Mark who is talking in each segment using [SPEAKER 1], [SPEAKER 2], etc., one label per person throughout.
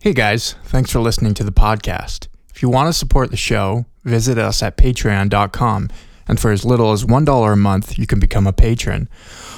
[SPEAKER 1] Hey guys, thanks for listening to the podcast. If you want to support the show, visit us at patreon.com. And for as little as $1 a month, you can become a patron.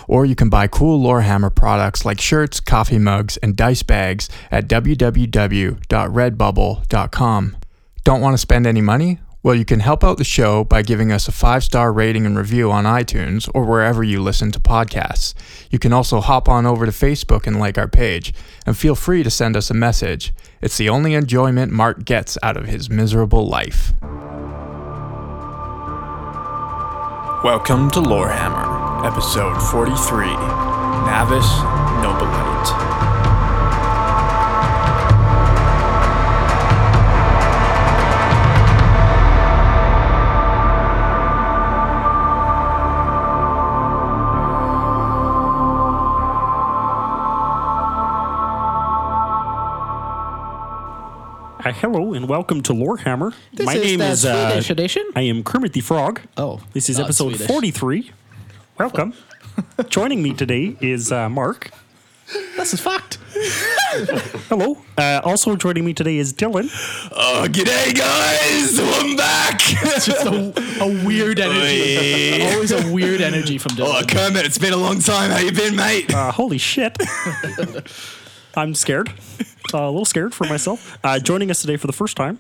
[SPEAKER 1] Or you can buy cool Lorehammer products like shirts, coffee mugs, and dice bags at www.redbubble.com. Don't want to spend any money? Well, you can help out the show by giving us a five star rating and review on iTunes or wherever you listen to podcasts. You can also hop on over to Facebook and like our page, and feel free to send us a message. It's the only enjoyment Mark gets out of his miserable life. Welcome to Lorehammer, episode 43 Navis Nobilite.
[SPEAKER 2] Uh, hello and welcome to Lorehammer.
[SPEAKER 3] This
[SPEAKER 2] My
[SPEAKER 3] is
[SPEAKER 2] name
[SPEAKER 3] the
[SPEAKER 2] is uh,
[SPEAKER 3] Swedish edition.
[SPEAKER 2] I am Kermit the Frog.
[SPEAKER 3] Oh,
[SPEAKER 2] this is
[SPEAKER 3] not
[SPEAKER 2] episode
[SPEAKER 3] Swedish.
[SPEAKER 2] forty-three. Welcome. Joining me today is uh, Mark.
[SPEAKER 3] This is fucked.
[SPEAKER 2] Hello. Uh, also joining me today is Dylan.
[SPEAKER 4] Oh, g'day, guys! I'm back!
[SPEAKER 3] Just a, a weird energy. Always a weird energy from
[SPEAKER 4] oh,
[SPEAKER 3] Dylan.
[SPEAKER 4] Kermit, it's been a long time. How you been, mate?
[SPEAKER 2] Uh, holy shit! I'm scared. Uh, a little scared for myself. Uh, joining us today for the first time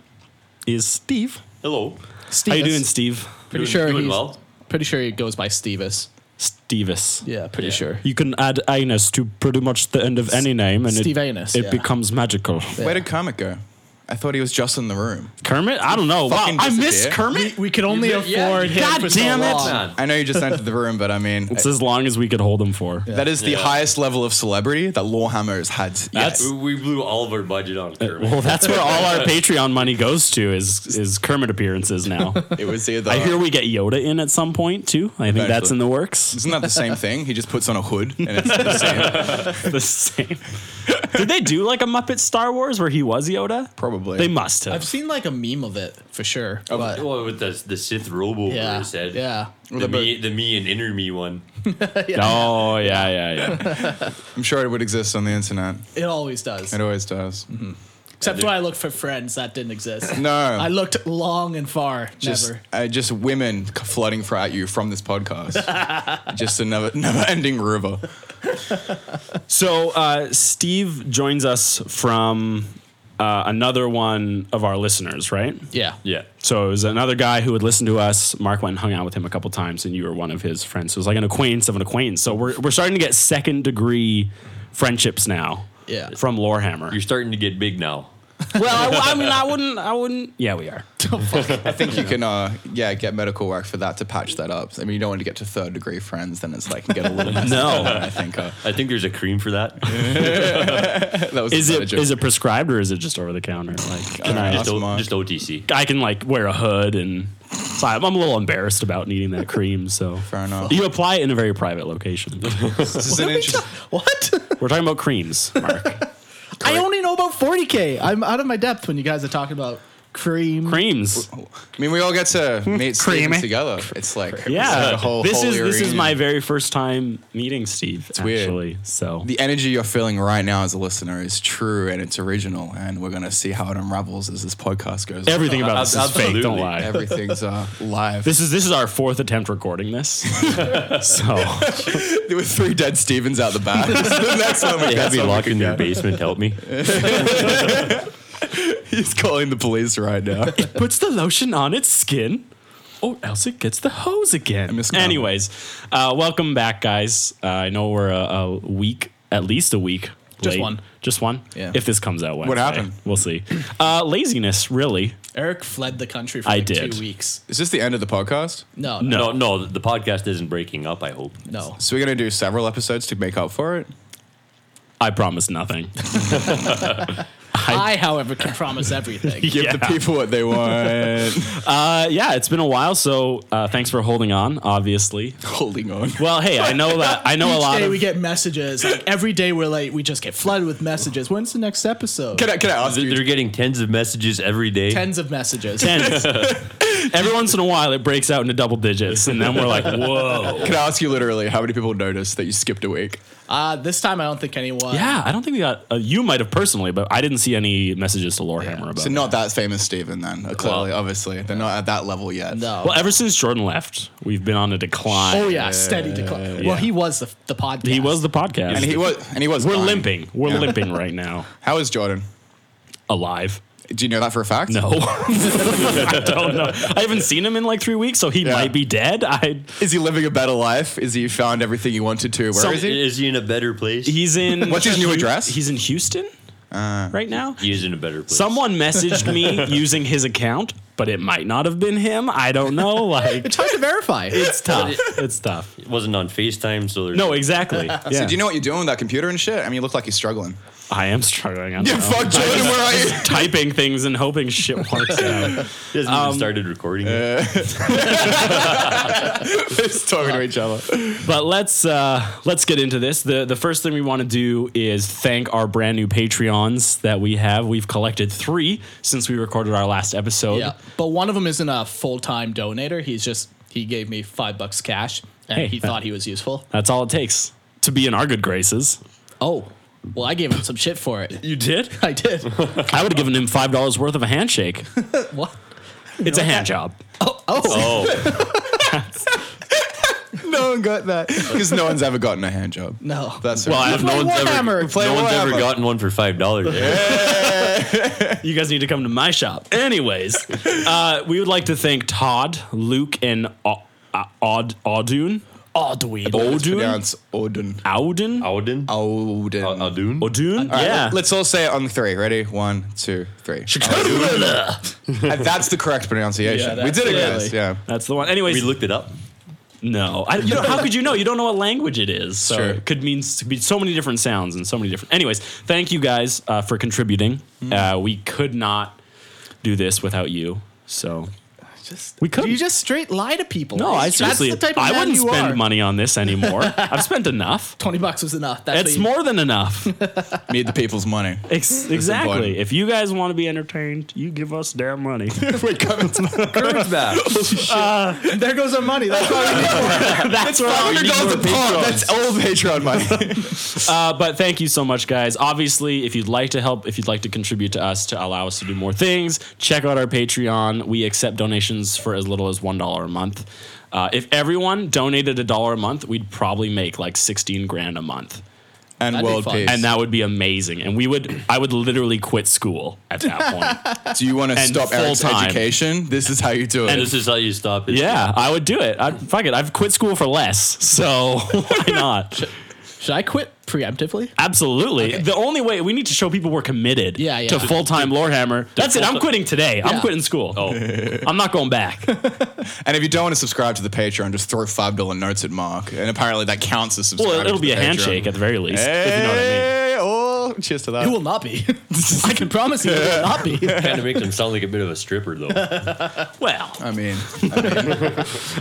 [SPEAKER 2] is Steve.
[SPEAKER 5] Hello.
[SPEAKER 3] Steve,
[SPEAKER 5] How you doing, Steve?
[SPEAKER 3] Pretty
[SPEAKER 5] doing,
[SPEAKER 3] sure
[SPEAKER 5] doing
[SPEAKER 3] he's-
[SPEAKER 5] well.
[SPEAKER 3] Pretty sure he goes by Stevis.
[SPEAKER 5] Stevis.
[SPEAKER 3] Yeah, pretty sure.
[SPEAKER 2] You can add anus to pretty much the end of any name, and
[SPEAKER 3] Steve
[SPEAKER 2] it,
[SPEAKER 3] Anus,
[SPEAKER 2] it
[SPEAKER 3] yeah.
[SPEAKER 2] becomes magical.
[SPEAKER 4] Where did Kermit go? I thought he was just in the room.
[SPEAKER 2] Kermit? I don't know. Wow,
[SPEAKER 4] Fucking
[SPEAKER 2] I miss
[SPEAKER 4] disappear.
[SPEAKER 2] Kermit.
[SPEAKER 3] We can only
[SPEAKER 5] yeah,
[SPEAKER 3] afford him
[SPEAKER 2] God
[SPEAKER 3] for so
[SPEAKER 2] damn it.
[SPEAKER 3] long.
[SPEAKER 5] Man.
[SPEAKER 4] I know you just entered the room, but I mean,
[SPEAKER 2] It's as long as we could hold him for.
[SPEAKER 4] that is the
[SPEAKER 5] Yeah.
[SPEAKER 4] highest level of celebrity that Lawhammer has had.
[SPEAKER 2] That's-
[SPEAKER 4] yet.
[SPEAKER 5] We we blew all of our budget on Kermit.
[SPEAKER 2] Well, that's where all our Patreon money goes to is is Kermit appearances now.
[SPEAKER 4] it was either.
[SPEAKER 2] I hear we get Yoda in at some point too. I think that's in the works.
[SPEAKER 4] isn't that the same thing? He just puts on a hood and it's the same.
[SPEAKER 2] the same. Did they do like a Muppet Star Wars where he was Yoda?
[SPEAKER 4] Probably.
[SPEAKER 2] They must have.
[SPEAKER 3] I've seen like a meme of it for sure. but
[SPEAKER 5] Well, with the, the Sith robo over
[SPEAKER 3] yeah,
[SPEAKER 5] his head.
[SPEAKER 3] yeah.
[SPEAKER 5] The me, the me and inner me one.
[SPEAKER 2] Oh yeah, yeah, yeah.
[SPEAKER 4] I'm sure it would exist on the internet.
[SPEAKER 3] It always does.
[SPEAKER 4] It always does.
[SPEAKER 2] Mm-hmm.
[SPEAKER 3] Except when I looked for friends, that didn't exist.
[SPEAKER 4] No.
[SPEAKER 3] I looked long and far.
[SPEAKER 4] just,
[SPEAKER 3] never.
[SPEAKER 4] uh, just women c- flooding for at you from this podcast. just a never, never ending river.
[SPEAKER 2] So uh, Steve joins us from uh, another one of our listeners, right?
[SPEAKER 3] Yeah.
[SPEAKER 5] Yeah.
[SPEAKER 2] So it was another guy who would listen to us. Mark went and hung out with him a couple times, and you were one of his friends. So it was like an acquaintance of an acquaintance. So we're, we're starting to get second degree friendships now.
[SPEAKER 3] Yeah.
[SPEAKER 2] From Lorehammer.
[SPEAKER 5] You're starting to get big now.
[SPEAKER 2] well, I, I mean, I wouldn't. I wouldn't. Yeah, we are.
[SPEAKER 4] I think you can, uh, yeah, get medical work for that to patch that up. I mean, you don't want to get to third degree friends, then it's like get a little. messy.
[SPEAKER 2] No.
[SPEAKER 4] I think uh,
[SPEAKER 5] I think there's a cream for that.
[SPEAKER 4] that was Uh,
[SPEAKER 2] Is
[SPEAKER 4] a
[SPEAKER 2] it is it prescribed or is it just over the counter? Like, can I?
[SPEAKER 5] just,
[SPEAKER 4] Awesome,
[SPEAKER 5] o-
[SPEAKER 4] Mark.
[SPEAKER 5] just OTC.
[SPEAKER 2] I can like wear a hood and. So I'm I'm a little embarrassed about needing that cream. So
[SPEAKER 4] Fair enough.
[SPEAKER 2] You apply it in a very private location.
[SPEAKER 4] This is an interesting.
[SPEAKER 3] What?
[SPEAKER 2] we're talking about creams, Mark.
[SPEAKER 3] I only know about 40k. I'm out of my depth when you guys are talking about cream.
[SPEAKER 2] Creams.
[SPEAKER 4] I mean, we all get to meet
[SPEAKER 2] Creamy.
[SPEAKER 4] Steven together. It's like it's
[SPEAKER 2] Hmm. Yeah,
[SPEAKER 4] like a whole.
[SPEAKER 2] this is
[SPEAKER 4] holy
[SPEAKER 2] this is my
[SPEAKER 4] reunion.
[SPEAKER 2] very first time meeting Steve.
[SPEAKER 4] weird.
[SPEAKER 2] actually, so
[SPEAKER 4] The energy you're feeling right now as a listener is true and it's original, and we're gonna see how it unravels as this podcast goes. on.
[SPEAKER 2] everything about this is fake. Don't
[SPEAKER 5] Absolutely.
[SPEAKER 2] lie.
[SPEAKER 4] Everything's uh, live.
[SPEAKER 2] this is this is our fourth attempt recording this. so
[SPEAKER 4] There were three dead Stevens out the back. This is the next one we
[SPEAKER 5] They
[SPEAKER 4] got
[SPEAKER 5] had me
[SPEAKER 4] someone
[SPEAKER 5] locked
[SPEAKER 4] could
[SPEAKER 5] in their
[SPEAKER 4] get.
[SPEAKER 5] basement. Help me.
[SPEAKER 4] He's calling the police right now.
[SPEAKER 2] puts the lotion on its skin, or else it gets the hose again.
[SPEAKER 4] miss Ghana.
[SPEAKER 2] Anyways, uh, welcome back, guys. Uh, I know we're a, a week, at least a week.
[SPEAKER 3] Just
[SPEAKER 2] late.
[SPEAKER 3] one.
[SPEAKER 2] Just one.
[SPEAKER 3] Yeah.
[SPEAKER 2] If this comes out Wednesday.
[SPEAKER 4] happened?
[SPEAKER 2] We'll see. Uh, laziness, really.
[SPEAKER 3] Eric fled the country for
[SPEAKER 2] I
[SPEAKER 3] like
[SPEAKER 2] did.
[SPEAKER 3] two weeks.
[SPEAKER 4] Is this the end of the podcast?
[SPEAKER 3] No,
[SPEAKER 2] No.
[SPEAKER 5] No, no, the podcast isn't breaking up, I hope.
[SPEAKER 3] no.
[SPEAKER 4] So we're gonna do several episodes to make up for it.
[SPEAKER 2] I promise nothing.
[SPEAKER 3] I, however, can promise everything.
[SPEAKER 4] Give the
[SPEAKER 2] Yeah.
[SPEAKER 4] people what they want.
[SPEAKER 2] Uh, yeah, it's been a while, so uh, thanks for holding on. Obviously,
[SPEAKER 4] Holding on.
[SPEAKER 2] well, hey, I know that I know a
[SPEAKER 3] Each
[SPEAKER 2] lot
[SPEAKER 3] day
[SPEAKER 2] of.
[SPEAKER 3] we get messages. Like every day we're late, we just get flooded with messages. When's the next episode?
[SPEAKER 4] Can I, can I ask
[SPEAKER 5] They're
[SPEAKER 4] you?
[SPEAKER 5] getting tens of messages every day.
[SPEAKER 3] Tens of messages.
[SPEAKER 2] Tens. Every once in a while, it breaks out into double digits, and then we're like, whoa.
[SPEAKER 4] Can I ask you literally how many people noticed that you skipped a week?
[SPEAKER 3] Uh, this time I don't think anyone.
[SPEAKER 2] Yeah, I don't think we got. Uh, you might have personally, but I didn't see any messages to Lorehammer about.
[SPEAKER 4] So
[SPEAKER 2] it.
[SPEAKER 4] not that famous Steven then. Uh, Clearly, obviously. They're not at that level yet.
[SPEAKER 3] No.
[SPEAKER 2] Well, ever since Jordan left, we've been on a decline.
[SPEAKER 3] oh yeah, steady decline.
[SPEAKER 2] yeah.
[SPEAKER 3] Well, he was the, the podcast.
[SPEAKER 2] He was the podcast.
[SPEAKER 4] And he was and he was
[SPEAKER 2] We're
[SPEAKER 4] fine.
[SPEAKER 2] limping. We're
[SPEAKER 4] Yeah.
[SPEAKER 2] limping right now.
[SPEAKER 4] How is Jordan?
[SPEAKER 2] Alive.
[SPEAKER 4] Do you know that for a fact?
[SPEAKER 2] No, I don't know. I haven't seen him in like three weeks, so he
[SPEAKER 4] Yeah.
[SPEAKER 2] might be dead. I
[SPEAKER 4] Is he living a better life? Is he found everything he wanted to? Where is
[SPEAKER 2] So-
[SPEAKER 4] he?
[SPEAKER 5] Is he in a better place?
[SPEAKER 2] he's in.
[SPEAKER 4] What's his new
[SPEAKER 2] Hu-
[SPEAKER 4] address? Uh,
[SPEAKER 2] He's in Houston right now.
[SPEAKER 5] He is in a better place.
[SPEAKER 2] Someone messaged me using his account, but it might not have been him. I don't know. Like
[SPEAKER 3] It's hard to verify.
[SPEAKER 2] it's tough. It's tough.
[SPEAKER 5] It wasn't on FaceTime, so there's
[SPEAKER 2] No, exactly. Yeah.
[SPEAKER 4] So do you know what you're doing with that computer and shit? I mean, you look like you're struggling.
[SPEAKER 2] I am struggling. I don't
[SPEAKER 4] Yeah,
[SPEAKER 2] know.
[SPEAKER 4] fuck Jordan, where are you?
[SPEAKER 2] typing things and hoping shit works out.
[SPEAKER 5] He hasn't even started recording. yet.
[SPEAKER 4] Just talking to each other.
[SPEAKER 2] But let's uh, let's get into this. the The first thing we want to do is thank our brand new Patreons that we have. We've collected three since we recorded our last episode.
[SPEAKER 3] yeah, but one of them isn't a full time donator. He's just he gave me five bucks cash, and
[SPEAKER 2] Hey.
[SPEAKER 3] he thought he was useful.
[SPEAKER 2] That's all it takes to be in our good graces.
[SPEAKER 3] Oh, well, I gave him some shit for it.
[SPEAKER 2] You did.
[SPEAKER 3] I did.
[SPEAKER 2] I would have given him five dollars worth of a handshake.
[SPEAKER 3] what?
[SPEAKER 2] It's a hand job.
[SPEAKER 5] Oh,
[SPEAKER 4] No one got that because no one's ever gotten a hand job.
[SPEAKER 3] No.
[SPEAKER 4] that's
[SPEAKER 2] Well, I
[SPEAKER 4] right.
[SPEAKER 2] have no
[SPEAKER 3] Play
[SPEAKER 2] one's ever.
[SPEAKER 3] Warhammer.
[SPEAKER 4] Play
[SPEAKER 5] no one's ever
[SPEAKER 4] Warhammer.
[SPEAKER 5] gotten one for five dollars.
[SPEAKER 2] You guys need to come to my shop. Anyways, uh, we would like to thank Todd, Luke, and Au- uh, Aud- Audun. Audun. Audun.
[SPEAKER 4] Pronounce Odin.
[SPEAKER 2] Audun.
[SPEAKER 5] Alden.
[SPEAKER 4] Odin.
[SPEAKER 5] Aldun.
[SPEAKER 2] Audun.
[SPEAKER 4] All right,
[SPEAKER 2] yeah.
[SPEAKER 4] Let's all say it on three. Ready? One, two, three. And that's the correct pronunciation.
[SPEAKER 3] Yeah,
[SPEAKER 4] we did it,
[SPEAKER 3] that's-
[SPEAKER 4] guys. Yeah.
[SPEAKER 2] That's the one. Anyways,
[SPEAKER 5] We looked it up.
[SPEAKER 2] No, I, you know, how could you know? You don't know what language it is, so
[SPEAKER 4] Sure.
[SPEAKER 2] it could mean s- could be so many different sounds and so many different. Anyways, thank you guys uh, for contributing.
[SPEAKER 3] Mm-hmm.
[SPEAKER 2] Uh, we could not do this without you, so
[SPEAKER 3] Just
[SPEAKER 2] We couldn't.
[SPEAKER 3] You just straight lie to people.
[SPEAKER 2] no, I
[SPEAKER 3] That's
[SPEAKER 2] seriously,
[SPEAKER 3] the type of
[SPEAKER 2] I
[SPEAKER 3] man
[SPEAKER 2] wouldn't
[SPEAKER 3] you
[SPEAKER 2] spend
[SPEAKER 3] are.
[SPEAKER 2] money on this anymore. I've spent enough.
[SPEAKER 3] Twenty bucks was enough. That's
[SPEAKER 2] It's
[SPEAKER 3] what you-
[SPEAKER 2] more than enough.
[SPEAKER 4] Need the people's money.
[SPEAKER 2] Ex-
[SPEAKER 4] important.
[SPEAKER 2] exactly. If you guys want to be entertained, you give us damn money.
[SPEAKER 4] Wait, come
[SPEAKER 5] Curve back.
[SPEAKER 3] There goes our money. That's why we-
[SPEAKER 2] That's where we need more patrons.
[SPEAKER 4] That's old Patreon money.
[SPEAKER 2] Uh, but thank you so much, guys. Obviously, if you'd like to help, if you'd like to contribute to us to allow us to do more things, check out our Patreon. We accept donations for as little as one dollar a month. Uh, if everyone donated a dollar a month, we'd probably make like sixteen grand a month,
[SPEAKER 4] and
[SPEAKER 3] That'd be
[SPEAKER 4] world
[SPEAKER 3] fun.
[SPEAKER 4] peace.
[SPEAKER 2] and that would be amazing. And we would, I would literally quit school at that point.
[SPEAKER 4] do you want to
[SPEAKER 2] and
[SPEAKER 4] stop Eric's
[SPEAKER 2] full-time.
[SPEAKER 4] education? This is how you do it.
[SPEAKER 5] And this is how you stop it.
[SPEAKER 2] yeah, I would do it. I, fuck it, I've quit school for less, so why not?
[SPEAKER 3] Should I quit preemptively?
[SPEAKER 2] Absolutely. The only way we need to show people we're committed
[SPEAKER 3] Yeah, yeah.
[SPEAKER 2] to full time Lorehammer. That's it. I'm
[SPEAKER 5] full-ti-
[SPEAKER 2] quitting today. I'm
[SPEAKER 3] Yeah.
[SPEAKER 2] quitting school.
[SPEAKER 5] Oh.
[SPEAKER 2] I'm not going back.
[SPEAKER 4] and if you don't want to subscribe to the Patreon, just throw five dollar notes at Mark. And apparently that counts as subscribing.
[SPEAKER 2] Well, it'll
[SPEAKER 4] to
[SPEAKER 2] be
[SPEAKER 4] the
[SPEAKER 2] a
[SPEAKER 4] Patreon.
[SPEAKER 2] handshake at the very least. If you know what I mean.
[SPEAKER 4] Hey, oh, cheers to that.
[SPEAKER 3] It will not be. I can promise you, it will not be.
[SPEAKER 5] Kind of makes him sound like a bit of a stripper, though.
[SPEAKER 2] Well,
[SPEAKER 4] I mean,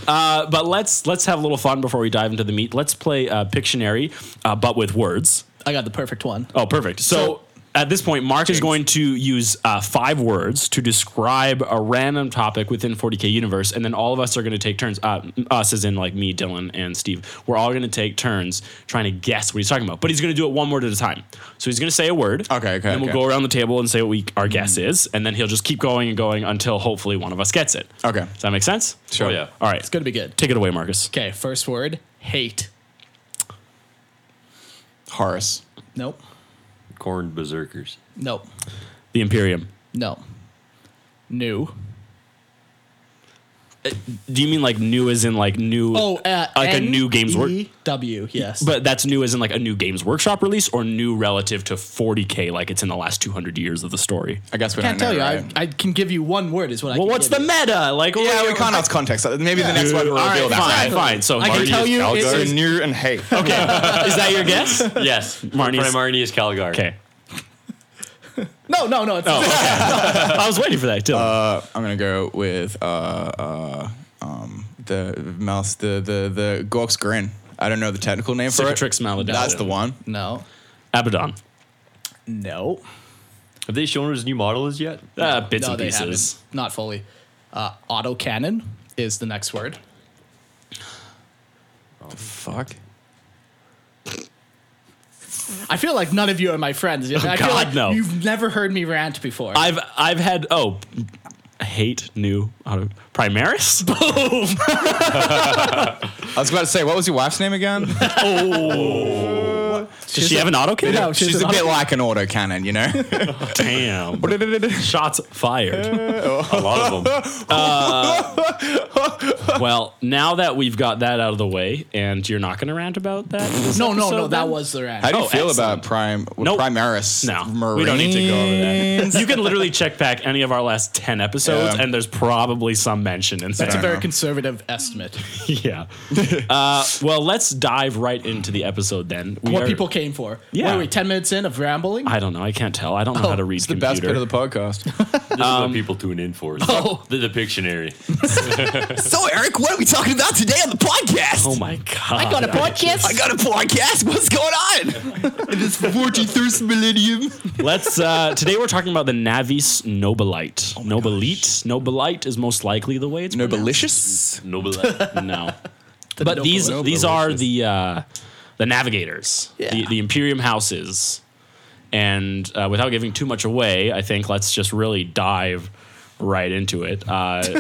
[SPEAKER 2] uh, but let's let's have a little fun before we dive into the meat. Let's play uh, Pictionary, uh, but with words.
[SPEAKER 3] I got the perfect one.
[SPEAKER 2] Oh, perfect. So, at this point, Mark is going to use uh, five words to describe a random topic within 40K universe, and then all of us are going to take turns. Uh, us, as in like me, Dylan, and Steve. We're all going to take turns trying to guess what he's talking about. But he's going to do it one word at a time. So he's going to say a word.
[SPEAKER 4] Okay, okay,
[SPEAKER 2] And we'll
[SPEAKER 4] okay. Mm.
[SPEAKER 2] go around the table and say what we, our guess is, and then he'll just keep going and going until hopefully one of us gets it.
[SPEAKER 4] Okay.
[SPEAKER 2] Does that make sense?
[SPEAKER 4] sure.
[SPEAKER 5] Oh, yeah.
[SPEAKER 2] All right.
[SPEAKER 3] It's gonna be good.
[SPEAKER 2] Take it away, Marcus.
[SPEAKER 3] Okay, first word: hate.
[SPEAKER 4] Horace.
[SPEAKER 3] Nope.
[SPEAKER 5] Corn berserkers.
[SPEAKER 3] Nope.
[SPEAKER 2] The Imperium.
[SPEAKER 3] No. New.
[SPEAKER 2] Do you mean like new as in like new?
[SPEAKER 3] Oh, uh, E
[SPEAKER 2] like a new games work.
[SPEAKER 3] W. Yes.
[SPEAKER 2] But that's new as in like a new Games Workshop release or new relative to 40K, like it's in the last 200 years of the story.
[SPEAKER 4] I guess we
[SPEAKER 3] can't
[SPEAKER 4] don't
[SPEAKER 3] tell
[SPEAKER 4] know,
[SPEAKER 3] you.
[SPEAKER 4] Right?
[SPEAKER 3] I, I can give you one word. Is what I.
[SPEAKER 2] Well,
[SPEAKER 3] can
[SPEAKER 2] what's the
[SPEAKER 3] give you.
[SPEAKER 2] meta? Like,
[SPEAKER 4] yeah, we can't ask context. Maybe the next one
[SPEAKER 2] All
[SPEAKER 4] will reveal
[SPEAKER 2] right, fine,
[SPEAKER 4] that.
[SPEAKER 2] fine. So,
[SPEAKER 3] I can
[SPEAKER 2] Marnie
[SPEAKER 3] tell
[SPEAKER 2] is
[SPEAKER 3] you.
[SPEAKER 2] Calgar.
[SPEAKER 3] It's, it's,
[SPEAKER 4] new and hate.
[SPEAKER 2] is that your guess?
[SPEAKER 5] Yes.
[SPEAKER 2] Marnie's-
[SPEAKER 5] Prime Marnie is Calgar.
[SPEAKER 2] Okay.
[SPEAKER 3] no, no, no. It's,
[SPEAKER 2] Oh, okay. I was waiting for that, too.
[SPEAKER 4] Uh, I'm gonna go with uh, uh, um, the mouse, the the the Gork's grin. I don't know the technical name for it.
[SPEAKER 2] Cicatrix malodactyl.
[SPEAKER 4] That's the one.
[SPEAKER 3] No.
[SPEAKER 2] Abaddon.
[SPEAKER 3] No.
[SPEAKER 5] Have they shown what his new model is yet?
[SPEAKER 2] Uh, bits
[SPEAKER 3] no,
[SPEAKER 2] and
[SPEAKER 3] they
[SPEAKER 2] pieces.
[SPEAKER 3] haven't. Not fully. Uh, autocannon is the next word.
[SPEAKER 4] Fuck.
[SPEAKER 3] I feel like none of you are my friends. I feel
[SPEAKER 2] Oh, God,
[SPEAKER 3] like
[SPEAKER 2] no.
[SPEAKER 3] You've never heard me rant before.
[SPEAKER 2] I've I've had oh I hate new auto Primaris. Boom.
[SPEAKER 4] I was about to say, what was your wife's name again?
[SPEAKER 2] Does she have an auto cannon?
[SPEAKER 3] No,
[SPEAKER 4] she's,
[SPEAKER 3] she's
[SPEAKER 4] a
[SPEAKER 3] an
[SPEAKER 4] bit like an autocannon, you know?
[SPEAKER 2] Damn. Shots fired.
[SPEAKER 5] A lot of them.
[SPEAKER 2] well, now that we've got that out of the way, and you're not going to rant about that. this
[SPEAKER 3] no, no,
[SPEAKER 2] episode
[SPEAKER 3] no. That
[SPEAKER 2] then?
[SPEAKER 3] was the rant.
[SPEAKER 4] How do you
[SPEAKER 2] Oh,
[SPEAKER 4] feel
[SPEAKER 2] excellent.
[SPEAKER 4] about Prime
[SPEAKER 2] Nope.
[SPEAKER 4] Primaris?
[SPEAKER 2] No, we don't need to go over
[SPEAKER 4] Marines?
[SPEAKER 2] that. You can literally check back any of our last ten episodes,
[SPEAKER 4] Yeah.
[SPEAKER 2] and there's probably some mention in
[SPEAKER 3] That's a
[SPEAKER 2] there.
[SPEAKER 3] very
[SPEAKER 4] know.
[SPEAKER 3] conservative estimate.
[SPEAKER 2] yeah. Uh, well, let's dive right into the episode then. We
[SPEAKER 3] what
[SPEAKER 2] are-
[SPEAKER 3] people came for.
[SPEAKER 2] Yeah.
[SPEAKER 3] What are we, 10 minutes in of rambling?
[SPEAKER 2] I don't know. I can't tell. I don't know
[SPEAKER 3] Oh,
[SPEAKER 2] how to read
[SPEAKER 4] It's the best bit of the podcast.
[SPEAKER 5] This is what people tune in for. is
[SPEAKER 3] Oh.
[SPEAKER 5] The, the Pictionary.
[SPEAKER 4] so, Eric, what are we talking about today on the podcast?
[SPEAKER 2] oh my god!
[SPEAKER 3] I got a podcast.
[SPEAKER 4] I got a podcast. What's going on? In this 41st millennium.
[SPEAKER 2] Let's uh, today we're talking about the Navis Nobilite.
[SPEAKER 3] Oh
[SPEAKER 2] Nobilite. Nobilite is most likely the way it's
[SPEAKER 4] Nobilicious.
[SPEAKER 5] Noble.
[SPEAKER 2] pronounced. No. but these
[SPEAKER 3] Nobilite.
[SPEAKER 2] these are the uh, the navigators, the,
[SPEAKER 3] Yeah.
[SPEAKER 2] the Imperium houses, and uh, without giving too much away, I think let's just really dive right into it. Uh,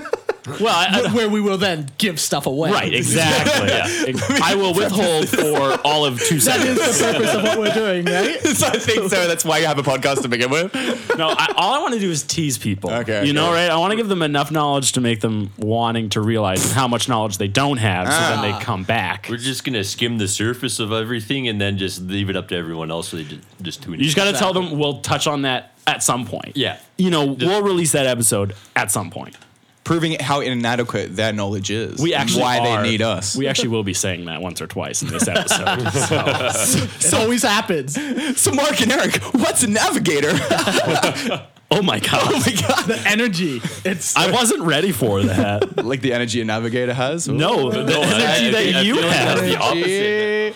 [SPEAKER 2] well, I,
[SPEAKER 3] where we will then give stuff away.
[SPEAKER 2] I, right, exactly. yeah. Ex- I will withhold for all of two
[SPEAKER 3] That
[SPEAKER 2] seconds.
[SPEAKER 3] is the purpose of what we're doing, right?
[SPEAKER 4] I think so. That's why you have a podcast to begin with.
[SPEAKER 2] No, I, all I want to do is tease people.
[SPEAKER 4] Okay,
[SPEAKER 2] You
[SPEAKER 4] okay.
[SPEAKER 2] know, right? I want to give them enough knowledge to make them wanting to realize how much knowledge they don't have, so then
[SPEAKER 4] Ah.
[SPEAKER 2] they come back.
[SPEAKER 5] We're just gonna skim the surface of everything and then just leave it up to everyone else. So they just, just tune in.
[SPEAKER 2] You just got to tell them we'll touch on that at some point.
[SPEAKER 5] Yeah.
[SPEAKER 2] You know, we'll release that episode at some point.
[SPEAKER 4] Proving how inadequate their knowledge is.
[SPEAKER 2] We
[SPEAKER 4] and
[SPEAKER 2] actually
[SPEAKER 4] why
[SPEAKER 2] are-
[SPEAKER 4] they need us.
[SPEAKER 2] We actually will be saying that once or twice in this episode. so.
[SPEAKER 3] It always happens.
[SPEAKER 4] so, Mark and Eric, what's a navigator?
[SPEAKER 2] Oh my god.
[SPEAKER 3] The energy. It's
[SPEAKER 2] I wasn't ready for that.
[SPEAKER 4] like the energy a navigator has?
[SPEAKER 2] No, the
[SPEAKER 5] No, I-
[SPEAKER 2] energy
[SPEAKER 5] I-
[SPEAKER 2] that
[SPEAKER 5] I
[SPEAKER 2] you
[SPEAKER 5] feel like
[SPEAKER 2] have.
[SPEAKER 5] that's the opposite.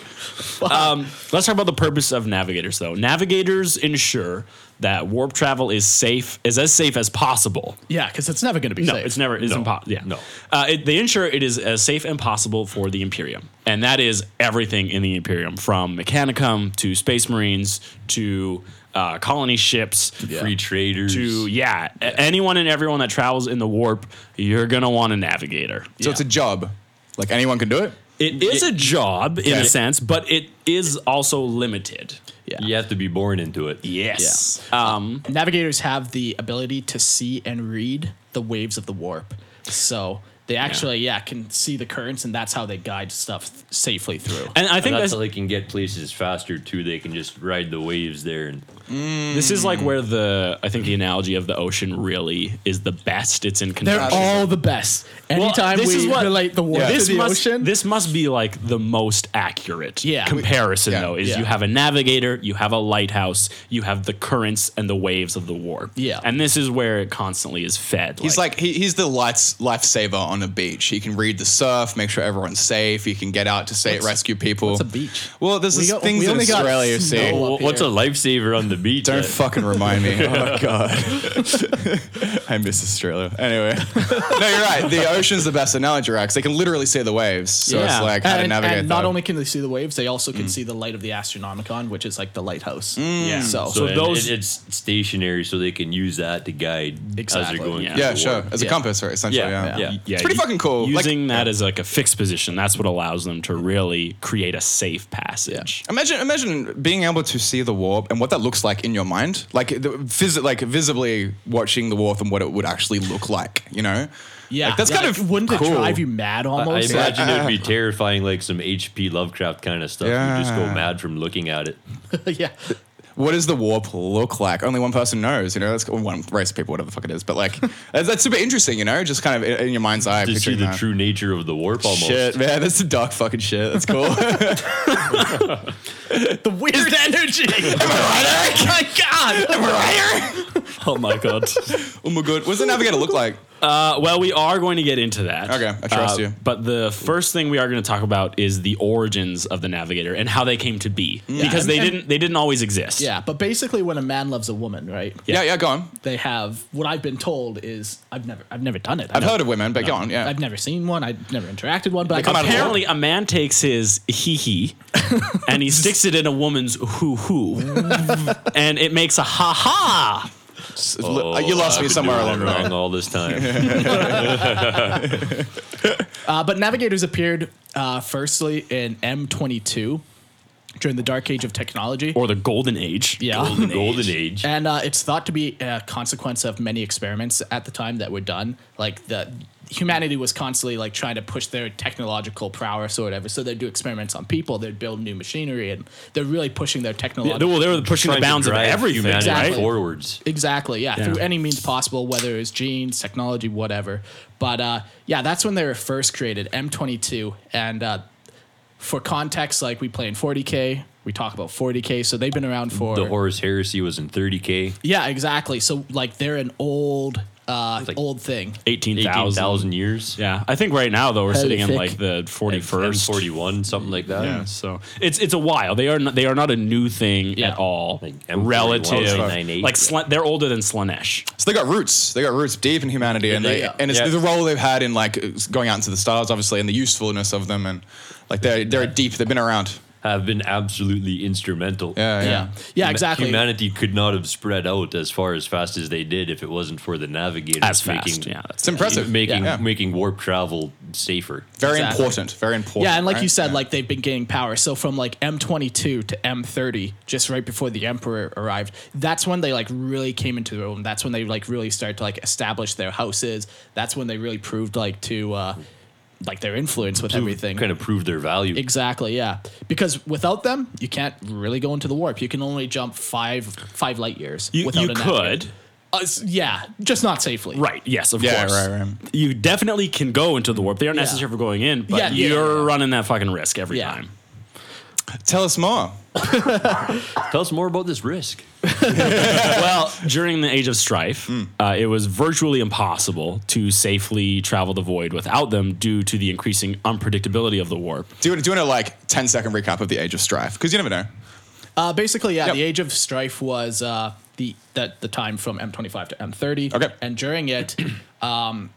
[SPEAKER 2] Um, let's talk about the purpose of navigators, though. Navigators ensure that warp travel is safe, is as safe as possible.
[SPEAKER 3] yeah, because it's never going to be
[SPEAKER 2] No,
[SPEAKER 3] safe.
[SPEAKER 2] it's never. It's impossible. Yeah,
[SPEAKER 5] No.
[SPEAKER 2] Uh, it, they ensure it is as safe and possible for the Imperium, and that is everything in the Imperium, from Mechanicum to Space Marines to uh, colony ships
[SPEAKER 5] Free traders.
[SPEAKER 2] to yeah, a- anyone and everyone that travels in the warp. You're gonna want a navigator.
[SPEAKER 4] So, it's a job. Like anyone can do it?
[SPEAKER 2] It is a job in
[SPEAKER 4] Yeah.
[SPEAKER 2] a sense, but it is also limited.
[SPEAKER 5] You have to be born into it.
[SPEAKER 2] Yes. Um,
[SPEAKER 3] Navigators have the ability to see and read the waves of the warp. So they actually, yeah, can see the currents, and that's how they guide stuff th- safely through.
[SPEAKER 2] and I think
[SPEAKER 5] And that's
[SPEAKER 2] that's,
[SPEAKER 5] how they can get places faster too. They can just ride the waves there and
[SPEAKER 2] this is like where the I think the analogy of the ocean really is the best. It's in
[SPEAKER 3] They're
[SPEAKER 2] conjunction.
[SPEAKER 3] all the best.
[SPEAKER 2] Well,
[SPEAKER 3] Anytime
[SPEAKER 2] this
[SPEAKER 3] we
[SPEAKER 2] is what-
[SPEAKER 3] relate the warp
[SPEAKER 4] Yeah.
[SPEAKER 3] to
[SPEAKER 2] this
[SPEAKER 3] the
[SPEAKER 2] must,
[SPEAKER 3] ocean,
[SPEAKER 2] This must be like the most accurate
[SPEAKER 3] Yeah.
[SPEAKER 2] comparison,
[SPEAKER 4] Yeah.
[SPEAKER 2] though. Is
[SPEAKER 3] Yeah.
[SPEAKER 2] you have a navigator, you have a lighthouse, you have the currents and the waves of the warp.
[SPEAKER 3] Yeah.
[SPEAKER 2] and this is where it constantly is fed.
[SPEAKER 4] He's like, he, he's the lights lifesaver on a beach. He can read the surf, make sure everyone's safe. He can get out to say rescue people.
[SPEAKER 3] it's a beach.
[SPEAKER 4] Well, there's
[SPEAKER 3] We
[SPEAKER 4] this
[SPEAKER 3] got-
[SPEAKER 4] things
[SPEAKER 3] we
[SPEAKER 4] in
[SPEAKER 3] only got
[SPEAKER 4] Australia. See,
[SPEAKER 3] snow.
[SPEAKER 5] Wha-
[SPEAKER 3] up
[SPEAKER 5] what's a
[SPEAKER 3] here.
[SPEAKER 5] lifesaver on the beach?
[SPEAKER 4] don't
[SPEAKER 5] Uh,
[SPEAKER 4] fucking remind me. Oh my god, I miss Australia. Anyway, no, you're right. The ocean's the best analogy, right? 'Cause they can literally see the waves. So
[SPEAKER 2] Yeah.
[SPEAKER 4] it's like how
[SPEAKER 3] and,
[SPEAKER 4] to navigate.
[SPEAKER 3] and not
[SPEAKER 4] that.
[SPEAKER 3] only can they see the waves, they also can see the light of the Astronomicon, which is like the lighthouse. Mm.
[SPEAKER 2] Yeah.
[SPEAKER 3] So,
[SPEAKER 2] So
[SPEAKER 5] so those
[SPEAKER 2] those-
[SPEAKER 5] it's stationary, so they can use that to guide as
[SPEAKER 3] Exactly.
[SPEAKER 5] they're going.
[SPEAKER 2] Yeah.
[SPEAKER 5] through
[SPEAKER 4] yeah,
[SPEAKER 5] the
[SPEAKER 4] sure.
[SPEAKER 5] water.
[SPEAKER 4] As a
[SPEAKER 3] Yeah.
[SPEAKER 4] compass, right? Essentially,
[SPEAKER 5] Yeah,
[SPEAKER 4] yeah.
[SPEAKER 5] yeah.
[SPEAKER 4] It's pretty
[SPEAKER 2] u-
[SPEAKER 4] fucking cool. Like-
[SPEAKER 2] Using that as like a fixed position, that's what allows them to really create a safe passage.
[SPEAKER 4] Imagine, imagine being able to see the warp and what that looks like in your mind, like the, visi- like visibly watching the warp and what it would actually look like. You know,
[SPEAKER 3] yeah,
[SPEAKER 4] like, that's
[SPEAKER 3] yeah,
[SPEAKER 4] kind
[SPEAKER 3] like,
[SPEAKER 4] of
[SPEAKER 3] wouldn't
[SPEAKER 4] cool.
[SPEAKER 3] it drive you mad
[SPEAKER 5] I
[SPEAKER 3] almost?
[SPEAKER 5] imagine it would be terrifying, like some H.P. Lovecraft kind of stuff. You just go
[SPEAKER 4] Yeah.
[SPEAKER 5] mad from looking at it.
[SPEAKER 3] yeah,
[SPEAKER 4] what does the warp look like? Only one person knows, you know. That's or one race of people, whatever the fuck it is. But like, that's, that's super interesting, you know. Just kind of in, in your mind's eye,
[SPEAKER 5] To see
[SPEAKER 4] picturing
[SPEAKER 5] the
[SPEAKER 4] that.
[SPEAKER 5] true nature of the warp, almost.
[SPEAKER 4] Shit, man, that's some dark fucking shit. That's cool.
[SPEAKER 3] the weird energy.
[SPEAKER 4] Am I
[SPEAKER 3] My God,
[SPEAKER 4] right, Eric? Am I right, Eric?
[SPEAKER 2] Oh my god.
[SPEAKER 4] Oh my god. What does the navigator look like?
[SPEAKER 2] Uh, well, we are going to get into that. Uh,
[SPEAKER 4] Okay, I trust you.
[SPEAKER 2] But the first thing we are going to talk about is the origins of the Navigator and how they came to be, because
[SPEAKER 3] and-
[SPEAKER 2] they
[SPEAKER 3] and-
[SPEAKER 2] didn't they didn't always exist.
[SPEAKER 3] Yeah, but basically, when a man loves a woman, right?
[SPEAKER 4] Yeah, yeah, go on.
[SPEAKER 3] They have what I've been told is I've never I've never done it.
[SPEAKER 4] I've heard of women, but go on. Yeah.
[SPEAKER 3] I've never seen one. I've never interacted one. But I
[SPEAKER 4] come
[SPEAKER 3] can
[SPEAKER 4] out of the
[SPEAKER 2] Apparently,
[SPEAKER 3] apparently
[SPEAKER 2] a man takes his hee hee and he sticks it in a woman's hoo hoo, and it makes a ha ha.
[SPEAKER 4] L- you lost
[SPEAKER 5] Oh, I've
[SPEAKER 4] me
[SPEAKER 5] been
[SPEAKER 4] somewhere along
[SPEAKER 5] doing it
[SPEAKER 4] the way.
[SPEAKER 5] wrong all this time.
[SPEAKER 3] Uh, but navigators appeared uh, firstly in M22 during the dark age of technology.
[SPEAKER 2] Or the golden age.
[SPEAKER 3] yeah.
[SPEAKER 5] golden, golden age.
[SPEAKER 3] And uh, it's thought to be a consequence of many experiments at the time that were done. Like the humanity was constantly like trying to push their technological prowess or whatever. So they'd do experiments on people. They'd build new machinery, and they're really pushing their
[SPEAKER 2] Yeah, they-
[SPEAKER 3] technological.
[SPEAKER 2] well, they were pushing the
[SPEAKER 5] Trying to
[SPEAKER 2] bounds of
[SPEAKER 5] drive
[SPEAKER 2] everything,
[SPEAKER 5] humanity
[SPEAKER 3] Exactly.
[SPEAKER 2] right?
[SPEAKER 5] forwards.
[SPEAKER 3] Exactly. Yeah,
[SPEAKER 2] Yeah.
[SPEAKER 3] through any means possible, whether it's genes, technology, whatever. But uh, yeah, that's when they were first created, M22. And uh, for context, like we play in 40K, we talk about 40K, so they've been around for.
[SPEAKER 5] The Horus Heresy was in 30k,
[SPEAKER 3] yeah, exactly. So like they're an old, uh,
[SPEAKER 5] like
[SPEAKER 3] old thing.
[SPEAKER 2] 18,000.
[SPEAKER 5] 18,000 years.
[SPEAKER 2] Yeah, I think right now though we're sitting in
[SPEAKER 3] Horrific.
[SPEAKER 2] like the forty
[SPEAKER 5] And
[SPEAKER 2] first,
[SPEAKER 5] 41, something like that.
[SPEAKER 2] Yeah, so it's it's a while. They are not, they are not a new thing
[SPEAKER 3] Yeah.
[SPEAKER 2] at all.
[SPEAKER 5] Like M41,
[SPEAKER 2] relative,
[SPEAKER 5] 98.
[SPEAKER 2] like Sle- they're older than Slanesh.
[SPEAKER 4] So they got roots. They got roots deep in humanity, and they
[SPEAKER 3] yeah.
[SPEAKER 4] and it's
[SPEAKER 5] Yeah.
[SPEAKER 4] the role they've had in like going out into the stars, obviously, and the usefulness of them, and like they're they're deep. They've been around.
[SPEAKER 5] Have been absolutely instrumental.
[SPEAKER 4] Yeah, yeah.
[SPEAKER 3] Yeah. Yeah,
[SPEAKER 5] Huma-
[SPEAKER 3] exactly.
[SPEAKER 5] Humanity could not have spread out as far as fast as they did if it wasn't for the navigators
[SPEAKER 2] As fast,
[SPEAKER 5] making
[SPEAKER 2] yeah, that's-
[SPEAKER 4] It's impressive.
[SPEAKER 5] making
[SPEAKER 4] Yeah.
[SPEAKER 5] making warp travel safer.
[SPEAKER 4] Very
[SPEAKER 3] Exactly.
[SPEAKER 4] important. Very important.
[SPEAKER 3] Yeah, and like
[SPEAKER 4] right?
[SPEAKER 3] you said,
[SPEAKER 4] Yeah.
[SPEAKER 3] like they've been gaining power. So from like M22 to M30, just right before the Emperor arrived, that's when they like really came into their own. That's when they like really started to like establish their houses. That's when they really proved like to uh like their influence with everything.
[SPEAKER 5] Kind of proved their value.
[SPEAKER 3] Exactly, yeah. Because without them, you can't really go into the warp. You can only jump five five light years.
[SPEAKER 2] You,
[SPEAKER 3] without
[SPEAKER 2] you
[SPEAKER 3] a navigator.
[SPEAKER 2] could,
[SPEAKER 3] Uh, s- yeah, just not safely.
[SPEAKER 2] right? Yes, of
[SPEAKER 4] Yeah,
[SPEAKER 2] course.
[SPEAKER 4] right, right.
[SPEAKER 2] You definitely can go into the warp. They aren't
[SPEAKER 3] Yeah.
[SPEAKER 2] necessary for going in, but
[SPEAKER 3] Yeah, yeah,
[SPEAKER 2] you're
[SPEAKER 3] yeah.
[SPEAKER 2] running that fucking risk every
[SPEAKER 3] Yeah.
[SPEAKER 2] time.
[SPEAKER 4] tell us more.
[SPEAKER 5] Tell us more about this risk.
[SPEAKER 2] well, during the age of strife,
[SPEAKER 4] Hmm.
[SPEAKER 2] uh, it was virtually impossible to safely travel the void without them, due to the increasing unpredictability of the warp.
[SPEAKER 4] Do you, do you want to like 10 second recap of the Age of Strife? Because you never know.
[SPEAKER 3] Uh, basically, yeah,
[SPEAKER 4] Yep.
[SPEAKER 3] the Age of Strife was uh, the that the time from M25 to M30.
[SPEAKER 4] Okay.
[SPEAKER 3] And during it, um,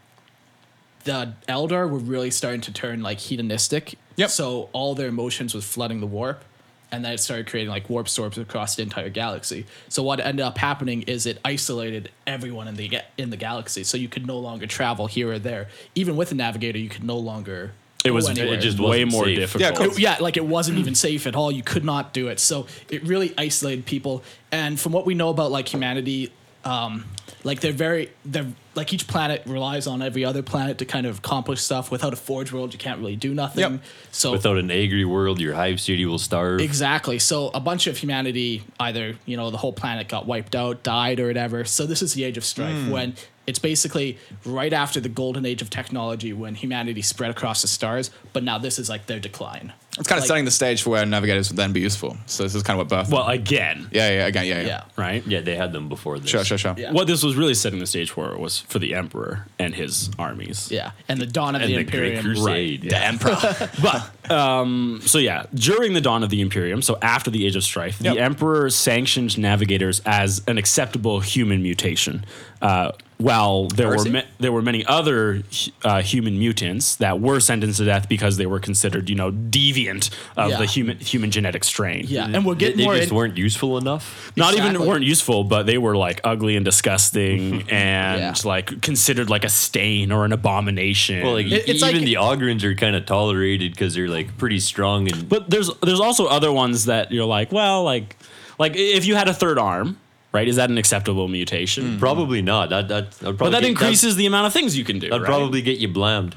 [SPEAKER 3] the Eldar were really starting to turn like hedonistic.
[SPEAKER 4] Yep.
[SPEAKER 3] So all their emotions was flooding the warp. And then it started creating like warp storms across the entire galaxy. So what ended up happening is it isolated everyone in the ga- in the galaxy. So you could no longer travel here or there. Even with a navigator, you could no longer.
[SPEAKER 2] It
[SPEAKER 3] go
[SPEAKER 2] was
[SPEAKER 3] anywhere.
[SPEAKER 2] it just
[SPEAKER 5] wasn't
[SPEAKER 2] way more
[SPEAKER 5] safe.
[SPEAKER 2] difficult.
[SPEAKER 4] Yeah, 'cause-
[SPEAKER 3] It- yeah, like it wasn't even safe at all. You could not do it. So it really isolated people. And from what we know about like humanity, um, like they're very they're like each planet relies on every other planet to kind of accomplish stuff. Without a forge world, you can't really do nothing.
[SPEAKER 4] Yep.
[SPEAKER 3] So
[SPEAKER 5] Without an angry world, your hive city will starve.
[SPEAKER 3] Exactly. So a bunch of humanity, either you know, the whole planet got wiped out, died, or whatever. So this is the Age of Strife when it's basically right after the golden age of technology when humanity spread across the stars. But now this is like their decline.
[SPEAKER 4] It's kind of
[SPEAKER 3] Like-
[SPEAKER 4] setting the stage for where navigators would then be useful. So this is kind of what birthed.
[SPEAKER 2] Well, again,
[SPEAKER 4] yeah, yeah, again, yeah, yeah.
[SPEAKER 3] Yeah.
[SPEAKER 2] right?
[SPEAKER 5] Yeah, they had them before this.
[SPEAKER 4] Sure, sure, sure.
[SPEAKER 3] Yeah.
[SPEAKER 2] What this was really setting the stage for was for the emperor and his armies.
[SPEAKER 3] Yeah, and the dawn of
[SPEAKER 5] And
[SPEAKER 3] the,
[SPEAKER 5] the Great
[SPEAKER 3] Imperium.
[SPEAKER 5] Crusade.
[SPEAKER 2] The emperor. but um, so yeah, during the dawn of the imperium, so after the age of strife,
[SPEAKER 4] Yep.
[SPEAKER 2] the emperor sanctioned navigators as an acceptable human mutation. Uh, while there were
[SPEAKER 4] Heresy?
[SPEAKER 2] ma- there were many other hu- uh, human mutants that were sentenced to death because they were considered, you know, deviant of
[SPEAKER 3] Yeah.
[SPEAKER 2] the human human genetic strain. Mm-hmm.
[SPEAKER 3] Yeah, and we'll
[SPEAKER 5] They,
[SPEAKER 3] get
[SPEAKER 5] they
[SPEAKER 3] more.
[SPEAKER 5] just
[SPEAKER 3] in-
[SPEAKER 5] weren't useful enough.
[SPEAKER 2] not even
[SPEAKER 3] Exactly.
[SPEAKER 2] weren't useful, but they were like ugly and disgusting and
[SPEAKER 3] Yeah.
[SPEAKER 2] like considered like a stain or an abomination.
[SPEAKER 5] Well, like
[SPEAKER 3] It- it's
[SPEAKER 5] even
[SPEAKER 3] like-
[SPEAKER 5] the Ogrins are kind of tolerated because they're like pretty strong and
[SPEAKER 2] but there's there's also other ones that you're like, well, like like i- if you had a third arm, right? Is that an acceptable mutation?
[SPEAKER 4] Hmm.
[SPEAKER 5] probably not. That that that'd
[SPEAKER 2] But
[SPEAKER 5] probably
[SPEAKER 2] that
[SPEAKER 5] get-
[SPEAKER 2] increases the amount of things you can do.
[SPEAKER 5] That'd, that'd
[SPEAKER 2] right?
[SPEAKER 5] probably get you blamed.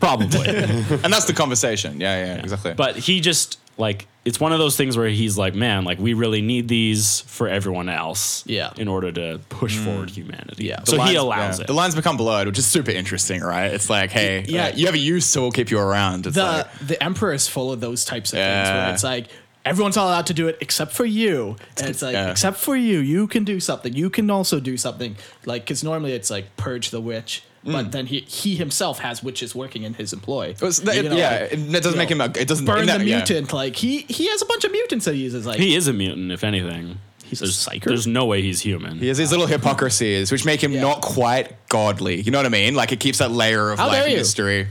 [SPEAKER 2] probably.
[SPEAKER 4] And that's the conversation. Yeah, yeah, exactly.
[SPEAKER 2] but he just like it's one of those things where he's like, man, like we really need these for everyone else,
[SPEAKER 3] Yeah.
[SPEAKER 2] in order to push forward humanity.
[SPEAKER 3] Yeah.
[SPEAKER 2] so he
[SPEAKER 4] The lines-
[SPEAKER 2] allows
[SPEAKER 4] Hmm. yeah.
[SPEAKER 2] it.
[SPEAKER 4] The lines become blurred, which is super interesting, right? It's like, hey,
[SPEAKER 3] Yeah.
[SPEAKER 4] yeah, you have a use, so we'll keep you around. It's
[SPEAKER 3] the
[SPEAKER 4] like,
[SPEAKER 3] the emperor is full of those types of things
[SPEAKER 4] Yeah.
[SPEAKER 3] where it's like everyone's all allowed to do it except for you. And it's like,
[SPEAKER 4] Yeah.
[SPEAKER 3] except for you, you can do something. You can also do something. Like, because normally it's like purge the witch, but then he he himself has witches working in his employ.
[SPEAKER 4] Mm. It was- that-
[SPEAKER 3] You know,
[SPEAKER 4] yeah,
[SPEAKER 3] like,
[SPEAKER 4] it doesn't
[SPEAKER 3] you
[SPEAKER 4] make
[SPEAKER 3] know,
[SPEAKER 4] him a. It doesn't
[SPEAKER 3] burn
[SPEAKER 4] in that-
[SPEAKER 3] the
[SPEAKER 4] yeah.
[SPEAKER 3] mutant. Like he he has a bunch of mutants that he uses. Like
[SPEAKER 2] He is a mutant, if anything.
[SPEAKER 3] He's a
[SPEAKER 2] there's,
[SPEAKER 3] psyker?
[SPEAKER 2] There's no way he's human.
[SPEAKER 4] He has these little hypocrisies, which make him
[SPEAKER 3] Yeah.
[SPEAKER 4] not quite godly. You know what I mean? Like it keeps that layer of
[SPEAKER 3] How
[SPEAKER 4] like
[SPEAKER 3] dare you.
[SPEAKER 4] mystery. Oh,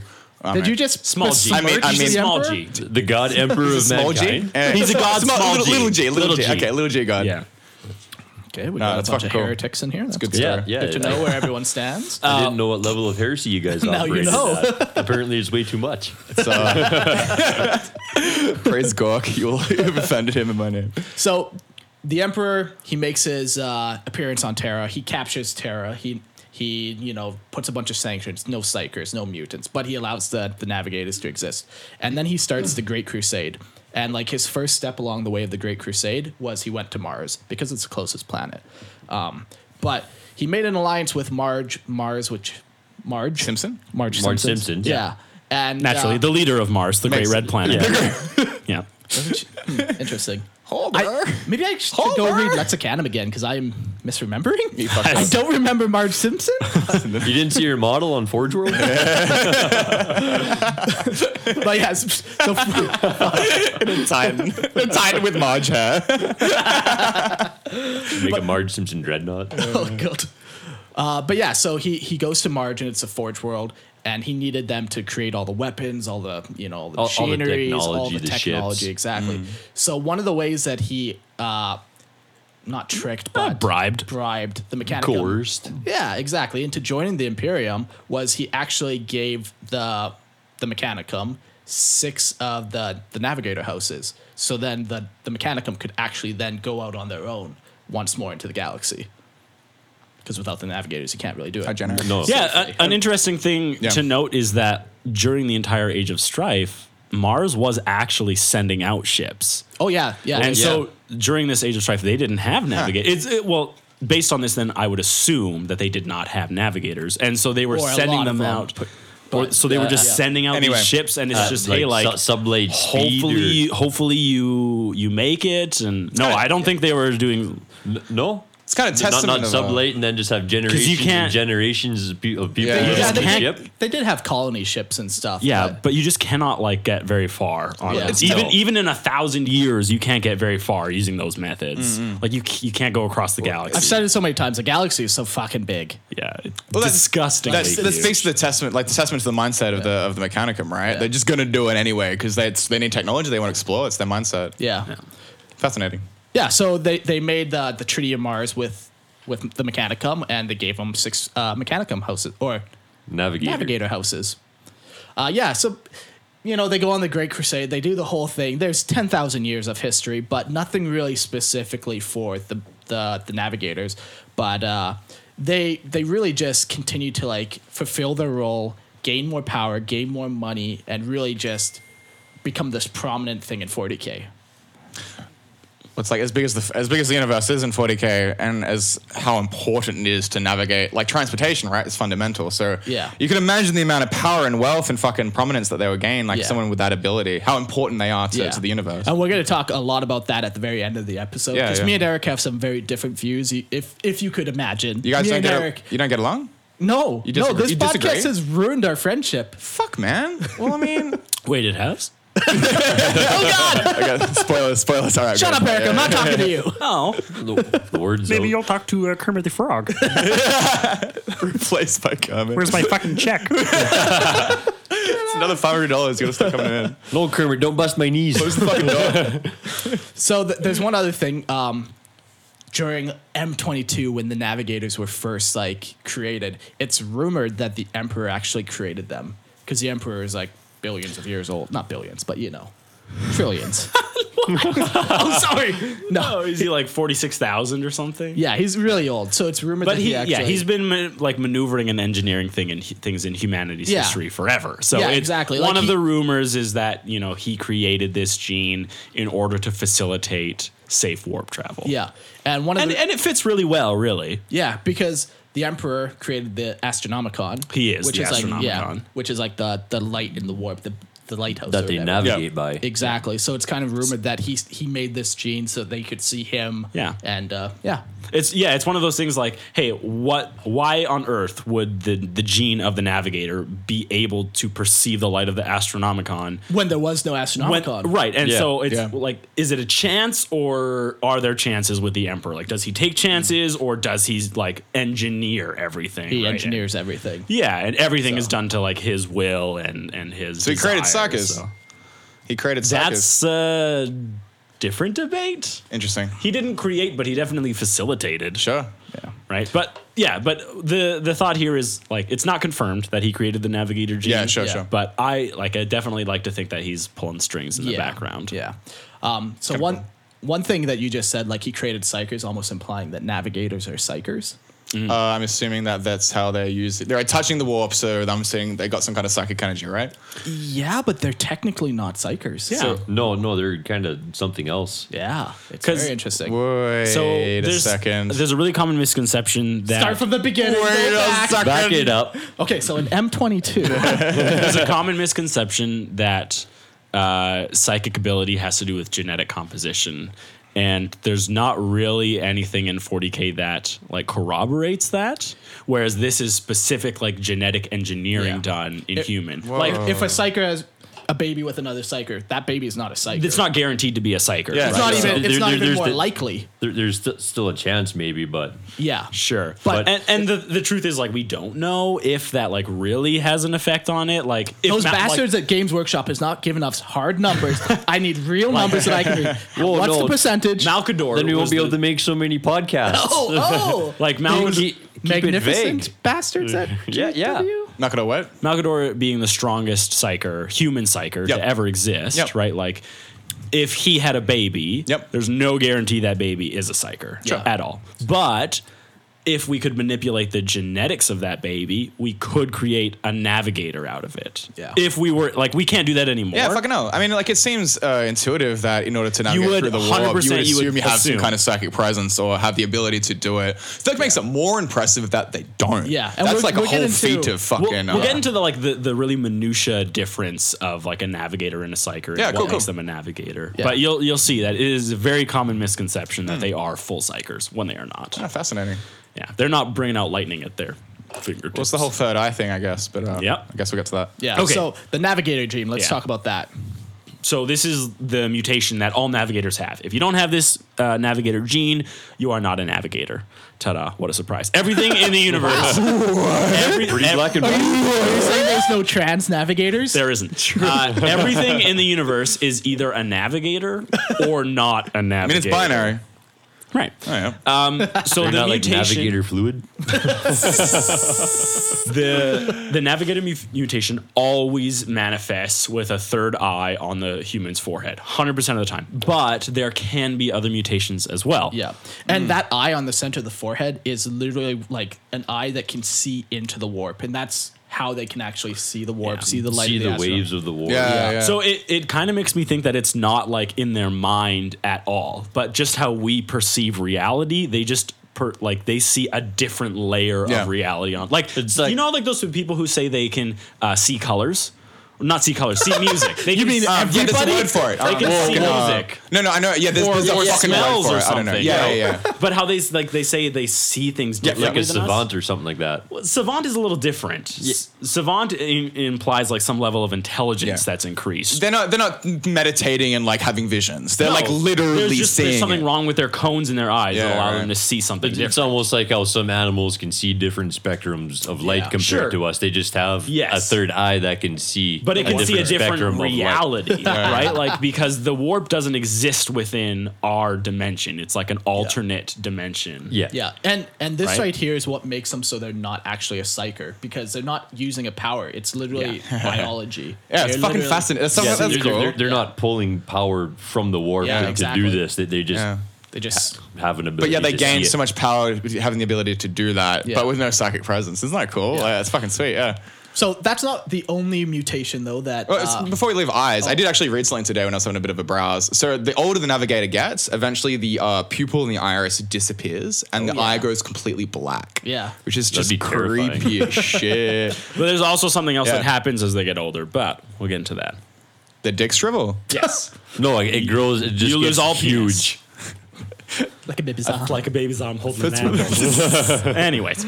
[SPEAKER 4] I
[SPEAKER 3] did
[SPEAKER 4] mean-
[SPEAKER 3] you just
[SPEAKER 2] Small G.
[SPEAKER 4] I mean- I
[SPEAKER 3] besmirch
[SPEAKER 4] mean-
[SPEAKER 3] the
[SPEAKER 2] small
[SPEAKER 3] emperor?
[SPEAKER 2] G.
[SPEAKER 5] The god emperor of
[SPEAKER 4] small G?
[SPEAKER 5] mankind.
[SPEAKER 4] Eh,
[SPEAKER 2] He's a god, small
[SPEAKER 4] little, little
[SPEAKER 2] G.
[SPEAKER 4] G, little,
[SPEAKER 2] Little
[SPEAKER 4] G.
[SPEAKER 2] G.
[SPEAKER 4] Okay, little G god.
[SPEAKER 2] Yeah.
[SPEAKER 3] Okay, we
[SPEAKER 4] Nah,
[SPEAKER 3] got
[SPEAKER 4] that's
[SPEAKER 3] a bunch
[SPEAKER 4] fucking
[SPEAKER 3] of
[SPEAKER 4] cool.
[SPEAKER 3] heretics in here. That's
[SPEAKER 4] good
[SPEAKER 3] good.
[SPEAKER 5] Yeah,
[SPEAKER 4] Sorry.
[SPEAKER 5] yeah.
[SPEAKER 3] Good to know where everyone stands.
[SPEAKER 5] I didn't know what level of heresy you guys
[SPEAKER 3] Now you
[SPEAKER 5] operated
[SPEAKER 3] know.
[SPEAKER 5] at. Apparently, it's way too much.
[SPEAKER 4] So, praise Gork, you'll have offended him in my name.
[SPEAKER 3] So the emperor he makes his uh, appearance on Terra. He captures Terra. He he you know puts a bunch of sanctions. No psychers, no mutants, but he allows the the navigators to exist. And then he starts the Great Crusade. And like his first step along the way of the Great Crusade was he went to Mars because it's the closest planet. Um, but he made an alliance with Marge Mars, which Marge
[SPEAKER 4] Simpson?
[SPEAKER 3] Marge
[SPEAKER 5] Marge
[SPEAKER 3] Simpson.
[SPEAKER 5] Simpson,
[SPEAKER 3] yeah.
[SPEAKER 5] yeah.
[SPEAKER 3] And
[SPEAKER 2] Naturally,
[SPEAKER 3] uh,
[SPEAKER 2] the leader of Mars, the great
[SPEAKER 4] Makes-
[SPEAKER 2] red planet. Yeah.
[SPEAKER 3] hmm, interesting.
[SPEAKER 4] Hold
[SPEAKER 3] I, maybe I should go
[SPEAKER 4] Homer?
[SPEAKER 3] read Lexicanum again because I'm misremembering.
[SPEAKER 4] You fucked
[SPEAKER 3] I
[SPEAKER 4] up.
[SPEAKER 3] don't remember Marge Simpson.
[SPEAKER 5] You didn't see your model on Forge World?
[SPEAKER 3] but yes, so,
[SPEAKER 4] Titan. Titan with Marge hair.
[SPEAKER 5] Make a Marge Simpson dreadnought.
[SPEAKER 3] oh god. Uh, but yeah, so he he goes to Marge and it's a Forge world, and he needed them to create all the weapons, all the you know all the
[SPEAKER 5] All- all the
[SPEAKER 3] machineries, all the,
[SPEAKER 5] technology, the ships. Mm.
[SPEAKER 3] technology, exactly. So one of the ways that he uh, not tricked but
[SPEAKER 2] bribed.
[SPEAKER 3] bribed the mechanic
[SPEAKER 5] Uh, Coerced.
[SPEAKER 3] Yeah, exactly. And to joining the Imperium was he actually gave the the Mechanicum six of the the Navigator houses. So then the the Mechanicum could actually then go out on their own once more into the galaxy. Because without the Navigators, you can't really do it.
[SPEAKER 4] How generous.
[SPEAKER 5] No.
[SPEAKER 2] Yeah, a, an interesting thing
[SPEAKER 4] Yeah.
[SPEAKER 2] to note is that during the entire Age of Strife, Mars was actually sending out ships.
[SPEAKER 3] Oh yeah, yeah.
[SPEAKER 2] and so during this Age of Strife, they didn't have navigators. It's it, well, based on this, then I would assume that they did not have navigators, and so they were
[SPEAKER 3] Or a
[SPEAKER 2] sending
[SPEAKER 3] lot
[SPEAKER 2] them
[SPEAKER 3] of them,
[SPEAKER 2] out.
[SPEAKER 3] but-
[SPEAKER 2] or, so they were
[SPEAKER 3] uh,
[SPEAKER 2] just
[SPEAKER 3] yeah. uh,
[SPEAKER 2] sending out
[SPEAKER 4] Anyway,
[SPEAKER 2] these ships, and it's just hey, like.
[SPEAKER 5] su- sublate speed. or-
[SPEAKER 2] Hopefully, hopefully you you make it, and no, I don't think they were doing.
[SPEAKER 5] N- no?
[SPEAKER 4] It's kind of
[SPEAKER 5] Not,
[SPEAKER 4] testament of
[SPEAKER 5] not sublate and then just have generations
[SPEAKER 2] can't-
[SPEAKER 5] and generations of pe- of people
[SPEAKER 4] Yeah.
[SPEAKER 5] on
[SPEAKER 4] You
[SPEAKER 3] yeah,
[SPEAKER 2] uh,
[SPEAKER 4] just
[SPEAKER 5] the
[SPEAKER 3] they,
[SPEAKER 5] ship.
[SPEAKER 3] did, they did have colony ships and stuff.
[SPEAKER 2] Yeah,
[SPEAKER 3] but-
[SPEAKER 2] but you just cannot like get very far on
[SPEAKER 3] Yeah.
[SPEAKER 2] it.
[SPEAKER 3] It's
[SPEAKER 2] even
[SPEAKER 4] still-
[SPEAKER 2] even in a thousand years, you can't get very far using those methods. Like you c- you can't go across the galaxy.
[SPEAKER 3] Mm-hmm. I've said it so many times. The galaxy is so fucking big.
[SPEAKER 2] yeah, it's
[SPEAKER 4] Well, that's-
[SPEAKER 2] disgusting.
[SPEAKER 4] That that's speaks to the testament, like the testament to the mindset of the of the Mechanicum, right? They're just gonna do it anyway because they it's- they need technology, they want to explore. It's their mindset.
[SPEAKER 3] yeah.
[SPEAKER 4] Fascinating.
[SPEAKER 3] Yeah, so they, they made the the Treaty of Mars with with the Mechanicum, and they gave them six uh, Mechanicum houses or
[SPEAKER 5] Navigator.
[SPEAKER 3] Navigator houses. Uh, yeah, so you know they go on the Great Crusade. They do the whole thing. There's ten thousand years of history, but nothing really specifically for the the, the Navigators. But uh, they they really just continue to like fulfill their role, gain more power, gain more money, and really just become this prominent thing in 40k.
[SPEAKER 4] It's like as big as the as big as the universe is in 40k, and as how important it is to navigate like transportation, right? It's fundamental. So
[SPEAKER 3] Yeah.
[SPEAKER 4] you can imagine the amount of power and wealth and fucking prominence that they would gain, like
[SPEAKER 3] Yeah.
[SPEAKER 4] someone with that ability, how important they are to, to the universe.
[SPEAKER 3] And we're going to talk a lot about that at the very end of the episode
[SPEAKER 4] Yeah,
[SPEAKER 3] because
[SPEAKER 4] yeah.
[SPEAKER 3] me and Eric have some very different views. You- If if you could imagine,
[SPEAKER 4] You guys
[SPEAKER 3] me
[SPEAKER 4] don't
[SPEAKER 3] and
[SPEAKER 4] get
[SPEAKER 3] Eric,
[SPEAKER 4] you don't get along,
[SPEAKER 3] no,
[SPEAKER 4] You
[SPEAKER 3] no,
[SPEAKER 4] disagree-
[SPEAKER 3] this
[SPEAKER 4] you
[SPEAKER 3] podcast
[SPEAKER 4] disagree?
[SPEAKER 3] has ruined our friendship.
[SPEAKER 4] fuck, man. Well, I mean,
[SPEAKER 2] Wait, it has.
[SPEAKER 4] okay, spoilers, spoilers. All right,
[SPEAKER 3] Shut
[SPEAKER 4] go
[SPEAKER 3] up,
[SPEAKER 4] for it.
[SPEAKER 3] Eric. I'm not talking to you.
[SPEAKER 2] Oh,
[SPEAKER 5] The, the word zone.
[SPEAKER 2] talk to uh, Kermit the Frog.
[SPEAKER 4] Replaced by Kermit.
[SPEAKER 2] my fucking check?
[SPEAKER 4] It's another five hundred dollars. You gotta start coming in.
[SPEAKER 5] no, Kermit, don't bust my knees.
[SPEAKER 4] Close the fucking door.
[SPEAKER 3] So th- there's one other thing. Um, during M22, when the Navigators were first like created, it's rumored that the Emperor actually created them because the Emperor is like billions of years old. Not billions, but you know, trillions. Oh,
[SPEAKER 2] I'm sorry.
[SPEAKER 3] No.
[SPEAKER 2] No, Oh, is he like forty six thousand or something?
[SPEAKER 3] yeah, he's really old. So it's rumored
[SPEAKER 2] But
[SPEAKER 3] that
[SPEAKER 2] he,
[SPEAKER 3] he actually
[SPEAKER 2] yeah, he's been ma- like maneuvering and engineering thing in hu- things in humanity's
[SPEAKER 3] Yeah.
[SPEAKER 2] history forever. So
[SPEAKER 3] Yeah,
[SPEAKER 2] it's-
[SPEAKER 3] exactly.
[SPEAKER 2] One
[SPEAKER 3] Like
[SPEAKER 2] of
[SPEAKER 3] he-
[SPEAKER 2] the rumors is that you know he created this gene in order to facilitate safe warp travel.
[SPEAKER 3] Yeah, and one of
[SPEAKER 2] and
[SPEAKER 3] the,
[SPEAKER 2] and it fits really well, really.
[SPEAKER 3] yeah because the emperor created the Astronomicon.
[SPEAKER 2] He is
[SPEAKER 3] which
[SPEAKER 2] the
[SPEAKER 3] is like yeah,
[SPEAKER 2] Astronomicon.
[SPEAKER 3] which is like the the light in the warp, the the lighthouse
[SPEAKER 5] that
[SPEAKER 3] or
[SPEAKER 5] they
[SPEAKER 3] whatever.
[SPEAKER 5] navigate
[SPEAKER 2] Yeah.
[SPEAKER 5] by.
[SPEAKER 3] Exactly. So it's kind of rumored that he he made this gene so they could see him.
[SPEAKER 2] Yeah.
[SPEAKER 3] And uh, yeah,
[SPEAKER 2] It's yeah, it's one of those things like, hey, what why on earth would the the gene of the navigator be able to perceive the light of the Astronomicon?
[SPEAKER 3] when there was no
[SPEAKER 2] When,
[SPEAKER 3] Astronomicon,
[SPEAKER 2] right. And
[SPEAKER 5] Yeah,
[SPEAKER 2] so it's
[SPEAKER 4] yeah.
[SPEAKER 2] like is it a chance or are there chances with the emperor? Like does he take chances or does he like engineer everything?
[SPEAKER 3] He
[SPEAKER 2] right?
[SPEAKER 3] engineers everything.
[SPEAKER 2] Yeah, and everything is done to like his will and and his
[SPEAKER 4] So he created
[SPEAKER 2] desires,
[SPEAKER 4] Sakas.
[SPEAKER 2] so.
[SPEAKER 4] He created Sakas.
[SPEAKER 2] That's a different debate.
[SPEAKER 4] Interesting.
[SPEAKER 2] He didn't create, but he definitely facilitated.
[SPEAKER 4] Sure. Yeah.
[SPEAKER 2] right? But yeah, but the the thought here is like it's not confirmed that he created the navigator gene.
[SPEAKER 4] Yeah, sure,
[SPEAKER 3] Yeah.
[SPEAKER 4] sure.
[SPEAKER 2] But I like I definitely like to think that he's pulling strings in the
[SPEAKER 3] Yeah.
[SPEAKER 2] background.
[SPEAKER 3] Yeah. Um, so
[SPEAKER 4] Kinda
[SPEAKER 3] one
[SPEAKER 4] cool.
[SPEAKER 3] one thing that you just said, like he created psychers, almost implying that navigators are psychers.
[SPEAKER 4] Uh, I'm assuming that that's how they use it. They're touching the warp, so I'm assuming they got some kind of psychic energy, right?
[SPEAKER 3] Yeah, but they're technically not psychers.
[SPEAKER 2] Yeah.
[SPEAKER 5] So no, no, they're kind of something else.
[SPEAKER 3] Yeah. It's
[SPEAKER 2] 'Cause-
[SPEAKER 3] very interesting.
[SPEAKER 4] Wait
[SPEAKER 2] So
[SPEAKER 4] a
[SPEAKER 2] there's,
[SPEAKER 4] second.
[SPEAKER 2] There's a really common misconception that
[SPEAKER 3] Start from the beginning. go back.
[SPEAKER 5] Back it up.
[SPEAKER 3] Okay, so an M22.
[SPEAKER 2] there's a common misconception that uh, psychic ability has to do with genetic composition. And there's not really anything in 40k that like corroborates that. Whereas this is specific like genetic engineering
[SPEAKER 3] Yeah.
[SPEAKER 2] done in human.
[SPEAKER 3] like
[SPEAKER 2] Like
[SPEAKER 3] if a psyker has a baby with another psyker, that baby is not a psyker.
[SPEAKER 2] it's not guaranteed to be a psyker.
[SPEAKER 4] Yeah,
[SPEAKER 3] It's not
[SPEAKER 5] So
[SPEAKER 3] even. It's
[SPEAKER 5] there-
[SPEAKER 3] not
[SPEAKER 5] there-
[SPEAKER 3] even
[SPEAKER 5] there's
[SPEAKER 3] more
[SPEAKER 5] the-
[SPEAKER 3] likely.
[SPEAKER 5] There, there's st- still a chance, maybe, but
[SPEAKER 3] Yeah.
[SPEAKER 2] Sure.
[SPEAKER 3] But-
[SPEAKER 2] But, and, and the, the truth is like we don't know if that like really has an effect on it. Like if
[SPEAKER 3] Those
[SPEAKER 2] ma- like-
[SPEAKER 3] bastards at Games Workshop is not giving us hard numbers. I need real numbers that I can read.
[SPEAKER 5] Well,
[SPEAKER 3] What's
[SPEAKER 5] no,
[SPEAKER 3] the percentage?
[SPEAKER 2] Malkador.
[SPEAKER 5] then we won't
[SPEAKER 2] was
[SPEAKER 5] be able
[SPEAKER 2] the-
[SPEAKER 5] to make so many podcasts.
[SPEAKER 3] oh, oh.
[SPEAKER 2] like Mal-
[SPEAKER 5] keep, keep it vague.
[SPEAKER 3] magnificent bastards at
[SPEAKER 5] Yeah, yeah.
[SPEAKER 3] GW?
[SPEAKER 4] Not gonna wait.
[SPEAKER 2] Malkador being the strongest psyker, human psyker
[SPEAKER 4] Yep.
[SPEAKER 2] to ever exist,
[SPEAKER 4] Yep.
[SPEAKER 2] right? Like if he had a baby,
[SPEAKER 4] Yep.
[SPEAKER 2] there's no guarantee that baby is a psyker
[SPEAKER 3] Sure.
[SPEAKER 2] at all. But if we could manipulate the genetics of that baby, we could create a navigator out of it.
[SPEAKER 3] Yeah.
[SPEAKER 2] If we were like, we can't do that anymore.
[SPEAKER 4] Yeah, fucking hell. I mean, like it seems uh, intuitive that in order to navigate
[SPEAKER 2] would
[SPEAKER 4] through the warp, you
[SPEAKER 2] 100%
[SPEAKER 4] would
[SPEAKER 2] you
[SPEAKER 4] assume
[SPEAKER 2] would
[SPEAKER 4] you, have
[SPEAKER 2] assume.
[SPEAKER 4] some kind of psychic presence or have the ability to do it. So that makes it more impressive that they don't.
[SPEAKER 3] Yeah, and we're-
[SPEAKER 4] that's like a
[SPEAKER 3] we're
[SPEAKER 4] whole
[SPEAKER 3] getting
[SPEAKER 4] feat
[SPEAKER 3] to-
[SPEAKER 4] of fucking.
[SPEAKER 2] We'll, we'll
[SPEAKER 4] uh,
[SPEAKER 2] get into the like the, the really minutia difference of like a navigator and a psyker and
[SPEAKER 4] Yeah,
[SPEAKER 2] what
[SPEAKER 4] cool,
[SPEAKER 2] makes
[SPEAKER 4] cool.
[SPEAKER 2] them a navigator.
[SPEAKER 3] Yeah.
[SPEAKER 2] But you'll you'll see that it is a very common misconception
[SPEAKER 4] Hmm.
[SPEAKER 2] that they are full psychers when they are not.
[SPEAKER 4] Ah, fascinating.
[SPEAKER 2] Yeah, they're not bringing out lightning at their fingertips.
[SPEAKER 4] What's the whole third eye thing? I guess, but uh,
[SPEAKER 2] Yep.
[SPEAKER 4] I guess we'll get to that.
[SPEAKER 3] Yeah.
[SPEAKER 2] Okay.
[SPEAKER 3] So the navigator dream. Let's
[SPEAKER 2] Yeah.
[SPEAKER 3] talk about that.
[SPEAKER 2] So this is the mutation that all navigators have. If you don't have this uh, navigator gene, you are not a navigator. Ta-da! What a surprise! Everything in the universe, every-
[SPEAKER 5] Pretty
[SPEAKER 2] ev-
[SPEAKER 5] black and white.
[SPEAKER 3] Are you saying there's no trans navigators?
[SPEAKER 2] There isn't. Uh, everything in the universe is either a navigator or not a navigator.
[SPEAKER 4] I mean, it's binary.
[SPEAKER 2] right?
[SPEAKER 4] Oh, yeah.
[SPEAKER 2] Uh, So
[SPEAKER 5] They're
[SPEAKER 2] the
[SPEAKER 5] not like
[SPEAKER 2] mutation,
[SPEAKER 5] navigator fluid.
[SPEAKER 2] the the navigator mu- mutation always manifests with a third eye on the human's forehead, hundred percent of the time. But there can be other mutations as well.
[SPEAKER 3] Yeah. And that eye on the center of the forehead is literally like an eye that can see into the warp, and that's how they can actually see the warp,
[SPEAKER 2] Yeah.
[SPEAKER 3] see the light.
[SPEAKER 5] See
[SPEAKER 3] of
[SPEAKER 5] the
[SPEAKER 3] the astro-
[SPEAKER 5] waves of the war.
[SPEAKER 4] yeah, yeah.
[SPEAKER 2] So it, it kind of makes me think that it's not like in their mind at all, but just how we perceive reality. They just per, like they see a different layer
[SPEAKER 4] Yeah.
[SPEAKER 2] of reality on like,
[SPEAKER 5] like-
[SPEAKER 2] you know like those people who say they can uh, see colors, not see colors, see music. They you can, mean
[SPEAKER 4] Um, yeah, there's a word for it.
[SPEAKER 2] They
[SPEAKER 4] Um,
[SPEAKER 2] can see
[SPEAKER 4] fucking, uh,
[SPEAKER 2] music.
[SPEAKER 4] No, no, I know. Yeah, there's, there's a
[SPEAKER 2] or
[SPEAKER 4] fucking word
[SPEAKER 2] smells
[SPEAKER 4] for
[SPEAKER 2] or
[SPEAKER 4] it. I don't know.
[SPEAKER 2] something.
[SPEAKER 4] Yeah, yeah,
[SPEAKER 2] you know?
[SPEAKER 4] yeah.
[SPEAKER 2] But how they s- like they say they see things differently
[SPEAKER 5] like a
[SPEAKER 2] than us.
[SPEAKER 5] savant or something like that.
[SPEAKER 2] Well, savant is a little different. S- Savant in, implies like some level of intelligence
[SPEAKER 4] Yeah.
[SPEAKER 2] that's increased.
[SPEAKER 4] They're not. They're not meditating and like having visions. They're
[SPEAKER 2] No,
[SPEAKER 4] like literally
[SPEAKER 2] there's just,
[SPEAKER 4] seeing.
[SPEAKER 2] there's something
[SPEAKER 4] it.
[SPEAKER 2] wrong with their cones in their eyes that
[SPEAKER 4] Yeah,
[SPEAKER 2] allow
[SPEAKER 4] right.
[SPEAKER 2] them to see something
[SPEAKER 5] It's,
[SPEAKER 2] different.
[SPEAKER 5] almost like how some animals can see different spectrums of light
[SPEAKER 3] Yeah.
[SPEAKER 5] compared
[SPEAKER 2] Sure.
[SPEAKER 5] to us. They just have
[SPEAKER 2] Yes.
[SPEAKER 5] a third eye that can see,
[SPEAKER 2] But it can see a
[SPEAKER 5] spectrum
[SPEAKER 2] different
[SPEAKER 5] of light.
[SPEAKER 2] reality, right? Like because the warp doesn't exist within our dimension. It's like an alternate dimension.
[SPEAKER 5] Yeah,
[SPEAKER 3] Yeah, and and this right?
[SPEAKER 2] Right?
[SPEAKER 3] here is what makes them so they're not actually a psyker because they're not using a power. It's literally biology.
[SPEAKER 4] Yeah, it's
[SPEAKER 3] They're
[SPEAKER 4] fucking
[SPEAKER 3] literally-
[SPEAKER 4] fascinating. Oh, That's, something
[SPEAKER 5] Yeah,
[SPEAKER 4] that's
[SPEAKER 5] they're,
[SPEAKER 4] cool.
[SPEAKER 5] they're, they're not pulling power from the warp
[SPEAKER 3] Yeah,
[SPEAKER 5] to, to
[SPEAKER 3] exactly.
[SPEAKER 5] do this. They, they just
[SPEAKER 4] Yeah.
[SPEAKER 3] They just
[SPEAKER 5] have an
[SPEAKER 4] But
[SPEAKER 5] ability.
[SPEAKER 4] yeah, they
[SPEAKER 5] to
[SPEAKER 4] gain
[SPEAKER 5] see
[SPEAKER 4] so
[SPEAKER 5] it.
[SPEAKER 4] much power having the ability to do that,
[SPEAKER 3] Yeah.
[SPEAKER 4] but with no psychic presence. Isn't that cool? Like, it's fucking sweet. Yeah.
[SPEAKER 3] so that's not the only mutation though that
[SPEAKER 4] Well, Oh, it's-
[SPEAKER 3] uh,
[SPEAKER 4] before we leave eyes, I did actually read something today when I was having a bit of a browse. So the older the navigator gets, eventually the uh, pupil in the iris disappears and the
[SPEAKER 3] Oh, yeah.
[SPEAKER 4] eye goes completely black.
[SPEAKER 3] Yeah.
[SPEAKER 4] Which is just
[SPEAKER 5] be terrifying.
[SPEAKER 4] creepy as shit.
[SPEAKER 2] But there's also something else
[SPEAKER 4] Yeah.
[SPEAKER 2] that happens as they get older, but we'll get into that.
[SPEAKER 4] the dick shrivel.
[SPEAKER 3] Yes.
[SPEAKER 5] No, like, it grows. It just
[SPEAKER 2] you lose
[SPEAKER 5] gets
[SPEAKER 2] all penis.
[SPEAKER 5] huge.
[SPEAKER 3] like a baby's
[SPEAKER 2] like a baby's arm holding an apple. Anyways,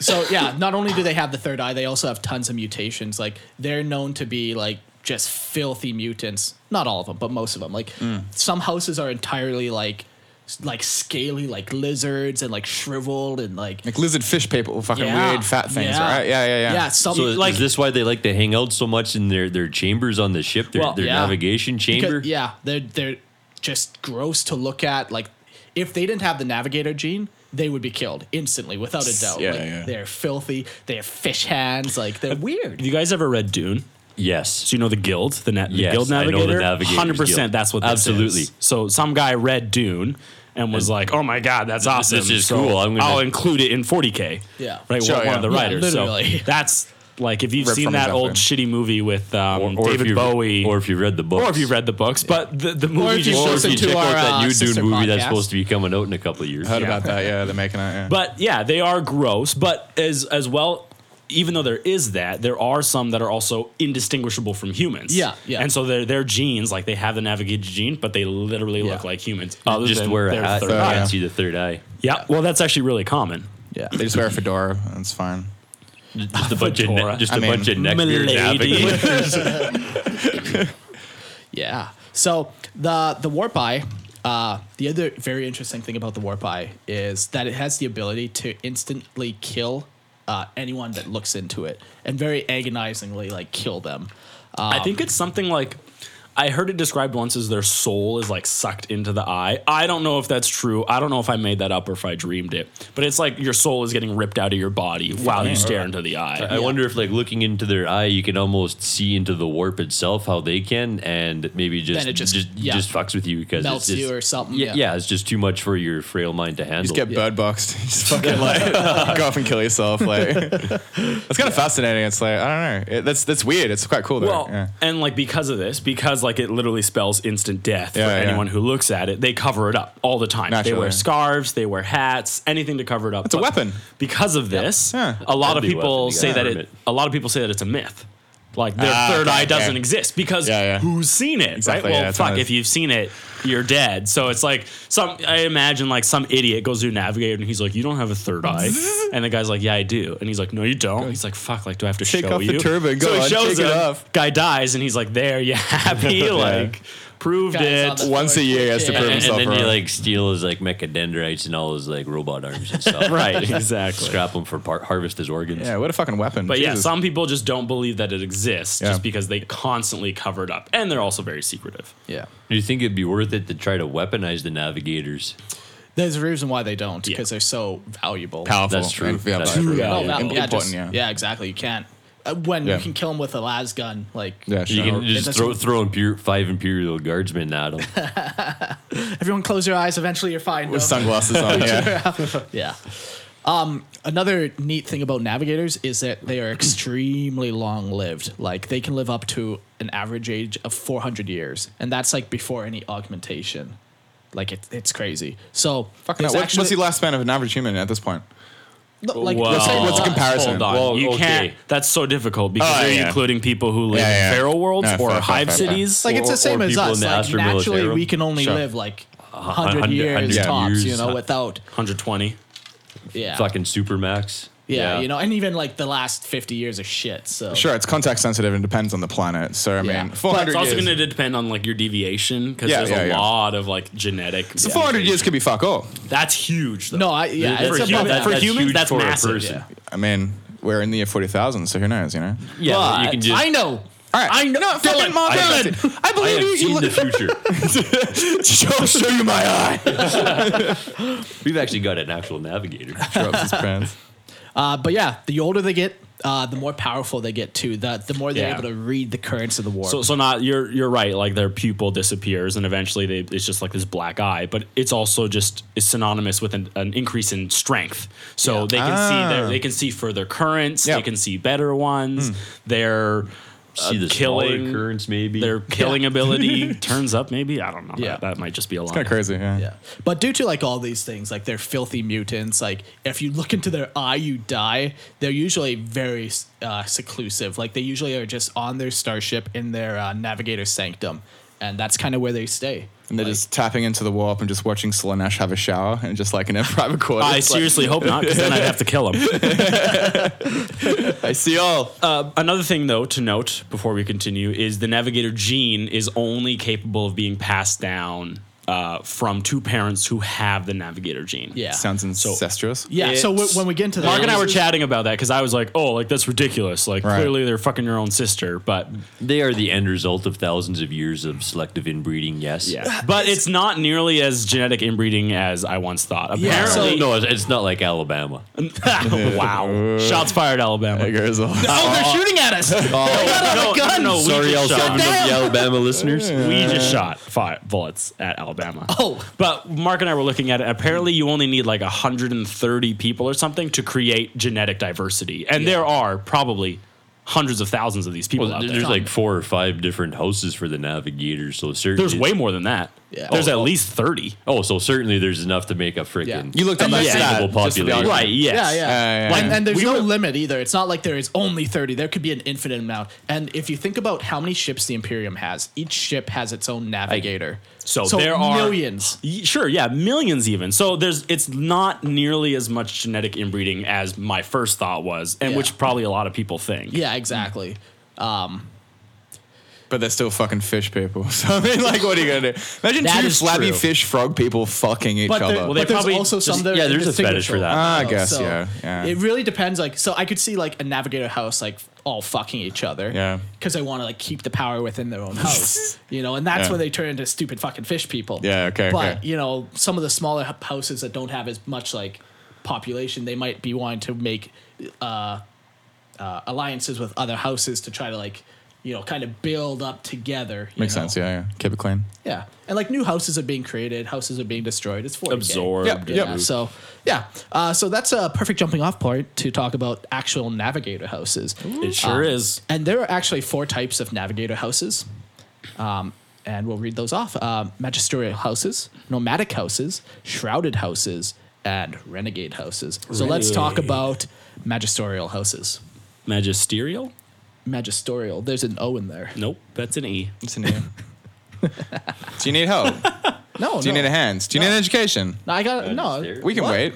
[SPEAKER 3] So yeah, not only do they have the third eye, they also have tons of mutations. Like they're known to be like just filthy mutants. Not all of them, but most of them. Like
[SPEAKER 4] Mm.
[SPEAKER 3] some houses are entirely like s- like scaly, like lizards, and like shriveled, and like
[SPEAKER 4] Like lizard fish people, fucking
[SPEAKER 3] Yeah.
[SPEAKER 4] weird fat things,
[SPEAKER 3] Yeah.
[SPEAKER 4] right? Yeah, yeah, yeah.
[SPEAKER 3] yeah, some
[SPEAKER 5] So
[SPEAKER 3] like
[SPEAKER 5] is this why they like to hang out so much in their, their chambers on the ship, their,
[SPEAKER 2] Well,
[SPEAKER 5] their
[SPEAKER 3] yeah.
[SPEAKER 5] navigation chamber?
[SPEAKER 3] Because- yeah, they're they're just gross to look at. Like if they didn't have the navigator gene, they would be killed instantly without a doubt.
[SPEAKER 4] Yeah,
[SPEAKER 3] like,
[SPEAKER 4] yeah.
[SPEAKER 3] They're filthy. They have fish hands. Like they're weird.
[SPEAKER 2] you guys ever read Dune?
[SPEAKER 5] Yes.
[SPEAKER 2] So you know the guild, the, na- the
[SPEAKER 5] Yes,
[SPEAKER 2] guild
[SPEAKER 5] I know the
[SPEAKER 2] navigator.
[SPEAKER 5] Navigators
[SPEAKER 2] Hundred
[SPEAKER 5] Guild.
[SPEAKER 2] percent. That's what this
[SPEAKER 5] Absolutely.
[SPEAKER 2] is. So some guy read Dune and was like, "Oh my god, that's awesome!
[SPEAKER 5] is
[SPEAKER 2] So
[SPEAKER 5] cool. I'm gonna-
[SPEAKER 2] I'll include it in 40k."
[SPEAKER 3] Yeah.
[SPEAKER 2] right.
[SPEAKER 4] Sure,
[SPEAKER 2] one,
[SPEAKER 4] yeah.
[SPEAKER 2] of the
[SPEAKER 4] Yeah,
[SPEAKER 2] writers. so
[SPEAKER 3] literally.
[SPEAKER 2] that's like if you've
[SPEAKER 4] Ripped
[SPEAKER 2] seen
[SPEAKER 4] from his
[SPEAKER 2] that old
[SPEAKER 4] outfit.
[SPEAKER 2] shitty movie with um,
[SPEAKER 5] if
[SPEAKER 2] David
[SPEAKER 5] you-
[SPEAKER 2] Bowie,
[SPEAKER 5] Or if you read the book.
[SPEAKER 2] or if you've read the books, but the the movie
[SPEAKER 3] if you
[SPEAKER 2] just
[SPEAKER 5] Or
[SPEAKER 2] shows
[SPEAKER 3] Listen
[SPEAKER 5] if you
[SPEAKER 3] to
[SPEAKER 5] check
[SPEAKER 3] our,
[SPEAKER 5] out that
[SPEAKER 3] uh,
[SPEAKER 5] new Dune
[SPEAKER 3] sister
[SPEAKER 5] movie that's
[SPEAKER 3] podcast.
[SPEAKER 5] supposed to be coming out in a couple of years.
[SPEAKER 4] Heard
[SPEAKER 2] Yeah.
[SPEAKER 4] about that? Yeah, they're making it. Yeah.
[SPEAKER 2] But yeah, they are gross. But as as well, even though there is that, there are some that are also indistinguishable from humans.
[SPEAKER 3] Yeah, yeah.
[SPEAKER 2] And so their their genes, like they have the navigator gene, but they literally look
[SPEAKER 3] Yeah.
[SPEAKER 2] like humans. Other
[SPEAKER 5] Just
[SPEAKER 2] than
[SPEAKER 5] wear a
[SPEAKER 2] their
[SPEAKER 5] hat. You
[SPEAKER 2] third
[SPEAKER 4] Yeah.
[SPEAKER 2] eye.
[SPEAKER 5] can't see the third eye.
[SPEAKER 2] Yeah. Well, that's actually really common.
[SPEAKER 3] Yeah.
[SPEAKER 4] they just wear a fedora. That's fine.
[SPEAKER 5] Just a bunch of
[SPEAKER 2] Fedora.
[SPEAKER 5] ne- just a
[SPEAKER 4] I mean,
[SPEAKER 5] bunch of neckbeard
[SPEAKER 2] Milady.
[SPEAKER 5] navigators.
[SPEAKER 3] Yeah. So the the warp eye. Uh, the other very interesting thing about the warp eye is that it has the ability to instantly kill uh, anyone that looks into it, and very agonizingly like kill them. Um,
[SPEAKER 2] I think it's something like I heard it described once as their soul is like sucked into the eye. I don't know if that's true. I don't know if I made that up or if I dreamed it. But it's like your soul is getting ripped out of your body while you stare into the eye.
[SPEAKER 5] I wonder if, like, looking into their eye, you can almost see into the warp itself how they can, and maybe just
[SPEAKER 3] Then it just-
[SPEAKER 5] just,
[SPEAKER 3] yeah.
[SPEAKER 5] just fucks with you because
[SPEAKER 3] Melts
[SPEAKER 5] it's just,
[SPEAKER 3] you or something,
[SPEAKER 5] Yeah,
[SPEAKER 3] yeah.
[SPEAKER 5] yeah, it's just too much for your frail mind to handle.
[SPEAKER 4] Just get bird boxed. Just fucking like go off and kill yourself. Like that's kind of fascinating. It's like I don't know. It, that's that's weird. It's quite cool though.
[SPEAKER 2] Well,
[SPEAKER 4] yeah.
[SPEAKER 2] and like because of this, because like it literally spells instant death
[SPEAKER 4] Yeah,
[SPEAKER 2] for
[SPEAKER 4] yeah.
[SPEAKER 2] anyone who looks at it, they cover it up all the time. They
[SPEAKER 4] Naturally.
[SPEAKER 2] wear scarves, they wear hats, anything to cover it up. It's
[SPEAKER 4] a weapon.
[SPEAKER 2] Because of this,
[SPEAKER 4] Yeah.
[SPEAKER 2] a lot of
[SPEAKER 5] Deadly
[SPEAKER 2] people
[SPEAKER 5] weapon, you
[SPEAKER 2] say
[SPEAKER 5] gotta
[SPEAKER 2] that it,
[SPEAKER 5] admit.
[SPEAKER 2] a lot of people say that it's a myth. Like their
[SPEAKER 4] Ah,
[SPEAKER 2] third
[SPEAKER 4] okay,
[SPEAKER 2] eye doesn't
[SPEAKER 4] okay.
[SPEAKER 2] exist because
[SPEAKER 4] Yeah, yeah.
[SPEAKER 2] who's seen it,
[SPEAKER 4] Exactly,
[SPEAKER 2] right? Well,
[SPEAKER 4] yeah, it's one of
[SPEAKER 2] fuck,
[SPEAKER 4] those-
[SPEAKER 2] if you've seen it, you're dead. So it's like some I imagine like some idiot goes to a navigator and he's like, "You don't have a third eye," and the guy's like, "Yeah, I do," and he's like, "No, you don't." He's like, "Fuck, like do I have to
[SPEAKER 4] Take
[SPEAKER 2] show
[SPEAKER 4] off the
[SPEAKER 2] you?"
[SPEAKER 4] turban, go
[SPEAKER 2] so he
[SPEAKER 4] on,
[SPEAKER 2] shows
[SPEAKER 4] take it
[SPEAKER 2] him,
[SPEAKER 4] off.
[SPEAKER 2] Guy dies and he's like, "There, you happy?" Like proved
[SPEAKER 3] Guys
[SPEAKER 2] it.
[SPEAKER 3] on the
[SPEAKER 4] Once a
[SPEAKER 3] floor,
[SPEAKER 4] year he has to
[SPEAKER 3] yeah.
[SPEAKER 4] prove
[SPEAKER 5] and, and
[SPEAKER 4] himself
[SPEAKER 5] then you
[SPEAKER 4] wrong.
[SPEAKER 5] like steal his like mechadendrites and all his like robot arms and stuff.
[SPEAKER 2] Right, exactly.
[SPEAKER 5] Scrap them for part, harvest his organs.
[SPEAKER 4] yeah, what a fucking weapon.
[SPEAKER 2] But yeah,
[SPEAKER 4] Jesus.
[SPEAKER 2] some people just don't believe that it exists
[SPEAKER 4] Yeah.
[SPEAKER 2] just because they constantly cover it up, and they're also very secretive.
[SPEAKER 3] Yeah.
[SPEAKER 5] Do you think it'd be worth it to try to weaponize the navigators?
[SPEAKER 3] There's a reason why they don't because
[SPEAKER 2] Yeah.
[SPEAKER 3] they're so valuable.
[SPEAKER 4] powerful.
[SPEAKER 5] That's true.
[SPEAKER 4] And- yeah,
[SPEAKER 5] That's
[SPEAKER 4] powerful.
[SPEAKER 5] true.
[SPEAKER 4] Yeah,
[SPEAKER 3] Oh,
[SPEAKER 5] Yeah.
[SPEAKER 3] val-
[SPEAKER 4] Im-
[SPEAKER 3] yeah,
[SPEAKER 4] important,
[SPEAKER 3] just-
[SPEAKER 4] yeah.
[SPEAKER 3] yeah, exactly. You can't. Uh, when
[SPEAKER 4] Yeah.
[SPEAKER 3] you can kill them with a las gun, like
[SPEAKER 4] Yeah,
[SPEAKER 5] You
[SPEAKER 4] sure.
[SPEAKER 5] can
[SPEAKER 3] Yeah,
[SPEAKER 5] just
[SPEAKER 3] that's-
[SPEAKER 5] throw throw imperial, five imperial guardsmen at them.
[SPEAKER 3] everyone close your eyes. Eventually, you're fine.
[SPEAKER 4] with
[SPEAKER 3] no?
[SPEAKER 4] sunglasses on. Yeah,
[SPEAKER 3] Yeah. Um, another neat thing about navigators is that they are extremely long lived. Like they can live up to an average age of 400 years, and that's like before any augmentation. Like it, it's crazy. So
[SPEAKER 4] fucking. hell.
[SPEAKER 3] there's
[SPEAKER 4] What,
[SPEAKER 3] actually-
[SPEAKER 4] what's the last span of an average human at this point?
[SPEAKER 3] no, like
[SPEAKER 2] Wow.
[SPEAKER 4] What's, what's a
[SPEAKER 2] Oh,
[SPEAKER 4] comparison?
[SPEAKER 2] Hold on,
[SPEAKER 5] Well,
[SPEAKER 2] you
[SPEAKER 5] okay.
[SPEAKER 2] can't. That's so difficult because
[SPEAKER 4] Oh,
[SPEAKER 2] they are
[SPEAKER 4] yeah.
[SPEAKER 2] including people who live
[SPEAKER 4] Yeah, yeah.
[SPEAKER 2] in feral worlds
[SPEAKER 4] No,
[SPEAKER 2] or
[SPEAKER 4] fair, fair,
[SPEAKER 2] hive
[SPEAKER 4] fair, fair.
[SPEAKER 2] cities.
[SPEAKER 3] like
[SPEAKER 5] Or-
[SPEAKER 3] it's the
[SPEAKER 5] or
[SPEAKER 3] same as
[SPEAKER 5] people
[SPEAKER 3] us.
[SPEAKER 5] in the
[SPEAKER 3] Like
[SPEAKER 5] Astra
[SPEAKER 3] naturally,
[SPEAKER 5] Militarum.
[SPEAKER 3] we can only
[SPEAKER 4] Sure.
[SPEAKER 3] live like 100,
[SPEAKER 5] 100
[SPEAKER 3] years
[SPEAKER 5] 100
[SPEAKER 3] tops, you
[SPEAKER 5] years.
[SPEAKER 3] know, without
[SPEAKER 2] 120.
[SPEAKER 3] yeah.
[SPEAKER 5] Fucking supermax.
[SPEAKER 3] yeah, you know, and even like the last 50 years of shit. So
[SPEAKER 4] Sure, it's context sensitive and depends on the planet. So I mean,
[SPEAKER 3] Yeah. But it's
[SPEAKER 4] four hundred
[SPEAKER 2] It's also
[SPEAKER 4] years.
[SPEAKER 2] going to depend on like your deviation because
[SPEAKER 4] Yeah,
[SPEAKER 2] there's
[SPEAKER 4] yeah,
[SPEAKER 2] a
[SPEAKER 4] yeah.
[SPEAKER 2] lot of like genetic.
[SPEAKER 4] so four hundred years could be fuck all.
[SPEAKER 2] That's huge. Though.
[SPEAKER 3] No, I yeah,
[SPEAKER 2] For,
[SPEAKER 3] it's
[SPEAKER 5] a
[SPEAKER 3] above
[SPEAKER 2] human,
[SPEAKER 5] that-
[SPEAKER 2] for
[SPEAKER 5] that's
[SPEAKER 2] humans,
[SPEAKER 5] huge
[SPEAKER 2] that's
[SPEAKER 5] for a
[SPEAKER 2] massive.
[SPEAKER 5] person.
[SPEAKER 2] Yeah.
[SPEAKER 4] I mean, we're in the year forty thousand, so who knows? You know.
[SPEAKER 5] Yeah,
[SPEAKER 3] But
[SPEAKER 5] you can just.
[SPEAKER 3] I know.
[SPEAKER 4] All right.
[SPEAKER 3] I know.
[SPEAKER 4] No, fucking
[SPEAKER 3] Dylan,
[SPEAKER 4] Mark
[SPEAKER 5] I-
[SPEAKER 4] Allen. I
[SPEAKER 5] I
[SPEAKER 4] believe
[SPEAKER 5] have
[SPEAKER 4] you.
[SPEAKER 5] seen
[SPEAKER 4] you
[SPEAKER 5] the
[SPEAKER 4] look,
[SPEAKER 5] future.
[SPEAKER 4] I'll show you my eye.
[SPEAKER 5] We've actually got an actual navigator.
[SPEAKER 4] Drops his pants.
[SPEAKER 3] Uh, but yeah, the older they get, uh, the more powerful they get too. The the more they're
[SPEAKER 2] Yeah.
[SPEAKER 3] able to read the currents of the warp.
[SPEAKER 2] So, so not you're you're right. Like their pupil disappears, and eventually they, it's just like this black eye. But it's also just is synonymous with an, an increase in strength. So
[SPEAKER 5] Ah.
[SPEAKER 2] they can see their, they can see further currents.
[SPEAKER 4] Yeah.
[SPEAKER 2] They can see better ones. They're
[SPEAKER 5] Hmm.
[SPEAKER 2] uh,
[SPEAKER 5] see the
[SPEAKER 2] killing,
[SPEAKER 5] killing currents maybe.
[SPEAKER 2] Their killing ability turns up, maybe. I don't know.
[SPEAKER 3] Yeah.
[SPEAKER 2] That, that might just be a lot.
[SPEAKER 4] Kind of crazy, yeah.
[SPEAKER 3] Yeah. But due to like all these things, like they're filthy mutants, like if you look into their eye, you die. They're usually very uh, seclusive. Like they usually are just on their starship in their uh, navigator sanctum. And that's kind of where they stay.
[SPEAKER 4] And they're just tapping into the warp and just watching Slanesh have a shower and just like in a private quarters.
[SPEAKER 2] I
[SPEAKER 4] like,
[SPEAKER 2] seriously hope not, because then I'd have to kill him.
[SPEAKER 4] I see all.
[SPEAKER 2] Um, Another thing, though, to note before we continue is the navigator gene is only capable of being passed down uh, from two parents who have the navigator gene.
[SPEAKER 3] Yeah.
[SPEAKER 4] Sounds incestuous.
[SPEAKER 3] yeah. so w-
[SPEAKER 2] It's-
[SPEAKER 3] when we get into that,
[SPEAKER 2] Mark and I were chatting about that because I was like, "Oh, like that's ridiculous! Like
[SPEAKER 4] Right.
[SPEAKER 2] clearly they're fucking your own sister." But
[SPEAKER 5] They are the end result of thousands of years of selective inbreeding. Yes.
[SPEAKER 2] yeah, but it's not nearly as genetic inbreeding as I once thought. Apparently,
[SPEAKER 3] Yeah,
[SPEAKER 5] So,
[SPEAKER 3] So-
[SPEAKER 5] no, it's- it's not like Alabama.
[SPEAKER 2] wow! Shots fired, Alabama.
[SPEAKER 4] There goes all.
[SPEAKER 3] Oh, they're shooting at us.
[SPEAKER 2] Oh. no, no, no, we
[SPEAKER 5] Sorry,
[SPEAKER 2] just
[SPEAKER 5] El
[SPEAKER 2] shot.
[SPEAKER 5] Salvador, the Alabama listeners.
[SPEAKER 2] We just shot five bullets at Alabama.
[SPEAKER 3] Uh, Oh.
[SPEAKER 2] But Mark and I were looking at it. Apparently, you only need like 130 people or something to create genetic diversity. And there are probably hundreds of thousands of these people
[SPEAKER 5] Well,
[SPEAKER 2] out
[SPEAKER 5] there's
[SPEAKER 2] there.
[SPEAKER 5] like four or five different houses for the navigators, so certainly
[SPEAKER 2] There's way more than that.
[SPEAKER 3] Yeah.
[SPEAKER 2] There's
[SPEAKER 5] Oh,
[SPEAKER 2] at
[SPEAKER 5] oh.
[SPEAKER 2] least 30.
[SPEAKER 5] Oh, so certainly there's enough to make a frickin'
[SPEAKER 4] You looked up that
[SPEAKER 2] Yeah.
[SPEAKER 4] stat.
[SPEAKER 5] Sustainable
[SPEAKER 4] just for the argument.
[SPEAKER 5] population.
[SPEAKER 2] Right, yes.
[SPEAKER 3] Yeah, yeah.
[SPEAKER 4] Yeah, yeah,
[SPEAKER 2] Like,
[SPEAKER 3] and, and there's
[SPEAKER 2] we
[SPEAKER 3] no
[SPEAKER 2] were-
[SPEAKER 3] limit either. It's not like there is only 30. There could be an infinite amount. And if you think about how many ships the Imperium has, each ship has its own navigator.
[SPEAKER 2] So, there are
[SPEAKER 3] millions.
[SPEAKER 2] Y- Sure, yeah, millions even. So there's it's not nearly as much genetic inbreeding as my first thought was, and
[SPEAKER 3] Yeah.
[SPEAKER 2] which probably a lot of people think.
[SPEAKER 3] Yeah, exactly. Um,
[SPEAKER 4] But they're still fucking fish people. So I mean, like, what are you gonna do? Imagine
[SPEAKER 2] That
[SPEAKER 4] two
[SPEAKER 2] is
[SPEAKER 4] flabby
[SPEAKER 2] true.
[SPEAKER 4] fish frog people fucking each
[SPEAKER 3] but
[SPEAKER 4] other.
[SPEAKER 3] there,
[SPEAKER 2] Well, they
[SPEAKER 3] but there's
[SPEAKER 2] probably
[SPEAKER 3] also some
[SPEAKER 2] just-
[SPEAKER 3] that are
[SPEAKER 5] yeah, there's a fetish for
[SPEAKER 3] indistinguishable.
[SPEAKER 5] that.
[SPEAKER 4] Ah, I
[SPEAKER 3] Oh,
[SPEAKER 4] guess,
[SPEAKER 3] so
[SPEAKER 4] yeah, yeah.
[SPEAKER 3] It really depends. Like, so I could see like a navigator house like all fucking each other.
[SPEAKER 4] Yeah.
[SPEAKER 3] Because they want to like keep the power within their own house, you know, and that's
[SPEAKER 4] Yeah.
[SPEAKER 3] when they turn into stupid fucking fish people.
[SPEAKER 4] Yeah, okay,
[SPEAKER 3] But
[SPEAKER 4] okay.
[SPEAKER 3] you know, some of the smaller h- houses that don't have as much like population, they might be wanting to make uh, uh, alliances with other houses to try to like. You know, kind of build up together. you
[SPEAKER 4] Makes
[SPEAKER 3] know?
[SPEAKER 4] sense. Yeah, yeah. Keep it clean.
[SPEAKER 3] Yeah, and like new houses are being created, houses are being destroyed. It's 40K.
[SPEAKER 2] Absorbed.
[SPEAKER 4] Yep,
[SPEAKER 3] Yeah. So yeah, uh, so that's a perfect jumping off point to talk about actual navigator houses.
[SPEAKER 2] It
[SPEAKER 3] Ah.
[SPEAKER 2] sure is.
[SPEAKER 3] And there are actually four types of navigator houses, um, and we'll read those off: um, magisterial houses, nomadic houses, shrouded houses, and renegade houses. So let's talk
[SPEAKER 2] Renegade.
[SPEAKER 3] about magisterial houses.
[SPEAKER 2] Magisterial?
[SPEAKER 3] Magisterial. There's an O in there.
[SPEAKER 2] Nope, that's an E.
[SPEAKER 4] It's a name. Do you need help?
[SPEAKER 3] No.
[SPEAKER 4] Do you
[SPEAKER 3] no.
[SPEAKER 4] need a hand? Do you need an education?
[SPEAKER 3] No, I got no.
[SPEAKER 5] Magisterial.
[SPEAKER 4] We can
[SPEAKER 3] What?
[SPEAKER 4] wait.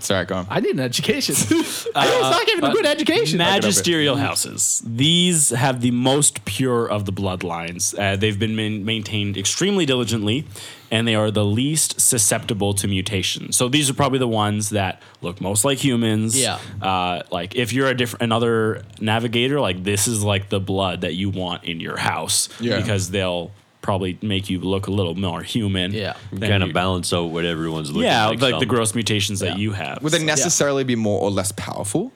[SPEAKER 4] Sorry, go on.
[SPEAKER 3] I need an education. I was not giving
[SPEAKER 4] Uh,
[SPEAKER 3] a good education.
[SPEAKER 2] Magisterial houses. These have the most pure of the bloodlines. Uh, they've been main- maintained extremely diligently, and they are the least susceptible to mutation. So these are probably the ones that look most like humans.
[SPEAKER 3] Yeah.
[SPEAKER 2] Uh, like if you're a different another navigator, like this is like the blood that you want in your house.
[SPEAKER 4] Yeah.
[SPEAKER 2] Because they'll probably make you look a little more human.
[SPEAKER 3] Yeah.
[SPEAKER 2] than
[SPEAKER 5] kind
[SPEAKER 2] you-
[SPEAKER 5] of balance out what everyone's looking
[SPEAKER 2] Yeah, like,
[SPEAKER 5] like. some.
[SPEAKER 2] the gross mutations that
[SPEAKER 3] Yeah.
[SPEAKER 2] you have.
[SPEAKER 4] Would they necessarily be more or less powerful?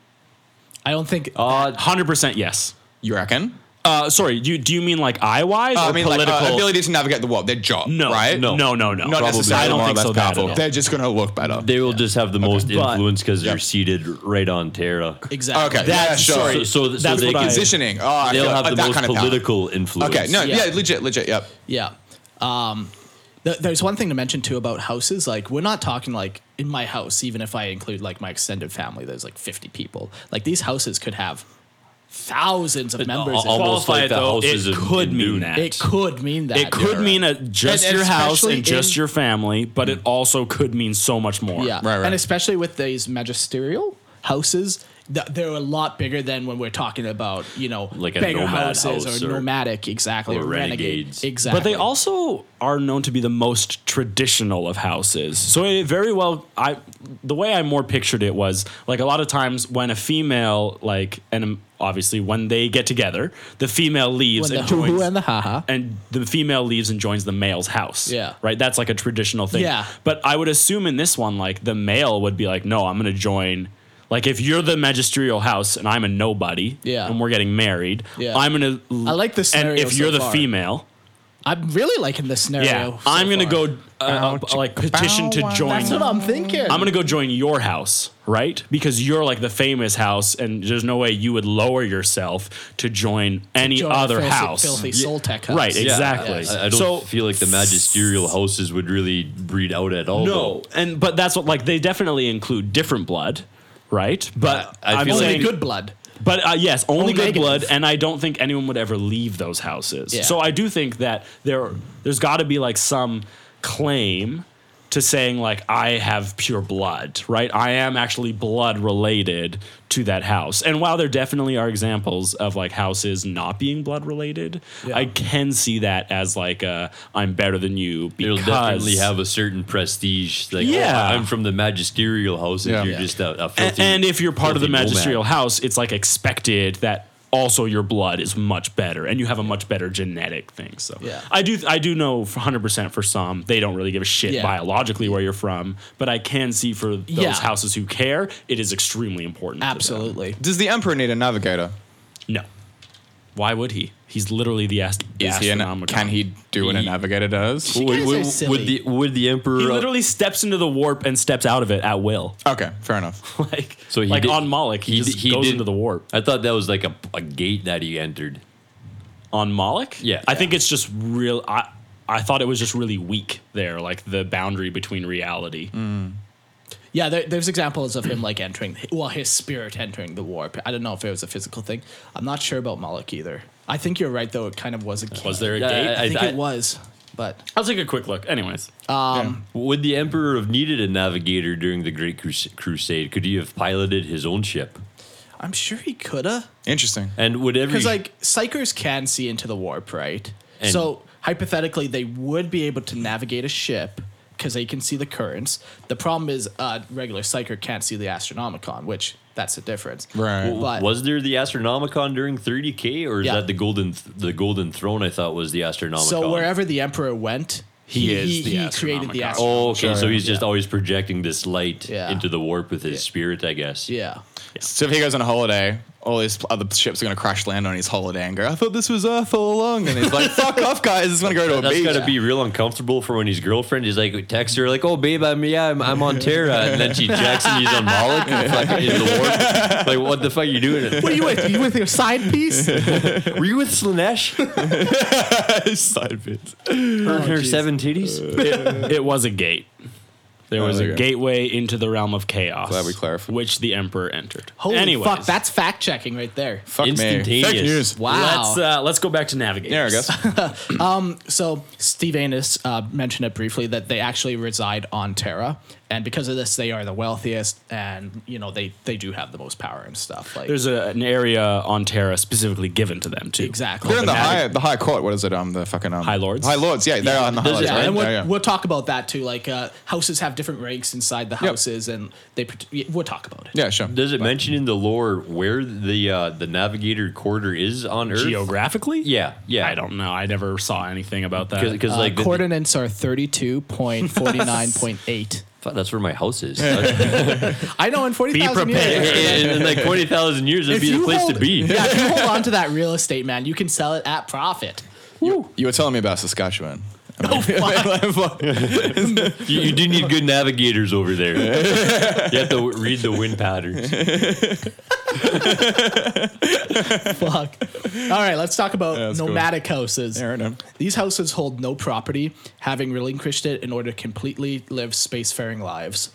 [SPEAKER 3] I don't think
[SPEAKER 4] Oh.
[SPEAKER 2] Hundred percent, yes.
[SPEAKER 4] You reckon?
[SPEAKER 2] Uh, sorry, do you, do you mean like eye wise or
[SPEAKER 4] I mean,
[SPEAKER 2] political?
[SPEAKER 4] like uh, ability to navigate the world, their job,
[SPEAKER 2] no,
[SPEAKER 4] right?
[SPEAKER 2] no, no, no, no.
[SPEAKER 4] Not necessarily
[SPEAKER 2] I don't
[SPEAKER 4] more
[SPEAKER 2] think
[SPEAKER 4] or less
[SPEAKER 2] so. That at
[SPEAKER 4] powerful.
[SPEAKER 2] all.
[SPEAKER 4] They're just going to look better.
[SPEAKER 5] They will just have the most
[SPEAKER 2] But-
[SPEAKER 5] influence because
[SPEAKER 4] Yeah.
[SPEAKER 5] they're seated right on Terra.
[SPEAKER 3] exactly.
[SPEAKER 4] okay, yeah,
[SPEAKER 2] That's-
[SPEAKER 4] sure.
[SPEAKER 5] So, so, so
[SPEAKER 2] That's
[SPEAKER 5] they
[SPEAKER 2] what I-
[SPEAKER 5] can,
[SPEAKER 4] Positioning. Oh, I
[SPEAKER 5] they'll
[SPEAKER 4] feel
[SPEAKER 5] have
[SPEAKER 4] like
[SPEAKER 5] the
[SPEAKER 4] that
[SPEAKER 5] most
[SPEAKER 4] kind of power.
[SPEAKER 5] political influence.
[SPEAKER 4] Okay, no,
[SPEAKER 3] Yeah.
[SPEAKER 4] yeah. legit, legit, yep.
[SPEAKER 3] Yeah. Um, th- there's one thing to mention too about houses. Like, we're not talking like in my house, even if I include like my extended family, there's like 50 people. Like, these houses could have thousands of members. in
[SPEAKER 5] almost
[SPEAKER 3] them.
[SPEAKER 5] Qualify
[SPEAKER 2] Qualify
[SPEAKER 5] like
[SPEAKER 2] it
[SPEAKER 5] the
[SPEAKER 2] though,
[SPEAKER 5] houses
[SPEAKER 2] it
[SPEAKER 5] in-
[SPEAKER 2] could
[SPEAKER 5] in
[SPEAKER 2] mean
[SPEAKER 5] Dune.
[SPEAKER 2] that.
[SPEAKER 3] it could mean that.
[SPEAKER 2] It could mean a, just
[SPEAKER 3] And- and
[SPEAKER 2] your house
[SPEAKER 3] especially
[SPEAKER 2] and just
[SPEAKER 3] in-
[SPEAKER 2] your family, but it also could mean so much more.
[SPEAKER 3] Yeah.
[SPEAKER 4] Right, right.
[SPEAKER 3] And especially with these magisterial houses, th- they're a lot bigger than when we're talking about, you know,
[SPEAKER 5] Like a
[SPEAKER 3] bigger
[SPEAKER 5] nomad
[SPEAKER 3] houses
[SPEAKER 5] house
[SPEAKER 3] or,
[SPEAKER 5] or-
[SPEAKER 3] nomadic, exactly.
[SPEAKER 5] or
[SPEAKER 3] renegade.
[SPEAKER 5] renegades.
[SPEAKER 3] Exactly.
[SPEAKER 2] But they also are known to be the most traditional of houses. So it very well, I the way I more pictured it was like a lot of times when a female like and um, obviously when they get together, the female leaves
[SPEAKER 3] When the
[SPEAKER 2] and
[SPEAKER 3] hoo
[SPEAKER 2] joins
[SPEAKER 3] hoo and the haha.
[SPEAKER 2] and the female leaves and joins the male's house.
[SPEAKER 3] Yeah.
[SPEAKER 2] Right? That's like a traditional thing.
[SPEAKER 3] Yeah.
[SPEAKER 2] But I would assume in this one, like the male would be like, no, I'm going to join. Like if you're the magisterial house and I'm a nobody
[SPEAKER 3] Yeah.
[SPEAKER 2] and we're getting married,
[SPEAKER 3] Yeah.
[SPEAKER 2] I'm going to.
[SPEAKER 3] I like the scenario
[SPEAKER 2] And if you're
[SPEAKER 3] so
[SPEAKER 2] the
[SPEAKER 3] far.
[SPEAKER 2] female,
[SPEAKER 3] I'm really liking this scenario.
[SPEAKER 2] Yeah,
[SPEAKER 3] Oh, so
[SPEAKER 2] I'm gonna
[SPEAKER 3] far.
[SPEAKER 2] go uh, up, like petition to join.
[SPEAKER 3] That's what I'm thinking.
[SPEAKER 2] I'm gonna go join your house, right? Because you're like the famous house, and there's no way you would lower yourself to join any
[SPEAKER 3] Join the
[SPEAKER 2] other
[SPEAKER 3] filthy-
[SPEAKER 2] house.
[SPEAKER 3] filthy
[SPEAKER 2] Yeah.
[SPEAKER 3] soul tech house.
[SPEAKER 2] Right,
[SPEAKER 5] Yeah,
[SPEAKER 2] exactly.
[SPEAKER 5] I, I don't
[SPEAKER 2] so,
[SPEAKER 5] feel like the magisterial houses would really breed out at all.
[SPEAKER 2] no, and but that's what like they definitely include different blood, right? But
[SPEAKER 5] I
[SPEAKER 2] I'm
[SPEAKER 5] feel
[SPEAKER 3] only
[SPEAKER 5] like-
[SPEAKER 2] saying
[SPEAKER 3] good blood.
[SPEAKER 2] But uh, yes, only
[SPEAKER 3] Only
[SPEAKER 2] good
[SPEAKER 3] negative.
[SPEAKER 2] blood, and I don't think anyone would ever leave those houses.
[SPEAKER 3] Yeah.
[SPEAKER 2] So I do think that there, there's got to be like some claim to saying like I have pure blood, right? I am actually blood related to that house. And while there definitely are examples of like houses not being blood related, I can see that as like a I'm better than you
[SPEAKER 5] It'll
[SPEAKER 2] because
[SPEAKER 5] definitely have a certain prestige. Like,
[SPEAKER 2] Yeah.
[SPEAKER 5] oh, I'm from the magisterial house, and
[SPEAKER 4] Yeah.
[SPEAKER 5] you're
[SPEAKER 4] Yeah.
[SPEAKER 5] just a, a
[SPEAKER 2] A-
[SPEAKER 5] filthy.
[SPEAKER 2] and if you're part of the
[SPEAKER 5] filthy nomad.
[SPEAKER 2] magisterial house, it's like expected that also your blood is much better and you have a much better genetic thing. So
[SPEAKER 3] Yeah.
[SPEAKER 2] I do I do know for 100% for some they don't really give a shit
[SPEAKER 3] Yeah.
[SPEAKER 2] biologically where you're from, but I can see for those
[SPEAKER 3] Yeah.
[SPEAKER 2] houses who care, it is extremely important. to them.
[SPEAKER 3] Absolutely.
[SPEAKER 4] Does the Emperor need a navigator?
[SPEAKER 2] No. Why would he? He's literally the ast-
[SPEAKER 4] Is he an,
[SPEAKER 2] astronomical.
[SPEAKER 4] can he do what a
[SPEAKER 5] He-
[SPEAKER 4] navigator does?
[SPEAKER 3] You guys
[SPEAKER 5] Would,
[SPEAKER 3] are
[SPEAKER 5] would-
[SPEAKER 3] silly.
[SPEAKER 5] would the would the emperor?
[SPEAKER 2] He literally steps into the warp and steps out of it at will.
[SPEAKER 4] Okay, fair enough.
[SPEAKER 2] like
[SPEAKER 5] so he
[SPEAKER 2] like
[SPEAKER 5] did-
[SPEAKER 2] on Moloch, he,
[SPEAKER 5] di-
[SPEAKER 2] just goes
[SPEAKER 5] did-
[SPEAKER 2] into the warp.
[SPEAKER 5] I thought that was like a, a gate that he entered.
[SPEAKER 2] on Moloch.
[SPEAKER 5] Yeah.
[SPEAKER 2] I think it's just real. I I thought it was just really weak there, like the boundary between reality.
[SPEAKER 4] Mm.
[SPEAKER 3] Yeah, there, there's examples of him like entering, well, his spirit entering the warp. I don't know if it was a physical thing. I'm not sure about Moloch either. I think you're right, though. It kind of was a key.
[SPEAKER 2] Was there a
[SPEAKER 5] Yeah,
[SPEAKER 2] gate?
[SPEAKER 5] I-
[SPEAKER 3] I,
[SPEAKER 5] I-
[SPEAKER 3] think it was, but
[SPEAKER 2] will take a quick look. Anyways,
[SPEAKER 5] Would the emperor have needed a navigator during the Great Crus- Crusade? Could he have piloted his own ship?
[SPEAKER 3] I'm sure he coulda.
[SPEAKER 5] Hmm.
[SPEAKER 4] Interesting.
[SPEAKER 5] And would every
[SPEAKER 3] Because like psychers can see into the warp, right?
[SPEAKER 5] And-
[SPEAKER 3] so hypothetically, they would be able to navigate a ship because they can see the currents. The problem is, uh, regular psyker can't see the astronomicon, which that's the difference.
[SPEAKER 4] Right.
[SPEAKER 5] w-
[SPEAKER 3] But
[SPEAKER 5] was there the Astronomicon during 30k, or is
[SPEAKER 3] Yeah.
[SPEAKER 5] that the golden th- the golden throne? I thought was the Astronomicon.
[SPEAKER 3] so wherever the emperor went, he
[SPEAKER 2] is
[SPEAKER 3] he,
[SPEAKER 2] the
[SPEAKER 3] he created the
[SPEAKER 2] Astronomicon.
[SPEAKER 3] astronomicon.
[SPEAKER 5] Oh, okay. So he's just always projecting this light
[SPEAKER 3] Yeah.
[SPEAKER 5] into the warp with his spirit, I guess.
[SPEAKER 3] Yeah.
[SPEAKER 4] So if he goes on a holiday, all his pl- other ships are going to crash land on his holiday and go, I thought this was Earth all along. And he's like, fuck off, guys. It's going to go to a
[SPEAKER 5] That's
[SPEAKER 4] beach.
[SPEAKER 5] got to be real uncomfortable for when his girlfriend is like texts her like, "Oh, babe, I'm yeah, I'm, I'm on Terra," and then she checks and he's on Moloch and fucking in the warp. Like, what the fuck are you doing?
[SPEAKER 3] What are you with? You with your side piece?
[SPEAKER 5] Were you with Slanesh?
[SPEAKER 4] side bits.
[SPEAKER 3] Oh,
[SPEAKER 5] Her, her seven titties.
[SPEAKER 2] it, it was a gate. There was
[SPEAKER 4] Uh, Oh, there
[SPEAKER 2] a
[SPEAKER 4] you go.
[SPEAKER 2] gateway into the realm of chaos,
[SPEAKER 4] Glad we clarified.
[SPEAKER 2] which the emperor entered.
[SPEAKER 3] Holy
[SPEAKER 2] Anyways,
[SPEAKER 3] fuck! That's fact checking right there.
[SPEAKER 4] Fuck me.
[SPEAKER 5] Instantaneous.
[SPEAKER 4] Fake news.
[SPEAKER 3] Wow.
[SPEAKER 2] Let's uh, let's go back to navigators.
[SPEAKER 4] There I guess.
[SPEAKER 3] So Steve Anus uh, mentioned it briefly that they actually reside on Terra, and because of this, they are the wealthiest, and you know they they do have the most power and stuff. Like
[SPEAKER 2] There's a, an area on Terra specifically given to them too.
[SPEAKER 3] exactly.
[SPEAKER 4] They're in the
[SPEAKER 2] Fanatic.
[SPEAKER 4] high, the high court. What is it? Um, the fucking um,
[SPEAKER 2] High Lords?
[SPEAKER 4] High lords. Yeah, they're on the high
[SPEAKER 5] Those
[SPEAKER 4] lords,
[SPEAKER 5] are-
[SPEAKER 3] yeah,
[SPEAKER 4] right?
[SPEAKER 3] and we'll,
[SPEAKER 4] yeah, yeah.
[SPEAKER 3] we'll talk about that too. Like uh, houses have different ranks inside the houses, and they prot- yeah, we'll talk about it.
[SPEAKER 4] Yeah, sure.
[SPEAKER 5] Does it mention in the lore where the uh, the Navigator Quarter is on Earth?
[SPEAKER 2] Geographically,
[SPEAKER 5] Yeah, yeah.
[SPEAKER 2] I don't know. I never saw anything about that. Uh,
[SPEAKER 5] because
[SPEAKER 3] Uh,
[SPEAKER 5] like the-
[SPEAKER 3] Coordinates are thirty-two point forty-nine point eight.
[SPEAKER 5] fuck, that's where my house is. and,
[SPEAKER 3] I know in forty thousand
[SPEAKER 2] prepared.
[SPEAKER 3] years.
[SPEAKER 5] and like twenty thousand years, that'd
[SPEAKER 3] If
[SPEAKER 5] be the
[SPEAKER 3] you
[SPEAKER 5] place to
[SPEAKER 3] hold-
[SPEAKER 5] be.
[SPEAKER 3] Yeah, if you hold on to that real estate, man, you can sell it at profit.
[SPEAKER 4] You were telling me about Saskatchewan.
[SPEAKER 5] You, you do need good navigators over there. you have to w- read the wind patterns.
[SPEAKER 3] Fuck. All right, let's talk about
[SPEAKER 4] that's cool.
[SPEAKER 3] nomadic houses.
[SPEAKER 4] Yeah, I know.
[SPEAKER 3] These houses hold no property, having relinquished it in order to completely live spacefaring lives.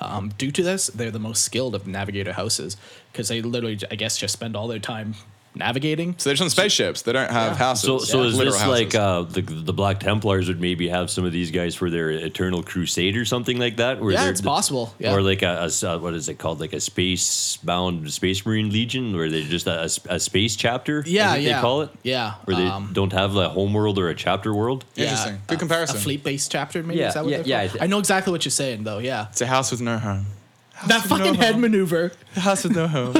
[SPEAKER 3] Um, due to this, they're the most skilled of navigator houses because they literally, I guess, just spend all their time navigating.
[SPEAKER 4] So they're just on spaceships. They don't have houses.
[SPEAKER 5] So, so is
[SPEAKER 4] Literal
[SPEAKER 5] this
[SPEAKER 4] houses.
[SPEAKER 5] like uh, the the Black Templars would maybe have some of these guys for their Eternal Crusade or something like that? Where
[SPEAKER 3] Yeah,
[SPEAKER 5] they're-
[SPEAKER 3] it's possible. Yeah.
[SPEAKER 5] Or like a, a s- uh, what is it called? Like a space bound Space Marine Legion, where they're just a, a s- a space chapter. I
[SPEAKER 3] yeah,
[SPEAKER 5] think
[SPEAKER 3] yeah.
[SPEAKER 5] They call it.
[SPEAKER 3] Yeah.
[SPEAKER 5] Where they
[SPEAKER 3] um,
[SPEAKER 5] don't have a home world or a chapter world.
[SPEAKER 3] yeah,
[SPEAKER 4] Interesting. Good
[SPEAKER 3] a-
[SPEAKER 4] comparison.
[SPEAKER 3] A fleet based chapter, maybe?
[SPEAKER 5] Yeah,
[SPEAKER 3] Is that what
[SPEAKER 5] yeah,
[SPEAKER 3] they're
[SPEAKER 5] yeah,
[SPEAKER 3] called?
[SPEAKER 5] I thi-
[SPEAKER 3] I know exactly what you're saying, though. Yeah.
[SPEAKER 4] It's a house with no home.
[SPEAKER 3] that fucking head maneuver.
[SPEAKER 4] A house with no home.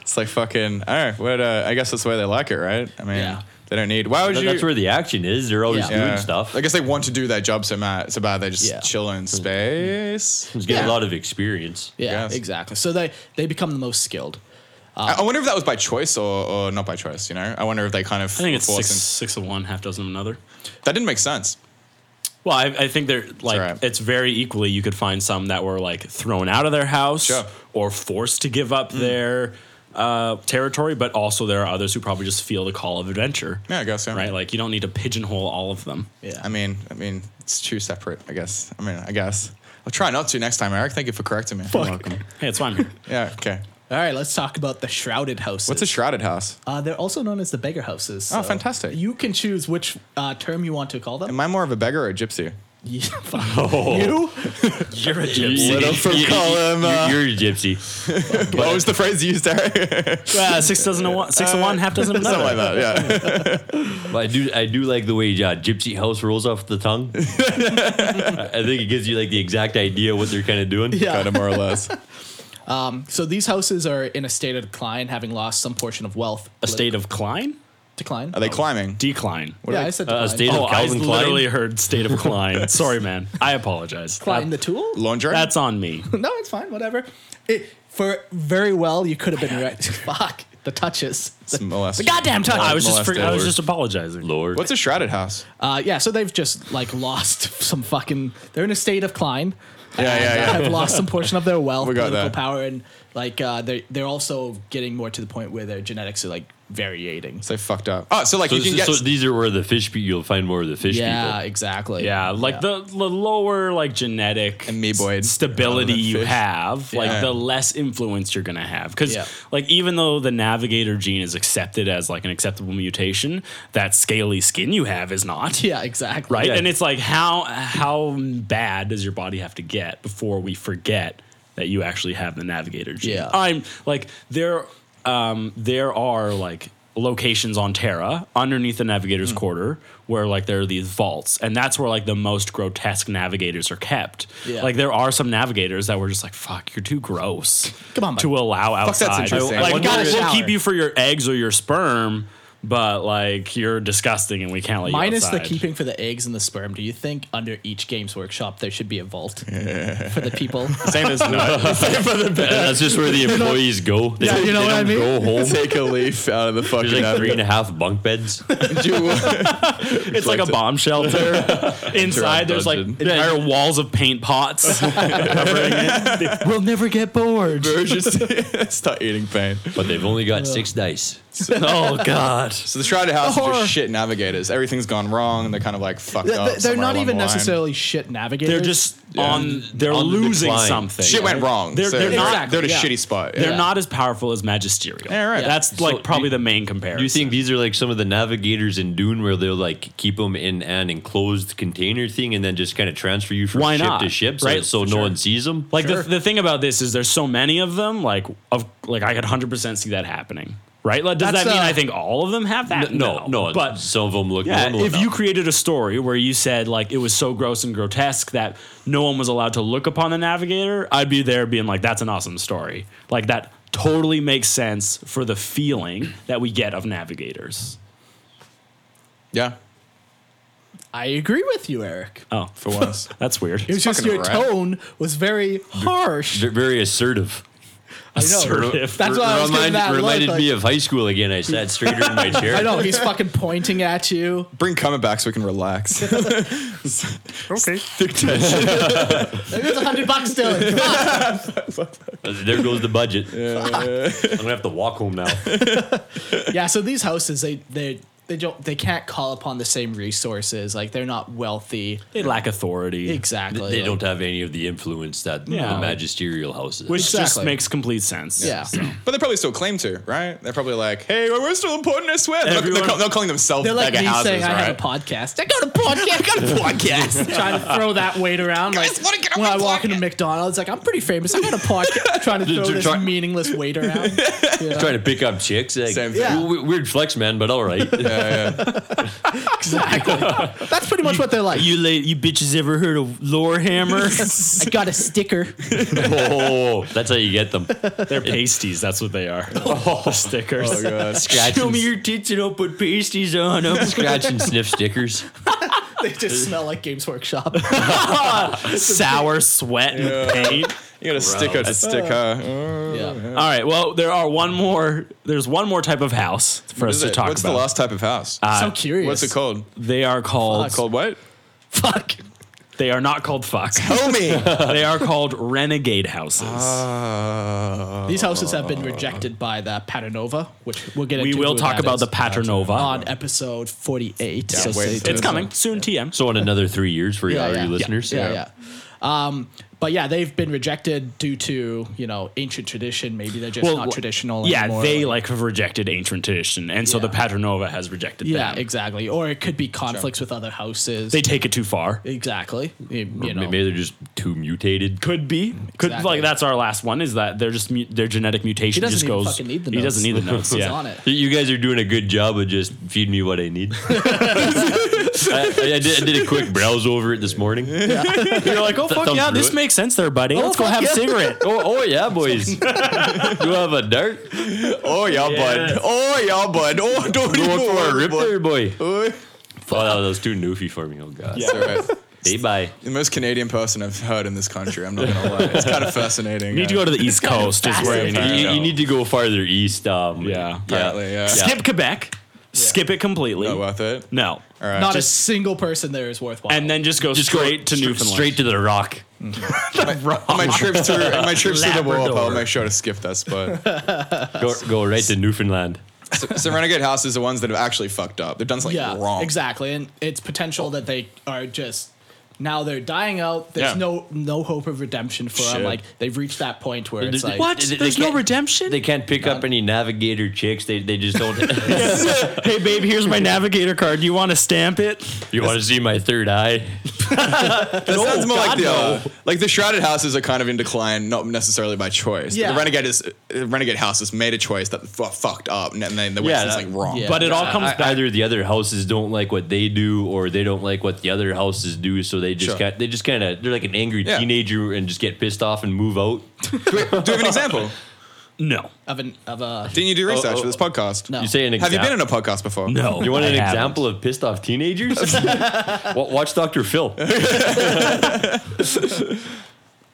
[SPEAKER 4] it's like fucking. All right. What? Uh, I guess that's the way they like it, right? I mean,
[SPEAKER 3] Yeah.
[SPEAKER 4] they don't need. Why would
[SPEAKER 5] Th-
[SPEAKER 4] you?
[SPEAKER 5] that's where the action is. They're always
[SPEAKER 3] Yeah.
[SPEAKER 5] doing
[SPEAKER 4] Yeah.
[SPEAKER 5] stuff.
[SPEAKER 4] I guess they want to do their job so mad, so bad they just
[SPEAKER 3] Yeah.
[SPEAKER 4] chill in space.
[SPEAKER 5] Just get
[SPEAKER 3] Yeah.
[SPEAKER 5] a lot of experience.
[SPEAKER 3] Yeah,
[SPEAKER 4] guess.
[SPEAKER 3] exactly. So they they become the most skilled.
[SPEAKER 4] I I wonder if that was by choice or, or not by choice. You know, I wonder if they kind of.
[SPEAKER 2] I think it's
[SPEAKER 4] forced
[SPEAKER 2] six, six of one, half dozen of another.
[SPEAKER 4] him- That didn't make sense.
[SPEAKER 2] Well, I, I think they're like
[SPEAKER 4] right.
[SPEAKER 2] it's very equally. You could find some that were like thrown out of their house
[SPEAKER 4] Sure.
[SPEAKER 2] or forced to give up their uh, territory, but also there are others who probably just feel the call of adventure.
[SPEAKER 4] Yeah, I guess. Yeah.
[SPEAKER 2] Right, like you don't need to pigeonhole all of them.
[SPEAKER 3] Yeah.
[SPEAKER 4] I mean, I mean, it's two separate. I guess. I mean, I guess. I'll try not to next time, Eric. Thank you for correcting me.
[SPEAKER 2] Welcome. Hey, it's fine. here.
[SPEAKER 4] Yeah. Okay.
[SPEAKER 3] All right, let's talk about the shrouded houses.
[SPEAKER 4] What's a shrouded house?
[SPEAKER 3] Uh, they're also known as the beggar houses. so
[SPEAKER 4] Oh, fantastic.
[SPEAKER 3] You can choose which uh, term you want to call them.
[SPEAKER 4] Am I more of a beggar or a gypsy?
[SPEAKER 3] Yeah, fuck. You?
[SPEAKER 5] You're a
[SPEAKER 4] Let him from column, uh,
[SPEAKER 5] You're, a gypsy.
[SPEAKER 4] What was the phrase you used, Eric?
[SPEAKER 2] Uh, six dozen of one, six of one, half dozen of another.
[SPEAKER 4] Something like that. Yeah.
[SPEAKER 5] But I do, I do like the way uh, gypsy house rolls off the tongue. I I think it gives you like the exact idea what they're kind of doing.
[SPEAKER 3] Yeah.
[SPEAKER 4] Kind of more or less.
[SPEAKER 3] So these houses are in a state of decline, having lost some portion of wealth.
[SPEAKER 2] A state of decline,
[SPEAKER 3] decline.
[SPEAKER 4] Are they climbing?
[SPEAKER 2] decline.
[SPEAKER 3] yeah, I said
[SPEAKER 5] Uh,
[SPEAKER 3] decline.
[SPEAKER 5] a state
[SPEAKER 2] oh,
[SPEAKER 5] of
[SPEAKER 2] I
[SPEAKER 5] Calvin Klein. Uh,
[SPEAKER 2] literally heard state of decline. Sorry, man. I apologize.
[SPEAKER 3] Decline the
[SPEAKER 2] That-
[SPEAKER 3] tool?
[SPEAKER 4] Laundry?
[SPEAKER 2] that's on me.
[SPEAKER 3] No, it's fine. Whatever. It, for very well, you could have been right. Fuck the touches.
[SPEAKER 4] It's molest-
[SPEAKER 3] The goddamn touches.
[SPEAKER 2] I was just,
[SPEAKER 4] Molested
[SPEAKER 2] fr- I was
[SPEAKER 4] Lord.
[SPEAKER 2] just apologizing. Lord,
[SPEAKER 4] What's a shrouded house?
[SPEAKER 3] Uh, yeah, so they've just like lost some fucking. They're in a state of decline.
[SPEAKER 4] yeah,
[SPEAKER 3] and,
[SPEAKER 4] yeah.
[SPEAKER 3] uh, Have lost some portion of their wealth,
[SPEAKER 4] We got
[SPEAKER 3] political
[SPEAKER 4] that.
[SPEAKER 3] power, and like uh, they they're also getting more to the point where their genetics are like variating.
[SPEAKER 4] So they fucked up. Oh, so like
[SPEAKER 5] So,
[SPEAKER 4] you can
[SPEAKER 5] so-
[SPEAKER 4] get.
[SPEAKER 5] so these are where the fish people, you'll find more of the fish
[SPEAKER 3] yeah,
[SPEAKER 5] people.
[SPEAKER 3] exactly.
[SPEAKER 2] Yeah, like The, the lower like genetic
[SPEAKER 4] Amoeboid.
[SPEAKER 2] s- stability
[SPEAKER 4] Rather than
[SPEAKER 2] you
[SPEAKER 4] fish.
[SPEAKER 2] have,
[SPEAKER 4] Yeah.
[SPEAKER 2] like the less influence you're gonna have. Because
[SPEAKER 3] Yeah.
[SPEAKER 2] like even though the navigator gene is accepted as like an acceptable mutation, that scaly skin you have is not.
[SPEAKER 3] yeah, exactly.
[SPEAKER 2] Right,
[SPEAKER 5] Yeah.
[SPEAKER 2] and it's like how how bad does your body have to get before we forget that you actually have the navigator gene?
[SPEAKER 3] Yeah.
[SPEAKER 2] I'm like there um there are like locations on Terra underneath the navigator's
[SPEAKER 3] Hmm.
[SPEAKER 2] quarter where like there are these vaults and that's where like the most grotesque navigators are kept.
[SPEAKER 3] Yeah.
[SPEAKER 2] Like there are some navigators that were just like fuck you're too gross
[SPEAKER 3] Come on,
[SPEAKER 2] to
[SPEAKER 3] Mike.
[SPEAKER 2] allow
[SPEAKER 4] that's
[SPEAKER 2] outside.
[SPEAKER 4] interesting.
[SPEAKER 2] Like
[SPEAKER 4] I
[SPEAKER 2] we'll,
[SPEAKER 3] wonder if-
[SPEAKER 2] we'll
[SPEAKER 3] shower.
[SPEAKER 2] keep you for your eggs or your sperm but like you're disgusting and we can't let you
[SPEAKER 3] Minus
[SPEAKER 2] outside.
[SPEAKER 3] the keeping for the eggs and the sperm. Do you think under each Games Workshop there should be a vault for the people?
[SPEAKER 2] Same as
[SPEAKER 5] And that's just where the employees go. They don't,
[SPEAKER 3] you know
[SPEAKER 5] they
[SPEAKER 3] what I
[SPEAKER 5] don't
[SPEAKER 3] mean?
[SPEAKER 5] Go home.
[SPEAKER 4] Take a leaf out of the fucking.
[SPEAKER 5] There's like three
[SPEAKER 4] avenue.
[SPEAKER 5] and a half bunk beds.
[SPEAKER 4] You-
[SPEAKER 2] It's like a bomb shelter. Inside, there's like
[SPEAKER 5] Dungeon.
[SPEAKER 2] entire walls of paint pots.
[SPEAKER 3] we'll never get bored.
[SPEAKER 4] just start eating pain.
[SPEAKER 5] But they've only got six dice.
[SPEAKER 2] oh God!
[SPEAKER 4] So the shrouded house are
[SPEAKER 3] Horror.
[SPEAKER 4] just shit navigators. Everything's gone wrong. They're kind of like fucked
[SPEAKER 3] They're,
[SPEAKER 4] up.
[SPEAKER 3] they're
[SPEAKER 4] somewhere
[SPEAKER 3] not
[SPEAKER 4] along
[SPEAKER 3] even
[SPEAKER 4] the line.
[SPEAKER 3] necessarily shit navigators.
[SPEAKER 2] They're just on. They're
[SPEAKER 5] On the
[SPEAKER 2] losing
[SPEAKER 5] decline.
[SPEAKER 2] something.
[SPEAKER 4] Shit went wrong.
[SPEAKER 2] They're-
[SPEAKER 4] so
[SPEAKER 2] they're not-
[SPEAKER 4] They're in a
[SPEAKER 3] exactly, yeah.
[SPEAKER 4] shitty spot.
[SPEAKER 2] They're
[SPEAKER 4] yeah.
[SPEAKER 2] not as powerful as magisterial.
[SPEAKER 4] Yeah, right.
[SPEAKER 2] That's
[SPEAKER 5] So
[SPEAKER 2] like
[SPEAKER 5] do
[SPEAKER 2] probably
[SPEAKER 5] you-
[SPEAKER 2] the main comparison.
[SPEAKER 5] Do you think these are like some of the navigators in Dune where they'll like keep them in an enclosed container thing and then just kind of transfer you from
[SPEAKER 2] Why
[SPEAKER 5] ship
[SPEAKER 2] not?
[SPEAKER 5] to ship so,
[SPEAKER 2] Right,
[SPEAKER 5] so
[SPEAKER 2] for
[SPEAKER 5] no
[SPEAKER 2] sure.
[SPEAKER 5] one sees them?
[SPEAKER 2] Like the, the thing about this is there's so many of them. Like of like I could hundred percent see that happening. Right? Like, does
[SPEAKER 3] That's,
[SPEAKER 2] that mean
[SPEAKER 3] uh,
[SPEAKER 2] I think all of them have that?
[SPEAKER 5] no, no,
[SPEAKER 2] But
[SPEAKER 5] some of them look
[SPEAKER 2] Yeah,
[SPEAKER 5] normal.
[SPEAKER 2] if you created a story where you said like it was so gross and grotesque that no one was allowed to look upon the navigator, I'd be there being like, "That's an awesome story." Like that totally makes sense for the feeling that we get of navigators.
[SPEAKER 4] Yeah.
[SPEAKER 3] I agree with you, Eric.
[SPEAKER 2] Oh,
[SPEAKER 4] For once.
[SPEAKER 2] that's weird.
[SPEAKER 3] It was just
[SPEAKER 4] fucking
[SPEAKER 3] your
[SPEAKER 4] rat.
[SPEAKER 3] tone was very harsh.
[SPEAKER 5] they're very assertive.
[SPEAKER 3] I know.
[SPEAKER 2] assertive.
[SPEAKER 3] That's why I was
[SPEAKER 5] Remind-
[SPEAKER 3] getting that
[SPEAKER 5] reminded
[SPEAKER 3] look,
[SPEAKER 5] me
[SPEAKER 3] like-
[SPEAKER 5] of high school again. I sat straighter in my chair.
[SPEAKER 3] I know he's fucking pointing at you.
[SPEAKER 4] Bring Comet back so we can relax.
[SPEAKER 2] okay.
[SPEAKER 3] It's a hundred bucks, Dylan. Fuck.
[SPEAKER 5] There goes the budget. I'm gonna have to walk home now.
[SPEAKER 3] yeah. So these houses, they they they don't they can't call upon the same resources. Like they're not wealthy.
[SPEAKER 2] They lack authority.
[SPEAKER 3] Exactly.
[SPEAKER 5] They
[SPEAKER 3] like-
[SPEAKER 5] don't have any of the influence that
[SPEAKER 2] Yeah.
[SPEAKER 5] the magisterial houses.
[SPEAKER 2] Which just
[SPEAKER 3] Exactly.
[SPEAKER 2] makes complete sense.
[SPEAKER 3] Yeah.
[SPEAKER 4] But they probably still claim to, right? They're probably like, hey, we're still important, I swear. They're, not- they're,
[SPEAKER 2] Everyone-
[SPEAKER 4] ca- they're calling themselves
[SPEAKER 3] They're like
[SPEAKER 4] mega
[SPEAKER 3] me
[SPEAKER 4] houses,
[SPEAKER 3] saying, "I
[SPEAKER 4] right?
[SPEAKER 3] have a podcast. I got a podcast. I got a podcast." Trying to throw that weight around. Like
[SPEAKER 4] Guys, wanna get on
[SPEAKER 3] when
[SPEAKER 4] my
[SPEAKER 3] I walk into
[SPEAKER 4] podcast?
[SPEAKER 3] McDonald's, like I'm pretty famous. I got a podcast. Trying to
[SPEAKER 5] To-
[SPEAKER 3] throw
[SPEAKER 5] to
[SPEAKER 3] this
[SPEAKER 5] try-
[SPEAKER 3] meaningless weight around. Yeah.
[SPEAKER 5] trying to pick up chicks. Like,
[SPEAKER 4] Same thing.
[SPEAKER 3] Yeah.
[SPEAKER 5] w- Weird flex, man, but all right.
[SPEAKER 3] Exactly. That's pretty much what they're like.
[SPEAKER 2] You la- you bitches ever heard of Lorehammer?
[SPEAKER 3] I got a sticker.
[SPEAKER 5] oh, that's how you get them.
[SPEAKER 2] They're pasties. That's what they are. The stickers.
[SPEAKER 4] Oh, God.
[SPEAKER 5] Show me
[SPEAKER 2] your tits and I'll put pasties on them.
[SPEAKER 5] Scratch and sniff stickers.
[SPEAKER 3] They just smell like Games Workshop.
[SPEAKER 2] sour sweat and paint.
[SPEAKER 4] You gotta stick out to
[SPEAKER 5] Gross.
[SPEAKER 4] stick, huh?
[SPEAKER 3] Yeah.
[SPEAKER 2] All right. Well, there are one more. There's one more type of house for us
[SPEAKER 4] Is
[SPEAKER 2] to
[SPEAKER 4] it-
[SPEAKER 2] talk
[SPEAKER 4] What's
[SPEAKER 2] about.
[SPEAKER 4] the last type of house?
[SPEAKER 3] so curious.
[SPEAKER 4] What's it called?
[SPEAKER 2] They are called
[SPEAKER 4] Called what?
[SPEAKER 2] fuck. They are not called fuck.
[SPEAKER 4] Tell me.
[SPEAKER 2] they are called renegade houses.
[SPEAKER 4] Ah. Uh,
[SPEAKER 3] These houses have been rejected by the Paternova, which we'll get
[SPEAKER 2] we
[SPEAKER 3] into.
[SPEAKER 2] will
[SPEAKER 3] who
[SPEAKER 2] talk
[SPEAKER 3] that
[SPEAKER 2] about
[SPEAKER 3] is
[SPEAKER 2] the Paternova.
[SPEAKER 3] on episode 48. so stay
[SPEAKER 4] wait for
[SPEAKER 2] It's
[SPEAKER 4] it.
[SPEAKER 3] tuned.
[SPEAKER 2] coming soon. TM.
[SPEAKER 5] So in another three years for
[SPEAKER 3] Yeah,
[SPEAKER 5] all
[SPEAKER 3] yeah.
[SPEAKER 5] you listeners.
[SPEAKER 3] Yeah, yeah. yeah. Um, but yeah, they've been rejected due to, you know, ancient tradition. Maybe they're just not traditional
[SPEAKER 2] Yeah,
[SPEAKER 3] anymore.
[SPEAKER 2] they
[SPEAKER 3] Like-
[SPEAKER 2] like have rejected ancient tradition, and so the
[SPEAKER 3] Yeah.
[SPEAKER 2] Paternova has rejected
[SPEAKER 3] Yeah,
[SPEAKER 2] them.
[SPEAKER 3] exactly. Or it could be conflicts with other houses.
[SPEAKER 2] They take it too far.
[SPEAKER 3] exactly. You,
[SPEAKER 5] Or
[SPEAKER 3] you know.
[SPEAKER 5] Maybe they're just too mutated.
[SPEAKER 2] Could be. Could
[SPEAKER 3] Exactly.
[SPEAKER 2] like that's our last one. Is that they're just mu- their genetic mutation
[SPEAKER 3] doesn't
[SPEAKER 2] just
[SPEAKER 3] even
[SPEAKER 2] goes.
[SPEAKER 3] fucking need the
[SPEAKER 2] he
[SPEAKER 3] notes.
[SPEAKER 2] doesn't need the notes.
[SPEAKER 3] He's
[SPEAKER 2] yeah.
[SPEAKER 3] on it.
[SPEAKER 5] You guys are doing a good job of just feed me what I need. I, I did, I did a quick browse over it this morning.
[SPEAKER 2] You're like, oh
[SPEAKER 5] Th-
[SPEAKER 2] fuck
[SPEAKER 5] thumb
[SPEAKER 2] yeah,
[SPEAKER 5] through
[SPEAKER 2] this
[SPEAKER 5] it.
[SPEAKER 2] makes sense there,
[SPEAKER 3] Oh,
[SPEAKER 2] buddy. Let's go
[SPEAKER 5] fuck
[SPEAKER 2] have a
[SPEAKER 5] yeah.
[SPEAKER 2] cigarette.
[SPEAKER 5] Oh, oh yeah, boys. Do I have a dart?
[SPEAKER 4] oh, yeah,
[SPEAKER 2] Yes.
[SPEAKER 4] bud. Oh, yeah, bud. Oh, don't
[SPEAKER 5] Going
[SPEAKER 4] even
[SPEAKER 5] for a
[SPEAKER 4] worry,
[SPEAKER 5] rip
[SPEAKER 4] bud.
[SPEAKER 5] there, boy.
[SPEAKER 4] Oh,
[SPEAKER 5] Oh, that was too noofy for me. Oh god.
[SPEAKER 4] it's all right.
[SPEAKER 5] Hey, bye.
[SPEAKER 4] The most Canadian person I've heard in this country. I'm not gonna lie. It's kind of fascinating.
[SPEAKER 2] You
[SPEAKER 4] uh,
[SPEAKER 2] need to go to the East Coast. is where we
[SPEAKER 5] You,
[SPEAKER 2] need to
[SPEAKER 5] you-
[SPEAKER 2] go.
[SPEAKER 5] you need to go farther east. Um,
[SPEAKER 2] Yeah.
[SPEAKER 4] Apparently, yeah. Oh,
[SPEAKER 2] skip Quebec. Skip it completely.
[SPEAKER 4] Not worth it.
[SPEAKER 2] No.
[SPEAKER 4] All right.
[SPEAKER 3] not a single person there is worthwhile.
[SPEAKER 2] And then just go
[SPEAKER 5] Just go
[SPEAKER 2] straight to
[SPEAKER 5] stra-
[SPEAKER 2] Newfoundland.
[SPEAKER 5] Straight to the rock.
[SPEAKER 4] my trip through my trip through the world, I'll
[SPEAKER 2] Labrador.
[SPEAKER 4] make sure to skip that spot.
[SPEAKER 5] Go, go right to Newfoundland.
[SPEAKER 4] so, so renegade houses are ones that have actually fucked up. They've done something
[SPEAKER 3] yeah,
[SPEAKER 4] wrong.
[SPEAKER 3] exactly. And it's potential that they are just now they're dying out. There's
[SPEAKER 4] Yeah.
[SPEAKER 3] no no hope of redemption for them.
[SPEAKER 4] Shit.
[SPEAKER 3] Like they've reached that point where it's
[SPEAKER 5] They-
[SPEAKER 3] like
[SPEAKER 2] What?
[SPEAKER 5] they- they
[SPEAKER 2] There's no
[SPEAKER 5] can't-
[SPEAKER 2] redemption?
[SPEAKER 5] They can't pick up any navigator chicks. They, they just don't.
[SPEAKER 2] hey babe, here's my navigator card. Do you want to stamp it?
[SPEAKER 5] you want to see my third eye?
[SPEAKER 4] That sounds more
[SPEAKER 2] God,
[SPEAKER 4] like the uh, like the shrouded houses are kind of in decline, not necessarily by choice. but
[SPEAKER 3] Yeah.
[SPEAKER 4] The renegade is uh, renegade houses made a choice that fu- fucked up, and then they went
[SPEAKER 5] Yeah,
[SPEAKER 4] yeah,
[SPEAKER 5] that-
[SPEAKER 4] something wrong.
[SPEAKER 3] yeah.
[SPEAKER 2] But it all comes
[SPEAKER 5] I-
[SPEAKER 2] back.
[SPEAKER 5] Either the other houses don't like what they do, or they don't like what the other houses do. So they
[SPEAKER 4] Sure.
[SPEAKER 5] just got they just kind of they're like an angry
[SPEAKER 4] Yeah.
[SPEAKER 5] teenager and just get pissed off and move out.
[SPEAKER 4] Do, we, do we have an example?
[SPEAKER 2] No.
[SPEAKER 3] of an of a
[SPEAKER 4] Didn't you do research
[SPEAKER 5] oh,
[SPEAKER 4] for this
[SPEAKER 5] oh.
[SPEAKER 4] podcast?
[SPEAKER 3] No.
[SPEAKER 5] You say an
[SPEAKER 4] Have
[SPEAKER 5] example.
[SPEAKER 4] you been in a podcast before?
[SPEAKER 2] No.
[SPEAKER 5] You want
[SPEAKER 2] I
[SPEAKER 5] an
[SPEAKER 2] haven't.
[SPEAKER 5] example of pissed off teenagers? Wa- Watch Doctor Phil.
[SPEAKER 4] Okay,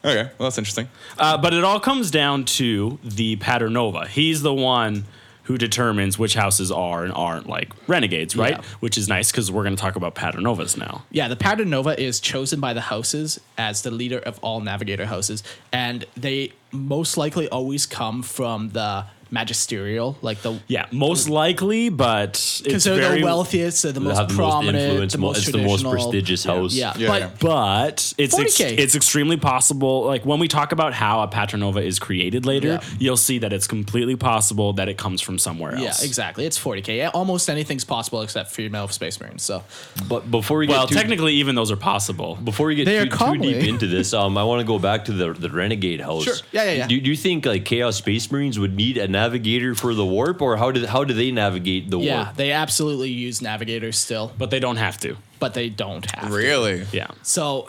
[SPEAKER 4] well that's interesting.
[SPEAKER 2] Uh, but it all comes down to the Paternova. He's the one who determines which houses are and aren't like renegades, right?
[SPEAKER 3] Yeah.
[SPEAKER 2] Which is nice because we're going to talk about Paternovas now.
[SPEAKER 3] Yeah, the Paternova is chosen by the houses as the leader of all navigator houses, and they most likely always come from the magisterial, like the
[SPEAKER 2] Yeah, most likely, but it's
[SPEAKER 3] because they're
[SPEAKER 2] very
[SPEAKER 3] the wealthiest, they're the
[SPEAKER 5] They'll
[SPEAKER 3] most
[SPEAKER 5] have the most
[SPEAKER 3] prominent,
[SPEAKER 5] influence.
[SPEAKER 3] the
[SPEAKER 5] mo-
[SPEAKER 3] most
[SPEAKER 5] it's the most
[SPEAKER 3] traditional.
[SPEAKER 5] prestigious house.
[SPEAKER 3] Yeah,
[SPEAKER 4] Yeah,
[SPEAKER 3] but
[SPEAKER 4] yeah.
[SPEAKER 2] But it's ex-
[SPEAKER 3] 40K.
[SPEAKER 2] it's extremely possible. Like when we talk about how a Patronova is created later,
[SPEAKER 3] Yeah.
[SPEAKER 2] you'll see that it's completely possible that it comes from somewhere else.
[SPEAKER 3] yeah, exactly. It's 40k. Yeah, Almost anything's possible except female space marines. So
[SPEAKER 5] But before we
[SPEAKER 2] Well,
[SPEAKER 5] get too,
[SPEAKER 2] technically, even those are possible.
[SPEAKER 5] before we get
[SPEAKER 3] They are
[SPEAKER 5] too, too deep
[SPEAKER 3] calmly-
[SPEAKER 5] into this, um, I want to go back to the the renegade house.
[SPEAKER 3] Sure. Yeah, yeah, yeah.
[SPEAKER 5] Do, do you think like Chaos Space Marines would need a navigator for the warp, or how do how do they navigate the
[SPEAKER 3] yeah,
[SPEAKER 5] warp?
[SPEAKER 3] they absolutely use navigators still,
[SPEAKER 2] But they don't have to.
[SPEAKER 3] but they don't have. to.
[SPEAKER 4] Really?
[SPEAKER 2] Yeah,
[SPEAKER 3] So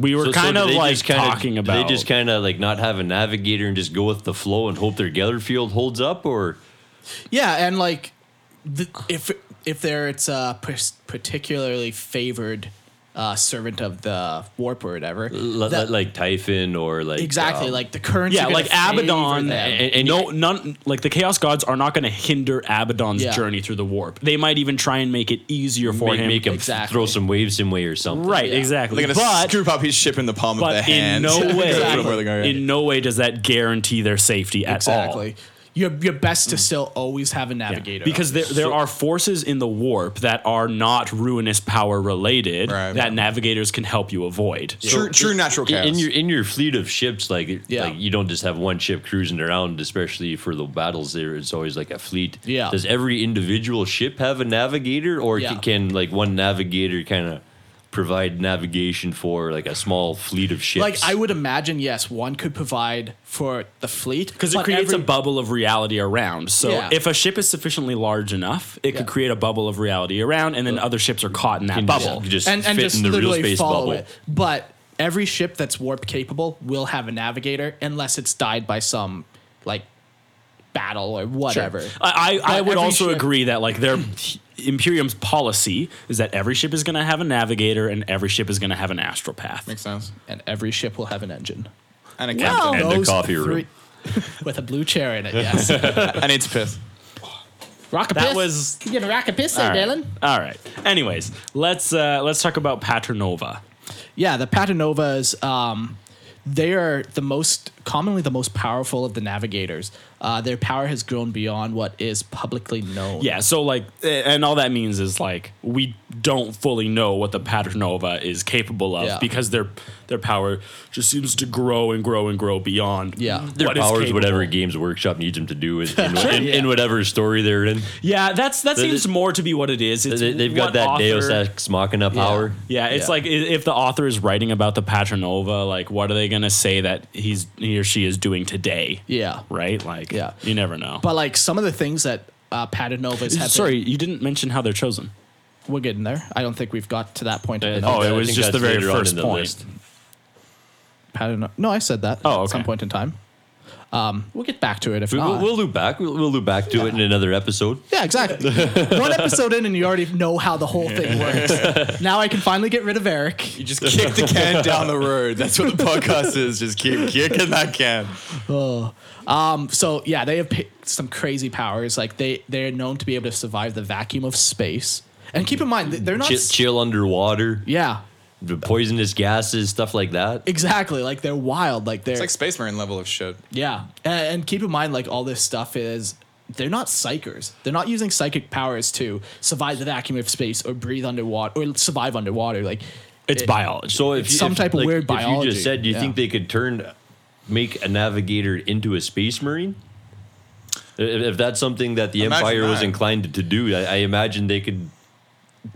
[SPEAKER 2] we were
[SPEAKER 5] So- so
[SPEAKER 2] kind
[SPEAKER 5] do
[SPEAKER 2] of
[SPEAKER 5] they
[SPEAKER 2] like
[SPEAKER 5] just kinda-
[SPEAKER 2] talking
[SPEAKER 5] do
[SPEAKER 2] about.
[SPEAKER 5] They just kind of like not have a navigator and just go with the flow and hope their gather field holds up, or
[SPEAKER 3] yeah, and like the, if if there it's a pers- particularly favored uh, servant of the warp or whatever,
[SPEAKER 5] l-
[SPEAKER 3] that-
[SPEAKER 5] l- like Typhon or like
[SPEAKER 3] exactly
[SPEAKER 5] um,
[SPEAKER 3] like the current.
[SPEAKER 2] yeah, like Abaddon,
[SPEAKER 5] And-
[SPEAKER 2] and,
[SPEAKER 5] and-
[SPEAKER 2] no, none like the Chaos Gods are not going to hinder Abaddon's
[SPEAKER 3] Yeah.
[SPEAKER 2] journey through the warp. They might even try and make it easier for
[SPEAKER 5] make,
[SPEAKER 2] him.
[SPEAKER 5] make him
[SPEAKER 3] Exactly.
[SPEAKER 5] throw some waves in way or something.
[SPEAKER 2] right,
[SPEAKER 3] yeah.
[SPEAKER 2] exactly.
[SPEAKER 4] They're gonna
[SPEAKER 2] But
[SPEAKER 4] scoop up his ship in the palm of their
[SPEAKER 2] but in
[SPEAKER 4] hand.
[SPEAKER 2] no
[SPEAKER 4] Put
[SPEAKER 2] way,
[SPEAKER 4] him where they're gonna-
[SPEAKER 2] in no way does that guarantee their safety at all. Mm.
[SPEAKER 3] exactly. Your your best to still always have a navigator
[SPEAKER 2] Because there, there are forces in the warp that are not ruinous power related
[SPEAKER 4] Right.
[SPEAKER 2] that navigators can help you avoid.
[SPEAKER 4] True, true natural
[SPEAKER 5] In-
[SPEAKER 4] chaos.
[SPEAKER 5] In your in your fleet of ships, like, it-
[SPEAKER 3] Yeah.
[SPEAKER 5] like you don't just have one ship cruising around, especially for the battles. There, it's always like a fleet.
[SPEAKER 3] Yeah.
[SPEAKER 5] Does every individual ship have a navigator, or
[SPEAKER 3] Yeah.
[SPEAKER 5] ca- can like one navigator kind of provide navigation for like a small fleet of ships?
[SPEAKER 3] Like I would imagine, yes, one could provide for the fleet
[SPEAKER 2] Because it
[SPEAKER 3] but
[SPEAKER 2] creates
[SPEAKER 3] every-
[SPEAKER 2] a bubble of reality around. So
[SPEAKER 3] Yeah.
[SPEAKER 2] if a ship is sufficiently large enough, it
[SPEAKER 3] Yeah.
[SPEAKER 2] could create a bubble of reality around, and then other ships are caught in that
[SPEAKER 5] Can just-
[SPEAKER 2] bubble.
[SPEAKER 5] just fit in the real
[SPEAKER 3] literally
[SPEAKER 5] space bubble.
[SPEAKER 3] But every ship that's warp capable will have a navigator, unless it's died by some like battle or whatever.
[SPEAKER 2] I, I, I
[SPEAKER 3] But
[SPEAKER 2] would
[SPEAKER 3] every
[SPEAKER 2] also
[SPEAKER 3] ship-
[SPEAKER 2] agree that like their Imperium's policy is that every ship is going to have a navigator and every ship is going to have an astral path.
[SPEAKER 4] Makes sense.
[SPEAKER 3] And every ship will have an engine.
[SPEAKER 4] And a
[SPEAKER 3] Well,
[SPEAKER 4] captain.
[SPEAKER 5] And a
[SPEAKER 3] Oh. those
[SPEAKER 5] coffee room.
[SPEAKER 3] three- with a blue chair in it. Yes,
[SPEAKER 4] I need to piss.
[SPEAKER 3] rock a
[SPEAKER 2] That
[SPEAKER 3] piss.
[SPEAKER 2] was-
[SPEAKER 3] you gonna rock a piss there,
[SPEAKER 2] All right.
[SPEAKER 3] Dylan?
[SPEAKER 2] All right. Anyways, let's uh, let's talk about Paternova.
[SPEAKER 3] Yeah, the Patanovas, um, they are the most commonly the most powerful of the navigators. Uh, their power has grown beyond what is publicly known.
[SPEAKER 2] Yeah. So like, eh, and all that means is like we don't fully know what the Paternova is capable of
[SPEAKER 3] Yeah.
[SPEAKER 2] because their their power just seems to grow and grow and grow beyond.
[SPEAKER 3] Yeah.
[SPEAKER 5] Their
[SPEAKER 2] what is
[SPEAKER 5] powers,
[SPEAKER 2] capable.
[SPEAKER 5] whatever Games Workshop needs them to do, is in, in,
[SPEAKER 3] Yeah.
[SPEAKER 5] in whatever story they're in.
[SPEAKER 2] Yeah, that's that
[SPEAKER 5] They-
[SPEAKER 2] seems more to be what it is. It's
[SPEAKER 5] They, they've got
[SPEAKER 2] what
[SPEAKER 5] that
[SPEAKER 2] author-
[SPEAKER 5] Deus Ex Machina power.
[SPEAKER 2] Yeah, it's
[SPEAKER 3] Yeah.
[SPEAKER 2] like i- if the author is writing about the Patronova, like what are they going to say that he's he or she is doing today?
[SPEAKER 3] yeah,
[SPEAKER 2] Right? Like
[SPEAKER 3] Yeah.
[SPEAKER 2] you never know.
[SPEAKER 3] But like some of the things that uh, Patanovas have.
[SPEAKER 2] sorry, you didn't mention how they're chosen.
[SPEAKER 3] we're getting there. I don't think we've got to that point.
[SPEAKER 5] I
[SPEAKER 3] in
[SPEAKER 5] think
[SPEAKER 3] the-
[SPEAKER 2] Oh, it
[SPEAKER 5] that- I
[SPEAKER 2] was
[SPEAKER 5] think
[SPEAKER 2] just the
[SPEAKER 5] that's
[SPEAKER 2] very
[SPEAKER 5] later on
[SPEAKER 2] first
[SPEAKER 5] in the
[SPEAKER 2] point.
[SPEAKER 5] list.
[SPEAKER 3] Patano- no, I said that.
[SPEAKER 2] Oh,
[SPEAKER 3] at some
[SPEAKER 2] okay.
[SPEAKER 3] point in time. Um, we'll get back to it if
[SPEAKER 5] We,
[SPEAKER 3] not.
[SPEAKER 5] will we'll loop back. We'll, we'll loop back to it in another episode.
[SPEAKER 3] Yeah, exactly. One episode in, and you already know how the whole thing works. now I can finally get rid of Eric.
[SPEAKER 4] You just kick the can down the road. That's what the podcast is. Just keep kicking that can.
[SPEAKER 3] Um, so yeah, they have pi some crazy powers. Like they they're known to be able to survive the vacuum of space. And keep in mind, th- they're not.
[SPEAKER 5] Chill,
[SPEAKER 3] s-
[SPEAKER 5] chill underwater,
[SPEAKER 3] Yeah,
[SPEAKER 5] the poisonous gases, stuff like that.
[SPEAKER 3] exactly. Like they're wild. Like they're
[SPEAKER 4] It's like Space Marine level of shit.
[SPEAKER 3] yeah. And, and keep in mind, like all this stuff is. They're not psychers. They're not using psychic powers to survive the vacuum of space or breathe underwater or survive underwater. Like
[SPEAKER 2] It's biology.
[SPEAKER 5] So if
[SPEAKER 3] It's
[SPEAKER 5] you,
[SPEAKER 3] some
[SPEAKER 5] if,
[SPEAKER 3] type of
[SPEAKER 5] like,
[SPEAKER 3] weird
[SPEAKER 5] if you
[SPEAKER 3] biology.
[SPEAKER 5] just said, do you
[SPEAKER 3] Yeah.
[SPEAKER 5] think they could turn, make a navigator into a space marine? If, if that's something that the
[SPEAKER 4] Imagine
[SPEAKER 5] Empire was
[SPEAKER 4] that.
[SPEAKER 5] inclined to do, I, I imagine they could.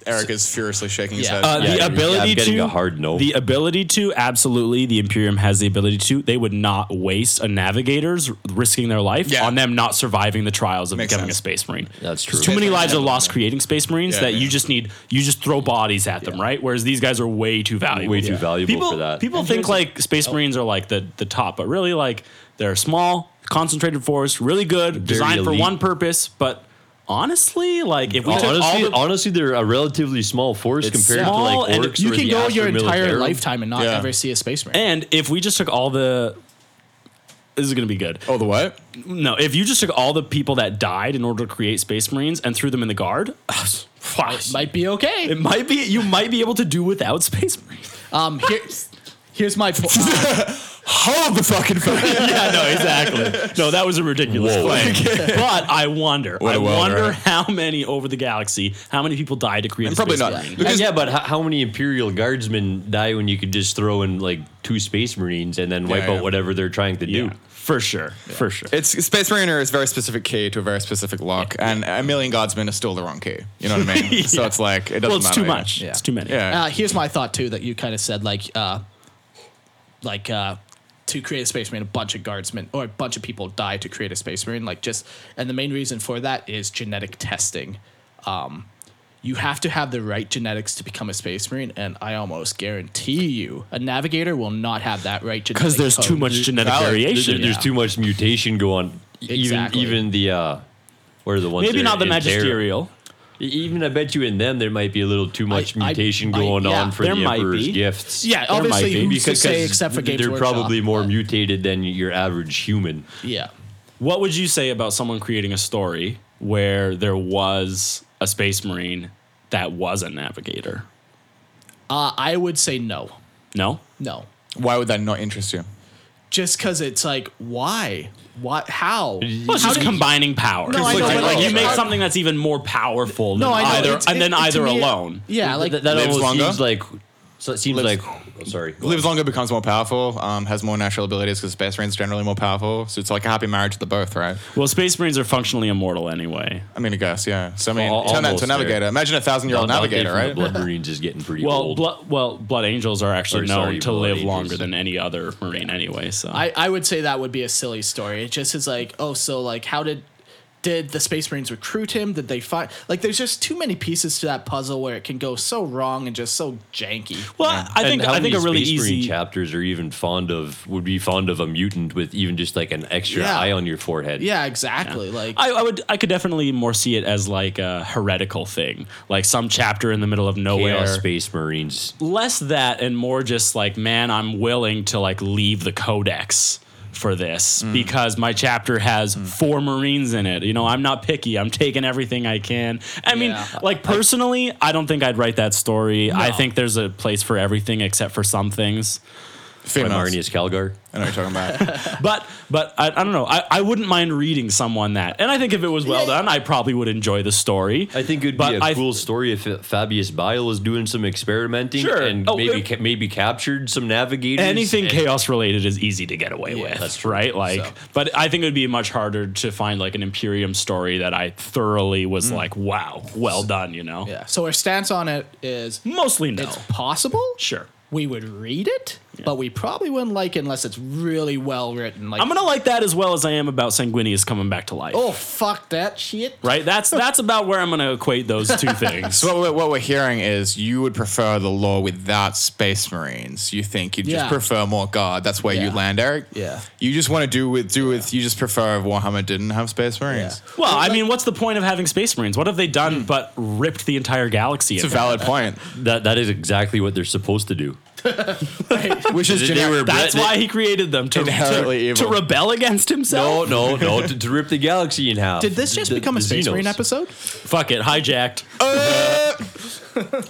[SPEAKER 4] Eric is furiously shaking his
[SPEAKER 3] Yeah.
[SPEAKER 4] head.
[SPEAKER 2] Uh,
[SPEAKER 5] Yeah,
[SPEAKER 2] the
[SPEAKER 5] you're-
[SPEAKER 2] ability
[SPEAKER 5] I'm getting
[SPEAKER 2] to
[SPEAKER 5] a hard no.
[SPEAKER 2] The ability to absolutely, the Imperium has the ability to. They would not waste a navigator's risking their life
[SPEAKER 4] Yeah.
[SPEAKER 2] on them not surviving the trials of
[SPEAKER 4] Makes
[SPEAKER 2] becoming a
[SPEAKER 4] sense.
[SPEAKER 2] space marine.
[SPEAKER 5] That's
[SPEAKER 2] 'Cause Too
[SPEAKER 5] true.
[SPEAKER 2] many
[SPEAKER 4] Space
[SPEAKER 2] lives are
[SPEAKER 4] marines
[SPEAKER 2] lost
[SPEAKER 4] have-
[SPEAKER 2] creating space marines
[SPEAKER 4] Yeah,
[SPEAKER 2] that you
[SPEAKER 4] yeah.
[SPEAKER 2] just need. You just throw bodies at them, right? Whereas these guys are way too valuable.
[SPEAKER 5] Way too
[SPEAKER 2] Yeah.
[SPEAKER 5] valuable
[SPEAKER 2] people,
[SPEAKER 5] for that.
[SPEAKER 2] People
[SPEAKER 3] And
[SPEAKER 2] think
[SPEAKER 3] here's a-
[SPEAKER 2] like space
[SPEAKER 4] Oh.
[SPEAKER 2] marines are like the the top, but really like they're small, concentrated force, really good, designed for
[SPEAKER 5] elite.
[SPEAKER 2] one purpose, but. Honestly, like if we took all
[SPEAKER 5] honestly,
[SPEAKER 2] the,
[SPEAKER 5] honestly, they're a relatively small force compared
[SPEAKER 2] small
[SPEAKER 5] to like
[SPEAKER 2] and
[SPEAKER 5] orcs.
[SPEAKER 3] you
[SPEAKER 5] or
[SPEAKER 3] can
[SPEAKER 5] the
[SPEAKER 3] go your entire
[SPEAKER 5] Astromilitarum.
[SPEAKER 3] lifetime and not
[SPEAKER 4] Yeah.
[SPEAKER 3] ever see a space marine.
[SPEAKER 2] And if we just took all the. This is going to be good.
[SPEAKER 4] oh, the what?
[SPEAKER 2] No, if you just took all the people that died in order to create Space Marines and threw them in the guard, it, might,
[SPEAKER 3] Might be okay.
[SPEAKER 2] it might be you might be able to do without Space Marines.
[SPEAKER 3] Um, here, here's my point.
[SPEAKER 4] Hold the fucking phone.
[SPEAKER 2] yeah, no, exactly. No, that was a ridiculous claim. But I wonder, I
[SPEAKER 4] a well,
[SPEAKER 2] wonder
[SPEAKER 4] right?
[SPEAKER 2] how many over the galaxy, how many people died to create a
[SPEAKER 4] Probably
[SPEAKER 2] Space
[SPEAKER 4] not.
[SPEAKER 2] Marine.
[SPEAKER 5] And
[SPEAKER 4] Because
[SPEAKER 5] yeah, but how, how many Imperial Guardsmen die when you could just throw in like two Space Marines and then wipe
[SPEAKER 4] yeah.
[SPEAKER 5] out whatever they're trying to do?
[SPEAKER 2] Yeah, for sure, for sure.
[SPEAKER 4] it's Space Mariner is a very specific key to a very specific lock, and a million guardsmen is still the wrong key. You know what I mean? So it's like it doesn't
[SPEAKER 2] well, it's
[SPEAKER 4] matter.
[SPEAKER 2] too much.
[SPEAKER 3] Yeah.
[SPEAKER 2] It's too many.
[SPEAKER 4] Yeah.
[SPEAKER 3] Uh, here's my thought too that you kind of said like, uh, like uh, to create a space marine, a bunch of guardsmen or a bunch of people die to create a space marine. Like just, and the main reason for that is genetic testing. Um, you have to have the right genetics to become a space marine, and I almost guarantee you, a navigator will not have that right genetic.
[SPEAKER 2] Because there's too
[SPEAKER 3] code.
[SPEAKER 2] much genetic
[SPEAKER 4] Valid.
[SPEAKER 5] There-
[SPEAKER 2] variation.
[SPEAKER 5] There's
[SPEAKER 3] Yeah.
[SPEAKER 5] too much mutation going on. E-
[SPEAKER 3] Exactly.
[SPEAKER 5] Even even the uh, where are the ones
[SPEAKER 2] Maybe
[SPEAKER 5] that
[SPEAKER 2] not the
[SPEAKER 5] are in Terra?
[SPEAKER 2] magisterial.
[SPEAKER 5] E- Even I bet you in them there might be a little too much
[SPEAKER 3] I-
[SPEAKER 5] mutation
[SPEAKER 3] I-
[SPEAKER 5] going
[SPEAKER 3] yeah,
[SPEAKER 5] on for the
[SPEAKER 2] there might
[SPEAKER 5] Emperor's
[SPEAKER 2] be.
[SPEAKER 5] gifts.
[SPEAKER 3] Yeah,
[SPEAKER 2] There might
[SPEAKER 3] obviously,
[SPEAKER 2] be,
[SPEAKER 3] who's to say
[SPEAKER 5] Because
[SPEAKER 3] except for Games
[SPEAKER 5] they're
[SPEAKER 3] Workshop?
[SPEAKER 5] probably more mutated than your average human.
[SPEAKER 3] Yeah.
[SPEAKER 2] What would you say about someone creating a story where there was a space marine that was a navigator?
[SPEAKER 3] Uh, I would say no,
[SPEAKER 2] No?
[SPEAKER 3] no,
[SPEAKER 4] Why would that not interest you?
[SPEAKER 3] just because it's like why, what, how?
[SPEAKER 2] Well, it's just combining power.
[SPEAKER 3] No, I know,
[SPEAKER 2] like,
[SPEAKER 4] but
[SPEAKER 2] like,
[SPEAKER 4] like-
[SPEAKER 2] you make
[SPEAKER 4] I-
[SPEAKER 2] something that's even more powerful than
[SPEAKER 3] No, I know.
[SPEAKER 2] either
[SPEAKER 3] it's-
[SPEAKER 2] and
[SPEAKER 3] it-
[SPEAKER 2] then
[SPEAKER 3] it- to
[SPEAKER 2] either
[SPEAKER 3] me,
[SPEAKER 2] alone.
[SPEAKER 3] Yeah, like
[SPEAKER 5] that, that
[SPEAKER 4] Lives
[SPEAKER 5] almost
[SPEAKER 4] longer?
[SPEAKER 5] seems like so it seems
[SPEAKER 4] Lives-
[SPEAKER 5] like oh, sorry. go
[SPEAKER 4] Lives longer, becomes more powerful, um, has more natural abilities because Space Marine's generally more powerful. So it's like a happy marriage to the both, right?
[SPEAKER 2] Well, space marines are functionally immortal anyway.
[SPEAKER 4] I mean, I guess, yeah. So I mean,
[SPEAKER 5] Al-
[SPEAKER 4] turn that into a
[SPEAKER 5] almost there.
[SPEAKER 4] navigator. Imagine a thousand year
[SPEAKER 5] on.
[SPEAKER 4] old
[SPEAKER 5] Down- down there
[SPEAKER 4] navigator,
[SPEAKER 5] from the
[SPEAKER 4] right?
[SPEAKER 5] Blood Marines is getting pretty
[SPEAKER 2] Well,
[SPEAKER 5] old.
[SPEAKER 2] blood, well, blood angels are actually
[SPEAKER 5] Or,
[SPEAKER 2] known
[SPEAKER 5] sorry,
[SPEAKER 2] to
[SPEAKER 5] blood
[SPEAKER 2] live
[SPEAKER 5] angels.
[SPEAKER 2] longer than any other marine anyway. So
[SPEAKER 3] I, I would say that would be a silly story. It just is like, oh, so like, how did did the Space Marines recruit him? Did they find like there's just too many pieces to that puzzle where it can go so wrong and just so janky.
[SPEAKER 2] Well, I
[SPEAKER 5] And
[SPEAKER 2] think
[SPEAKER 5] how
[SPEAKER 2] I think a
[SPEAKER 5] many
[SPEAKER 2] really
[SPEAKER 5] Space Marine
[SPEAKER 2] easy.
[SPEAKER 5] chapters are even fond of would be fond of a mutant with even just like an extra
[SPEAKER 3] Yeah.
[SPEAKER 5] eye on your forehead.
[SPEAKER 3] Yeah, exactly. Like
[SPEAKER 2] I, I would I could definitely more see it as like a heretical thing, like some chapter in the middle of nowhere.
[SPEAKER 5] Chaos Space Marines.
[SPEAKER 2] Less that and more just like, man, I'm willing to like leave the codex for this because my chapter has four Marines in it. You know, I'm not picky. I'm taking everything I can. I
[SPEAKER 3] Yeah.
[SPEAKER 2] mean, like personally, I don't think I'd write that story. I think there's a place for everything except for some things.
[SPEAKER 5] By
[SPEAKER 4] Famous.
[SPEAKER 5] Marnius Calgar.
[SPEAKER 4] I know what you're talking about.
[SPEAKER 2] But but I, I don't know. I, I wouldn't mind reading someone that. And I think if it was well done, I probably would enjoy the story.
[SPEAKER 5] I think it'd
[SPEAKER 2] But
[SPEAKER 5] be a
[SPEAKER 2] I-
[SPEAKER 5] cool story if Fabius Bile is doing some experimenting
[SPEAKER 2] Sure.
[SPEAKER 5] and
[SPEAKER 2] Oh,
[SPEAKER 5] maybe
[SPEAKER 2] it-
[SPEAKER 5] ca- maybe captured some navigators.
[SPEAKER 2] anything
[SPEAKER 5] and-
[SPEAKER 2] chaos related is easy to get away with
[SPEAKER 5] that's true.
[SPEAKER 2] right like
[SPEAKER 5] So-
[SPEAKER 2] but i think it would be much harder to find like an imperium story that i thoroughly was
[SPEAKER 5] Mm.
[SPEAKER 2] like wow well done you know
[SPEAKER 3] yeah. So our stance on it is
[SPEAKER 2] mostly no
[SPEAKER 3] it's possible.
[SPEAKER 2] sure
[SPEAKER 3] We would read it, but we probably wouldn't like it unless it's really well written. Like
[SPEAKER 2] i'm gonna like that as well as i am about sanguinius coming back to life
[SPEAKER 3] Oh fuck that shit.
[SPEAKER 2] right that's that's about where i'm gonna equate those two things
[SPEAKER 4] So what we're, what we're hearing is you would prefer the law without Space Marines. You think you'd
[SPEAKER 3] Yeah.
[SPEAKER 4] just prefer more God. That's where you
[SPEAKER 3] Yeah.
[SPEAKER 4] land, Eric.
[SPEAKER 3] Yeah.
[SPEAKER 4] You just want to do with do with. You just prefer if Warhammer didn't have Space Marines.
[SPEAKER 3] Yeah.
[SPEAKER 2] well i mean what's the point of having space marines what have they done
[SPEAKER 5] Mm.
[SPEAKER 2] but ripped the entire galaxy
[SPEAKER 4] It's a
[SPEAKER 2] apart?
[SPEAKER 4] valid point.
[SPEAKER 5] That that is exactly what they're supposed to do.
[SPEAKER 4] Which is
[SPEAKER 5] They were
[SPEAKER 4] generic.
[SPEAKER 5] bred-
[SPEAKER 2] that's
[SPEAKER 5] they-
[SPEAKER 2] why he created them to,
[SPEAKER 4] Inherently
[SPEAKER 2] to, to
[SPEAKER 4] evil.
[SPEAKER 2] rebel against
[SPEAKER 5] No,
[SPEAKER 2] himself
[SPEAKER 5] Oh, no, no! To, to rip the galaxy in half.
[SPEAKER 3] Did this just
[SPEAKER 5] The-
[SPEAKER 3] become a
[SPEAKER 5] the
[SPEAKER 3] Space
[SPEAKER 5] Xenos.
[SPEAKER 3] Marine episode?
[SPEAKER 2] Fuck it, hijacked. Uh,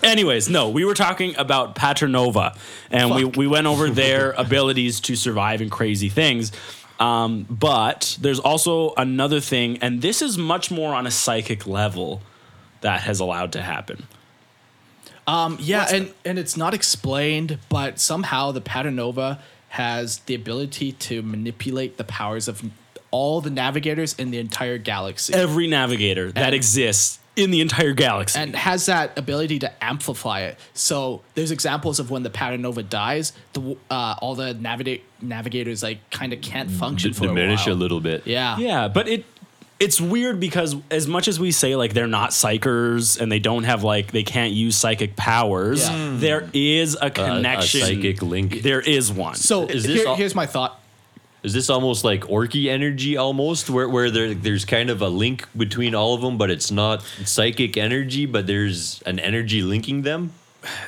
[SPEAKER 2] Anyways, no, we were talking about Paternova, and we, we went over their abilities to survive in crazy things. Um, but there's also another thing, and this is much more on a psychic level that has allowed to happen.
[SPEAKER 3] Um, yeah, and, and it's not explained, but somehow the Paternova has the ability to manipulate the powers of all the navigators in the entire galaxy.
[SPEAKER 2] Every navigator that
[SPEAKER 3] And-
[SPEAKER 2] exists in the entire galaxy.
[SPEAKER 3] and has that ability to amplify it. So there's examples of when the Paternova dies, the w- uh, all the navigate navigators like kind of can't function for
[SPEAKER 5] diminish
[SPEAKER 3] a,
[SPEAKER 5] a,
[SPEAKER 3] while.
[SPEAKER 5] little bit.
[SPEAKER 3] Yeah,
[SPEAKER 2] yeah, but it it's weird because as much as we say like they're not psychers and they don't have like they can't use psychic powers,
[SPEAKER 3] Yeah. Mm.
[SPEAKER 2] there is a
[SPEAKER 5] A-
[SPEAKER 2] connection.
[SPEAKER 5] a psychic link.
[SPEAKER 2] There is one.
[SPEAKER 3] So
[SPEAKER 5] Is this
[SPEAKER 3] here-
[SPEAKER 5] all-
[SPEAKER 3] here's my thought.
[SPEAKER 5] Is this almost like orky energy, almost where where there there's kind of a link between all of them, but it's not psychic energy, but there's an energy linking them.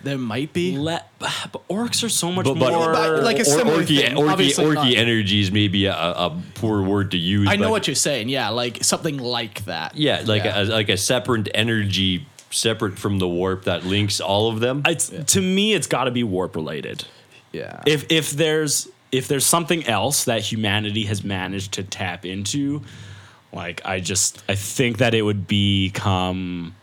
[SPEAKER 3] There might be.
[SPEAKER 2] let but orcs are so much
[SPEAKER 5] But, but
[SPEAKER 2] more
[SPEAKER 3] But like a
[SPEAKER 5] or-
[SPEAKER 3] similar
[SPEAKER 5] orky,
[SPEAKER 3] thing,
[SPEAKER 5] orky,
[SPEAKER 3] obviously not.
[SPEAKER 5] orky energy is maybe a, a poor word to use.
[SPEAKER 3] I know
[SPEAKER 5] but
[SPEAKER 3] what you're saying. Yeah, like something like that.
[SPEAKER 5] Yeah, like A, like a separate energy, separate from the warp that links all of them.
[SPEAKER 2] it's, to me it's got to be warp related.
[SPEAKER 3] yeah.
[SPEAKER 2] If if there's if there's something else that humanity has managed to tap into, like I just I think that it would become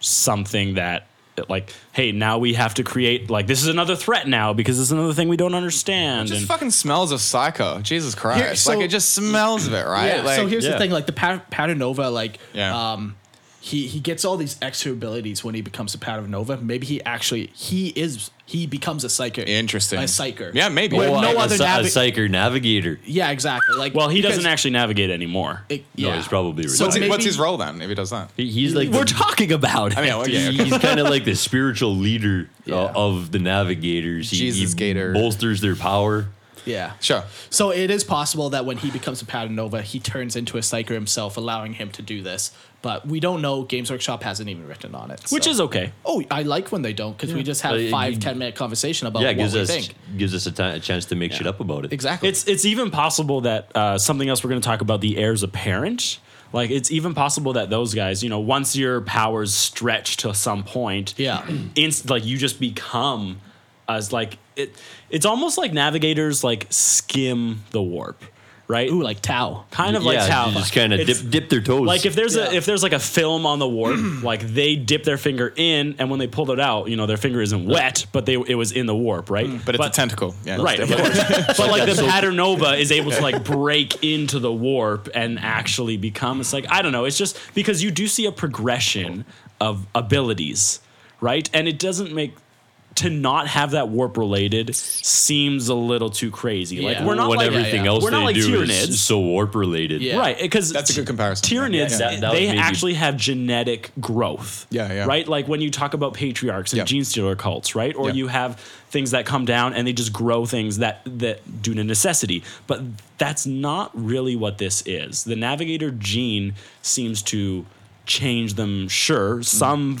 [SPEAKER 2] something that that, like hey now we have to create like this is another threat now because it's another thing we don't understand
[SPEAKER 4] just
[SPEAKER 2] and
[SPEAKER 4] fucking smells of psycho. Jesus Christ!
[SPEAKER 3] so-
[SPEAKER 4] like it just smells of it, right?
[SPEAKER 3] Yeah.
[SPEAKER 4] Like,
[SPEAKER 3] so here's
[SPEAKER 5] yeah.
[SPEAKER 3] the thing: like the Pat- Paternova, like
[SPEAKER 4] Yeah.
[SPEAKER 3] um, he he gets all these extra abilities when he becomes a Paternova. Maybe he actually he is he becomes a psychic.
[SPEAKER 4] interesting.
[SPEAKER 3] A psyker.
[SPEAKER 4] Yeah, maybe.
[SPEAKER 3] Where
[SPEAKER 5] Or
[SPEAKER 3] no
[SPEAKER 5] a-
[SPEAKER 3] other
[SPEAKER 5] a, psy- a
[SPEAKER 3] navi-
[SPEAKER 5] psyker navigator.
[SPEAKER 3] Yeah, exactly. Like
[SPEAKER 2] well he doesn't
[SPEAKER 3] because
[SPEAKER 2] actually navigate anymore.
[SPEAKER 3] it-
[SPEAKER 5] No,
[SPEAKER 3] yeah.
[SPEAKER 5] he's probably
[SPEAKER 3] So
[SPEAKER 5] retarded.
[SPEAKER 4] what's, he- what's
[SPEAKER 3] maybe-
[SPEAKER 4] his role then if he does that?
[SPEAKER 5] He- He's like
[SPEAKER 2] We're
[SPEAKER 5] the-
[SPEAKER 2] talking about it.
[SPEAKER 4] I mean, oh, yeah,
[SPEAKER 5] He-
[SPEAKER 4] okay.
[SPEAKER 5] he's kind of like the spiritual leader uh,
[SPEAKER 3] Yeah.
[SPEAKER 5] of the navigators. He,
[SPEAKER 4] Jesus
[SPEAKER 5] he
[SPEAKER 4] Gator.
[SPEAKER 5] bolsters their power.
[SPEAKER 3] Yeah.
[SPEAKER 4] sure.
[SPEAKER 3] So it is possible that when he becomes a Paternova, he turns into a psyker himself, allowing him to do this. But we don't know. Games Workshop hasn't even written on it.
[SPEAKER 2] which
[SPEAKER 3] so-
[SPEAKER 2] is okay.
[SPEAKER 3] oh, I like when they don't because we just have
[SPEAKER 5] Uh, you-
[SPEAKER 3] five ten minute conversation about
[SPEAKER 5] yeah,
[SPEAKER 3] what
[SPEAKER 5] gives
[SPEAKER 3] we
[SPEAKER 5] us
[SPEAKER 3] think.
[SPEAKER 5] gives us a ti- a chance to make shit up about it.
[SPEAKER 3] Exactly.
[SPEAKER 2] It's it's even possible that uh, something else we're going to talk about the heirs apparent. Like it's even possible that those guys, you know, once your powers stretch to some point,
[SPEAKER 3] Yeah.
[SPEAKER 2] inst- like you just become as like it. It's almost like navigators like skim the warp, right?
[SPEAKER 3] ooh like Tau.
[SPEAKER 2] kind of like
[SPEAKER 5] yeah,
[SPEAKER 2] how
[SPEAKER 5] you just kind of
[SPEAKER 2] it's-
[SPEAKER 5] dip dip their toes.
[SPEAKER 2] Like if there's
[SPEAKER 3] Yeah.
[SPEAKER 2] a if there's like a film on the warp, like they dip their finger in, and when they pulled it out, you know, their finger isn't wet, but they it was in the warp, right?
[SPEAKER 4] But it's a tentacle. Yeah,
[SPEAKER 2] Right, of
[SPEAKER 4] it's different.
[SPEAKER 2] course. but like the Paternova is able to like break into the warp and actually become. It's like I don't know. It's just because you do see a progression of abilities, right? And it doesn't make to not have that warp related seems a little too crazy. Like
[SPEAKER 3] Yeah.
[SPEAKER 2] we're not
[SPEAKER 5] when
[SPEAKER 2] like,
[SPEAKER 5] everything else
[SPEAKER 2] we're
[SPEAKER 5] they
[SPEAKER 2] not like
[SPEAKER 5] do
[SPEAKER 2] Tyranids.
[SPEAKER 5] is so warp related.
[SPEAKER 3] Yeah.
[SPEAKER 2] Right, because
[SPEAKER 4] That's a good comparison.
[SPEAKER 2] Tyranids,
[SPEAKER 4] Yeah,
[SPEAKER 5] yeah. That- that was
[SPEAKER 2] they
[SPEAKER 5] maybe-
[SPEAKER 2] actually have genetic growth.
[SPEAKER 4] Yeah, yeah.
[SPEAKER 2] Right, like when you talk about patriarchs and
[SPEAKER 4] Yeah.
[SPEAKER 2] gene stealer cults, right? Or
[SPEAKER 4] Yeah.
[SPEAKER 2] you have things that come down and they just grow things that that due to necessity. But that's not really what this is. The navigator gene seems to change them.
[SPEAKER 4] Mm.
[SPEAKER 2] Sure, some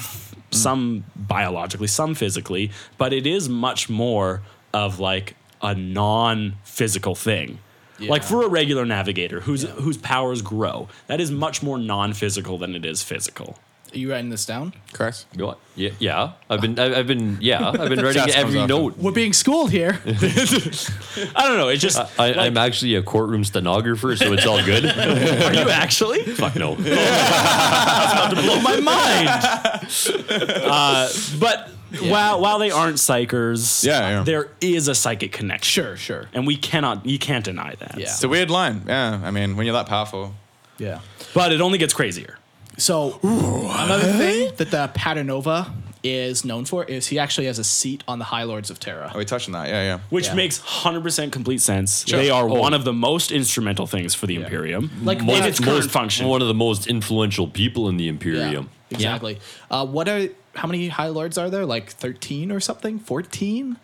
[SPEAKER 2] some biologically, some physically, but it is much more of like a non-physical thing. Like
[SPEAKER 3] Yeah.
[SPEAKER 2] for a regular navigator whose whose powers grow, that is much more non-physical than it is physical.
[SPEAKER 3] Are you writing this down?
[SPEAKER 4] Correct.
[SPEAKER 5] You know what? Yeah, yeah. I've been, I've, I've been, yeah, I've been writing
[SPEAKER 4] Shots comes
[SPEAKER 5] every
[SPEAKER 4] off.
[SPEAKER 5] note.
[SPEAKER 3] We're being schooled here.
[SPEAKER 2] I don't know. It's
[SPEAKER 4] Uh,
[SPEAKER 2] just
[SPEAKER 5] I, I'm actually a courtroom stenographer, so it's all good.
[SPEAKER 2] are you actually?
[SPEAKER 5] Fuck no.
[SPEAKER 2] blow my mind. Uh, but while while they aren't psychers,
[SPEAKER 4] Yeah, yeah.
[SPEAKER 2] there is a psychic connection.
[SPEAKER 3] sure, sure.
[SPEAKER 2] And we cannot you can't deny that.
[SPEAKER 3] Yeah.
[SPEAKER 4] It's a weird line. Yeah, I mean, when you're that powerful.
[SPEAKER 3] Yeah.
[SPEAKER 2] But it only gets crazier.
[SPEAKER 3] So another thing that the Paternova is known for is he actually has a seat on the High Lords of Terra.
[SPEAKER 4] Are we touching that? Yeah, yeah.
[SPEAKER 2] Which
[SPEAKER 3] Yeah.
[SPEAKER 2] makes hundred percent complete sense. They are one of the most instrumental things for the Imperium.
[SPEAKER 3] Like
[SPEAKER 2] in
[SPEAKER 3] one of-
[SPEAKER 2] its current
[SPEAKER 5] most-
[SPEAKER 2] function.
[SPEAKER 5] One of the most influential people in the
[SPEAKER 3] Yeah,
[SPEAKER 5] Imperium.
[SPEAKER 3] exactly. Uh, what are how many High Lords are there? Like thirteen or something? Fourteen?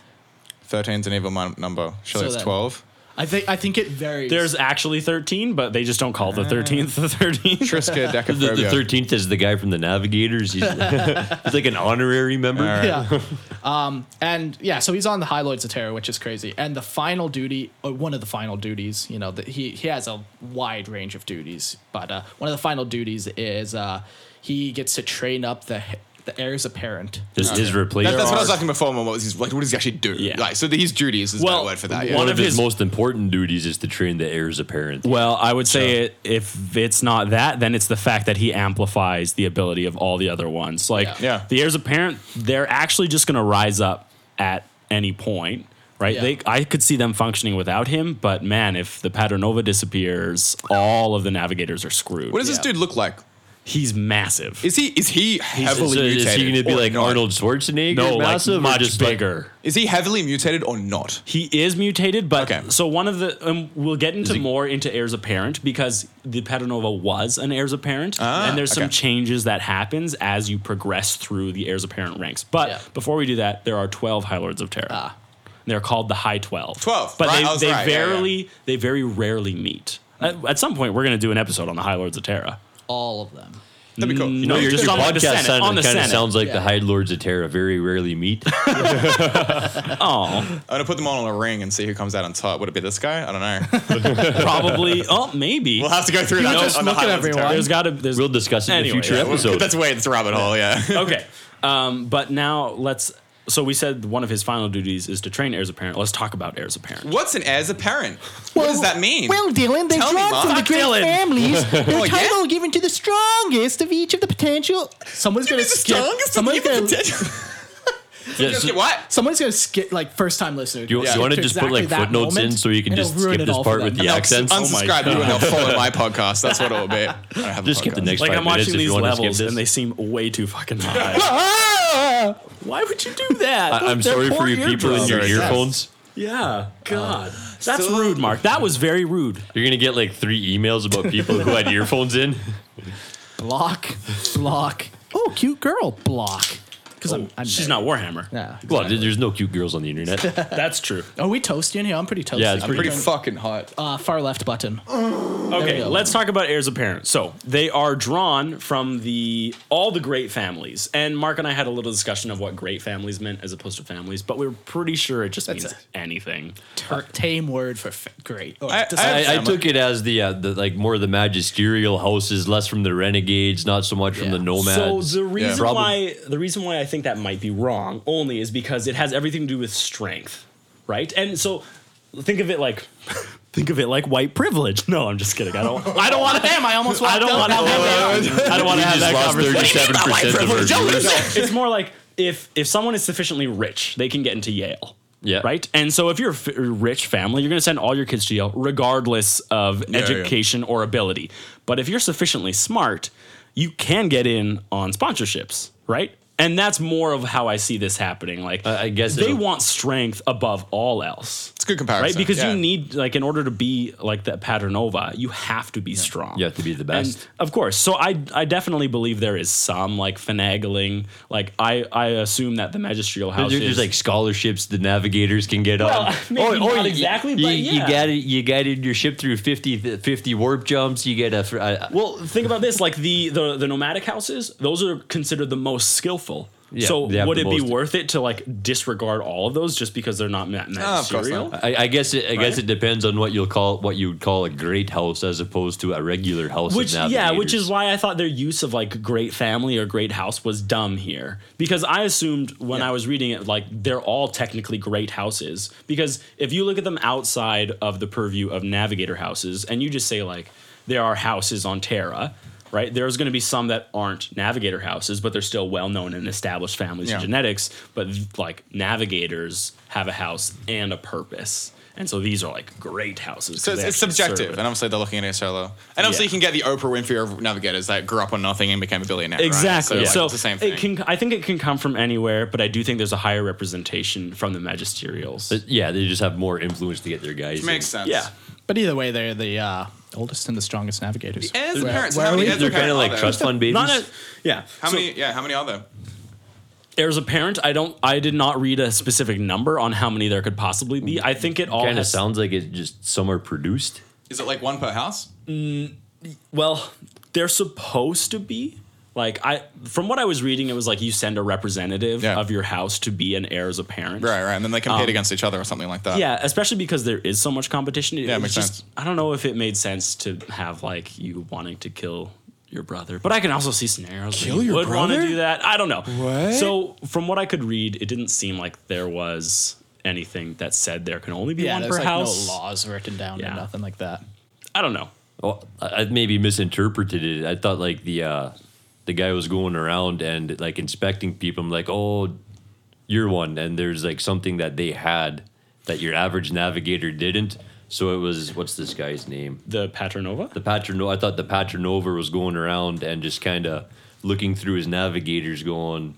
[SPEAKER 4] 13's an evil mon- number. Surely
[SPEAKER 3] So
[SPEAKER 4] it's
[SPEAKER 3] then-
[SPEAKER 4] 12.
[SPEAKER 3] I think I think it varies.
[SPEAKER 2] There's actually 13, but they just don't call the 13th the 13th.
[SPEAKER 4] Triska
[SPEAKER 5] The, the
[SPEAKER 4] decaphobia.
[SPEAKER 5] 13th is the guy from the Navigators. He's, he's like an honorary member.
[SPEAKER 4] All right.
[SPEAKER 3] yeah. um, and yeah, so he's on the High Lords of Terror, which is crazy. And the final duty, or one of the final duties, you know, that he he has a wide range of duties, but uh, one of the final duties is uh, he gets to train up the the heirs apparent.
[SPEAKER 5] His, his
[SPEAKER 4] That-
[SPEAKER 5] replacement.
[SPEAKER 4] that's what I was
[SPEAKER 2] are-
[SPEAKER 4] asking before. Mom, What was his, like, what does he actually do?
[SPEAKER 2] Yeah.
[SPEAKER 4] Like, so the, his duties is
[SPEAKER 2] Well,
[SPEAKER 4] a better word for that.
[SPEAKER 2] one
[SPEAKER 4] Yeah.
[SPEAKER 5] one of his,
[SPEAKER 2] his-
[SPEAKER 5] most important duties is to train the heirs apparent.
[SPEAKER 2] Well, I would say it, if it's not that, then it's the fact that he amplifies the ability of all the other ones. Like
[SPEAKER 3] Yeah.
[SPEAKER 4] Yeah.
[SPEAKER 2] the heirs apparent, they're actually just going to rise up at any point, right?
[SPEAKER 3] Yeah.
[SPEAKER 2] They, I could see them functioning without him, but man, if the Paternova disappears, all of the navigators are screwed.
[SPEAKER 4] what does
[SPEAKER 3] Yeah.
[SPEAKER 4] this dude look like?
[SPEAKER 2] He's massive.
[SPEAKER 4] Is he is he heavily
[SPEAKER 5] so
[SPEAKER 4] mutated?
[SPEAKER 5] uh, is he going to be
[SPEAKER 4] or
[SPEAKER 5] like
[SPEAKER 4] not?
[SPEAKER 5] Arnold Schwarzenegger?
[SPEAKER 2] no,
[SPEAKER 5] massive or
[SPEAKER 2] like much
[SPEAKER 5] just like-
[SPEAKER 2] bigger.
[SPEAKER 4] Is he heavily mutated or not?
[SPEAKER 2] He is mutated, but
[SPEAKER 4] Okay.
[SPEAKER 2] so one of the um, we'll get into
[SPEAKER 5] he-
[SPEAKER 2] more into heirs apparent because the Paternova was an heirs apparent,
[SPEAKER 4] Ah,
[SPEAKER 2] and there's some
[SPEAKER 4] okay.
[SPEAKER 2] changes that happens as you progress through the heirs apparent ranks. But
[SPEAKER 3] Yeah.
[SPEAKER 2] before we do that, there are twelve High Lords of Terra. They're called the High Twelve.
[SPEAKER 4] 12,
[SPEAKER 2] but
[SPEAKER 4] right, I was
[SPEAKER 2] they, they
[SPEAKER 4] right, yeah, yeah.
[SPEAKER 2] very they very rarely meet. At, at some point, we're going to do an episode on the High Lords of Terra.
[SPEAKER 3] All of them.
[SPEAKER 4] That'd be cool.
[SPEAKER 2] You
[SPEAKER 5] No, your,
[SPEAKER 2] just
[SPEAKER 5] your
[SPEAKER 2] on the
[SPEAKER 5] podcast
[SPEAKER 2] Senate,
[SPEAKER 5] sound-
[SPEAKER 2] on the
[SPEAKER 5] kinda
[SPEAKER 2] Senate.
[SPEAKER 5] sounds like the
[SPEAKER 3] Yeah.
[SPEAKER 5] High Lords of Terra very rarely meet.
[SPEAKER 2] Oh,
[SPEAKER 4] I'm gonna put them all in a ring and see who comes out on top. Would it be this guy? I don't know.
[SPEAKER 2] probably. oh, maybe.
[SPEAKER 4] we'll have to go through that.
[SPEAKER 2] just
[SPEAKER 4] on the
[SPEAKER 3] look at
[SPEAKER 4] highlights of
[SPEAKER 3] everyone.
[SPEAKER 2] there's got to. There's
[SPEAKER 5] We'll discuss it in a
[SPEAKER 2] Anyway,
[SPEAKER 5] future
[SPEAKER 2] yeah,
[SPEAKER 4] Terra.
[SPEAKER 5] episode.
[SPEAKER 4] That's way. It's a rabbit hole. Yeah.
[SPEAKER 2] okay. Um, but now let's. So we said one of his final duties is to train heirs apparent. Let's talk about heirs apparent.
[SPEAKER 4] What's an heirs apparent? What does that mean?
[SPEAKER 6] Well, Dylan, they're
[SPEAKER 4] Tell me,
[SPEAKER 6] drawn from
[SPEAKER 4] Mom.
[SPEAKER 6] the
[SPEAKER 2] Fuck
[SPEAKER 6] great
[SPEAKER 2] Dylan.
[SPEAKER 6] families. Their
[SPEAKER 4] yeah?
[SPEAKER 6] title given to the strongest of each of the potential.
[SPEAKER 3] Someone's gonna skip.
[SPEAKER 6] someone's
[SPEAKER 4] Even
[SPEAKER 6] gonna-
[SPEAKER 4] potential-
[SPEAKER 5] Yeah, so-
[SPEAKER 4] Okay, what?
[SPEAKER 3] Someone's gonna skip. Like first time listener.
[SPEAKER 5] Do you,
[SPEAKER 4] Yeah.
[SPEAKER 5] want
[SPEAKER 3] skip
[SPEAKER 5] to just put
[SPEAKER 3] exactly
[SPEAKER 5] like
[SPEAKER 3] that
[SPEAKER 5] footnotes in
[SPEAKER 3] moment,
[SPEAKER 5] so you can
[SPEAKER 3] and
[SPEAKER 5] just
[SPEAKER 3] it'll ruin
[SPEAKER 5] skip
[SPEAKER 3] it
[SPEAKER 5] this
[SPEAKER 3] all for
[SPEAKER 5] part with
[SPEAKER 3] them.
[SPEAKER 5] the
[SPEAKER 3] No,
[SPEAKER 5] accents?
[SPEAKER 4] Unsubscribe you and they'll follow my podcast. That's what it will be. I don't have a
[SPEAKER 5] Just skip the
[SPEAKER 4] podcast.
[SPEAKER 5] next
[SPEAKER 2] Like
[SPEAKER 5] five
[SPEAKER 2] I'm
[SPEAKER 5] minutes
[SPEAKER 2] watching
[SPEAKER 5] if
[SPEAKER 2] these
[SPEAKER 5] you want to
[SPEAKER 2] levels
[SPEAKER 5] skip
[SPEAKER 2] and they
[SPEAKER 5] this.
[SPEAKER 2] seem way too fucking high. Why would you do that?
[SPEAKER 5] I, am
[SPEAKER 2] They're
[SPEAKER 5] sorry
[SPEAKER 2] poor
[SPEAKER 5] for you people in
[SPEAKER 2] eardrums.
[SPEAKER 5] your
[SPEAKER 4] Sorry, yes.
[SPEAKER 5] earphones.
[SPEAKER 2] Yeah, God,
[SPEAKER 5] Uh,
[SPEAKER 2] that's
[SPEAKER 4] so-
[SPEAKER 2] rude, Mark. That was very rude.
[SPEAKER 5] You're gonna get like three emails about people who had earphones in.
[SPEAKER 3] block, block. Oh, cute girl. Block. Because I'm, I'm
[SPEAKER 2] Oh, She's
[SPEAKER 3] married.
[SPEAKER 2] not Warhammer.
[SPEAKER 3] Yeah.
[SPEAKER 5] Well, there's no cute girls on the internet.
[SPEAKER 2] That's true.
[SPEAKER 3] Are we toasty in here? I'm pretty toasty.
[SPEAKER 5] Yeah, it's
[SPEAKER 4] Pretty
[SPEAKER 5] Pretty-
[SPEAKER 4] fucking hot.
[SPEAKER 3] uh, far left button.
[SPEAKER 2] Okay,
[SPEAKER 3] go.
[SPEAKER 2] let's talk about heirs apparent. So they are drawn from the all the great families, and Mark and I had a little discussion of what great families meant as opposed to families, but we were pretty sure it just
[SPEAKER 3] That's
[SPEAKER 2] means anything.
[SPEAKER 3] Ter- tame word for f- great. Oh, Or
[SPEAKER 4] I-
[SPEAKER 3] dis-
[SPEAKER 4] I-
[SPEAKER 5] I, I took it as the, uh, the like more of the magisterial houses, less from the renegades, not so much from
[SPEAKER 3] Yeah.
[SPEAKER 5] the nomads.
[SPEAKER 2] So the reason
[SPEAKER 5] Problem.
[SPEAKER 2] why the reason why I think that might be wrong only is because it has everything to do with strength, right? And so think of it like think of it like white privilege. No, I'm just kidding. I don't. I don't want to. Damn, I almost. I don't want to. I don't want to
[SPEAKER 5] we
[SPEAKER 2] have
[SPEAKER 5] just
[SPEAKER 2] that
[SPEAKER 5] lost
[SPEAKER 2] conversation.
[SPEAKER 5] thirty-seven percent of our viewers.
[SPEAKER 2] it's more like if if someone is sufficiently rich, they can get into Yale.
[SPEAKER 5] Yeah.
[SPEAKER 2] Right. And so if you're a f- rich family, you're going to send all your kids to Yale, regardless of
[SPEAKER 4] yeah.
[SPEAKER 2] education or ability. But if you're sufficiently smart, you can get in on sponsorships, right? And that's more of how I see this happening. Like
[SPEAKER 5] I- I guess
[SPEAKER 2] they
[SPEAKER 5] it'll-
[SPEAKER 2] want strength above all else.
[SPEAKER 4] It's a good comparison.
[SPEAKER 2] Right? Because
[SPEAKER 4] yeah.
[SPEAKER 2] you need like in order to be like that Paternova, you have to be strong.
[SPEAKER 5] You have to be the
[SPEAKER 2] And,
[SPEAKER 5] best.
[SPEAKER 2] of course. So I I definitely believe there is some like finagling. Like I I assume that the magisterial house
[SPEAKER 5] There-
[SPEAKER 2] is
[SPEAKER 5] there's like scholarships the navigators can get on.
[SPEAKER 2] maybe not
[SPEAKER 5] you-
[SPEAKER 2] exactly,
[SPEAKER 5] you,
[SPEAKER 2] but
[SPEAKER 5] you
[SPEAKER 2] yeah.
[SPEAKER 5] guided you guided your ship through 50, th- 50 warp jumps. You get a, fr- a-
[SPEAKER 2] Well, think about this: like the the, the nomadic houses, those are considered the most skillful.
[SPEAKER 5] Yeah,
[SPEAKER 2] so
[SPEAKER 5] they have
[SPEAKER 2] would
[SPEAKER 5] the
[SPEAKER 2] it be
[SPEAKER 5] most-
[SPEAKER 2] worth it to like disregard all of those just because they're not ma-
[SPEAKER 4] Ah, of course
[SPEAKER 2] magisterial?
[SPEAKER 4] not.
[SPEAKER 5] I, I guess it, I guess
[SPEAKER 2] Right?
[SPEAKER 5] it depends on what you'll call what you would call a great house as opposed to a regular house.
[SPEAKER 2] which
[SPEAKER 5] of
[SPEAKER 2] yeah, which is
[SPEAKER 5] navigators.
[SPEAKER 2] why I thought their use of like great family or great house was dumb here because I assumed when I was reading it like they're all technically great houses because if you look at them outside of the purview of navigator houses and you just say like there are houses on Terra. Right, there's going to be some that aren't navigator houses, but they're still well known and established families and
[SPEAKER 4] Yeah.
[SPEAKER 2] genetics. But like navigators have a house and a purpose, and so these are like great houses.
[SPEAKER 4] So
[SPEAKER 2] 'cause
[SPEAKER 4] it's,
[SPEAKER 2] they
[SPEAKER 4] it's
[SPEAKER 2] actually serve
[SPEAKER 4] subjective,
[SPEAKER 2] it.
[SPEAKER 4] and obviously they're looking at it solo. And obviously
[SPEAKER 2] Yeah.
[SPEAKER 4] you can get the Oprah Winfrey of navigators that grew up on nothing and became a billionaire. right?
[SPEAKER 2] Exactly.
[SPEAKER 4] So, like,
[SPEAKER 2] So,
[SPEAKER 4] it's the same thing.
[SPEAKER 2] it can. I think it can come from anywhere, but I do think there's a higher representation from the magisterials.
[SPEAKER 5] But yeah, they just have more influence to get their guys. in.
[SPEAKER 4] makes sense.
[SPEAKER 2] yeah,
[SPEAKER 3] But either way, they're the uh, oldest and the strongest navigators.
[SPEAKER 4] And the
[SPEAKER 3] Where-
[SPEAKER 4] parents,
[SPEAKER 3] where
[SPEAKER 4] how
[SPEAKER 3] are
[SPEAKER 4] many
[SPEAKER 3] we?
[SPEAKER 4] Eds
[SPEAKER 5] They're
[SPEAKER 4] are
[SPEAKER 5] kind of like
[SPEAKER 4] there?
[SPEAKER 5] trust fund babies.
[SPEAKER 2] not a, yeah.
[SPEAKER 4] How
[SPEAKER 2] So
[SPEAKER 4] many? Yeah, how many are there?
[SPEAKER 2] There's a parent. I don't. I did not read a specific number on how many there could possibly be. I think it all
[SPEAKER 5] kind of
[SPEAKER 2] has,
[SPEAKER 5] sounds like it's just some are produced.
[SPEAKER 4] Is it like one per house?
[SPEAKER 2] Well, they're supposed to be. Like I, from what I was reading, it was like you send a representative
[SPEAKER 4] Yeah.
[SPEAKER 2] of your house to be an heir as a parent.
[SPEAKER 4] Right, right. And then they compete against each other or something like that.
[SPEAKER 2] Yeah, especially because there is so much competition. It,
[SPEAKER 4] Yeah, it
[SPEAKER 2] it's
[SPEAKER 4] makes
[SPEAKER 2] just,
[SPEAKER 4] sense.
[SPEAKER 2] I don't know if it made sense to have like you wanting to kill your brother, but I can also see scenarios kill where you
[SPEAKER 4] your
[SPEAKER 2] would want to
[SPEAKER 4] brother?
[SPEAKER 2] do that. I don't know. So from what I could read, it didn't seem like there was anything that said there can only be
[SPEAKER 3] yeah,
[SPEAKER 2] one
[SPEAKER 3] there's
[SPEAKER 2] per
[SPEAKER 3] like
[SPEAKER 2] house.
[SPEAKER 3] no laws written down
[SPEAKER 2] Yeah.
[SPEAKER 3] or nothing like that.
[SPEAKER 2] I don't know.
[SPEAKER 5] Well, Oh, I I maybe misinterpreted it. I thought like the uh, the guy was going around and like inspecting people. I'm like, oh, you're one, and there's like something that they had that your average navigator didn't. So it was what's this guy's name?
[SPEAKER 2] The Paternova.
[SPEAKER 5] The Patronova. I thought the Patronova was going around and just kind of looking through his navigators, going,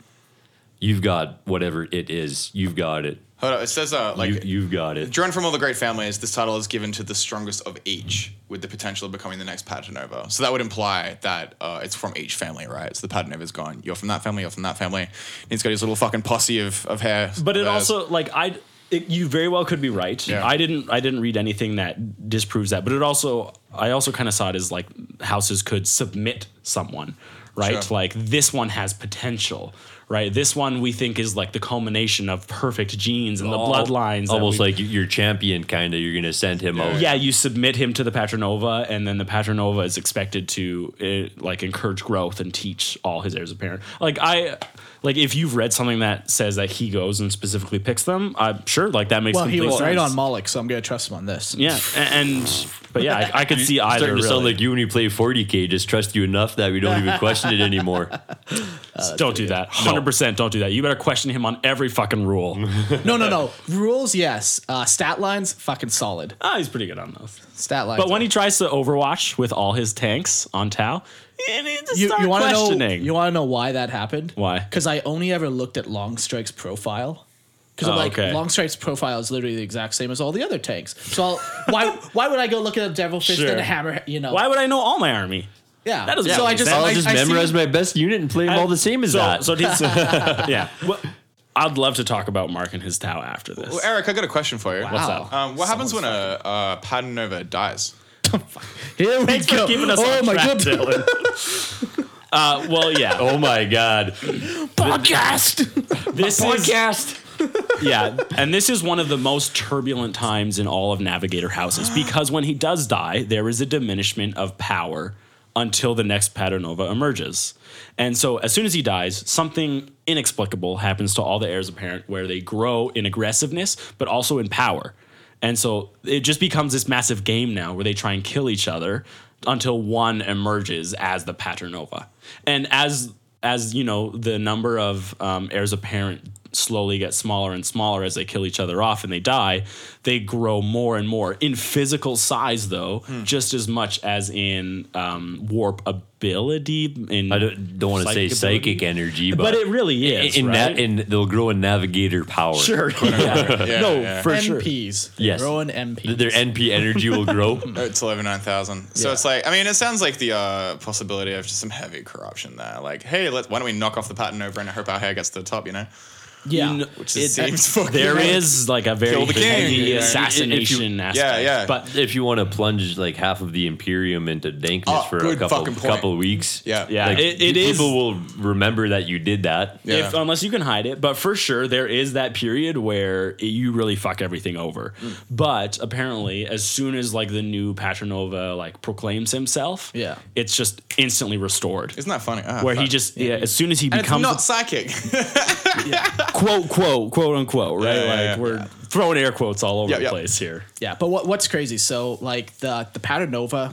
[SPEAKER 5] "You've got whatever it is. You've got it.
[SPEAKER 4] Hold on. It says uh, like
[SPEAKER 5] you, you've got it."
[SPEAKER 4] Drawn from all the great families, this title is given to the strongest of each, with the potential of becoming the next Paternova. So that would imply that uh, it's from each family, right? So the Paternova's gone. You're from that family. You're from that family. And he's got his little fucking posse of, of hair.
[SPEAKER 2] but it
[SPEAKER 4] Uh,
[SPEAKER 2] also like I. It, you very well could be right.
[SPEAKER 4] Yeah.
[SPEAKER 2] I didn't. I didn't read anything that disproves that. But it also, I also kind of saw it as like houses could submit someone, right?
[SPEAKER 4] Sure.
[SPEAKER 2] Like this one has potential, right? This one we think is like the culmination of perfect genes and the
[SPEAKER 5] Al-
[SPEAKER 2] bloodlines. that
[SPEAKER 5] almost
[SPEAKER 2] we-
[SPEAKER 5] like your champion, kind of. You're gonna send him out.
[SPEAKER 2] yeah, you submit him to the Patronova, and then the Patronova is expected to uh, like encourage growth and teach all his heirs apparent. Like I, like if you've read something that says that he goes and specifically picks them, I'm sure like that makes
[SPEAKER 3] Well, he
[SPEAKER 2] complete
[SPEAKER 3] was
[SPEAKER 2] sense.
[SPEAKER 3] right on Moloch, so I'm going to trust him on this.
[SPEAKER 2] Yeah, a- and but yeah, I, I could see either.
[SPEAKER 5] starting to sound
[SPEAKER 2] really.
[SPEAKER 5] like you when you play 40k just trust you enough that we don't even question it anymore
[SPEAKER 2] don't do that. Uh, Hundred percent, don't do that. You better question him on every fucking rule.
[SPEAKER 3] No, no, no. Rules, yes. Uh, stat lines, fucking solid.
[SPEAKER 2] ah, he's pretty good on those.
[SPEAKER 3] Stat lines.
[SPEAKER 2] But when he tries to Overwatch with all his tanks on Tau, you need to
[SPEAKER 3] you,
[SPEAKER 2] start
[SPEAKER 3] you want to know
[SPEAKER 2] questioning.
[SPEAKER 3] you want to know why that happened?
[SPEAKER 2] Why?
[SPEAKER 3] Because I only ever looked at Longstrike's profile. Because
[SPEAKER 2] Oh,
[SPEAKER 3] I'm like
[SPEAKER 2] okay.
[SPEAKER 3] Longstrike's profile is literally the exact same as all the other tanks. So I'll, why why would I go look at a Devil Fist
[SPEAKER 2] Sure.
[SPEAKER 3] and a Hammer? You know
[SPEAKER 2] Why would I know all my army?
[SPEAKER 3] Yeah.
[SPEAKER 2] That doesn't
[SPEAKER 3] so
[SPEAKER 2] make
[SPEAKER 3] I just
[SPEAKER 2] sense.
[SPEAKER 5] i'll
[SPEAKER 3] I,
[SPEAKER 5] just
[SPEAKER 3] I see-
[SPEAKER 5] memorize my best unit and play them all the same as
[SPEAKER 2] so,
[SPEAKER 5] that
[SPEAKER 2] So he's, yeah. Well, I'd love to talk about Mark and his Tau after this.
[SPEAKER 4] Well, Eric, I got a question for you.
[SPEAKER 2] What's up?
[SPEAKER 4] Um, what happens when a uh, Paternova dies?
[SPEAKER 3] Here we
[SPEAKER 2] Thanks for
[SPEAKER 3] go.
[SPEAKER 2] keeping us
[SPEAKER 5] Oh
[SPEAKER 2] on
[SPEAKER 3] my
[SPEAKER 2] track,
[SPEAKER 3] goodness.
[SPEAKER 2] Dylan. uh, well, yeah.
[SPEAKER 5] oh my god
[SPEAKER 3] podcast.
[SPEAKER 2] this podcast. yeah, and this is one of the most turbulent times in all of Navigator houses because when he does die, there is a diminishment of power until the next Paternova emerges. And so as soon as he dies, something inexplicable happens to all the heirs apparent where they grow in aggressiveness but also in power. And so it just becomes this massive game now where they try and kill each other until one emerges as the Paternova. And as as you know, the number of um, heirs apparent slowly get smaller and smaller as they kill each other off and they die, they grow more and more in physical size, though,
[SPEAKER 4] Hmm.
[SPEAKER 2] just as much as in um, warp ability. In
[SPEAKER 5] I don't, don't want to say
[SPEAKER 2] ability.
[SPEAKER 5] psychic energy, but,
[SPEAKER 2] But it really
[SPEAKER 5] in-
[SPEAKER 2] is,
[SPEAKER 5] In
[SPEAKER 2] right?
[SPEAKER 5] that, and they'll grow in navigator power.
[SPEAKER 2] Sure. yeah.
[SPEAKER 4] Yeah,
[SPEAKER 2] no,
[SPEAKER 4] yeah.
[SPEAKER 2] for sure.
[SPEAKER 3] MPs. They
[SPEAKER 5] Yes.
[SPEAKER 3] grow in MPs.
[SPEAKER 5] Th- Their NP energy will grow.
[SPEAKER 4] It's eleven nine thousand. So it's like I mean, it sounds like the uh, possibility of just some heavy corruption there. Like, hey, let why don't we knock off the pattern over and hope our hair gets to the top? You know,
[SPEAKER 3] yeah.
[SPEAKER 2] You know,
[SPEAKER 4] which it, seems fucking.
[SPEAKER 2] there is like a very
[SPEAKER 4] Kill the king.
[SPEAKER 2] heavy
[SPEAKER 4] Yeah.
[SPEAKER 2] assassination aspect.
[SPEAKER 4] Yeah, yeah.
[SPEAKER 2] But
[SPEAKER 5] if you want to plunge like half of the Imperium into dankness
[SPEAKER 4] Oh,
[SPEAKER 5] for a
[SPEAKER 4] good
[SPEAKER 5] couple
[SPEAKER 4] fucking point.
[SPEAKER 5] couple weeks,
[SPEAKER 4] Yeah.
[SPEAKER 2] Yeah,
[SPEAKER 5] like,
[SPEAKER 2] it- it
[SPEAKER 5] people
[SPEAKER 2] is-
[SPEAKER 5] will remember that you did that.
[SPEAKER 4] Yeah.
[SPEAKER 2] If, unless you can hide it, but for sure there is that period where it- you really fuck everything over. But apparently, as soon as like the new Patronova like proclaims himself,
[SPEAKER 3] Yeah.
[SPEAKER 2] it's just instantly restored.
[SPEAKER 4] Isn't that funny? Ah,
[SPEAKER 2] where he
[SPEAKER 4] fuck.
[SPEAKER 2] just yeah, as soon as he
[SPEAKER 4] and it's
[SPEAKER 2] becomes
[SPEAKER 4] not psychic.
[SPEAKER 2] a- quote quote quote unquote right
[SPEAKER 4] Yeah, yeah,
[SPEAKER 2] like
[SPEAKER 4] yeah.
[SPEAKER 2] we're throwing air quotes all over
[SPEAKER 4] Yeah,
[SPEAKER 2] the
[SPEAKER 4] yeah.
[SPEAKER 2] place here.
[SPEAKER 3] Yeah, but what what's crazy? So like the the Paternova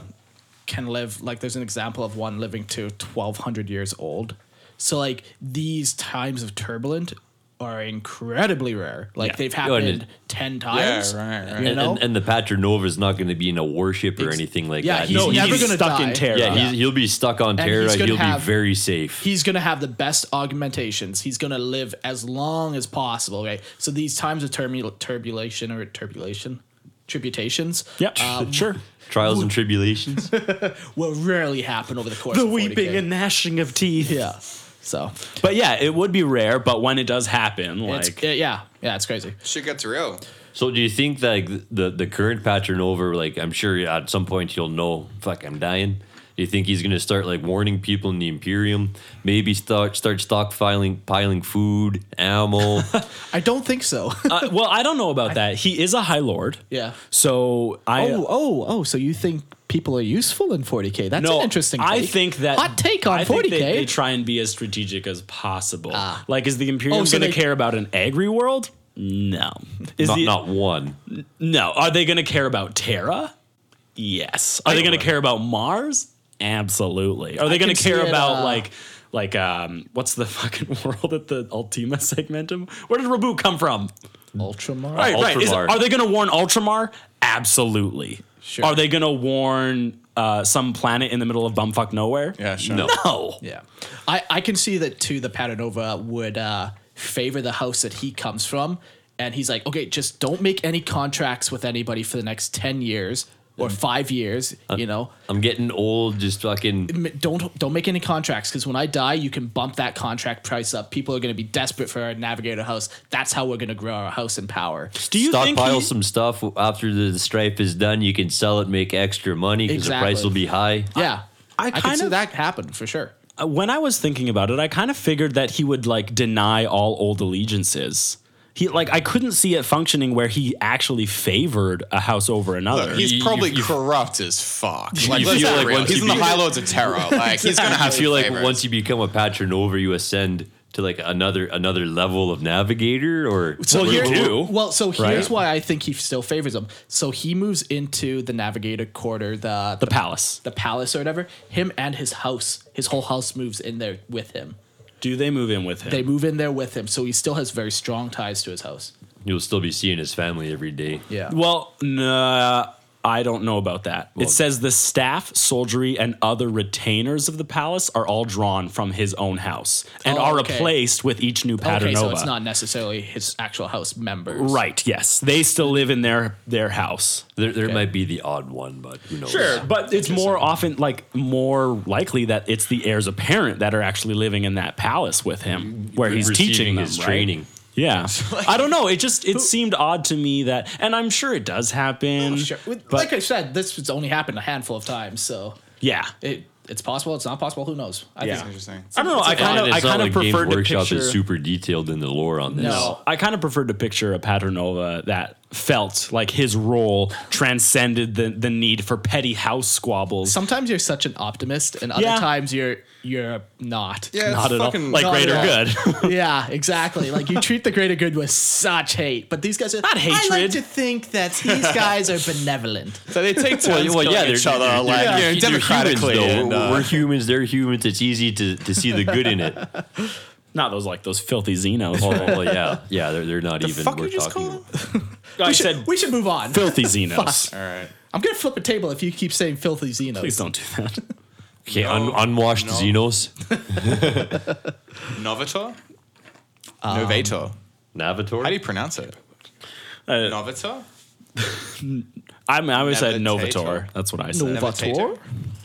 [SPEAKER 3] can live like there's an example of one living to 1200 years old. So like these times of turbulent are incredibly rare. Like
[SPEAKER 2] Yeah.
[SPEAKER 3] they've
[SPEAKER 5] Oh, and
[SPEAKER 3] happened
[SPEAKER 5] it-
[SPEAKER 3] 10 times.
[SPEAKER 4] right, right.
[SPEAKER 3] You
[SPEAKER 5] And,
[SPEAKER 3] know?
[SPEAKER 5] and, and the Patronova is not going to be in a warship or
[SPEAKER 3] Ex-
[SPEAKER 5] anything like
[SPEAKER 3] yeah,
[SPEAKER 5] that.
[SPEAKER 3] he's
[SPEAKER 5] He's-
[SPEAKER 3] never
[SPEAKER 5] he's-
[SPEAKER 3] gonna
[SPEAKER 2] stuck
[SPEAKER 3] die.
[SPEAKER 2] in terror.
[SPEAKER 5] yeah,
[SPEAKER 3] Yeah.
[SPEAKER 5] he's, he'll be stuck on
[SPEAKER 3] And
[SPEAKER 5] Terra.
[SPEAKER 3] he's gonna
[SPEAKER 5] He'll be
[SPEAKER 3] have-
[SPEAKER 5] very safe.
[SPEAKER 3] he's going to have the best augmentations. He's going to live as long as possible, right? So these times of turbul- turbulation or turbulation tributations
[SPEAKER 2] Yep, sure.
[SPEAKER 5] Trials and tribulations.
[SPEAKER 3] will rarely happen over the course
[SPEAKER 2] The
[SPEAKER 3] of 40K.
[SPEAKER 2] weeping and gnashing of teeth.
[SPEAKER 3] yeah. So
[SPEAKER 2] But yeah, it would be rare. But when it does happen,
[SPEAKER 3] it's,
[SPEAKER 2] like
[SPEAKER 3] yeah, yeah, it's crazy.
[SPEAKER 4] Shit gets real.
[SPEAKER 5] so do you think that like, the the current Patronova, like I'm sure at some point you'll know, fuck, I'm dying. Do you think he's going to start like warning people in the Imperium? Maybe start start stockpiling piling food, ammo.
[SPEAKER 3] I don't think so.
[SPEAKER 2] uh, well, I don't know about that. He is a high lord.
[SPEAKER 3] Yeah.
[SPEAKER 2] So I
[SPEAKER 3] Oh, oh, oh! So you think people are useful in 40k? That's
[SPEAKER 2] no,
[SPEAKER 3] an interesting. Take.
[SPEAKER 2] I think that
[SPEAKER 3] hot take on
[SPEAKER 2] I think
[SPEAKER 3] 40k.
[SPEAKER 2] They, they try and be as strategic as possible.
[SPEAKER 3] Ah.
[SPEAKER 2] Like, is the Imperium
[SPEAKER 3] Oh, so
[SPEAKER 2] going
[SPEAKER 3] they-
[SPEAKER 2] to care about an agri world? No. Is
[SPEAKER 5] not,
[SPEAKER 2] the
[SPEAKER 5] not one.
[SPEAKER 2] no? Are they going to care about Terra? Yes. Are they going to care about Mars? Absolutely. Are they going
[SPEAKER 3] can
[SPEAKER 2] to
[SPEAKER 3] see
[SPEAKER 2] care
[SPEAKER 3] it,
[SPEAKER 2] about
[SPEAKER 3] uh,
[SPEAKER 2] like? Like um, what's the fucking world at the Ultima segmentum? Where did Rabu come from?
[SPEAKER 3] Ultramar.
[SPEAKER 2] Right, right. Is-
[SPEAKER 5] Ultramar.
[SPEAKER 2] are they going to warn Ultramar? Absolutely.
[SPEAKER 3] Sure.
[SPEAKER 2] Are they going to warn uh, some planet in the middle of bumfuck nowhere?
[SPEAKER 4] Yeah, sure.
[SPEAKER 5] No.
[SPEAKER 2] No.
[SPEAKER 3] Yeah, I, I can see that too. The Patanova would uh, favor the house that he comes from, and he's like, okay, just don't make any contracts with anybody for the next ten years or five years. you know,
[SPEAKER 5] I'm getting old. Just fucking.
[SPEAKER 3] M- don't don't make any contracts because when I die, you can bump that contract price up. People are going to be desperate for our navigator house. That's how we're going to grow our house in power.
[SPEAKER 2] Do you think
[SPEAKER 5] stockpile
[SPEAKER 2] he-
[SPEAKER 5] some stuff after the strife is done. You can sell it, make extra money because the price
[SPEAKER 3] Exactly.
[SPEAKER 5] will be high.
[SPEAKER 3] Yeah,
[SPEAKER 2] I
[SPEAKER 3] can
[SPEAKER 2] kind
[SPEAKER 3] see
[SPEAKER 2] of-
[SPEAKER 3] that happen for sure.
[SPEAKER 2] uh, when I was thinking about it, I kind of figured that he would like deny all old allegiances. He like I couldn't see it functioning where he actually favored a house over another.
[SPEAKER 4] Look, he's
[SPEAKER 5] You-
[SPEAKER 4] probably
[SPEAKER 5] you- you-
[SPEAKER 4] corrupt as fuck. Like, let's
[SPEAKER 5] you feel
[SPEAKER 4] be
[SPEAKER 5] like
[SPEAKER 4] real.
[SPEAKER 5] once
[SPEAKER 4] he's
[SPEAKER 5] you
[SPEAKER 4] in the
[SPEAKER 5] be-
[SPEAKER 4] high lords of terror. Like, he's gonna
[SPEAKER 5] I
[SPEAKER 4] have.
[SPEAKER 5] feel like
[SPEAKER 4] favorites.
[SPEAKER 5] once you become a patronova, you ascend to like another another level of navigator, or
[SPEAKER 3] So
[SPEAKER 5] or
[SPEAKER 3] here-
[SPEAKER 5] you do.
[SPEAKER 3] Well, so here's
[SPEAKER 5] Right.
[SPEAKER 3] why I think he still favors him. So he moves into the Navigator Quarter, the
[SPEAKER 2] the palace.
[SPEAKER 3] the palace or whatever. Him and his house, his whole house moves in there with him.
[SPEAKER 2] Do they move in with him?
[SPEAKER 3] They move in there with him, so he still has very strong ties to his house.
[SPEAKER 5] You'll still be seeing his family every day.
[SPEAKER 3] Yeah.
[SPEAKER 2] Well, nah, I don't know about that.
[SPEAKER 5] Well-
[SPEAKER 2] it says the staff, soldiery, and other retainers of the palace are all drawn from his own house and
[SPEAKER 3] Oh,
[SPEAKER 2] are
[SPEAKER 3] okay.
[SPEAKER 2] replaced with each new Paternova.
[SPEAKER 3] Okay, so it's not necessarily his actual house members.
[SPEAKER 2] right. Yes, they still live in their their house.
[SPEAKER 5] There, there might be the odd one, but who knows?
[SPEAKER 2] but it's more often like more likely that it's the heirs apparent that are actually living in that palace with him, where he's
[SPEAKER 5] Receiving
[SPEAKER 2] teaching them,
[SPEAKER 5] his
[SPEAKER 2] right?
[SPEAKER 5] training.
[SPEAKER 2] Yeah, I don't know. It just it seemed odd to me that, and I'm sure it does happen.
[SPEAKER 3] Oh, Sure. With-
[SPEAKER 2] but
[SPEAKER 3] like I said, this has only happened a handful of times, so
[SPEAKER 2] yeah,
[SPEAKER 3] it, it's possible, it's not possible, who knows? I
[SPEAKER 2] Yeah.
[SPEAKER 3] think
[SPEAKER 4] Interesting.
[SPEAKER 2] I don't know. I kind of
[SPEAKER 5] And
[SPEAKER 2] I
[SPEAKER 5] it's not
[SPEAKER 2] kind of
[SPEAKER 5] like Games
[SPEAKER 2] preferred to
[SPEAKER 5] Workshop
[SPEAKER 2] picture. Oh,
[SPEAKER 5] is super detailed in the lore on this.
[SPEAKER 3] No.
[SPEAKER 2] I kind of preferred to picture a Paternova that felt like his role transcended the, the need for petty house squabbles.
[SPEAKER 3] sometimes you're such an optimist and other
[SPEAKER 2] Yeah.
[SPEAKER 3] times you're you're not.
[SPEAKER 4] Yeah, it's
[SPEAKER 2] not at all.
[SPEAKER 4] fucking-
[SPEAKER 2] Like
[SPEAKER 4] not at
[SPEAKER 2] greater
[SPEAKER 4] all.
[SPEAKER 2] good.
[SPEAKER 3] Yeah, exactly. Like you treat the greater good with such hate, but these guys are
[SPEAKER 2] Not
[SPEAKER 3] I like
[SPEAKER 2] hatred.
[SPEAKER 3] to think that these guys are benevolent.
[SPEAKER 4] So they take turns
[SPEAKER 5] Well, well,
[SPEAKER 4] killing
[SPEAKER 5] yeah, they're,
[SPEAKER 4] each other.
[SPEAKER 5] they're-
[SPEAKER 4] like,
[SPEAKER 5] they're-
[SPEAKER 4] you know,
[SPEAKER 5] they're humans,
[SPEAKER 4] democratically.
[SPEAKER 5] though.
[SPEAKER 4] and, uh,
[SPEAKER 5] We're humans. They're humans. It's easy to, to see the good in it.
[SPEAKER 2] Not those like those filthy Xenos.
[SPEAKER 5] Oh, well, yeah, yeah. They're, they're not even
[SPEAKER 4] fuck you
[SPEAKER 5] worth
[SPEAKER 4] just
[SPEAKER 5] talking.
[SPEAKER 4] call
[SPEAKER 5] about.
[SPEAKER 2] I
[SPEAKER 3] we, should,
[SPEAKER 2] said
[SPEAKER 3] we should move on.
[SPEAKER 2] filthy Xenos.
[SPEAKER 4] All right.
[SPEAKER 3] I'm gonna flip a table if you keep saying filthy Xenos.
[SPEAKER 2] Please don't do that.
[SPEAKER 5] Okay,
[SPEAKER 4] No,
[SPEAKER 5] un- unwashed
[SPEAKER 4] no.
[SPEAKER 5] Xenos,
[SPEAKER 4] Novator?
[SPEAKER 5] Um,
[SPEAKER 4] Novator.
[SPEAKER 5] Navator.
[SPEAKER 4] How do you pronounce it?
[SPEAKER 5] Uh,
[SPEAKER 4] Novator?
[SPEAKER 2] I'm, I always said Novator.
[SPEAKER 4] Navitator.
[SPEAKER 2] That's what I said.
[SPEAKER 3] Novator.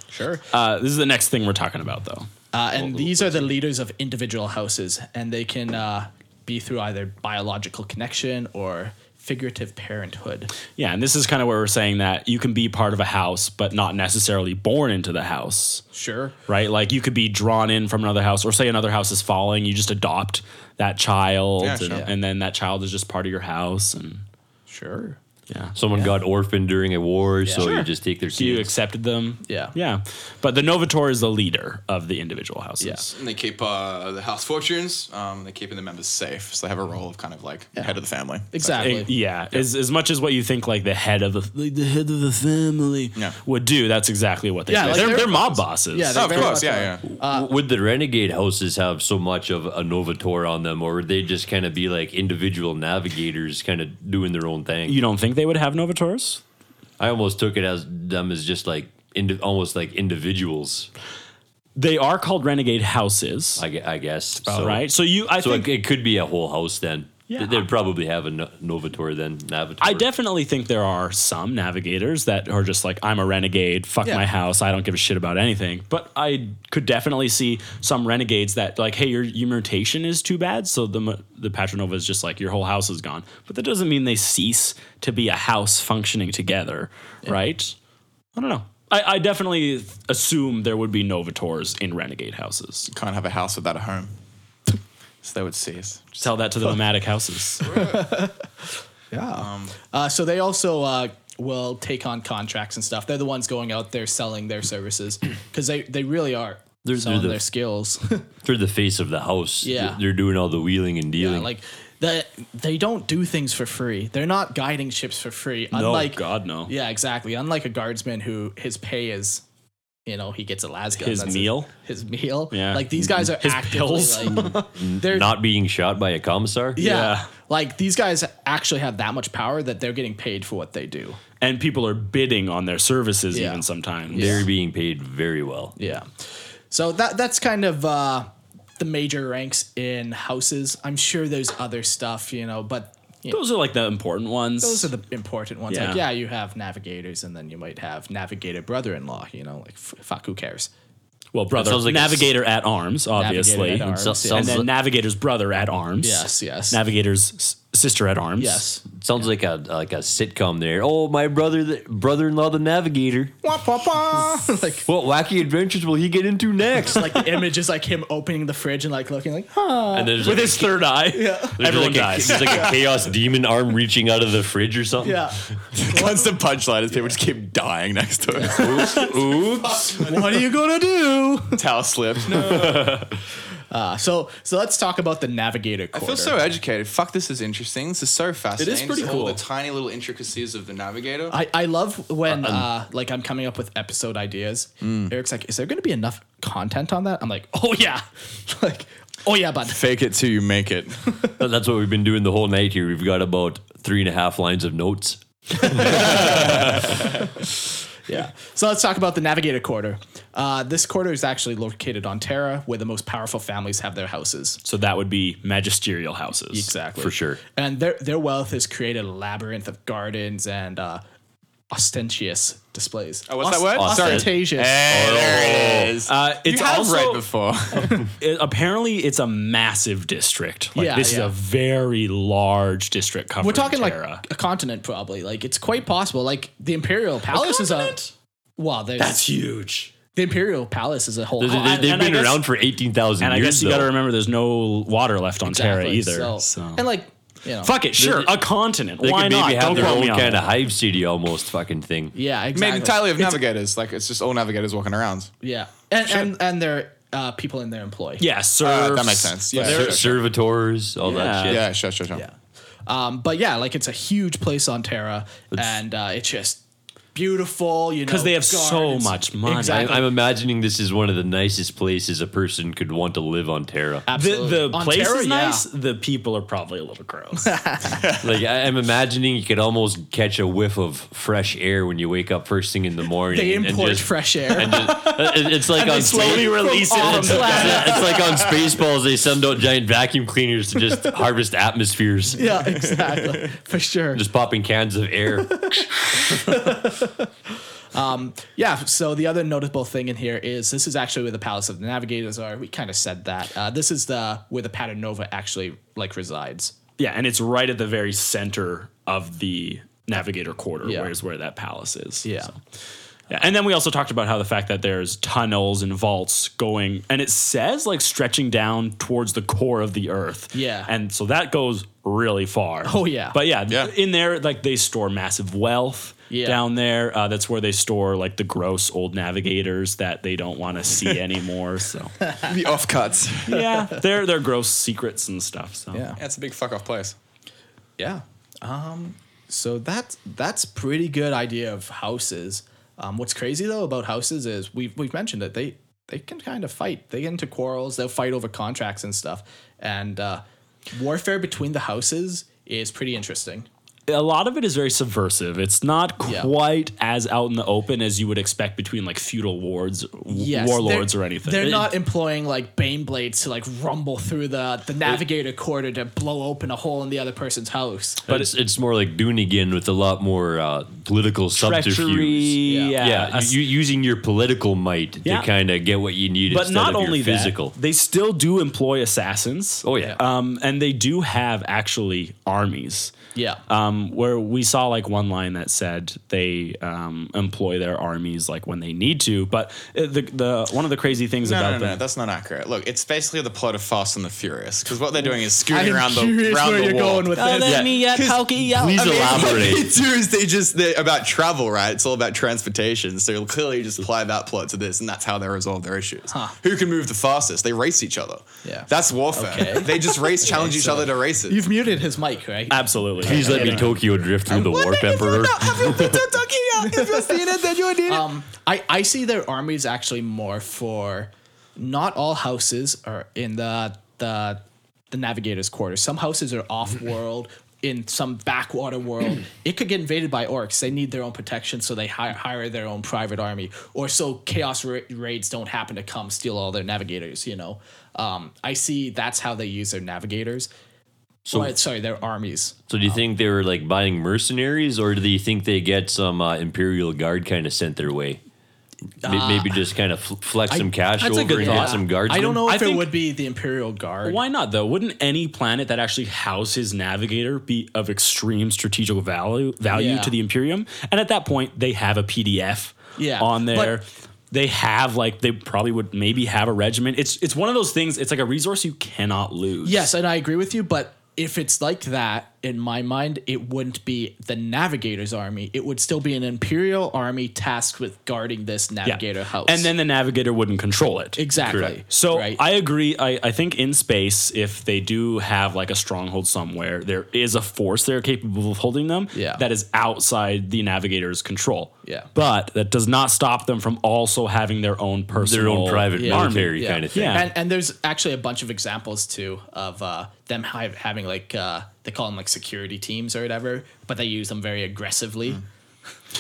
[SPEAKER 3] Sure.
[SPEAKER 2] Uh, this is the next thing we're talking about, though.
[SPEAKER 3] Uh, and these are the leaders of individual houses, and they can uh, be through either biological connection or figurative parenthood.
[SPEAKER 2] Yeah, and this is kind of where we're saying that you can be part of a house, but not necessarily born into the house,
[SPEAKER 3] Sure.
[SPEAKER 2] right? Like you could be drawn in from another house, or say another house is falling, you just adopt that child,
[SPEAKER 4] Yeah, sure.
[SPEAKER 2] and, and then that child is just part of your house, and
[SPEAKER 3] Sure.
[SPEAKER 2] yeah.
[SPEAKER 5] Someone got orphaned during a war, so
[SPEAKER 3] Sure.
[SPEAKER 5] you just take their kids.
[SPEAKER 2] So you accepted them,
[SPEAKER 3] Yeah.
[SPEAKER 2] yeah. But the Novator is the leader of the individual houses.
[SPEAKER 4] And they keep uh, the house fortunes. Um, they're keeping the members safe, so they have a role of kind of like head of the family.
[SPEAKER 2] It-
[SPEAKER 3] Exactly.
[SPEAKER 2] Eh, yeah, as, as much as what you think, like the head of the, like the head of the family
[SPEAKER 4] Yeah.
[SPEAKER 2] would do, that's exactly what they
[SPEAKER 3] Yeah,
[SPEAKER 2] do.
[SPEAKER 3] like
[SPEAKER 2] they're,
[SPEAKER 3] they're-
[SPEAKER 2] they're mob bosses.
[SPEAKER 3] Yeah,
[SPEAKER 4] Oh,
[SPEAKER 3] they're
[SPEAKER 4] of
[SPEAKER 3] very
[SPEAKER 4] course,
[SPEAKER 3] much
[SPEAKER 4] yeah, yeah.
[SPEAKER 5] W- Would the renegade houses have so much of a novator on them, or would they just kind of be like individual navigators, kind of doing their own thing?
[SPEAKER 2] you don't think they would have Novators?
[SPEAKER 5] I almost took it as them as just like indi- almost like individuals.
[SPEAKER 2] They are called renegade houses,
[SPEAKER 5] I, gue- I guess so,
[SPEAKER 2] right? So you, I
[SPEAKER 5] So
[SPEAKER 2] think,
[SPEAKER 5] it, it could be a whole house then.
[SPEAKER 2] Yeah.
[SPEAKER 5] They'd probably have a no- novator then. Navator.
[SPEAKER 2] I definitely think there are some navigators that are just like, I'm a renegade, fuck
[SPEAKER 3] Yeah.
[SPEAKER 2] my house, I don't give a shit about anything. But I could definitely see some renegades that like, hey, your, your mutation is too bad, so the mu- the Patronova is just like your whole house is gone. But that doesn't mean they cease to be a house functioning together, right? I don't know. I, I definitely assume there would be novators in renegade houses.
[SPEAKER 4] Can't have a house without a home. So they would cease.
[SPEAKER 2] Tell that to the nomadic houses. Um,
[SPEAKER 3] Uh, so they also uh, will take on contracts and stuff. They're the ones going out there selling their services because they, they really are
[SPEAKER 5] They're-
[SPEAKER 3] selling
[SPEAKER 5] they're the-
[SPEAKER 3] their skills.
[SPEAKER 5] they're the face of the house.
[SPEAKER 3] Yeah.
[SPEAKER 5] They're- They're doing all the wheeling and dealing.
[SPEAKER 3] Yeah, like the, they don't do things for free. They're not guiding ships for free.
[SPEAKER 2] No,
[SPEAKER 3] Unlike
[SPEAKER 2] Oh, God, no.
[SPEAKER 3] Yeah, exactly. Unlike a guardsman who his pay is, you know, he gets a Lasga.
[SPEAKER 2] His
[SPEAKER 3] that's
[SPEAKER 2] meal?
[SPEAKER 3] His, meal.
[SPEAKER 2] Yeah.
[SPEAKER 3] Like these guys are
[SPEAKER 2] His
[SPEAKER 3] actively
[SPEAKER 2] pills?
[SPEAKER 3] like they're
[SPEAKER 5] Not being shot by a commissar.
[SPEAKER 3] yeah,
[SPEAKER 2] Yeah.
[SPEAKER 3] Like these guys actually have that much power that they're getting paid for what they do.
[SPEAKER 2] And people are bidding on their services
[SPEAKER 3] Yeah.
[SPEAKER 2] even sometimes.
[SPEAKER 5] They're being paid very well.
[SPEAKER 3] Yeah. So that that's kind of uh the major ranks in houses. I'm sure there's other stuff, you know, but you know,
[SPEAKER 2] Those are like the important ones.
[SPEAKER 3] those are the important ones. Like,
[SPEAKER 2] Yeah.
[SPEAKER 3] yeah, you have navigators, and then you might have navigator brother-in-law. You know, like f- fuck, who cares?
[SPEAKER 2] Well, brother,
[SPEAKER 5] sounds like a
[SPEAKER 2] navigator at arms, obviously,
[SPEAKER 3] Navigator at arms,
[SPEAKER 5] so-
[SPEAKER 3] yeah.
[SPEAKER 5] sounds
[SPEAKER 2] and then
[SPEAKER 5] like-
[SPEAKER 2] navigator's brother at arms.
[SPEAKER 3] Yes, yes.
[SPEAKER 2] Navigator's s- sister at arms.
[SPEAKER 3] yes.
[SPEAKER 5] Sounds like a like a sitcom there. Oh, my brother, the, brother-in-law, the navigator.
[SPEAKER 3] Wah, wah, wah. like
[SPEAKER 5] What wacky adventures will he get into next?
[SPEAKER 3] like the image is like him opening the fridge and like looking like, huh.
[SPEAKER 5] and there's
[SPEAKER 2] with
[SPEAKER 5] like,
[SPEAKER 2] his third eye. Yeah.
[SPEAKER 5] there's
[SPEAKER 2] Everyone
[SPEAKER 5] like
[SPEAKER 2] dies.
[SPEAKER 5] A, there's like a chaos demon arm reaching out of the fridge or something.
[SPEAKER 3] Yeah.
[SPEAKER 4] Constant punchline is people just keep dying next to us.
[SPEAKER 3] what are you gonna do?
[SPEAKER 4] Towel slipped. No,
[SPEAKER 3] Uh, so so let's talk about the navigator.
[SPEAKER 4] I
[SPEAKER 3] Quarter.
[SPEAKER 4] feel so educated. Fuck, this is interesting. This is so fascinating.
[SPEAKER 2] pretty
[SPEAKER 4] All
[SPEAKER 2] cool.
[SPEAKER 4] the tiny little intricacies of the navigator.
[SPEAKER 3] I, I love when uh, like I'm coming up with episode ideas. Eric's like, is there gonna be enough content on that? I'm like, oh yeah, like oh yeah, bud.
[SPEAKER 4] Fake it till you make it.
[SPEAKER 5] That- That's what we've been doing the whole night here. We've got about three and a half lines of notes.
[SPEAKER 3] Yeah. So let's talk about the Navigator Quarter. Uh, this quarter is actually located on Terra, where the most powerful families have their houses.
[SPEAKER 2] So that would be magisterial houses.
[SPEAKER 3] Exactly.
[SPEAKER 5] For sure.
[SPEAKER 3] And their their wealth has created a labyrinth of gardens and uh, ostentatious displays.
[SPEAKER 4] Oh, what's that word?
[SPEAKER 5] Ost-
[SPEAKER 4] Sorry.
[SPEAKER 3] Ostentatious.
[SPEAKER 4] Hey, there it is.
[SPEAKER 2] Uh, it's
[SPEAKER 4] you have
[SPEAKER 2] also
[SPEAKER 4] read before.
[SPEAKER 2] it- apparently it's a massive district. Like
[SPEAKER 3] Yeah,
[SPEAKER 2] this
[SPEAKER 3] yeah.
[SPEAKER 2] is a very large district covering
[SPEAKER 3] We're talking like
[SPEAKER 2] Terra.
[SPEAKER 3] a continent, probably. Like it's quite possible. Like the Imperial Palace is a
[SPEAKER 2] continent?
[SPEAKER 3] well. There's,
[SPEAKER 2] that's huge.
[SPEAKER 3] the Imperial Palace is a whole.
[SPEAKER 5] They,
[SPEAKER 2] Oh, and-
[SPEAKER 5] have
[SPEAKER 2] and I
[SPEAKER 5] been
[SPEAKER 2] guess-
[SPEAKER 5] around for eighteen thousand
[SPEAKER 2] And I
[SPEAKER 5] years.
[SPEAKER 2] guess you got to
[SPEAKER 5] though.
[SPEAKER 2] remember there's no water left on Terra
[SPEAKER 3] Exactly,
[SPEAKER 2] either.
[SPEAKER 3] So,
[SPEAKER 2] So.
[SPEAKER 3] and like you know,
[SPEAKER 2] Fuck it, sure, a continent.
[SPEAKER 5] They
[SPEAKER 2] Why
[SPEAKER 5] could
[SPEAKER 2] not?
[SPEAKER 5] maybe have
[SPEAKER 2] Don't
[SPEAKER 5] their
[SPEAKER 2] quote
[SPEAKER 5] own
[SPEAKER 2] me on
[SPEAKER 5] kind
[SPEAKER 2] that.
[SPEAKER 5] of hive city almost fucking thing.
[SPEAKER 3] yeah, exactly.
[SPEAKER 4] Made entirely of navigators. like it's just all navigators walking around.
[SPEAKER 3] Yeah, and and, and they're uh, people in their employ.
[SPEAKER 2] Yeah,
[SPEAKER 4] Uh,
[SPEAKER 2] sir.
[SPEAKER 4] that makes sense. Yeah,
[SPEAKER 5] Ser-
[SPEAKER 4] sure, sure.
[SPEAKER 5] servitors, all
[SPEAKER 2] Yeah.
[SPEAKER 5] that shit.
[SPEAKER 4] yeah, sure, sure, sure.
[SPEAKER 3] Um, but yeah, like it's a huge place on Terra, and uh, it's just beautiful, you know,
[SPEAKER 2] 'Cause they have so
[SPEAKER 3] gardens.
[SPEAKER 2] much money.
[SPEAKER 3] Exactly.
[SPEAKER 5] I'm imagining this is one of the nicest places a person could want to live on Terra.
[SPEAKER 2] The,
[SPEAKER 3] Absolutely.
[SPEAKER 2] the
[SPEAKER 3] On
[SPEAKER 2] place
[SPEAKER 3] Terra,
[SPEAKER 2] is
[SPEAKER 3] yeah.
[SPEAKER 2] nice. The people are probably a little gross.
[SPEAKER 5] Like I- I'm imagining you could almost catch a whiff of fresh air when you wake up first thing in the morning.
[SPEAKER 3] They
[SPEAKER 5] and- and
[SPEAKER 3] import
[SPEAKER 5] just-
[SPEAKER 3] fresh air.
[SPEAKER 5] and just- uh, it- it's like on
[SPEAKER 2] slowly release it from
[SPEAKER 5] It's,
[SPEAKER 2] the
[SPEAKER 5] it's like on Spaceballs, they send out giant vacuum cleaners to just harvest atmospheres,
[SPEAKER 3] yeah, exactly. For sure.
[SPEAKER 5] just popping cans of air.
[SPEAKER 3] Yeah, so the other notable thing in here is this is actually where the Palace of the Navigators are. We kind of said that. Uh, this is the where the Paternova actually like resides.
[SPEAKER 2] yeah, and it's right at the very center of the Navigator Quarter,
[SPEAKER 3] Yeah.
[SPEAKER 2] where's where that palace is.
[SPEAKER 3] Yeah.
[SPEAKER 2] So, yeah. And then we also talked about how the fact that there's tunnels and vaults going, and it says like stretching down towards the core of the Earth.
[SPEAKER 3] Yeah.
[SPEAKER 2] And so that goes really far.
[SPEAKER 3] Oh, yeah.
[SPEAKER 2] But yeah,
[SPEAKER 4] Yeah.
[SPEAKER 2] in there, like they store massive wealth.
[SPEAKER 3] Yeah.
[SPEAKER 2] Down there, uh, that's where they store like the gross old navigators that they don't want to see anymore. So
[SPEAKER 4] the offcuts.
[SPEAKER 2] yeah, they're they're gross secrets and stuff. So
[SPEAKER 4] Yeah, it's a big fuck off place.
[SPEAKER 3] Yeah. Um, so that's that's pretty good idea of houses. Um, what's crazy though about houses is we've we've mentioned it. They they can kind of fight. They get into quarrels. They'll fight over contracts and stuff. And uh, warfare between the houses is pretty interesting.
[SPEAKER 2] a lot of it is very subversive. It's not
[SPEAKER 3] Yeah.
[SPEAKER 2] quite as out in the open as you would expect between like feudal wards, w-
[SPEAKER 3] Yes,
[SPEAKER 2] warlords,
[SPEAKER 3] they're-
[SPEAKER 2] or anything.
[SPEAKER 3] They're
[SPEAKER 2] It-
[SPEAKER 3] not employing like bane blades to like rumble through the the navigator quarter to blow open a hole in the other person's house.
[SPEAKER 5] But it's, it's more like Doonigan with a lot more uh, political
[SPEAKER 2] treachery.
[SPEAKER 5] subterfuge.
[SPEAKER 2] Yeah,
[SPEAKER 5] Yeah,
[SPEAKER 2] a-
[SPEAKER 5] you, using your political might
[SPEAKER 2] Yeah.
[SPEAKER 5] to kind of get what you need
[SPEAKER 2] but
[SPEAKER 5] instead
[SPEAKER 2] not
[SPEAKER 5] of your
[SPEAKER 2] only
[SPEAKER 5] physical.
[SPEAKER 2] that, they still do employ assassins.
[SPEAKER 5] Oh, yeah.
[SPEAKER 2] um, and they do have actually armies.
[SPEAKER 3] Yeah.
[SPEAKER 2] um, where we saw like one line that said they um, employ their armies like when they need to. But uh, the the one of the crazy things
[SPEAKER 4] No,
[SPEAKER 2] about
[SPEAKER 4] no, no,
[SPEAKER 2] them.
[SPEAKER 4] that's not accurate. Look, it's basically the plot of Fast and the Furious because what they're doing is
[SPEAKER 3] I'm
[SPEAKER 4] scooting around the
[SPEAKER 3] curious
[SPEAKER 4] around
[SPEAKER 3] where
[SPEAKER 4] the
[SPEAKER 3] you're
[SPEAKER 4] wall.
[SPEAKER 3] going with
[SPEAKER 2] Uh,
[SPEAKER 3] this.
[SPEAKER 5] Yeah. Please
[SPEAKER 4] What
[SPEAKER 5] elaborate.
[SPEAKER 4] they do is they just they're about travel, right? It's all about transportation. So you'll clearly just apply that plot to this, and that's how they resolve their issues. Who can move the fastest? They race each other.
[SPEAKER 3] Yeah.
[SPEAKER 4] that's warfare.
[SPEAKER 3] Okay.
[SPEAKER 4] They just race, challenge each
[SPEAKER 3] so
[SPEAKER 4] other to races.
[SPEAKER 3] You've muted his mic, right?
[SPEAKER 2] Absolutely.
[SPEAKER 5] Please let me Tokyo drift through the Warp Emperor.
[SPEAKER 3] Um, I, I see their armies actually more for not all houses are in the the the navigators quarters. Some houses are off world in some backwater world. it could get invaded by orcs. They need their own protection, so they hire, hire their own private army, or so chaos ra- raids don't happen to come steal all their navigators. You know, um, I see that's how they use their navigators.
[SPEAKER 5] So-
[SPEAKER 3] Or, sorry, their armies.
[SPEAKER 5] So do you think they were like buying mercenaries, or do you think they get some uh, Imperial Guard kind of sent their way? May- Maybe just kind of flex some cash
[SPEAKER 2] Uh, that's a
[SPEAKER 5] over
[SPEAKER 2] good
[SPEAKER 5] and
[SPEAKER 2] thought.
[SPEAKER 5] get some guards.
[SPEAKER 3] I don't know
[SPEAKER 2] I
[SPEAKER 3] if it
[SPEAKER 2] think-
[SPEAKER 3] would be the imperial guard.
[SPEAKER 2] Why not though? Wouldn't any planet that actually houses Navigator be of extreme strategic value value
[SPEAKER 3] Yeah.
[SPEAKER 2] to the Imperium? And at that point, they have a PDF
[SPEAKER 3] Yeah,
[SPEAKER 2] on
[SPEAKER 3] but-
[SPEAKER 2] there. they have like they probably would maybe have a regiment. It's it's one of those things. It's like a resource you cannot lose.
[SPEAKER 3] Yes, and I agree with you, but if it's like that, in my mind, it wouldn't be the Navigator's army. It would still be an Imperial army tasked with guarding this
[SPEAKER 2] Yeah.
[SPEAKER 3] Navigator house.
[SPEAKER 2] And then the Navigator wouldn't control it.
[SPEAKER 3] exactly.
[SPEAKER 2] So
[SPEAKER 3] right?
[SPEAKER 2] I agree. I, I think in space, if they do have like a stronghold somewhere, there is a force there capable of holding them
[SPEAKER 3] Yeah.
[SPEAKER 2] that is outside the navigator's control.
[SPEAKER 3] Yeah.
[SPEAKER 2] But that does not stop them from also having their own personal
[SPEAKER 5] their own private
[SPEAKER 3] Yeah.
[SPEAKER 5] military
[SPEAKER 3] Yeah.
[SPEAKER 5] kind of thing.
[SPEAKER 2] Yeah.
[SPEAKER 3] and and there's actually a bunch of examples too of uh, them hi- having like uh, they call them like security teams or whatever, but they use them very aggressively.
[SPEAKER 2] Hmm.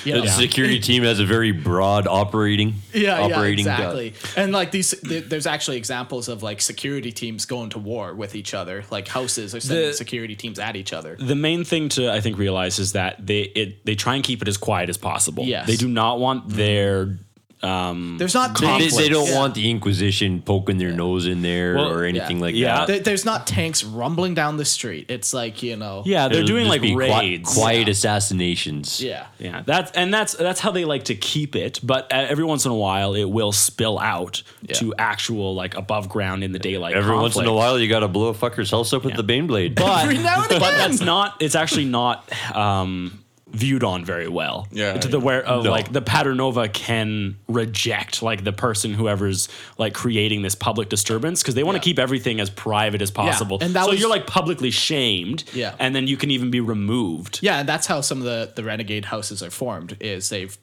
[SPEAKER 3] You know?
[SPEAKER 5] The
[SPEAKER 3] yeah.
[SPEAKER 5] security team has a very broad operating.
[SPEAKER 3] Yeah,
[SPEAKER 5] operating uh,
[SPEAKER 3] exactly. And like these, th- there's actually examples of like security teams going to war with each other, like houses are sending
[SPEAKER 2] The-
[SPEAKER 3] security teams at each other.
[SPEAKER 2] the main thing to I think realize is that they it they try and keep it as quiet as possible.
[SPEAKER 3] Yes.
[SPEAKER 2] They do not want their
[SPEAKER 3] There's not
[SPEAKER 5] They- They,
[SPEAKER 3] tanks.
[SPEAKER 5] they don't
[SPEAKER 3] Yeah.
[SPEAKER 5] want the Inquisition poking their nose in there
[SPEAKER 2] Well,
[SPEAKER 5] or anything
[SPEAKER 3] yeah.
[SPEAKER 5] like
[SPEAKER 2] Yeah.
[SPEAKER 5] that.
[SPEAKER 3] There- there's not tanks rumbling down the street. It's like you know.
[SPEAKER 2] Yeah, they're
[SPEAKER 5] It'll
[SPEAKER 2] doing
[SPEAKER 5] just
[SPEAKER 2] like
[SPEAKER 5] be qui-
[SPEAKER 2] raids.
[SPEAKER 5] quiet assassinations.
[SPEAKER 3] Yeah.
[SPEAKER 2] Yeah, that's and that's that's how they like to keep it. But uh, every once in a while, it will spill out to actual like above ground in the daylight.
[SPEAKER 5] Every once in a
[SPEAKER 2] conflict.
[SPEAKER 5] while, you gotta blow a fucker's house up with the Bane blade.
[SPEAKER 2] but,
[SPEAKER 3] Every now and
[SPEAKER 2] but
[SPEAKER 3] again.
[SPEAKER 2] that's not. It's actually not um, viewed on very well.
[SPEAKER 4] Yeah.
[SPEAKER 2] to the where of
[SPEAKER 5] No.
[SPEAKER 2] like the Paternova can reject like the person whoever's like creating this public disturbance because they want to keep everything as private as possible.
[SPEAKER 3] and that
[SPEAKER 2] so
[SPEAKER 3] was-
[SPEAKER 2] you're like publicly shamed.
[SPEAKER 3] Yeah.
[SPEAKER 2] and then you can even be removed.
[SPEAKER 3] Yeah, and that's how some of the the renegade houses are formed. Is they've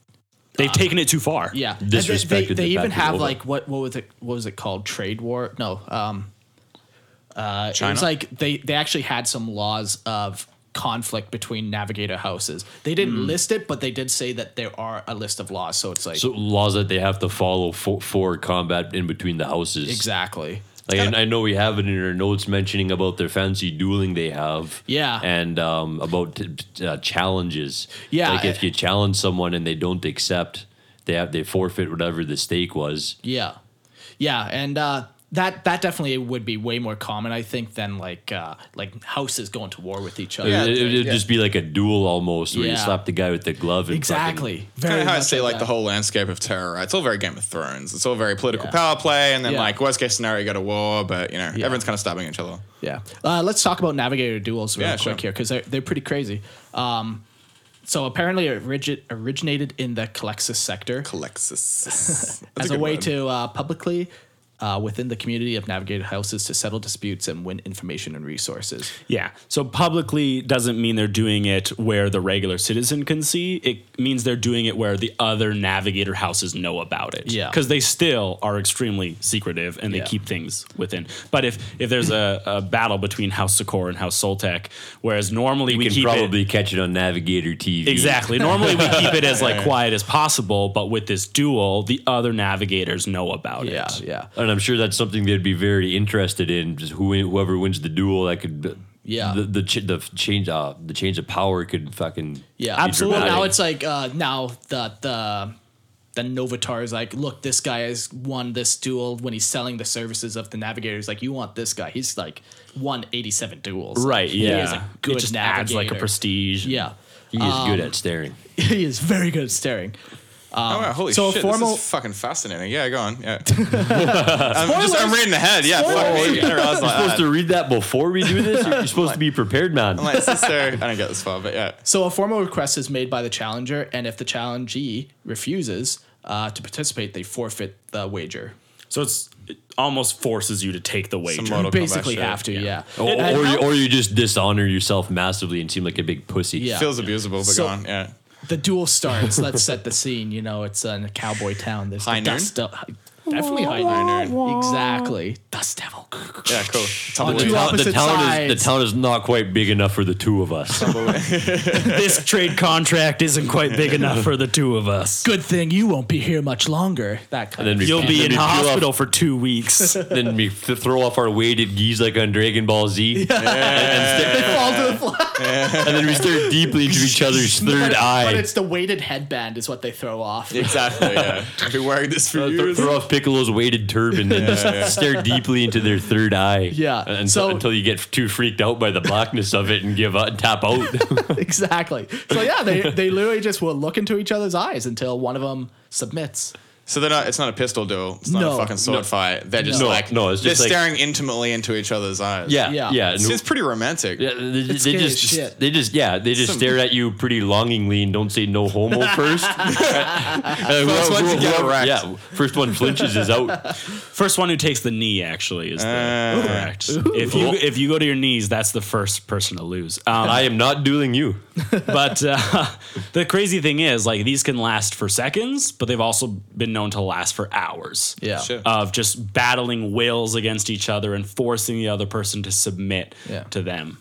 [SPEAKER 2] They've taken it too far.
[SPEAKER 3] Yeah, And
[SPEAKER 5] Disrespected
[SPEAKER 3] They, they,
[SPEAKER 5] the
[SPEAKER 3] they even
[SPEAKER 5] Patriot
[SPEAKER 3] have
[SPEAKER 5] Oval.
[SPEAKER 3] like what what was it what was it called trade war? No, um, uh, it
[SPEAKER 4] China?
[SPEAKER 3] was like they they actually had some laws of conflict between navigator houses. They didn't list it, but they did say that there are a list of laws. So it's like
[SPEAKER 5] So laws that they have to follow for, for combat in between the houses.
[SPEAKER 3] exactly.
[SPEAKER 5] Like, and I know we have it in our notes mentioning about their fancy dueling they have.
[SPEAKER 3] Yeah.
[SPEAKER 5] And um, about t- t- uh, challenges.
[SPEAKER 3] Yeah,
[SPEAKER 5] Like if
[SPEAKER 3] I-
[SPEAKER 5] you challenge someone and they don't accept, they have they forfeit whatever the stake was.
[SPEAKER 3] Yeah, yeah, and uh, that that definitely would be way more common, I think, than like uh, like houses going to war with each other.
[SPEAKER 4] Yeah,
[SPEAKER 5] it, would
[SPEAKER 4] yeah.
[SPEAKER 5] just be like a duel almost, where you
[SPEAKER 3] Yeah.
[SPEAKER 5] slap the guy with the glove. And fucking-
[SPEAKER 3] Exactly.
[SPEAKER 4] Kind of how I
[SPEAKER 3] much
[SPEAKER 4] say like the
[SPEAKER 3] that.
[SPEAKER 4] whole landscape of terror. Right? It's all very Game of Thrones. It's all very political
[SPEAKER 3] Yeah.
[SPEAKER 4] power play, and then
[SPEAKER 3] Yeah.
[SPEAKER 4] like worst case scenario, you go to war, but you know everyone's kind of stabbing each other.
[SPEAKER 3] Yeah. Uh, let's talk about navigator duels real
[SPEAKER 4] Yeah, sure.
[SPEAKER 3] quick here because they're, they're pretty crazy. Um, so apparently it origi- originated in the Calexis sector
[SPEAKER 4] Calexis.
[SPEAKER 3] as a, way to uh, publicly uh, within the community of navigator houses to settle disputes and win information and resources.
[SPEAKER 2] Yeah. So publicly doesn't mean they're doing it where the regular citizen can see. It means they're doing it where the other navigator houses know about it.
[SPEAKER 3] Yeah.
[SPEAKER 2] Because they still are extremely secretive and they
[SPEAKER 3] Yeah.
[SPEAKER 2] keep things within. But if if there's a, a battle between House Secor and House Soltec, whereas normally we
[SPEAKER 5] You can
[SPEAKER 2] keep
[SPEAKER 5] probably
[SPEAKER 2] it
[SPEAKER 5] catch it on Navigator TV.
[SPEAKER 2] Exactly. Normally we keep it as like quiet as possible, but with this duel, the other navigators know about
[SPEAKER 3] Yeah,
[SPEAKER 2] it.
[SPEAKER 3] yeah,
[SPEAKER 5] And I'm sure that's something they'd be very interested in. Just who, whoever wins the duel, that could.
[SPEAKER 3] Yeah.
[SPEAKER 5] The the, ch- the change uh, the change of power could fucking
[SPEAKER 3] yeah.
[SPEAKER 5] be
[SPEAKER 3] Absolutely. Now
[SPEAKER 5] dramatic.
[SPEAKER 3] it's like uh, now the the the Novatar is like, look, this guy has won this duel when he's selling the services of the navigators. Like, you want this guy? He's like won eighty seven duels.
[SPEAKER 2] Right.
[SPEAKER 3] He
[SPEAKER 2] Yeah.
[SPEAKER 3] is a good
[SPEAKER 2] it just adds
[SPEAKER 3] navigator.
[SPEAKER 2] like a prestige.
[SPEAKER 3] Yeah.
[SPEAKER 5] he is good
[SPEAKER 3] um,
[SPEAKER 5] at staring.
[SPEAKER 3] he is very good at staring.
[SPEAKER 4] oh, wow, holy
[SPEAKER 3] so a
[SPEAKER 4] shit!
[SPEAKER 3] formal-
[SPEAKER 4] This is fucking fascinating. Yeah, go on. Yeah. I'm, just, I'm reading ahead. Yeah. Fuck me. I realized
[SPEAKER 5] You're
[SPEAKER 4] like,
[SPEAKER 5] supposed
[SPEAKER 4] that.
[SPEAKER 5] to read that before we do this. You're supposed to be prepared, man.
[SPEAKER 4] I'm like, this is so- I don't get this far, but yeah.
[SPEAKER 3] So a formal request is made by the challenger, and if the challengee refuses uh, to participate, they forfeit the wager.
[SPEAKER 2] So it's it almost forces you to take the wager.
[SPEAKER 4] Some
[SPEAKER 3] You
[SPEAKER 4] Mortal Kombat
[SPEAKER 3] basically
[SPEAKER 4] shit.
[SPEAKER 3] have to, yeah.
[SPEAKER 5] Or,
[SPEAKER 3] And- and
[SPEAKER 5] or, you,
[SPEAKER 3] how-
[SPEAKER 5] or you just dishonor yourself massively and seem like a big pussy.
[SPEAKER 3] Yeah.
[SPEAKER 4] Feels abusable, but
[SPEAKER 3] So-
[SPEAKER 4] go on. Yeah.
[SPEAKER 3] the duel starts. Let's set the scene. You know, it's in a cowboy town. There's
[SPEAKER 4] High
[SPEAKER 3] the
[SPEAKER 4] noon?
[SPEAKER 3] dust up- Definitely high
[SPEAKER 4] High
[SPEAKER 3] noon. Exactly. Dust devil.
[SPEAKER 4] Yeah. Cool.
[SPEAKER 5] The,
[SPEAKER 3] Two
[SPEAKER 4] Tumbleweed.
[SPEAKER 5] town- the
[SPEAKER 3] opposite
[SPEAKER 5] town is,
[SPEAKER 3] sides.
[SPEAKER 5] the town is not quite big enough for the two of us.
[SPEAKER 2] this trade contract isn't quite big enough for the two of us.
[SPEAKER 3] Good thing you won't be here much longer. That kind
[SPEAKER 5] then
[SPEAKER 3] of
[SPEAKER 5] we-
[SPEAKER 2] You'll be
[SPEAKER 5] Then
[SPEAKER 2] in
[SPEAKER 5] we peel off-
[SPEAKER 2] hospital for two weeks.
[SPEAKER 5] then we th- throw off our weighted geese like on Dragon Ball Z,
[SPEAKER 3] fall to the floor.
[SPEAKER 5] and then we stare deeply into each other's third eye.
[SPEAKER 3] But it's the weighted headband is what they throw off.
[SPEAKER 4] Exactly. Yeah. I've been wearing this for
[SPEAKER 5] Th-
[SPEAKER 4] years.
[SPEAKER 5] throw off Piccolo's weighted turban and just stare deeply into their third eye.
[SPEAKER 3] Yeah,
[SPEAKER 5] And
[SPEAKER 3] so-
[SPEAKER 5] until you get too freaked out by the blackness of it and give up and tap out.
[SPEAKER 3] exactly. So yeah, they, they literally just will look into each other's eyes until one of them submits.
[SPEAKER 4] So they're not. It's not a pistol duel. It's not
[SPEAKER 3] No.
[SPEAKER 4] a fucking sword fight. They're just
[SPEAKER 5] No,
[SPEAKER 4] like
[SPEAKER 5] no, it's just
[SPEAKER 4] they're
[SPEAKER 5] like-
[SPEAKER 4] staring intimately into each other's eyes.
[SPEAKER 5] yeah.
[SPEAKER 3] Yeah.
[SPEAKER 5] Yeah.
[SPEAKER 4] It's, it's pretty romantic.
[SPEAKER 5] Yeah, they, they
[SPEAKER 3] scary as
[SPEAKER 5] just
[SPEAKER 3] shit.
[SPEAKER 5] they just yeah they just
[SPEAKER 4] Some-
[SPEAKER 5] stare at you pretty longingly and don't say no homo first. Uh,
[SPEAKER 4] First
[SPEAKER 5] Whoever-
[SPEAKER 4] one to get
[SPEAKER 5] whoever-
[SPEAKER 4] erect.
[SPEAKER 5] Yeah, first one flinches is out.
[SPEAKER 2] First one who takes the knee actually is the
[SPEAKER 4] Uh,
[SPEAKER 3] Uh,
[SPEAKER 2] correct. If you if you go to your knees, that's the first person to lose. Um,
[SPEAKER 5] I am not dueling you.
[SPEAKER 2] but uh, the crazy thing is, like these can last for seconds, but they've also been known to last for hours.
[SPEAKER 3] Yeah.
[SPEAKER 4] Sure.
[SPEAKER 2] Of just battling wills against each other and forcing the other person to submit
[SPEAKER 3] Yeah.
[SPEAKER 2] to them.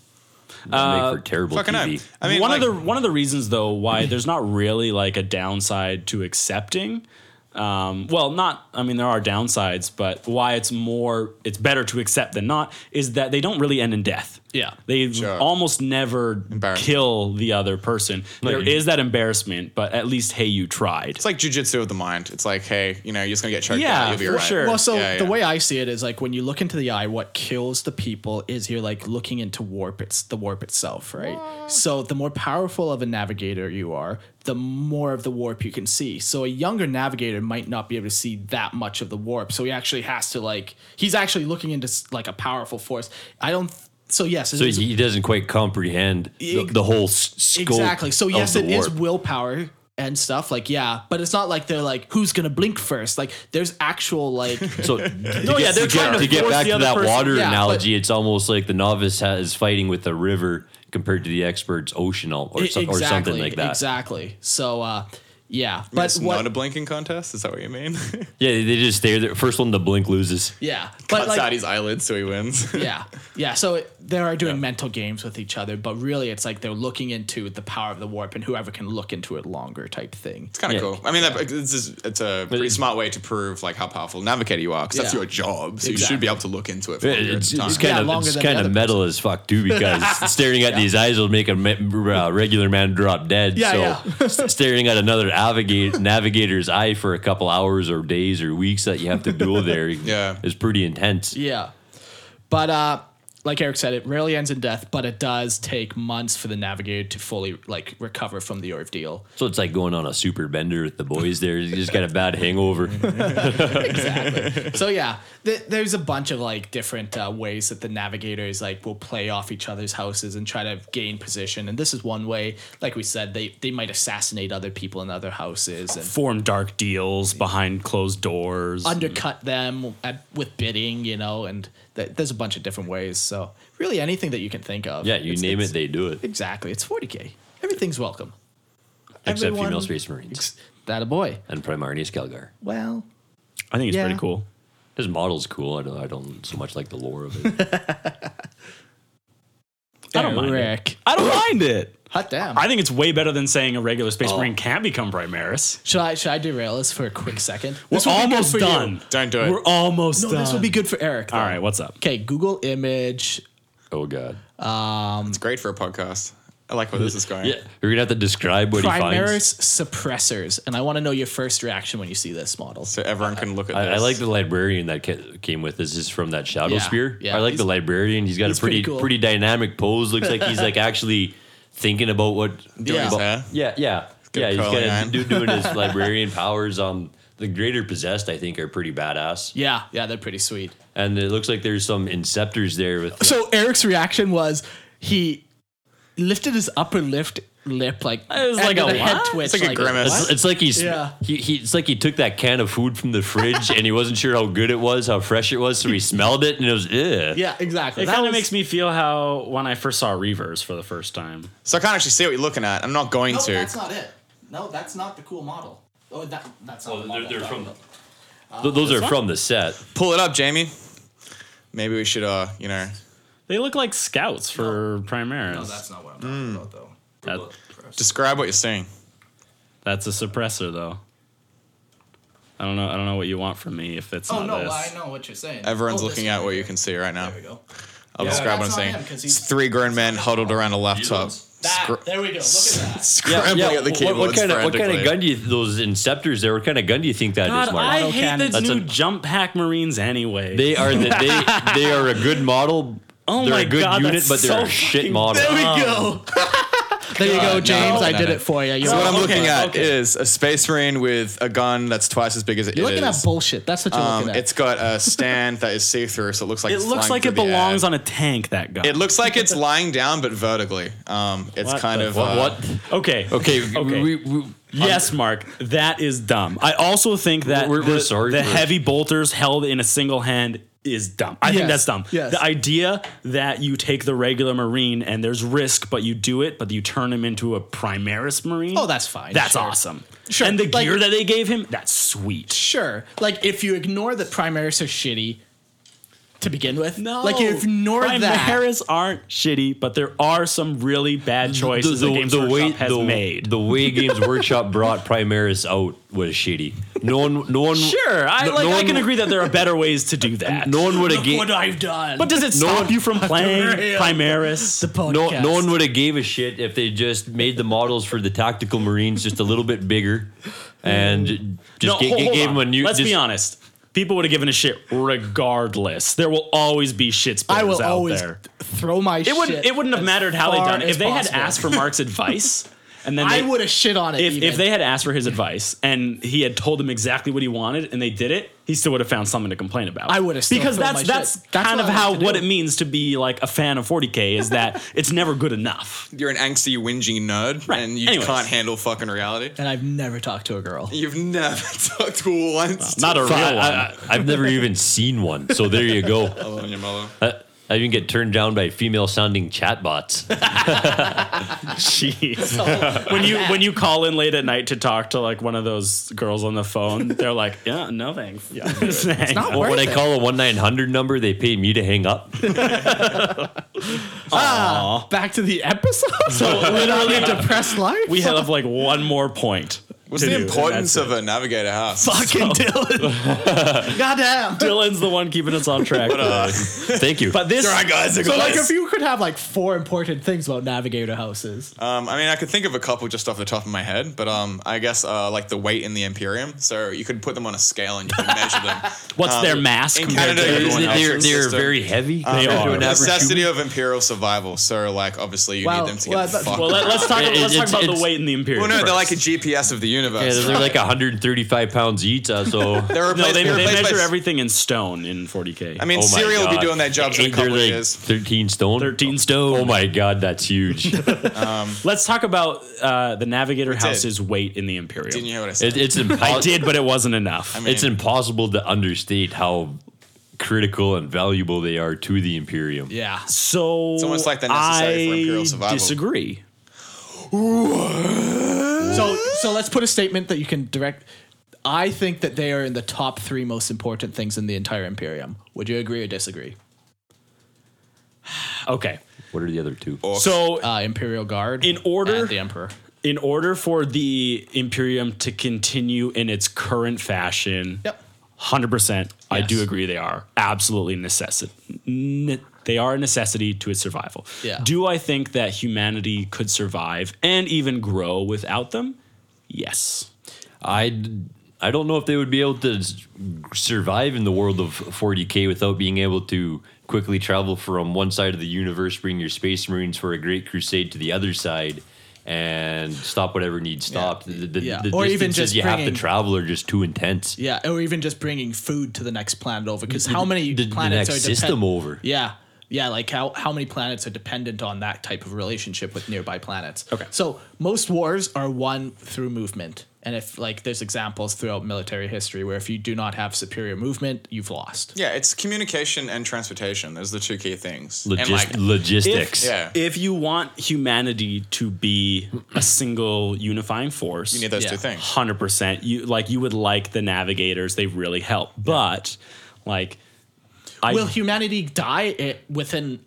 [SPEAKER 5] That'd make for terrible
[SPEAKER 4] Fucking
[SPEAKER 5] TV.
[SPEAKER 4] hell. I mean,
[SPEAKER 2] one
[SPEAKER 4] like,
[SPEAKER 2] of the one of the reasons though why there's not really like a downside to accepting. Um, well, not. I mean, there are downsides, but why it's more, it's better to accept than not is that they don't really end in death.
[SPEAKER 3] Yeah.
[SPEAKER 2] they
[SPEAKER 4] Sure.
[SPEAKER 2] almost never
[SPEAKER 4] Embarrassment.
[SPEAKER 2] kill the other person. There
[SPEAKER 5] you-
[SPEAKER 2] is that embarrassment, but at least hey, you tried.
[SPEAKER 4] It's like jujitsu of the mind. It's like, hey, you know, you're just gonna get choked
[SPEAKER 2] Yeah,
[SPEAKER 4] out. You'll be
[SPEAKER 2] for
[SPEAKER 4] alright.
[SPEAKER 2] sure.
[SPEAKER 4] Yeah,
[SPEAKER 3] Well, so
[SPEAKER 4] yeah.
[SPEAKER 3] the way I see it is like when you look into the eye, what kills the people is you're like looking into warp. It's the warp itself, right? So the more powerful of a navigator you are, the more of the warp you can see. So a younger navigator might not be able to see that much of the warp. So he actually has to like he's actually looking into s- like a powerful force. I don't. So yes, it
[SPEAKER 5] So
[SPEAKER 3] is-
[SPEAKER 5] he doesn't quite comprehend the, the whole s- scope.
[SPEAKER 3] exactly. So
[SPEAKER 5] of
[SPEAKER 3] yes,
[SPEAKER 5] the
[SPEAKER 3] it is
[SPEAKER 5] warp.
[SPEAKER 3] willpower and stuff. Like yeah, but it's not like they're like who's gonna blink first. Like there's actual like.
[SPEAKER 5] So no,
[SPEAKER 2] yeah, they're trying to
[SPEAKER 5] to get
[SPEAKER 2] force
[SPEAKER 5] back
[SPEAKER 2] the
[SPEAKER 5] to
[SPEAKER 2] other
[SPEAKER 5] that
[SPEAKER 2] person-
[SPEAKER 5] water
[SPEAKER 3] yeah, but-
[SPEAKER 5] analogy. It's almost like the novice has, is fighting with the river compared to the expert's ocean, al- or,
[SPEAKER 3] I-
[SPEAKER 5] so- or something like that.
[SPEAKER 3] Exactly. E, So uh, Yeah,
[SPEAKER 4] But
[SPEAKER 3] but
[SPEAKER 4] it's
[SPEAKER 3] what?
[SPEAKER 4] not a blinking contest. Is that what you mean?
[SPEAKER 5] Yeah, they just stare there. First one to blink loses.
[SPEAKER 3] yeah, but
[SPEAKER 4] Cuts
[SPEAKER 3] like,
[SPEAKER 4] out his eyelids so he wins.
[SPEAKER 3] yeah, yeah. So it, they are doing mental games with each other, but really, it's like they're looking into the power of the warp and whoever can look into it longer type thing.
[SPEAKER 4] It's kind
[SPEAKER 5] Yeah.
[SPEAKER 4] of cool. I mean, that, it's, just, it's a pretty
[SPEAKER 5] it's-
[SPEAKER 4] smart way to prove like how powerful a navigator you are because that's
[SPEAKER 3] Yeah.
[SPEAKER 4] your job. So you
[SPEAKER 3] Exactly.
[SPEAKER 4] should be able to look into it for
[SPEAKER 5] Yeah,
[SPEAKER 4] a period
[SPEAKER 5] It's,
[SPEAKER 4] of time.
[SPEAKER 5] it's kind
[SPEAKER 3] Yeah,
[SPEAKER 5] of
[SPEAKER 3] longer
[SPEAKER 5] it's
[SPEAKER 3] than the
[SPEAKER 5] kind of
[SPEAKER 3] other
[SPEAKER 5] metal as fuck too because staring at these eyes will make a me- uh, regular man drop dead.
[SPEAKER 3] Yeah,
[SPEAKER 5] so
[SPEAKER 3] yeah.
[SPEAKER 5] s- staring at another navigate, navigator's eye for a couple hours or days or weeks that you have to duel there
[SPEAKER 4] Yeah.
[SPEAKER 5] is pretty intense.
[SPEAKER 3] Yeah. But uh like Eric said, it rarely ends in death, but it does take months for the navigator to fully like recover from the ordeal.
[SPEAKER 5] So it's like going on a super bender with the boys there. You just got a bad hangover.
[SPEAKER 3] so yeah, th- there's a bunch of like different uh, ways that the navigators like will play off each other's houses and try to gain position. And this is one way. Like we said, they they might assassinate other people in other houses and
[SPEAKER 2] Form dark deals behind closed doors.
[SPEAKER 3] undercut them at, with bidding, you know. And th- there's a bunch of different ways. So really, anything that you can think of.
[SPEAKER 5] Yeah, you
[SPEAKER 3] It's-
[SPEAKER 5] name
[SPEAKER 3] it's-
[SPEAKER 5] it, they do it.
[SPEAKER 3] Exactly. It's 40k. Everything's welcome.
[SPEAKER 5] Except
[SPEAKER 3] Everyone-
[SPEAKER 5] female space marines
[SPEAKER 3] That a boy.
[SPEAKER 5] and Primarnius Calgar.
[SPEAKER 3] Well,
[SPEAKER 2] I think it's
[SPEAKER 3] Yeah.
[SPEAKER 2] pretty cool.
[SPEAKER 5] His model's cool. I don't, I don't so much like the lore of it.
[SPEAKER 2] I don't mind it.
[SPEAKER 3] Eric.
[SPEAKER 2] I don't mind it.
[SPEAKER 3] Hot damn.
[SPEAKER 2] I think it's way better than saying a regular space
[SPEAKER 3] Oh.
[SPEAKER 2] marine can become Primaris.
[SPEAKER 3] should I should I derail this for a quick second?
[SPEAKER 2] We're
[SPEAKER 3] would be good
[SPEAKER 2] almost
[SPEAKER 3] for you.
[SPEAKER 2] done.
[SPEAKER 4] Don't do it.
[SPEAKER 2] We're almost
[SPEAKER 3] No,
[SPEAKER 2] done.
[SPEAKER 3] this would be good for Eric.
[SPEAKER 2] All right, what's up?
[SPEAKER 3] Okay, Google image.
[SPEAKER 5] Oh god.
[SPEAKER 4] it's great for a podcast. I like where this is going.
[SPEAKER 5] Yeah, you're gonna have to describe what he finds.
[SPEAKER 3] Primaris suppressors, and I want to know your first reaction when you see this model.
[SPEAKER 4] So everyone can look at
[SPEAKER 5] I,
[SPEAKER 4] this.
[SPEAKER 5] I like the librarian that ca- came with us. Is from that Shadow
[SPEAKER 3] Yeah,
[SPEAKER 5] Spear.
[SPEAKER 3] yeah.
[SPEAKER 5] I like the librarian. He's got
[SPEAKER 3] he's
[SPEAKER 5] a pretty
[SPEAKER 3] pretty cool.
[SPEAKER 5] pretty dynamic pose. Looks like he's like actually thinking about what
[SPEAKER 4] Doing his
[SPEAKER 5] about-
[SPEAKER 4] hair.
[SPEAKER 5] Yeah, yeah,
[SPEAKER 4] Good
[SPEAKER 5] yeah. He's
[SPEAKER 4] curling
[SPEAKER 5] got
[SPEAKER 4] iron.
[SPEAKER 5] do, doing his librarian powers. Um, the Greater Possessed, I think, are pretty badass.
[SPEAKER 3] Yeah, yeah, they're pretty sweet.
[SPEAKER 5] And it looks like there's some Inceptors there with.
[SPEAKER 3] So Eric's reaction was he lifted his upper lift lip like it
[SPEAKER 2] was like a
[SPEAKER 3] head
[SPEAKER 2] what?
[SPEAKER 3] twitch.
[SPEAKER 4] It's like a grimace.
[SPEAKER 5] It's, it's like he's
[SPEAKER 3] Yeah.
[SPEAKER 5] he, he it's like he took that can of food from the fridge and he wasn't sure how good it was, how fresh it was, so he smelled it and it was Ugh.
[SPEAKER 3] Yeah, exactly.
[SPEAKER 2] It
[SPEAKER 3] That
[SPEAKER 2] kind of
[SPEAKER 3] was-
[SPEAKER 2] makes me feel how when I first saw Reavers for the first time.
[SPEAKER 4] so I can't actually see what you're looking at. I'm not going to.
[SPEAKER 3] not it. No, that's not the cool model. Oh, that, that's not
[SPEAKER 5] They're, they're from the, Th- those are from the set.
[SPEAKER 4] Pull it up, Jamie. Maybe we should, uh, you know,
[SPEAKER 2] They look like scouts for Primaris.
[SPEAKER 3] not what I'm talking about, though.
[SPEAKER 2] Hmm. That-
[SPEAKER 4] describe what you're seeing.
[SPEAKER 2] that's a suppressor though. I don't know. I don't know what you want from me if it's
[SPEAKER 3] Oh
[SPEAKER 2] not
[SPEAKER 3] no,
[SPEAKER 2] this.
[SPEAKER 3] I know what you're saying.
[SPEAKER 4] Everyone's
[SPEAKER 3] Oh, this
[SPEAKER 4] looking
[SPEAKER 3] one
[SPEAKER 4] at what
[SPEAKER 3] here.
[SPEAKER 4] you can see right now.
[SPEAKER 3] There we go.
[SPEAKER 4] I'll
[SPEAKER 3] Yeah.
[SPEAKER 4] describe what I'm
[SPEAKER 3] That's
[SPEAKER 4] seeing.
[SPEAKER 3] not him, 'cause he's-
[SPEAKER 4] It's three grown men huddled around a laptop.
[SPEAKER 3] That,
[SPEAKER 4] scr-
[SPEAKER 3] there we go. Look at that.
[SPEAKER 4] Scrambling at the
[SPEAKER 5] what,
[SPEAKER 4] keyboards
[SPEAKER 5] what kind of what kind of
[SPEAKER 4] frantically.
[SPEAKER 5] gun do you those Inceptors there? What kind of gun do you think that is,
[SPEAKER 2] God,
[SPEAKER 5] Mark?
[SPEAKER 2] I
[SPEAKER 3] Auto
[SPEAKER 2] hate
[SPEAKER 3] cannon.
[SPEAKER 2] these
[SPEAKER 5] That's
[SPEAKER 2] new
[SPEAKER 5] a-
[SPEAKER 2] jump pack Marines anyway.
[SPEAKER 5] they are the, they they are a good model.
[SPEAKER 2] Oh
[SPEAKER 5] they're
[SPEAKER 2] my
[SPEAKER 5] a good
[SPEAKER 2] God,
[SPEAKER 5] unit,
[SPEAKER 2] that's
[SPEAKER 5] but they're
[SPEAKER 2] so
[SPEAKER 5] a shit
[SPEAKER 2] fucking
[SPEAKER 5] model.
[SPEAKER 2] Oh.
[SPEAKER 3] There you
[SPEAKER 4] God,
[SPEAKER 3] go,
[SPEAKER 4] no,
[SPEAKER 3] James. I
[SPEAKER 4] no,
[SPEAKER 3] did
[SPEAKER 4] no.
[SPEAKER 3] it for you. You're,
[SPEAKER 4] So what I'm
[SPEAKER 2] Okay,
[SPEAKER 4] looking at
[SPEAKER 2] okay.
[SPEAKER 4] is a space marine with a gun that's twice as big as it
[SPEAKER 3] you're looking
[SPEAKER 4] is.
[SPEAKER 3] at bullshit. That's what you're
[SPEAKER 4] Um,
[SPEAKER 3] looking at.
[SPEAKER 4] it's got a stand that is see through, so it looks like
[SPEAKER 2] it
[SPEAKER 4] it's
[SPEAKER 2] looks
[SPEAKER 4] flying
[SPEAKER 2] like
[SPEAKER 4] through
[SPEAKER 2] it
[SPEAKER 4] the
[SPEAKER 2] belongs
[SPEAKER 4] air.
[SPEAKER 2] on a tank. That guy.
[SPEAKER 4] It looks like it's lying down, but vertically. Um, it's
[SPEAKER 2] What
[SPEAKER 4] kind
[SPEAKER 2] the-
[SPEAKER 4] of
[SPEAKER 5] What,
[SPEAKER 4] uh,
[SPEAKER 5] what?
[SPEAKER 2] okay.
[SPEAKER 5] Okay,
[SPEAKER 2] Okay.
[SPEAKER 5] We, we,
[SPEAKER 2] Yes, Mark, that is dumb. I also think that
[SPEAKER 5] We're-
[SPEAKER 2] the,
[SPEAKER 5] we're sorry
[SPEAKER 2] the
[SPEAKER 5] for-
[SPEAKER 2] heavy bolters held in a single hand is dumb. I think
[SPEAKER 3] Yes,
[SPEAKER 2] that's dumb.
[SPEAKER 3] yes.
[SPEAKER 2] The idea that you take the regular Marine and there's risk, but you do it, but you turn him into a Primaris Marine.
[SPEAKER 3] Oh, that's fine,
[SPEAKER 2] That's
[SPEAKER 3] sure.
[SPEAKER 2] awesome.
[SPEAKER 3] Sure,
[SPEAKER 2] And the
[SPEAKER 3] like-
[SPEAKER 2] gear that they gave him, that's sweet.
[SPEAKER 3] sure. Like if you ignore that primaries are shitty to begin with.
[SPEAKER 2] No,
[SPEAKER 3] Like you ignore
[SPEAKER 2] Primaris
[SPEAKER 3] that.
[SPEAKER 2] aren't shitty, but there are some really bad choices the, Games Workshop has
[SPEAKER 5] the,
[SPEAKER 2] made.
[SPEAKER 5] the way Games Workshop brought Primaris out was shitty. No one, no one,
[SPEAKER 2] sure, I
[SPEAKER 5] no-
[SPEAKER 2] like.
[SPEAKER 5] no
[SPEAKER 2] I
[SPEAKER 5] one-
[SPEAKER 2] can agree that there are better ways to do that.
[SPEAKER 5] No one would have gave
[SPEAKER 3] I've done.
[SPEAKER 2] But does it
[SPEAKER 5] No
[SPEAKER 2] stop
[SPEAKER 5] one-
[SPEAKER 2] you from playing
[SPEAKER 3] Derail.
[SPEAKER 2] Primaris?
[SPEAKER 5] no, no one would have gave a shit if they just made the models for the tactical marines just a little bit bigger and just ga-
[SPEAKER 2] hold-
[SPEAKER 5] ga-
[SPEAKER 2] Mm. hold
[SPEAKER 5] gave
[SPEAKER 2] on.
[SPEAKER 5] them a new.
[SPEAKER 2] Let's
[SPEAKER 5] just,
[SPEAKER 2] be honest. People would have given a shit regardless. There will always be shit splitters
[SPEAKER 3] I will
[SPEAKER 2] out
[SPEAKER 3] always
[SPEAKER 2] there.
[SPEAKER 3] throw my
[SPEAKER 2] It wouldn't.
[SPEAKER 3] shit
[SPEAKER 2] It wouldn't have
[SPEAKER 3] as
[SPEAKER 2] mattered how they
[SPEAKER 3] far
[SPEAKER 2] done it.
[SPEAKER 3] as
[SPEAKER 2] If they had
[SPEAKER 3] possible.
[SPEAKER 2] asked for Mark's advice, and then
[SPEAKER 3] I
[SPEAKER 2] they-
[SPEAKER 3] would have shit on it.
[SPEAKER 2] If,
[SPEAKER 3] even.
[SPEAKER 2] if they had asked for his advice and he had told them exactly what he wanted and they did it, he still would have found something to complain about.
[SPEAKER 3] I would have still
[SPEAKER 2] because
[SPEAKER 3] filled
[SPEAKER 2] that's
[SPEAKER 3] my
[SPEAKER 2] that's
[SPEAKER 3] shit. That's
[SPEAKER 2] kind
[SPEAKER 3] what
[SPEAKER 2] of
[SPEAKER 3] I
[SPEAKER 2] how
[SPEAKER 3] like to
[SPEAKER 2] what
[SPEAKER 3] do.
[SPEAKER 2] it means to be like a fan of 40k is that it's never good enough.
[SPEAKER 4] You're an angsty, whinging nerd,
[SPEAKER 2] Right.
[SPEAKER 4] and you
[SPEAKER 2] Anyways.
[SPEAKER 4] can't handle fucking reality.
[SPEAKER 3] and I've never talked to a girl.
[SPEAKER 4] You've never talked to once.
[SPEAKER 2] Not a real
[SPEAKER 5] I,
[SPEAKER 2] one.
[SPEAKER 5] I, have never even seen one, so there you go.
[SPEAKER 4] Alone, your mother.
[SPEAKER 5] I, I I even get turned down by female sounding chatbots.
[SPEAKER 2] Jeez. when you when you call in late at night to talk to like one of those girls on the phone, they're like, yeah, no thanks. Yeah, it's
[SPEAKER 3] not
[SPEAKER 5] when
[SPEAKER 3] worth
[SPEAKER 5] I
[SPEAKER 3] it.
[SPEAKER 5] call a 1 900 number, they pay me to hang up.
[SPEAKER 3] Back to the episode. So literally depressed life.
[SPEAKER 2] We have like one more point.
[SPEAKER 4] What's
[SPEAKER 2] to
[SPEAKER 4] the
[SPEAKER 2] do, and
[SPEAKER 4] importance
[SPEAKER 2] that's
[SPEAKER 4] of a navigator house?
[SPEAKER 3] fucking Dylan. Goddamn.
[SPEAKER 2] it. Dylan's the one keeping us on track.
[SPEAKER 5] uh, Thank you.
[SPEAKER 2] but this
[SPEAKER 4] All right, guys.
[SPEAKER 3] So like, if you could have like four important things about navigator houses,
[SPEAKER 4] Um, I mean, I could think of a couple just off the top of my head, but um, I guess uh, like the weight in the Imperium. So you could put them on a scale and you can measure them.
[SPEAKER 2] What's
[SPEAKER 4] Um,
[SPEAKER 2] their mask
[SPEAKER 4] in
[SPEAKER 2] compared
[SPEAKER 4] Canada,
[SPEAKER 2] to
[SPEAKER 4] everyone
[SPEAKER 5] Isn't it- they're
[SPEAKER 4] else's
[SPEAKER 5] they're
[SPEAKER 4] system.
[SPEAKER 5] very heavy.
[SPEAKER 2] They
[SPEAKER 5] compared to
[SPEAKER 2] are.
[SPEAKER 5] an average
[SPEAKER 4] necessity
[SPEAKER 5] human?
[SPEAKER 4] of imperial survival. So like, obviously, you
[SPEAKER 3] Well,
[SPEAKER 4] need them to
[SPEAKER 3] well,
[SPEAKER 4] get the
[SPEAKER 3] but-
[SPEAKER 4] fuck.
[SPEAKER 2] Well, let, us talk.
[SPEAKER 5] It-
[SPEAKER 2] let's
[SPEAKER 5] it's-
[SPEAKER 2] talk about
[SPEAKER 5] it's-
[SPEAKER 2] the weight in the imperium.
[SPEAKER 4] well, no, they're
[SPEAKER 2] first.
[SPEAKER 4] like a GPS of the universe.
[SPEAKER 5] Yeah, those are like 135 pounds each. Uh, so
[SPEAKER 4] They're
[SPEAKER 2] No,
[SPEAKER 4] replaced,
[SPEAKER 2] they,
[SPEAKER 4] they're
[SPEAKER 2] they
[SPEAKER 4] replaced
[SPEAKER 2] measure
[SPEAKER 4] by,
[SPEAKER 2] everything in stone in 40k.
[SPEAKER 4] I mean,
[SPEAKER 5] Oh my
[SPEAKER 4] cereal will be
[SPEAKER 5] God.
[SPEAKER 4] doing their jobs in a
[SPEAKER 5] Ain't there
[SPEAKER 4] couple of
[SPEAKER 5] like
[SPEAKER 4] years.
[SPEAKER 5] 13 stone?
[SPEAKER 2] 13 stone.
[SPEAKER 5] Oh my God, that's huge. it,
[SPEAKER 2] let's talk about uh, the Navigator House's weight in the
[SPEAKER 4] Didn't you
[SPEAKER 2] Imperium.
[SPEAKER 4] hear what I said?
[SPEAKER 5] it's
[SPEAKER 2] I
[SPEAKER 5] impossible.
[SPEAKER 2] did, but it wasn't enough.
[SPEAKER 4] mean-
[SPEAKER 5] It's impossible to understate how critical and valuable they are to the Imperium.
[SPEAKER 3] yeah.
[SPEAKER 2] so it's
[SPEAKER 4] almost like the necessary
[SPEAKER 2] I
[SPEAKER 4] for imperial survival.
[SPEAKER 2] disagree.
[SPEAKER 3] So so let's put a statement that you can direct. I think that they are in the top three most important things in the entire Imperium. Would you agree or disagree?
[SPEAKER 2] Okay,
[SPEAKER 5] What are the other two?
[SPEAKER 2] so
[SPEAKER 3] Uh, Imperial Guard
[SPEAKER 2] In order-
[SPEAKER 3] and the Emperor.
[SPEAKER 2] in order for the Imperium to continue in its current fashion,
[SPEAKER 3] Yep.
[SPEAKER 2] hundred percent, I
[SPEAKER 3] Yes.
[SPEAKER 2] do agree they are absolutely necessity. they are a necessity to its survival.
[SPEAKER 3] Yeah.
[SPEAKER 2] Do I think that humanity could survive and even grow without them? Yes.
[SPEAKER 5] I d- I don't know if they would be able to s- survive in the world of 40k without being able to quickly travel from one side of the universe, bring your space marines for a great crusade to the other side, and stop whatever needs stopped. The, the,
[SPEAKER 3] Yeah.
[SPEAKER 5] the
[SPEAKER 3] Or even
[SPEAKER 5] distances
[SPEAKER 3] just
[SPEAKER 5] you have to
[SPEAKER 3] bringing-
[SPEAKER 5] travel are just too intense.
[SPEAKER 3] Yeah, or even just bringing food to the next planet over. Because how many
[SPEAKER 5] The, the
[SPEAKER 3] planets
[SPEAKER 5] next
[SPEAKER 3] are depend-
[SPEAKER 5] system over.
[SPEAKER 3] Yeah. Yeah, like how, how many planets are dependent on that type of relationship with nearby planets.
[SPEAKER 2] Okay.
[SPEAKER 3] So most wars are won through movement. And if like there's examples throughout military history where if you do not have superior movement, you've lost.
[SPEAKER 4] yeah, it's communication and transportation. Those are the two key things.
[SPEAKER 5] Logis-
[SPEAKER 4] and like,
[SPEAKER 5] logistics.
[SPEAKER 4] yeah,
[SPEAKER 2] If you want humanity to be a single unifying force,
[SPEAKER 4] you need those
[SPEAKER 3] Yeah.
[SPEAKER 4] two things.
[SPEAKER 2] hundred percent. You like you would like the navigators; they really help. But like, I
[SPEAKER 3] Will humanity die i within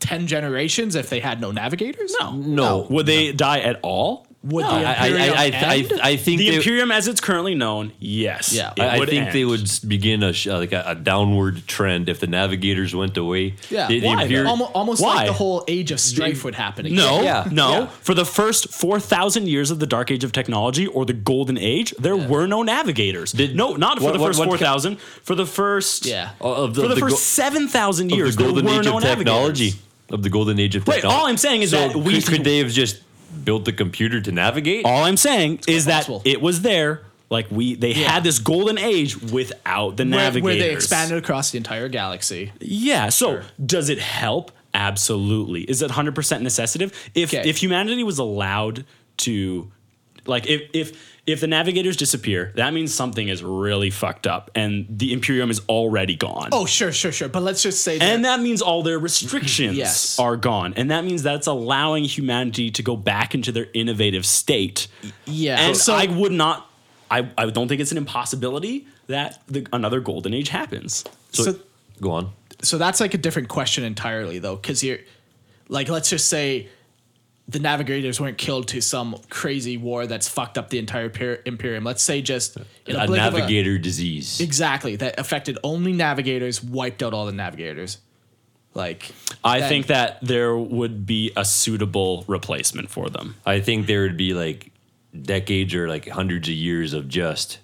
[SPEAKER 3] 10 generations if they had no navigators? No.
[SPEAKER 5] No.
[SPEAKER 2] would they die at all?
[SPEAKER 3] Would
[SPEAKER 5] I,
[SPEAKER 3] the
[SPEAKER 5] I,
[SPEAKER 3] Imperium
[SPEAKER 5] I, I,
[SPEAKER 3] end?
[SPEAKER 5] I, I think
[SPEAKER 2] The
[SPEAKER 5] they,
[SPEAKER 2] Imperium, as it's currently known, yes.
[SPEAKER 3] Yeah.
[SPEAKER 2] it
[SPEAKER 5] I, I think they
[SPEAKER 2] end.
[SPEAKER 5] would s- begin a sh- uh, like a, a downward trend if the navigators went away.
[SPEAKER 3] yeah.
[SPEAKER 5] The- the
[SPEAKER 3] Why?
[SPEAKER 5] Imperium-
[SPEAKER 3] Almo- almost
[SPEAKER 2] Why?
[SPEAKER 3] like the whole Age of Strife would happen again.
[SPEAKER 2] No,
[SPEAKER 5] Yeah.
[SPEAKER 2] no.
[SPEAKER 3] Yeah.
[SPEAKER 2] For the first four thousand years of the Dark Age of technology or the Golden Age, there were no navigators. no, not for
[SPEAKER 5] what-
[SPEAKER 2] the
[SPEAKER 5] what-
[SPEAKER 2] first
[SPEAKER 5] what ca-
[SPEAKER 2] four thousand. For the first,
[SPEAKER 3] Yeah.
[SPEAKER 5] Of the-
[SPEAKER 2] for the,
[SPEAKER 5] the
[SPEAKER 2] first
[SPEAKER 5] go-
[SPEAKER 2] seven thousand
[SPEAKER 5] of
[SPEAKER 2] years,
[SPEAKER 5] the golden
[SPEAKER 2] there were
[SPEAKER 5] age
[SPEAKER 2] no
[SPEAKER 5] of technology.
[SPEAKER 2] navigators.
[SPEAKER 5] Of the golden age of
[SPEAKER 2] Wait,
[SPEAKER 5] technology.
[SPEAKER 2] all I'm saying is
[SPEAKER 5] so
[SPEAKER 2] that we
[SPEAKER 5] could, could they have just built the computer to navigate?
[SPEAKER 2] All I'm saying is that
[SPEAKER 3] possible.
[SPEAKER 2] it was there. Like we, they had this golden age without the
[SPEAKER 3] Where,
[SPEAKER 2] navigators.
[SPEAKER 3] where they expanded across the entire galaxy.
[SPEAKER 2] Yeah. So does it help? Absolutely. Is it 100% necessative? If
[SPEAKER 3] Okay.
[SPEAKER 2] if humanity was allowed to like if if if the navigators disappear, that means something is really fucked up and the imperium is already gone.
[SPEAKER 3] Oh, sure, sure, sure. But let's just say that.
[SPEAKER 2] And that means all their restrictions
[SPEAKER 3] Yes.
[SPEAKER 2] are gone. And that means that's allowing humanity to go back into their innovative state.
[SPEAKER 3] yeah.
[SPEAKER 2] And
[SPEAKER 3] so,
[SPEAKER 2] I would not I, I don't think it's an impossibility that the, another golden age happens.
[SPEAKER 5] So-
[SPEAKER 3] so
[SPEAKER 5] go on.
[SPEAKER 3] so that's like a different question entirely though because you're like let's just say the navigators weren't killed to some crazy war that's fucked up the entire per- imperium let's say just in a,
[SPEAKER 5] A
[SPEAKER 3] blink of a-
[SPEAKER 5] navigator disease.
[SPEAKER 3] exactly that affected only navigators wiped out all the navigators like
[SPEAKER 2] I
[SPEAKER 3] then-
[SPEAKER 2] think that there would be a suitable replacement for them.
[SPEAKER 5] I think there would be like decades or like hundreds of years of just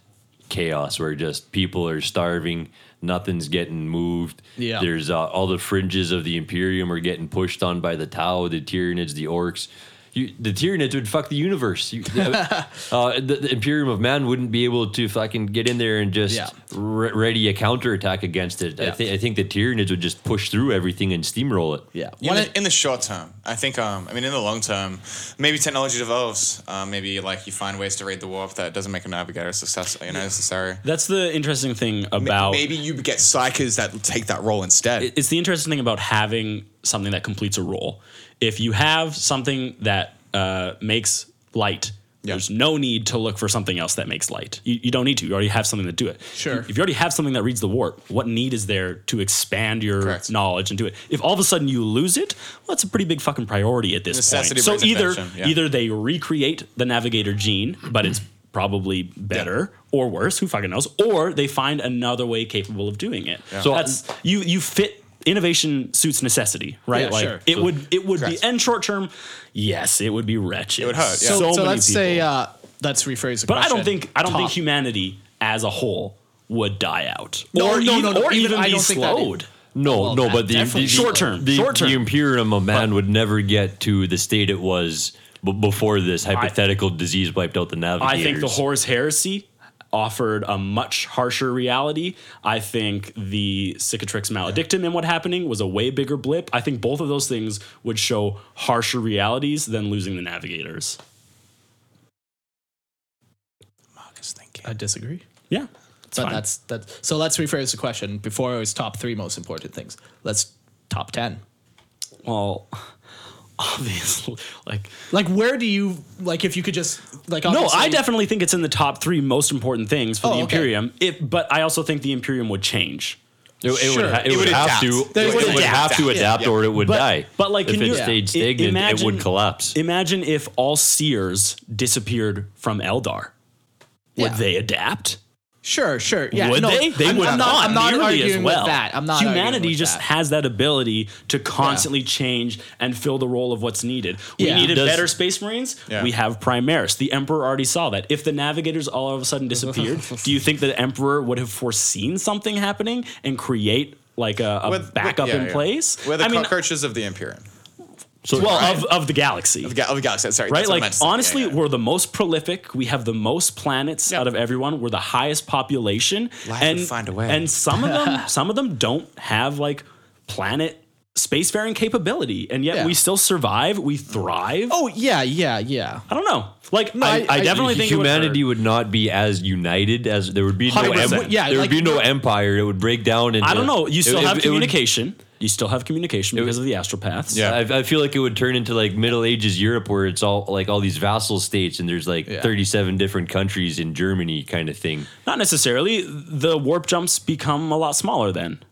[SPEAKER 5] chaos where just people are starving, nothing's getting moved.
[SPEAKER 3] Yeah.
[SPEAKER 5] There's uh, all the fringes of the Imperium are getting pushed on by the Tau, the Tyranids, the Orcs. you, the Tyranids would fuck the universe. You, the, uh, the, the Imperium of Man wouldn't be able to fucking get in there and just
[SPEAKER 3] Yeah.
[SPEAKER 5] re- ready a counterattack against it. I,
[SPEAKER 3] Yeah.
[SPEAKER 5] thi- I think the Tyranids would just push through everything and steamroll it.
[SPEAKER 3] Yeah.
[SPEAKER 4] In
[SPEAKER 3] One
[SPEAKER 4] the, in the short term, I think. Um, I mean, in the long term, maybe technology develops. Uh, maybe like you find ways to raid the warp that doesn't make a navigator successful. You know, necessary.
[SPEAKER 2] That's the interesting thing
[SPEAKER 4] Ma-
[SPEAKER 2] about
[SPEAKER 4] Maybe you get psychers that take that role instead.
[SPEAKER 2] it- it's the interesting thing about having something that completes a role. If you have something that uh, makes light,
[SPEAKER 4] Yeah.
[SPEAKER 2] there's no need to look for something else that makes light. You, you don't need to. You already have something to do it.
[SPEAKER 3] Sure.
[SPEAKER 2] If you already have something that reads the warp, what need is there to expand your
[SPEAKER 4] Correct.
[SPEAKER 2] knowledge and do it? If all of a sudden you lose it, well, that's a pretty big fucking priority at this
[SPEAKER 4] Necessity
[SPEAKER 2] point. So
[SPEAKER 4] brings
[SPEAKER 2] either
[SPEAKER 4] invention, yeah.
[SPEAKER 2] either they recreate the navigator gene, but it's probably better or worse, who fucking knows, or they find another way capable of doing it.
[SPEAKER 5] So-
[SPEAKER 2] So that's you you fit innovation suits necessity, right?
[SPEAKER 3] Yeah,
[SPEAKER 2] like
[SPEAKER 3] sure.
[SPEAKER 2] it would it would
[SPEAKER 4] Correct.
[SPEAKER 2] be and short term, yes, it would be wretched. It
[SPEAKER 4] would hurt, yeah.
[SPEAKER 2] So,
[SPEAKER 3] so
[SPEAKER 2] many
[SPEAKER 3] let's
[SPEAKER 2] people.
[SPEAKER 3] say uh, let's rephrase the
[SPEAKER 2] but I
[SPEAKER 3] question.
[SPEAKER 2] don't think I don't think
[SPEAKER 3] Top.
[SPEAKER 2] humanity as a whole would die out.
[SPEAKER 3] No,
[SPEAKER 2] or
[SPEAKER 3] no, no,
[SPEAKER 2] even,
[SPEAKER 3] no,
[SPEAKER 2] or
[SPEAKER 3] even-
[SPEAKER 2] even
[SPEAKER 3] I
[SPEAKER 2] be
[SPEAKER 3] don't think that
[SPEAKER 2] slowed.
[SPEAKER 5] No,
[SPEAKER 3] Well,
[SPEAKER 5] no,
[SPEAKER 3] that
[SPEAKER 5] but the,
[SPEAKER 3] definitely
[SPEAKER 5] the-
[SPEAKER 2] Short term,
[SPEAKER 5] the,
[SPEAKER 2] short term.
[SPEAKER 5] the Imperium of Man would never get to the state it was b- before this hypothetical disease wiped out the navigators.
[SPEAKER 2] I think the Horus Heresy offered a much harsher reality. I think the Cicatrix Maledictum and what happening was a way bigger blip. I think both of those things would show harsher realities than losing the Navigators.
[SPEAKER 4] Marcus thinking.
[SPEAKER 3] I disagree.
[SPEAKER 2] Yeah. It's
[SPEAKER 3] but
[SPEAKER 2] fine.
[SPEAKER 3] that's that. So let's rephrase the question. Before it was top three most important things. Let's top ten.
[SPEAKER 2] well, obviously, like
[SPEAKER 3] Like where do you like if you could just like
[SPEAKER 2] no,
[SPEAKER 3] obviously-
[SPEAKER 2] I definitely think it's in the top three most important things for
[SPEAKER 3] Oh,
[SPEAKER 2] the
[SPEAKER 3] okay.
[SPEAKER 2] Imperium. If, but I also think the Imperium would change.
[SPEAKER 5] It, it
[SPEAKER 3] Sure.
[SPEAKER 5] would, ha- it
[SPEAKER 4] It
[SPEAKER 5] would
[SPEAKER 4] would
[SPEAKER 5] have
[SPEAKER 4] adapt.
[SPEAKER 5] to.
[SPEAKER 3] They
[SPEAKER 5] It
[SPEAKER 3] would
[SPEAKER 5] would have to
[SPEAKER 4] adapt. Yeah,
[SPEAKER 5] adapt,
[SPEAKER 4] yeah.
[SPEAKER 5] or it would
[SPEAKER 2] But-
[SPEAKER 5] die.
[SPEAKER 2] but, like,
[SPEAKER 5] if
[SPEAKER 2] can
[SPEAKER 5] it
[SPEAKER 2] you-
[SPEAKER 5] stayed
[SPEAKER 2] i-
[SPEAKER 5] stagnant, it
[SPEAKER 2] imagine-
[SPEAKER 5] would collapse.
[SPEAKER 2] Imagine if all seers disappeared from Eldar. Would
[SPEAKER 3] Yeah.
[SPEAKER 2] they adapt?
[SPEAKER 3] Sure, sure. Yeah,
[SPEAKER 2] would
[SPEAKER 3] no,
[SPEAKER 2] they? They
[SPEAKER 3] I'm,
[SPEAKER 2] would
[SPEAKER 3] I'm not. I'm not
[SPEAKER 2] nearly
[SPEAKER 3] arguing
[SPEAKER 2] as well.
[SPEAKER 3] with that. I'm not. arguing
[SPEAKER 2] Humanity
[SPEAKER 3] with
[SPEAKER 2] just
[SPEAKER 3] that.
[SPEAKER 2] has that ability to constantly change and fill the role of what's needed. We
[SPEAKER 3] Yeah.
[SPEAKER 2] needed
[SPEAKER 5] Does-
[SPEAKER 2] better Space Marines.
[SPEAKER 4] Yeah.
[SPEAKER 2] We have Primaris. The Emperor already saw that. If the Navigators all of a sudden disappeared, do you think the Emperor would have foreseen something happening and create like a, a
[SPEAKER 4] With-
[SPEAKER 2] backup
[SPEAKER 4] yeah,
[SPEAKER 2] in
[SPEAKER 4] yeah.
[SPEAKER 2] place?
[SPEAKER 4] We're the
[SPEAKER 2] I mean,
[SPEAKER 4] cockroaches of the Imperium.
[SPEAKER 5] So,
[SPEAKER 2] well, of, of the galaxy.
[SPEAKER 4] Of, ga- of the galaxy. Sorry.
[SPEAKER 2] Right?
[SPEAKER 4] that's what I
[SPEAKER 2] Like,
[SPEAKER 4] meant to say. Yeah,
[SPEAKER 2] honestly,
[SPEAKER 4] yeah.
[SPEAKER 2] we're the most prolific. We have the most planets out of everyone. We're the highest population.
[SPEAKER 4] Life would
[SPEAKER 2] and
[SPEAKER 4] find a way.
[SPEAKER 2] And some of them, some of them don't have like planet spacefaring capability, and yet
[SPEAKER 3] Yeah.
[SPEAKER 2] we still survive. We thrive.
[SPEAKER 3] Oh yeah, yeah, yeah.
[SPEAKER 2] I don't know. Like,
[SPEAKER 3] No,
[SPEAKER 2] I, I,
[SPEAKER 3] I- I-
[SPEAKER 2] definitely think
[SPEAKER 5] humanity
[SPEAKER 2] It would hurt.
[SPEAKER 5] would, not be as united as there would be no
[SPEAKER 2] 100%.
[SPEAKER 5] em-
[SPEAKER 3] Yeah,
[SPEAKER 5] there
[SPEAKER 3] like-
[SPEAKER 5] would be no empire. It would break down. And uh,
[SPEAKER 2] I don't know. You still have
[SPEAKER 5] communication.
[SPEAKER 2] communication. you still have communication because of the astral paths.
[SPEAKER 4] Yeah.
[SPEAKER 5] I, I feel like it would turn into like Middle Ages Europe, where it's all like all these vassal states, and there's like 37 different countries in Germany, kind of thing.
[SPEAKER 2] Not necessarily. The warp jumps become a lot smaller then.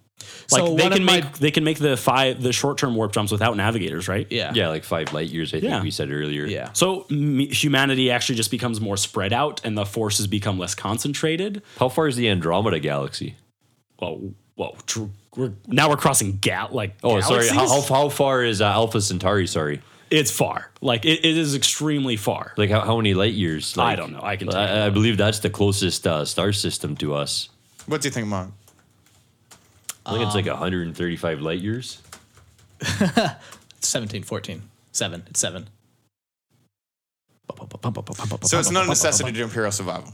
[SPEAKER 2] Like
[SPEAKER 3] So
[SPEAKER 2] they
[SPEAKER 3] one of
[SPEAKER 2] can
[SPEAKER 3] my-
[SPEAKER 2] make they can make the five the short term warp jumps without navigators, right?
[SPEAKER 3] Yeah.
[SPEAKER 5] Yeah, like five light years, I think
[SPEAKER 2] Yeah.
[SPEAKER 5] we said earlier.
[SPEAKER 3] Yeah.
[SPEAKER 2] So m- humanity actually just becomes more spread out, and the forces become less concentrated.
[SPEAKER 5] How far is the Andromeda Galaxy?
[SPEAKER 2] Well, well, tr- we're now we're crossing gat like.
[SPEAKER 5] Oh, sorry. How, how,
[SPEAKER 2] galaxies?
[SPEAKER 5] how far is uh, Alpha Centauri? Sorry,
[SPEAKER 2] It's far. Like it, it is extremely far.
[SPEAKER 5] like how, how many light years? Like,
[SPEAKER 2] I don't know. I
[SPEAKER 4] uh,
[SPEAKER 2] can. tell you.
[SPEAKER 5] I, I believe that's the closest uh, star system to us.
[SPEAKER 4] What do you think, Mark?
[SPEAKER 5] I think it's like 135 light years.
[SPEAKER 3] 17, 14, 7. It's 7.
[SPEAKER 4] So it's not a necessity to imperial survival.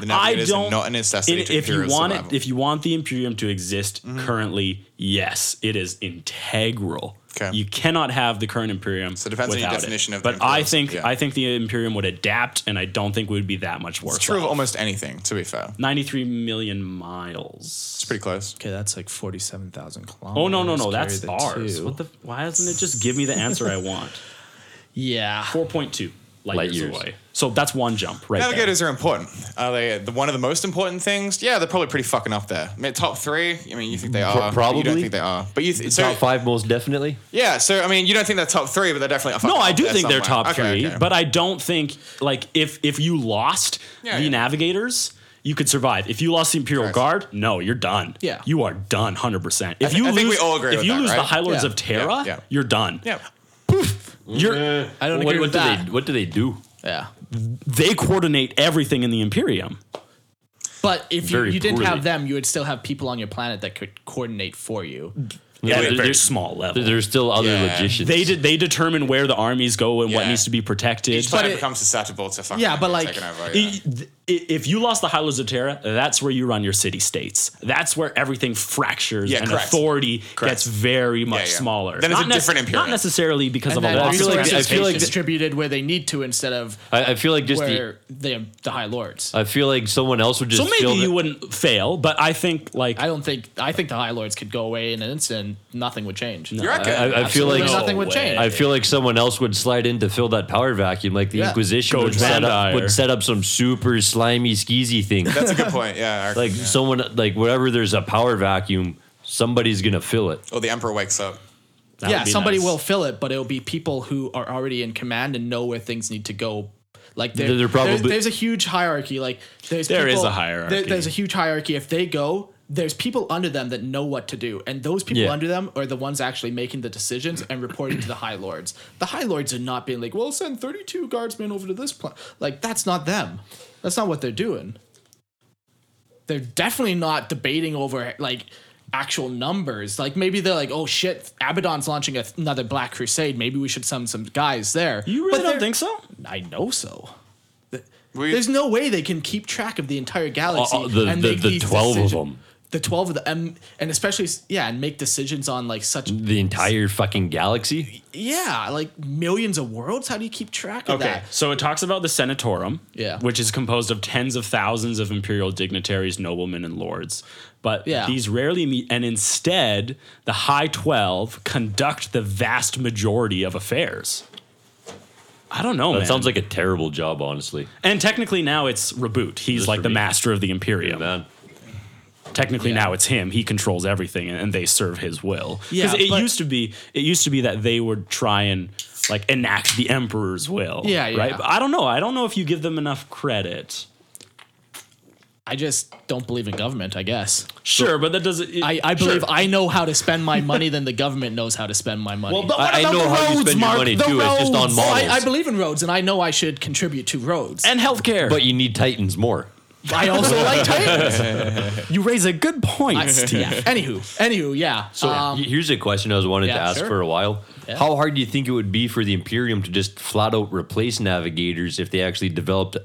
[SPEAKER 4] The
[SPEAKER 2] I
[SPEAKER 4] Navigators are
[SPEAKER 2] don't.
[SPEAKER 4] Not a necessity
[SPEAKER 2] in-
[SPEAKER 4] to
[SPEAKER 2] if you
[SPEAKER 4] imperial
[SPEAKER 2] want
[SPEAKER 4] survival. Mm-hmm.
[SPEAKER 2] it, if you want the Imperium to exist currently, yes, it is integral.
[SPEAKER 4] 'Kay.
[SPEAKER 2] You cannot have the current Imperium.
[SPEAKER 4] So it depends on your
[SPEAKER 2] without it.
[SPEAKER 4] definition of the
[SPEAKER 2] But I
[SPEAKER 4] Imperium,
[SPEAKER 2] think
[SPEAKER 4] yeah.
[SPEAKER 2] I think the Imperium would adapt, and I don't think we would be that much worse.
[SPEAKER 4] it's true of
[SPEAKER 2] off.
[SPEAKER 4] almost anything. To be fair,
[SPEAKER 2] Ninety-three million miles.
[SPEAKER 4] it's pretty close.
[SPEAKER 3] Okay, that's like 47,000 kilometers.
[SPEAKER 2] Oh no no no!
[SPEAKER 3] Carry
[SPEAKER 2] That's
[SPEAKER 3] the
[SPEAKER 2] ours.
[SPEAKER 3] two.
[SPEAKER 2] What the? Why doesn't it just give me the answer I want?
[SPEAKER 3] yeah.
[SPEAKER 2] Four point two light,
[SPEAKER 5] Light
[SPEAKER 2] years,
[SPEAKER 5] years.
[SPEAKER 2] away. So that's one jump right there.
[SPEAKER 4] Navigators are important. Are they the, one of the most important things? Yeah, they're probably pretty fucking up there. I mean, top three? I mean, you think they are? but You
[SPEAKER 5] probably.
[SPEAKER 4] don't think they are? But you th- so,
[SPEAKER 5] Top five, most definitely.
[SPEAKER 4] Yeah, so I mean, you don't think they're top three, but they're definitely. up-
[SPEAKER 2] No,
[SPEAKER 4] up
[SPEAKER 2] I do
[SPEAKER 4] there
[SPEAKER 2] think they're
[SPEAKER 4] somewhere.
[SPEAKER 2] top
[SPEAKER 4] Okay,
[SPEAKER 2] three,
[SPEAKER 4] okay.
[SPEAKER 2] but I don't think like if if you lost
[SPEAKER 4] Yeah,
[SPEAKER 2] the
[SPEAKER 4] yeah.
[SPEAKER 2] Navigators. You could survive. If you lost the Imperial
[SPEAKER 4] Correct.
[SPEAKER 2] Guard, no, you're done.
[SPEAKER 3] Yeah.
[SPEAKER 2] you are done, hundred percent. If
[SPEAKER 4] thi-
[SPEAKER 2] you
[SPEAKER 4] I
[SPEAKER 2] lose,
[SPEAKER 4] think we all agree
[SPEAKER 2] if
[SPEAKER 4] with
[SPEAKER 2] you
[SPEAKER 4] that,
[SPEAKER 2] lose the
[SPEAKER 4] right?
[SPEAKER 2] High Lords
[SPEAKER 3] Yeah.
[SPEAKER 2] of Terra,
[SPEAKER 4] Yeah, yeah.
[SPEAKER 2] you're done.
[SPEAKER 4] yeah,
[SPEAKER 2] You're,
[SPEAKER 3] I don't
[SPEAKER 5] what,
[SPEAKER 3] agree
[SPEAKER 5] what
[SPEAKER 3] with
[SPEAKER 5] do
[SPEAKER 3] that.
[SPEAKER 5] They, what do they do?
[SPEAKER 3] Yeah.
[SPEAKER 2] they coordinate everything in the Imperium.
[SPEAKER 3] But if you,
[SPEAKER 5] Very
[SPEAKER 3] you didn't
[SPEAKER 5] poorly.
[SPEAKER 3] have them, you would still have people on your planet that could coordinate for you.
[SPEAKER 2] Yeah,
[SPEAKER 5] Wait,
[SPEAKER 2] they're, they're
[SPEAKER 5] there's-
[SPEAKER 2] small level.
[SPEAKER 5] There- There's still other
[SPEAKER 4] Yeah.
[SPEAKER 5] logicians.
[SPEAKER 2] they de- they determine where the armies go and what
[SPEAKER 4] Yeah.
[SPEAKER 2] needs to be protected.
[SPEAKER 4] Each planet
[SPEAKER 3] it-
[SPEAKER 4] becomes susceptible to fucking
[SPEAKER 3] Yeah, but,
[SPEAKER 4] being
[SPEAKER 3] like,
[SPEAKER 4] taken over, Oh, yeah.
[SPEAKER 2] I- th- i- If you lost the Highlands of Terra, that's where you run your city states. That's where everything fractures
[SPEAKER 4] Yeah,
[SPEAKER 2] and
[SPEAKER 4] correct.
[SPEAKER 2] authority gets very much
[SPEAKER 4] yeah.
[SPEAKER 2] smaller.
[SPEAKER 4] Then it's a
[SPEAKER 2] Not nec-
[SPEAKER 4] different imperium.
[SPEAKER 2] Not necessarily because
[SPEAKER 3] And
[SPEAKER 2] of a
[SPEAKER 3] then
[SPEAKER 2] loss. of
[SPEAKER 5] feel like- I
[SPEAKER 3] resources
[SPEAKER 5] feel like
[SPEAKER 3] get
[SPEAKER 5] the-
[SPEAKER 3] distributed where they need to instead of
[SPEAKER 5] I, I feel like just the,
[SPEAKER 3] where the the High Lords.
[SPEAKER 5] I feel like someone else would just
[SPEAKER 2] so maybe
[SPEAKER 5] fill
[SPEAKER 2] you
[SPEAKER 5] the-
[SPEAKER 2] wouldn't fail, but I think like
[SPEAKER 3] I don't think I think the High Lords could go away in an instant. Nothing would change.
[SPEAKER 4] You reckon?
[SPEAKER 5] I, I- I feel like
[SPEAKER 3] Absolutely nothing would
[SPEAKER 2] way.
[SPEAKER 3] change.
[SPEAKER 5] I feel like someone else would slide in to fill that power vacuum, like the
[SPEAKER 3] Yeah.
[SPEAKER 5] Inquisition
[SPEAKER 2] Coach
[SPEAKER 5] would set,
[SPEAKER 2] Van
[SPEAKER 5] up,
[SPEAKER 2] Dyer.
[SPEAKER 5] would set up some super slimy, skeezy thing.
[SPEAKER 4] That's a good point. Yeah. I reckon,
[SPEAKER 5] like
[SPEAKER 4] yeah.
[SPEAKER 5] someone, like wherever there's a power vacuum, somebody's gonna fill it.
[SPEAKER 4] or the emperor wakes up.
[SPEAKER 2] that
[SPEAKER 3] yeah,
[SPEAKER 2] would be
[SPEAKER 3] somebody
[SPEAKER 2] nice.
[SPEAKER 3] will fill it, but it'll be people who are already in command and know where things need to go. Like there-
[SPEAKER 5] They're
[SPEAKER 3] there's-
[SPEAKER 5] probably-
[SPEAKER 3] there's, a huge hierarchy. Like there's
[SPEAKER 2] There is
[SPEAKER 3] people-
[SPEAKER 2] a hierarchy.
[SPEAKER 3] there- there's a huge hierarchy. If they go, there's people under them that know what to do, and those people
[SPEAKER 5] Yeah.
[SPEAKER 3] under them are the ones actually making the decisions and reporting to the high lords. The high lords are not being like, "Well, send 32 guardsmen over to this plan." Like that's not them. That's not what they're doing. They're definitely not debating over like actual numbers. Like maybe they're like, "Oh shit, Abaddon's launching a- another Black Crusade. Maybe we should send some guys there."
[SPEAKER 2] You really don't
[SPEAKER 3] they're-
[SPEAKER 2] think so?
[SPEAKER 3] I know so.
[SPEAKER 4] We,
[SPEAKER 3] There's no way they can keep track of the entire galaxy
[SPEAKER 5] Uh, uh, the-
[SPEAKER 3] and
[SPEAKER 5] the-
[SPEAKER 3] make
[SPEAKER 5] the
[SPEAKER 3] these
[SPEAKER 5] 12 of
[SPEAKER 3] decision-
[SPEAKER 5] them.
[SPEAKER 3] The twelve of them, and, and especially s- yeah, and make decisions on like such
[SPEAKER 5] The entire fucking galaxy.
[SPEAKER 3] yeah, like millions of worlds. How do you keep track of
[SPEAKER 2] Okay,
[SPEAKER 3] that?
[SPEAKER 2] so it talks about the Senatorum,
[SPEAKER 3] Yeah.
[SPEAKER 2] which is composed of tens of thousands of imperial dignitaries, noblemen, and lords. But
[SPEAKER 3] Yeah.
[SPEAKER 2] these rarely meet, and instead, the High Twelve conduct the vast majority of affairs. I don't know.
[SPEAKER 5] That
[SPEAKER 2] man.
[SPEAKER 5] sounds like a terrible job, honestly.
[SPEAKER 2] and technically now it's Reboot. He's
[SPEAKER 5] Just
[SPEAKER 2] like the
[SPEAKER 5] Raboot.
[SPEAKER 2] master of the Imperium.
[SPEAKER 5] Man,
[SPEAKER 2] technically now it's him he controls everything and, and they serve his will
[SPEAKER 3] Yeah,
[SPEAKER 2] because it
[SPEAKER 3] but-
[SPEAKER 2] used to be it used to be that they would try and like enact the emperor's will
[SPEAKER 3] Yeah, yeah.
[SPEAKER 2] right but i don't know i don't know if you give them enough credit
[SPEAKER 3] I just don't believe in government. I guess
[SPEAKER 2] sure but that doesn't it-
[SPEAKER 3] I, I
[SPEAKER 2] sure.
[SPEAKER 3] believe I know how to spend my money than the government knows how to spend my money.
[SPEAKER 5] I- I know how you spend your money too. It's just
[SPEAKER 3] Well,
[SPEAKER 5] on models.
[SPEAKER 3] I, I believe in roads, and I know I should contribute to roads.
[SPEAKER 2] and healthcare
[SPEAKER 5] but you need Titans more.
[SPEAKER 3] I also like Titans.
[SPEAKER 2] you raise a good point Steve.
[SPEAKER 3] yeah. Anywho, anywho, yeah.
[SPEAKER 5] So
[SPEAKER 3] um,
[SPEAKER 5] he- here's a question I was wanting to
[SPEAKER 3] yeah,
[SPEAKER 5] ask
[SPEAKER 3] sure.
[SPEAKER 5] for a while. How hard do you think it would be for the Imperium to just flat out replace navigators if they actually developed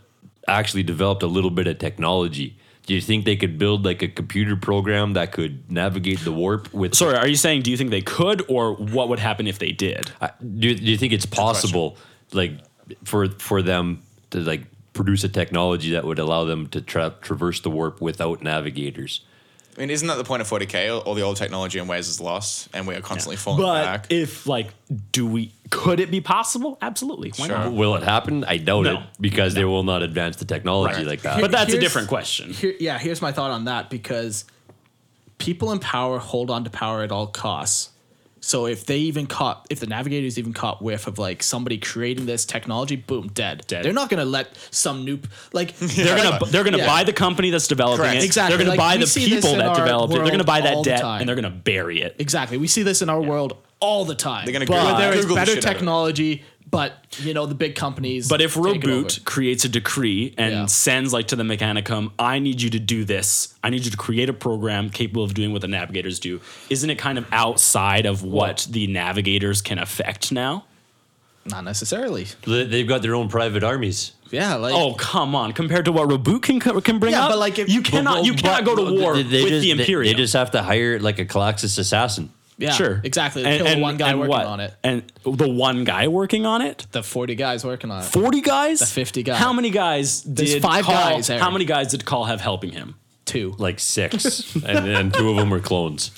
[SPEAKER 5] actually developed a little bit of technology? Do you think they could build like a computer program that could navigate the warp with?
[SPEAKER 2] sorry are you saying do you think they could or what would happen if they did
[SPEAKER 5] I- do, you- do you think it's possible, like for for them to like produce a technology that would allow them to tra- traverse the warp without navigators?
[SPEAKER 4] I mean, isn't that the point of 40k? All- All the old technology and ways is lost, and we are constantly falling
[SPEAKER 2] but
[SPEAKER 4] back.
[SPEAKER 2] if like do we could it be possible absolutely why
[SPEAKER 4] Sure.
[SPEAKER 2] not
[SPEAKER 5] Will it happen? I doubt
[SPEAKER 2] No.
[SPEAKER 5] it because they will not advance the technology
[SPEAKER 4] Right.
[SPEAKER 5] like that.
[SPEAKER 2] but that's a
[SPEAKER 3] Here's-
[SPEAKER 2] different question
[SPEAKER 3] here, yeah, here's my thought on that because people in power hold on to power at all costs. So if they even caught, if the navigators even caught whiff of like somebody creating this technology, boom, dead.
[SPEAKER 2] Dead.
[SPEAKER 3] They're not gonna let some noob like
[SPEAKER 2] They're gonna they're gonna
[SPEAKER 3] Yeah.
[SPEAKER 2] buy the company that's developing
[SPEAKER 4] Correct.
[SPEAKER 2] it.
[SPEAKER 3] Exactly.
[SPEAKER 2] They're gonna
[SPEAKER 3] Like,
[SPEAKER 2] buy
[SPEAKER 3] we
[SPEAKER 2] the
[SPEAKER 3] see this
[SPEAKER 2] people
[SPEAKER 3] in
[SPEAKER 2] that
[SPEAKER 3] our
[SPEAKER 2] develop it. They're gonna
[SPEAKER 3] world
[SPEAKER 2] buy
[SPEAKER 3] all
[SPEAKER 2] that
[SPEAKER 3] the
[SPEAKER 2] debt
[SPEAKER 3] time.
[SPEAKER 2] and they're gonna bury it.
[SPEAKER 3] Exactly. We see this in our world all the time.
[SPEAKER 4] They're gonna
[SPEAKER 3] but
[SPEAKER 4] Google-
[SPEAKER 3] there is
[SPEAKER 4] Google the
[SPEAKER 3] better
[SPEAKER 4] shit out of it.
[SPEAKER 3] technology, but you know the big companies.
[SPEAKER 2] But if
[SPEAKER 3] take it over.
[SPEAKER 2] Reboot creates a decree and
[SPEAKER 3] Yeah.
[SPEAKER 2] sends like to the Mechanicum, I need you to do this. I need you to create a program capable of doing what the Navigators do. Isn't it kind of outside of what the Navigators can affect now?
[SPEAKER 3] not necessarily,
[SPEAKER 5] They- They've got their own private armies.
[SPEAKER 3] yeah, like
[SPEAKER 2] Oh come on! Compared to what Reboot can co- can bring
[SPEAKER 3] Yeah,
[SPEAKER 2] up,
[SPEAKER 3] but, like, if-
[SPEAKER 2] you cannot you
[SPEAKER 5] But-
[SPEAKER 2] cannot go to
[SPEAKER 5] but
[SPEAKER 2] war
[SPEAKER 5] they- they
[SPEAKER 2] with
[SPEAKER 5] just-
[SPEAKER 2] the
[SPEAKER 5] they-
[SPEAKER 2] Imperium.
[SPEAKER 5] They, just have to hire like a Calaxis assassin.
[SPEAKER 3] yeah,
[SPEAKER 2] sure,
[SPEAKER 3] exactly. Kill the one guy working
[SPEAKER 2] what?
[SPEAKER 3] on it,
[SPEAKER 2] and the one guy working on it.
[SPEAKER 3] the forty guys working on it.
[SPEAKER 2] 40 guys?
[SPEAKER 3] 50 guy.
[SPEAKER 2] How many guys did
[SPEAKER 3] five
[SPEAKER 2] Call,
[SPEAKER 3] guys, Aaron.
[SPEAKER 2] How many guys did Call have helping him?
[SPEAKER 3] Two,
[SPEAKER 5] Like six, and then two of them were clones.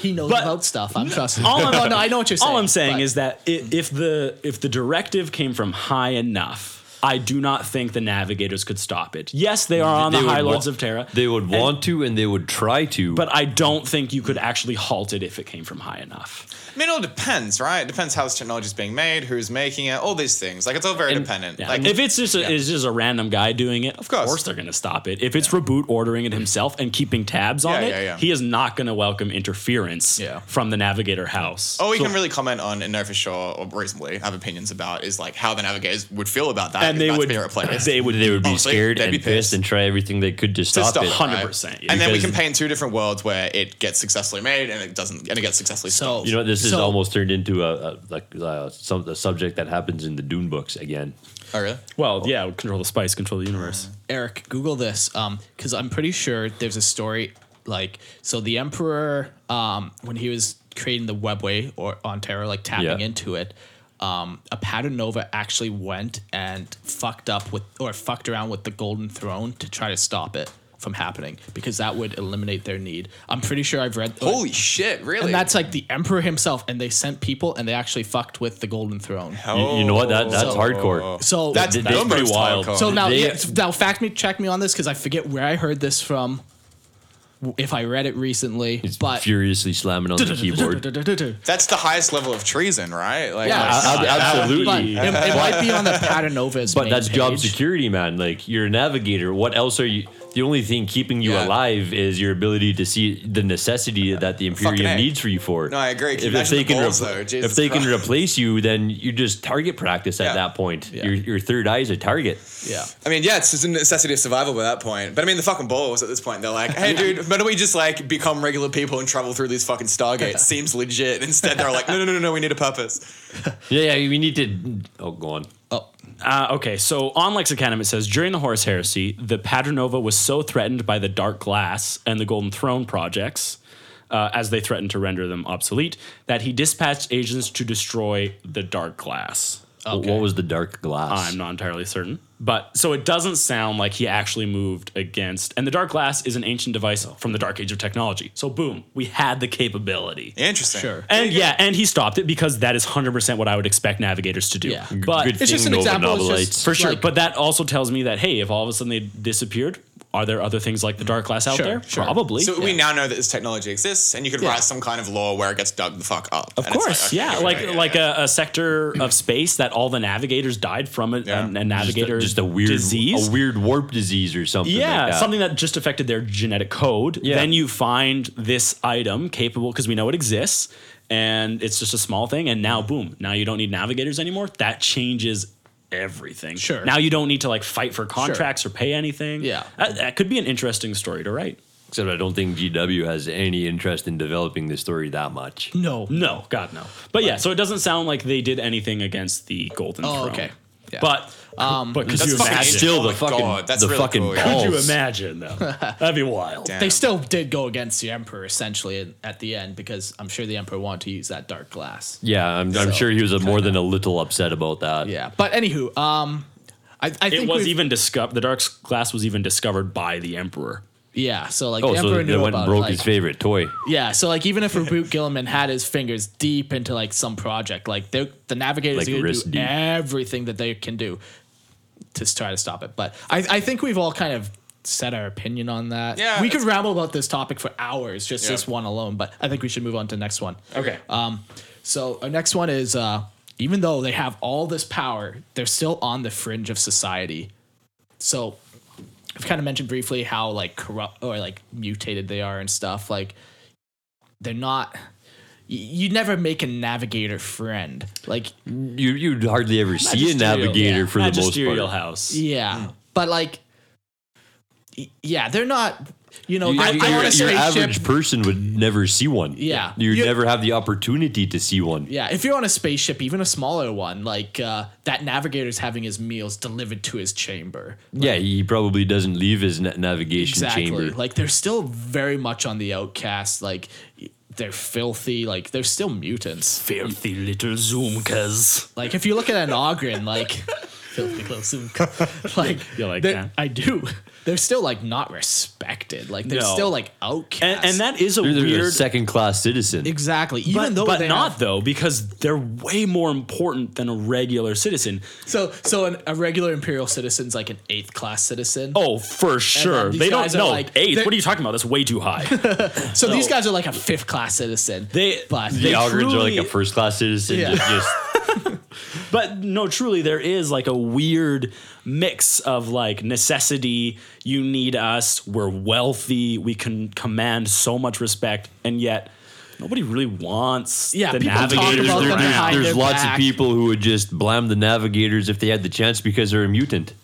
[SPEAKER 3] he knows
[SPEAKER 2] But-
[SPEAKER 3] about stuff. I'm trusting.
[SPEAKER 2] All I'm,
[SPEAKER 3] Oh, no, no, I know what you're saying.
[SPEAKER 2] All I'm saying
[SPEAKER 3] but-
[SPEAKER 2] is that i if the if the directive came from high enough, I do not think the navigators could stop it. Yes, they are on
[SPEAKER 5] They
[SPEAKER 2] the
[SPEAKER 5] would
[SPEAKER 2] high lords
[SPEAKER 5] wa-
[SPEAKER 2] of Terra.
[SPEAKER 5] They would want to, and they would try to.
[SPEAKER 2] but I don't think you could actually halt it if it came from high enough.
[SPEAKER 4] I mean, it all depends, right? It depends how this technology is being made, who's making it, all these things. Like, it's all very dependent.
[SPEAKER 2] Yeah.
[SPEAKER 4] Like,
[SPEAKER 2] if it's just a, it's just a random guy doing it, of
[SPEAKER 4] course.
[SPEAKER 2] they're going to stop it. If it's Reboot ordering it himself and keeping tabs on
[SPEAKER 4] Yeah,
[SPEAKER 2] it,
[SPEAKER 4] yeah, yeah.
[SPEAKER 2] he is not going to welcome interference
[SPEAKER 3] Yeah.
[SPEAKER 2] from the Navigator House.
[SPEAKER 4] Oh. all we can really comment on and know for sure or reasonably have opinions about is like how the navigators would feel about that. and
[SPEAKER 2] they
[SPEAKER 4] that's
[SPEAKER 2] would-
[SPEAKER 4] favorite place.
[SPEAKER 5] They would they would be
[SPEAKER 4] Oh, so
[SPEAKER 5] scared
[SPEAKER 4] they'd
[SPEAKER 5] and
[SPEAKER 4] be
[SPEAKER 5] pissed.
[SPEAKER 4] pissed.
[SPEAKER 5] and try everything they could to stop
[SPEAKER 4] Just a
[SPEAKER 5] it.
[SPEAKER 4] hundred
[SPEAKER 2] right?
[SPEAKER 4] And then we
[SPEAKER 5] Because-
[SPEAKER 4] can play in two different worlds where it gets successfully made and it doesn't, and it gets successfully
[SPEAKER 3] So-
[SPEAKER 4] stopped.
[SPEAKER 5] You know, this is
[SPEAKER 3] So-
[SPEAKER 5] almost turned into a, a like uh, some a subject that happens in the Dune books again.
[SPEAKER 4] Oh, really?
[SPEAKER 2] Well, yeah, control the spice, control the universe.
[SPEAKER 3] Eric, Google this, because I'm pretty sure there's a story like so. The Emperor, um, when he was creating the webway or on Terra, like tapping
[SPEAKER 5] Yeah.
[SPEAKER 3] into it, um, a Paternova actually went and fucked up with or fucked around with the Golden Throne to try to stop it from happening because that would eliminate their need. I'm pretty sure I've read.
[SPEAKER 4] Holy shit! Really?
[SPEAKER 3] and that's like the Emperor himself, and they sent people, and they actually fucked with the Golden Throne.
[SPEAKER 5] You, you know what? That that's
[SPEAKER 3] So-
[SPEAKER 5] hardcore.
[SPEAKER 3] So
[SPEAKER 4] Oh. That's,
[SPEAKER 5] That- that's
[SPEAKER 4] the most
[SPEAKER 5] pretty wild.
[SPEAKER 4] hardcore.
[SPEAKER 3] So now,
[SPEAKER 5] They-
[SPEAKER 3] yeah, now fact me, check me on this because I forget where I heard this from. w- If I read it recently,
[SPEAKER 5] He's
[SPEAKER 3] but
[SPEAKER 5] furiously slamming on the keyboard.
[SPEAKER 4] that's the highest level of treason, right? Like,
[SPEAKER 3] Yeah,
[SPEAKER 4] like,
[SPEAKER 5] Ab- absolutely.
[SPEAKER 3] But it, it might be on the Patanova's.
[SPEAKER 5] But
[SPEAKER 3] main
[SPEAKER 5] that's job
[SPEAKER 3] page.
[SPEAKER 5] security, man. Like you're a navigator. What else are you? The only thing keeping you
[SPEAKER 4] Yeah.
[SPEAKER 5] alive is your ability to see the necessity that the
[SPEAKER 4] Fucking
[SPEAKER 5] Imperium
[SPEAKER 4] A.
[SPEAKER 5] needs for you for.
[SPEAKER 4] No, I agree. Can you
[SPEAKER 5] If, if
[SPEAKER 4] imagine
[SPEAKER 5] they
[SPEAKER 4] the
[SPEAKER 5] can,
[SPEAKER 4] balls,
[SPEAKER 5] repl-
[SPEAKER 4] though?
[SPEAKER 5] if
[SPEAKER 4] Jesus
[SPEAKER 5] they can
[SPEAKER 4] Christ.
[SPEAKER 5] replace you, then you just target practice at
[SPEAKER 4] Yeah.
[SPEAKER 5] that point. Your your third eye is a target.
[SPEAKER 3] Yeah.
[SPEAKER 4] I mean, yeah, it's just a necessity of survival by that point. But I mean, the fucking balls at this point, they're like, hey, dude, why don't we just like become regular people and travel through these fucking stargates? Seems legit. Instead, they're like, no, no, no, no, no, we need a purpose.
[SPEAKER 5] Yeah, yeah. We need to. Oh, go on.
[SPEAKER 2] Uh, okay, so on Lexicanum it says during the Horus Heresy, the Paternova was so threatened by the Dark Glass and the Golden Throne projects, uh, as they threatened to render them obsolete, that he dispatched agents to destroy the Dark Glass.
[SPEAKER 5] Wh- What was the dark glass?
[SPEAKER 2] I'm not entirely certain, but so it doesn't sound like he actually moved against. And the Dark Glass is an ancient device from the Dark Age of technology. So boom, we had the capability.
[SPEAKER 4] Interesting.
[SPEAKER 3] Sure.
[SPEAKER 2] And yeah, and he stopped it because that is 100% what I would expect navigators to do.
[SPEAKER 3] Yeah.
[SPEAKER 2] But
[SPEAKER 5] Good
[SPEAKER 3] It's just an
[SPEAKER 5] Nova
[SPEAKER 3] example, it's
[SPEAKER 5] Novelites.
[SPEAKER 3] just-
[SPEAKER 2] for sure.
[SPEAKER 3] Like-
[SPEAKER 2] but that also tells me that hey, if all of a sudden they disappeared, are there other things like the dark glass out
[SPEAKER 3] Sure,
[SPEAKER 2] there?
[SPEAKER 3] sure.
[SPEAKER 2] Probably.
[SPEAKER 4] So we now know that this technology exists, and you could write some kind of law where it gets dug the fuck up.
[SPEAKER 2] of course, yeah, like like A, a sector of space that all the navigators died from a,
[SPEAKER 4] Yeah.
[SPEAKER 2] a, a
[SPEAKER 5] Just a-
[SPEAKER 2] navigator
[SPEAKER 5] just a weird
[SPEAKER 2] disease.
[SPEAKER 5] a weird warp disease or something.
[SPEAKER 2] yeah,
[SPEAKER 5] like that.
[SPEAKER 2] something that just affected their genetic code.
[SPEAKER 5] Yeah.
[SPEAKER 2] Then you find this item capable because we know it exists, and it's just a small thing. And now, boom! Now you don't need navigators anymore. That changes everything.
[SPEAKER 3] Sure.
[SPEAKER 2] Now you don't need to like fight for contracts or pay anything.
[SPEAKER 3] Yeah.
[SPEAKER 2] that, that could be an interesting story to write.
[SPEAKER 5] Except I don't think GW has any interest in developing this story that much.
[SPEAKER 3] No.
[SPEAKER 2] No, God, no. But yeah, so it doesn't sound like they did anything against the Golden
[SPEAKER 3] Oh,
[SPEAKER 2] Throne.
[SPEAKER 3] okay. Yeah.
[SPEAKER 2] But, but could
[SPEAKER 4] that's
[SPEAKER 2] you imagine?
[SPEAKER 4] fucking interesting.
[SPEAKER 5] Still,
[SPEAKER 4] Oh
[SPEAKER 5] the
[SPEAKER 4] my
[SPEAKER 5] fucking
[SPEAKER 4] God, that's
[SPEAKER 5] the
[SPEAKER 4] really
[SPEAKER 5] fucking
[SPEAKER 4] cool, yeah.
[SPEAKER 5] balls.
[SPEAKER 2] Could you imagine, though? That'd be wild.
[SPEAKER 4] Damn.
[SPEAKER 3] They still did go against the Emperor essentially in- at the end because I'm sure the Emperor wanted to use that dark glass.
[SPEAKER 5] Yeah, I'm, I'm
[SPEAKER 3] So,
[SPEAKER 5] sure he was a more than a little upset about that.
[SPEAKER 3] Yeah. But anywho, um, I, I think
[SPEAKER 2] It was
[SPEAKER 3] we've-
[SPEAKER 2] even discovered, the dark s- glass was even discovered by the Emperor.
[SPEAKER 3] yeah. So like
[SPEAKER 5] Oh,
[SPEAKER 3] the Emperor
[SPEAKER 5] so they
[SPEAKER 3] knew
[SPEAKER 5] went
[SPEAKER 3] about
[SPEAKER 5] and
[SPEAKER 3] it,
[SPEAKER 5] broke
[SPEAKER 3] like-
[SPEAKER 5] his favorite toy.
[SPEAKER 3] Yeah, so like even if Reboot Gilliman had his fingers deep into like some project, like they're- the navigators
[SPEAKER 5] Like
[SPEAKER 3] are gonna
[SPEAKER 5] wrist
[SPEAKER 3] do
[SPEAKER 5] deep.
[SPEAKER 3] everything that they can do to s- try to stop it. But I, I think we've all kind of said our opinion on that.
[SPEAKER 4] Yeah,
[SPEAKER 3] we could
[SPEAKER 4] it's-
[SPEAKER 3] ramble about this topic for hours, just
[SPEAKER 4] Yeah.
[SPEAKER 3] this one alone. But I think we should move on to the next one.
[SPEAKER 2] Okay.
[SPEAKER 3] Um, so our next one is uh, even though they have all this power, they're still on the fringe of society. So I've kind of mentioned briefly how like corrupt or like mutated they are and stuff. Like they're not. y- You never make a navigator friend. Like
[SPEAKER 5] You you'd hardly ever see a navigator for the most
[SPEAKER 2] Magisterial
[SPEAKER 5] part.
[SPEAKER 2] House.
[SPEAKER 3] yeah, but like y- yeah, they're not. You know,
[SPEAKER 5] You-
[SPEAKER 3] I,
[SPEAKER 5] you-
[SPEAKER 3] I
[SPEAKER 5] your-
[SPEAKER 3] want a
[SPEAKER 5] your
[SPEAKER 3] spaceship.
[SPEAKER 5] average person would never see one.
[SPEAKER 3] Yeah.
[SPEAKER 5] you'd
[SPEAKER 3] You-
[SPEAKER 5] never have the opportunity to see one.
[SPEAKER 3] Yeah, if you're on a spaceship, even a smaller one, like uh, that navigator's having his meals delivered to his chamber.
[SPEAKER 5] Yeah, he probably doesn't leave his na- navigation
[SPEAKER 3] exactly
[SPEAKER 5] chamber.
[SPEAKER 3] like they're still very much on the outcast like they're filthy like they're still mutants
[SPEAKER 2] Filthy little Zoomkas.
[SPEAKER 3] like if you look at an ogren like filthy little zoom like
[SPEAKER 2] You like
[SPEAKER 3] they're-
[SPEAKER 2] that?
[SPEAKER 3] i do they're still like not respected like they're
[SPEAKER 2] No.
[SPEAKER 3] still like outcast
[SPEAKER 2] And, and that is a
[SPEAKER 5] They're, they're a
[SPEAKER 2] weird.
[SPEAKER 5] second class citizen.
[SPEAKER 3] exactly even
[SPEAKER 2] but,
[SPEAKER 3] though
[SPEAKER 2] but
[SPEAKER 3] they
[SPEAKER 2] not
[SPEAKER 3] have-
[SPEAKER 2] though, because they're way more important than a regular citizen.
[SPEAKER 3] so so an, a regular imperial citizen's like an eighth class citizen
[SPEAKER 2] Oh, for sure.
[SPEAKER 3] these
[SPEAKER 2] They don't
[SPEAKER 3] guys are
[SPEAKER 2] know.
[SPEAKER 3] like-
[SPEAKER 2] Eighth.
[SPEAKER 3] they're-
[SPEAKER 2] What are you talking about? That's way too high.
[SPEAKER 3] so these guys are like a fifth class citizen
[SPEAKER 2] They-
[SPEAKER 3] but
[SPEAKER 5] the Algorins are like a
[SPEAKER 2] truly-
[SPEAKER 5] first class citizen.
[SPEAKER 3] Yeah.
[SPEAKER 5] Just, just
[SPEAKER 2] But no, truly, there is like a weird mix of like necessity. You need us. We're wealthy. We can command so much respect, and yet Nobody really wants
[SPEAKER 3] Yeah,
[SPEAKER 2] the
[SPEAKER 3] people talk
[SPEAKER 2] navigators.
[SPEAKER 3] about
[SPEAKER 2] they're
[SPEAKER 3] them
[SPEAKER 2] down.
[SPEAKER 3] behind
[SPEAKER 5] there's
[SPEAKER 3] their
[SPEAKER 5] lots
[SPEAKER 3] back.
[SPEAKER 5] of people who would just blame the navigators if they had the chance because they're a mutant.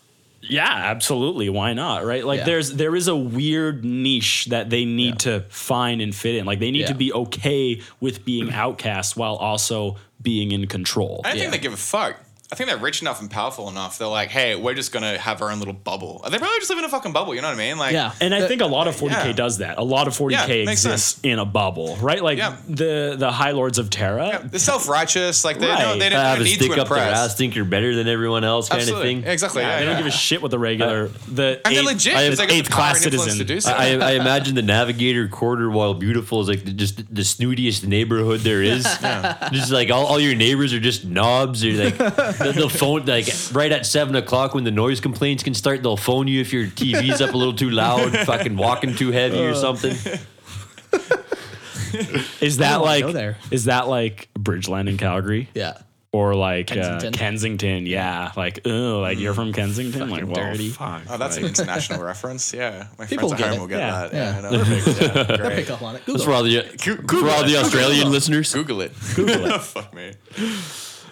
[SPEAKER 2] Yeah, absolutely. Why not? Right? Like
[SPEAKER 3] Yeah.
[SPEAKER 2] there's there is a weird niche that they need to find and fit in. Like they need
[SPEAKER 3] Yeah.
[SPEAKER 2] to be okay with being outcast while also being in control.
[SPEAKER 4] I don't
[SPEAKER 3] Yeah.
[SPEAKER 4] think they give a fuck. I think they're rich enough and powerful enough. They're like, hey, we're just gonna have our own little bubble. They probably just live in a fucking bubble. You know what I mean? Like,
[SPEAKER 3] Yeah.
[SPEAKER 2] And I think a lot of 40k
[SPEAKER 4] Uh, yeah.
[SPEAKER 2] does that. A lot of 40k
[SPEAKER 4] Yeah, makes
[SPEAKER 2] exists in a bubble, right? Like
[SPEAKER 4] Yeah.
[SPEAKER 2] the the High Lords of Terra.
[SPEAKER 4] they're self righteous. Like they
[SPEAKER 2] Right.
[SPEAKER 4] don't, they
[SPEAKER 5] I have
[SPEAKER 4] don't
[SPEAKER 5] a
[SPEAKER 4] need to
[SPEAKER 5] stick up their ass,
[SPEAKER 4] impress.
[SPEAKER 5] think you're better than everyone else, kind
[SPEAKER 4] Absolutely.
[SPEAKER 5] of thing.
[SPEAKER 4] Exactly.
[SPEAKER 2] Yeah,
[SPEAKER 4] Yeah,
[SPEAKER 2] they don't
[SPEAKER 4] yeah. Uh,
[SPEAKER 2] give a shit what the regular the
[SPEAKER 4] And they're
[SPEAKER 2] eighth-
[SPEAKER 4] legit,
[SPEAKER 2] I
[SPEAKER 4] 'cause
[SPEAKER 2] have
[SPEAKER 4] they got the
[SPEAKER 2] eighth
[SPEAKER 4] power and
[SPEAKER 2] class
[SPEAKER 4] influence
[SPEAKER 2] citizen.
[SPEAKER 4] to do so.
[SPEAKER 5] I, I imagine the Navigator corridor while beautiful is like the, just the snootiest neighborhood there is. Just like all, all your neighbors are just knobs. Or like they'll they'll phone like right at seven o'clock when the noise complaints can start. They'll phone you if your TV's up a little too loud, fucking walking too heavy or something.
[SPEAKER 2] Is that
[SPEAKER 3] don't wanna
[SPEAKER 2] like
[SPEAKER 3] go there.
[SPEAKER 2] is that like Bridgeland in Calgary?
[SPEAKER 3] Yeah.
[SPEAKER 2] Or like Kensington.
[SPEAKER 3] Kensington.
[SPEAKER 2] Uh, Kensington, yeah. Like, oh, like you're from Kensington, like, well,
[SPEAKER 3] dirty.
[SPEAKER 2] fuck.
[SPEAKER 4] Oh, that's an international reference. Yeah, my
[SPEAKER 3] People
[SPEAKER 4] friends at
[SPEAKER 3] get
[SPEAKER 4] home
[SPEAKER 3] it.
[SPEAKER 4] will get
[SPEAKER 2] Yeah.
[SPEAKER 4] that. Yeah,
[SPEAKER 3] Yeah.
[SPEAKER 4] no, perfect. Yeah, great.
[SPEAKER 3] Pick up on it.
[SPEAKER 5] That's for all the for all the Australian listeners.
[SPEAKER 4] Google it. Google it. Fuck me.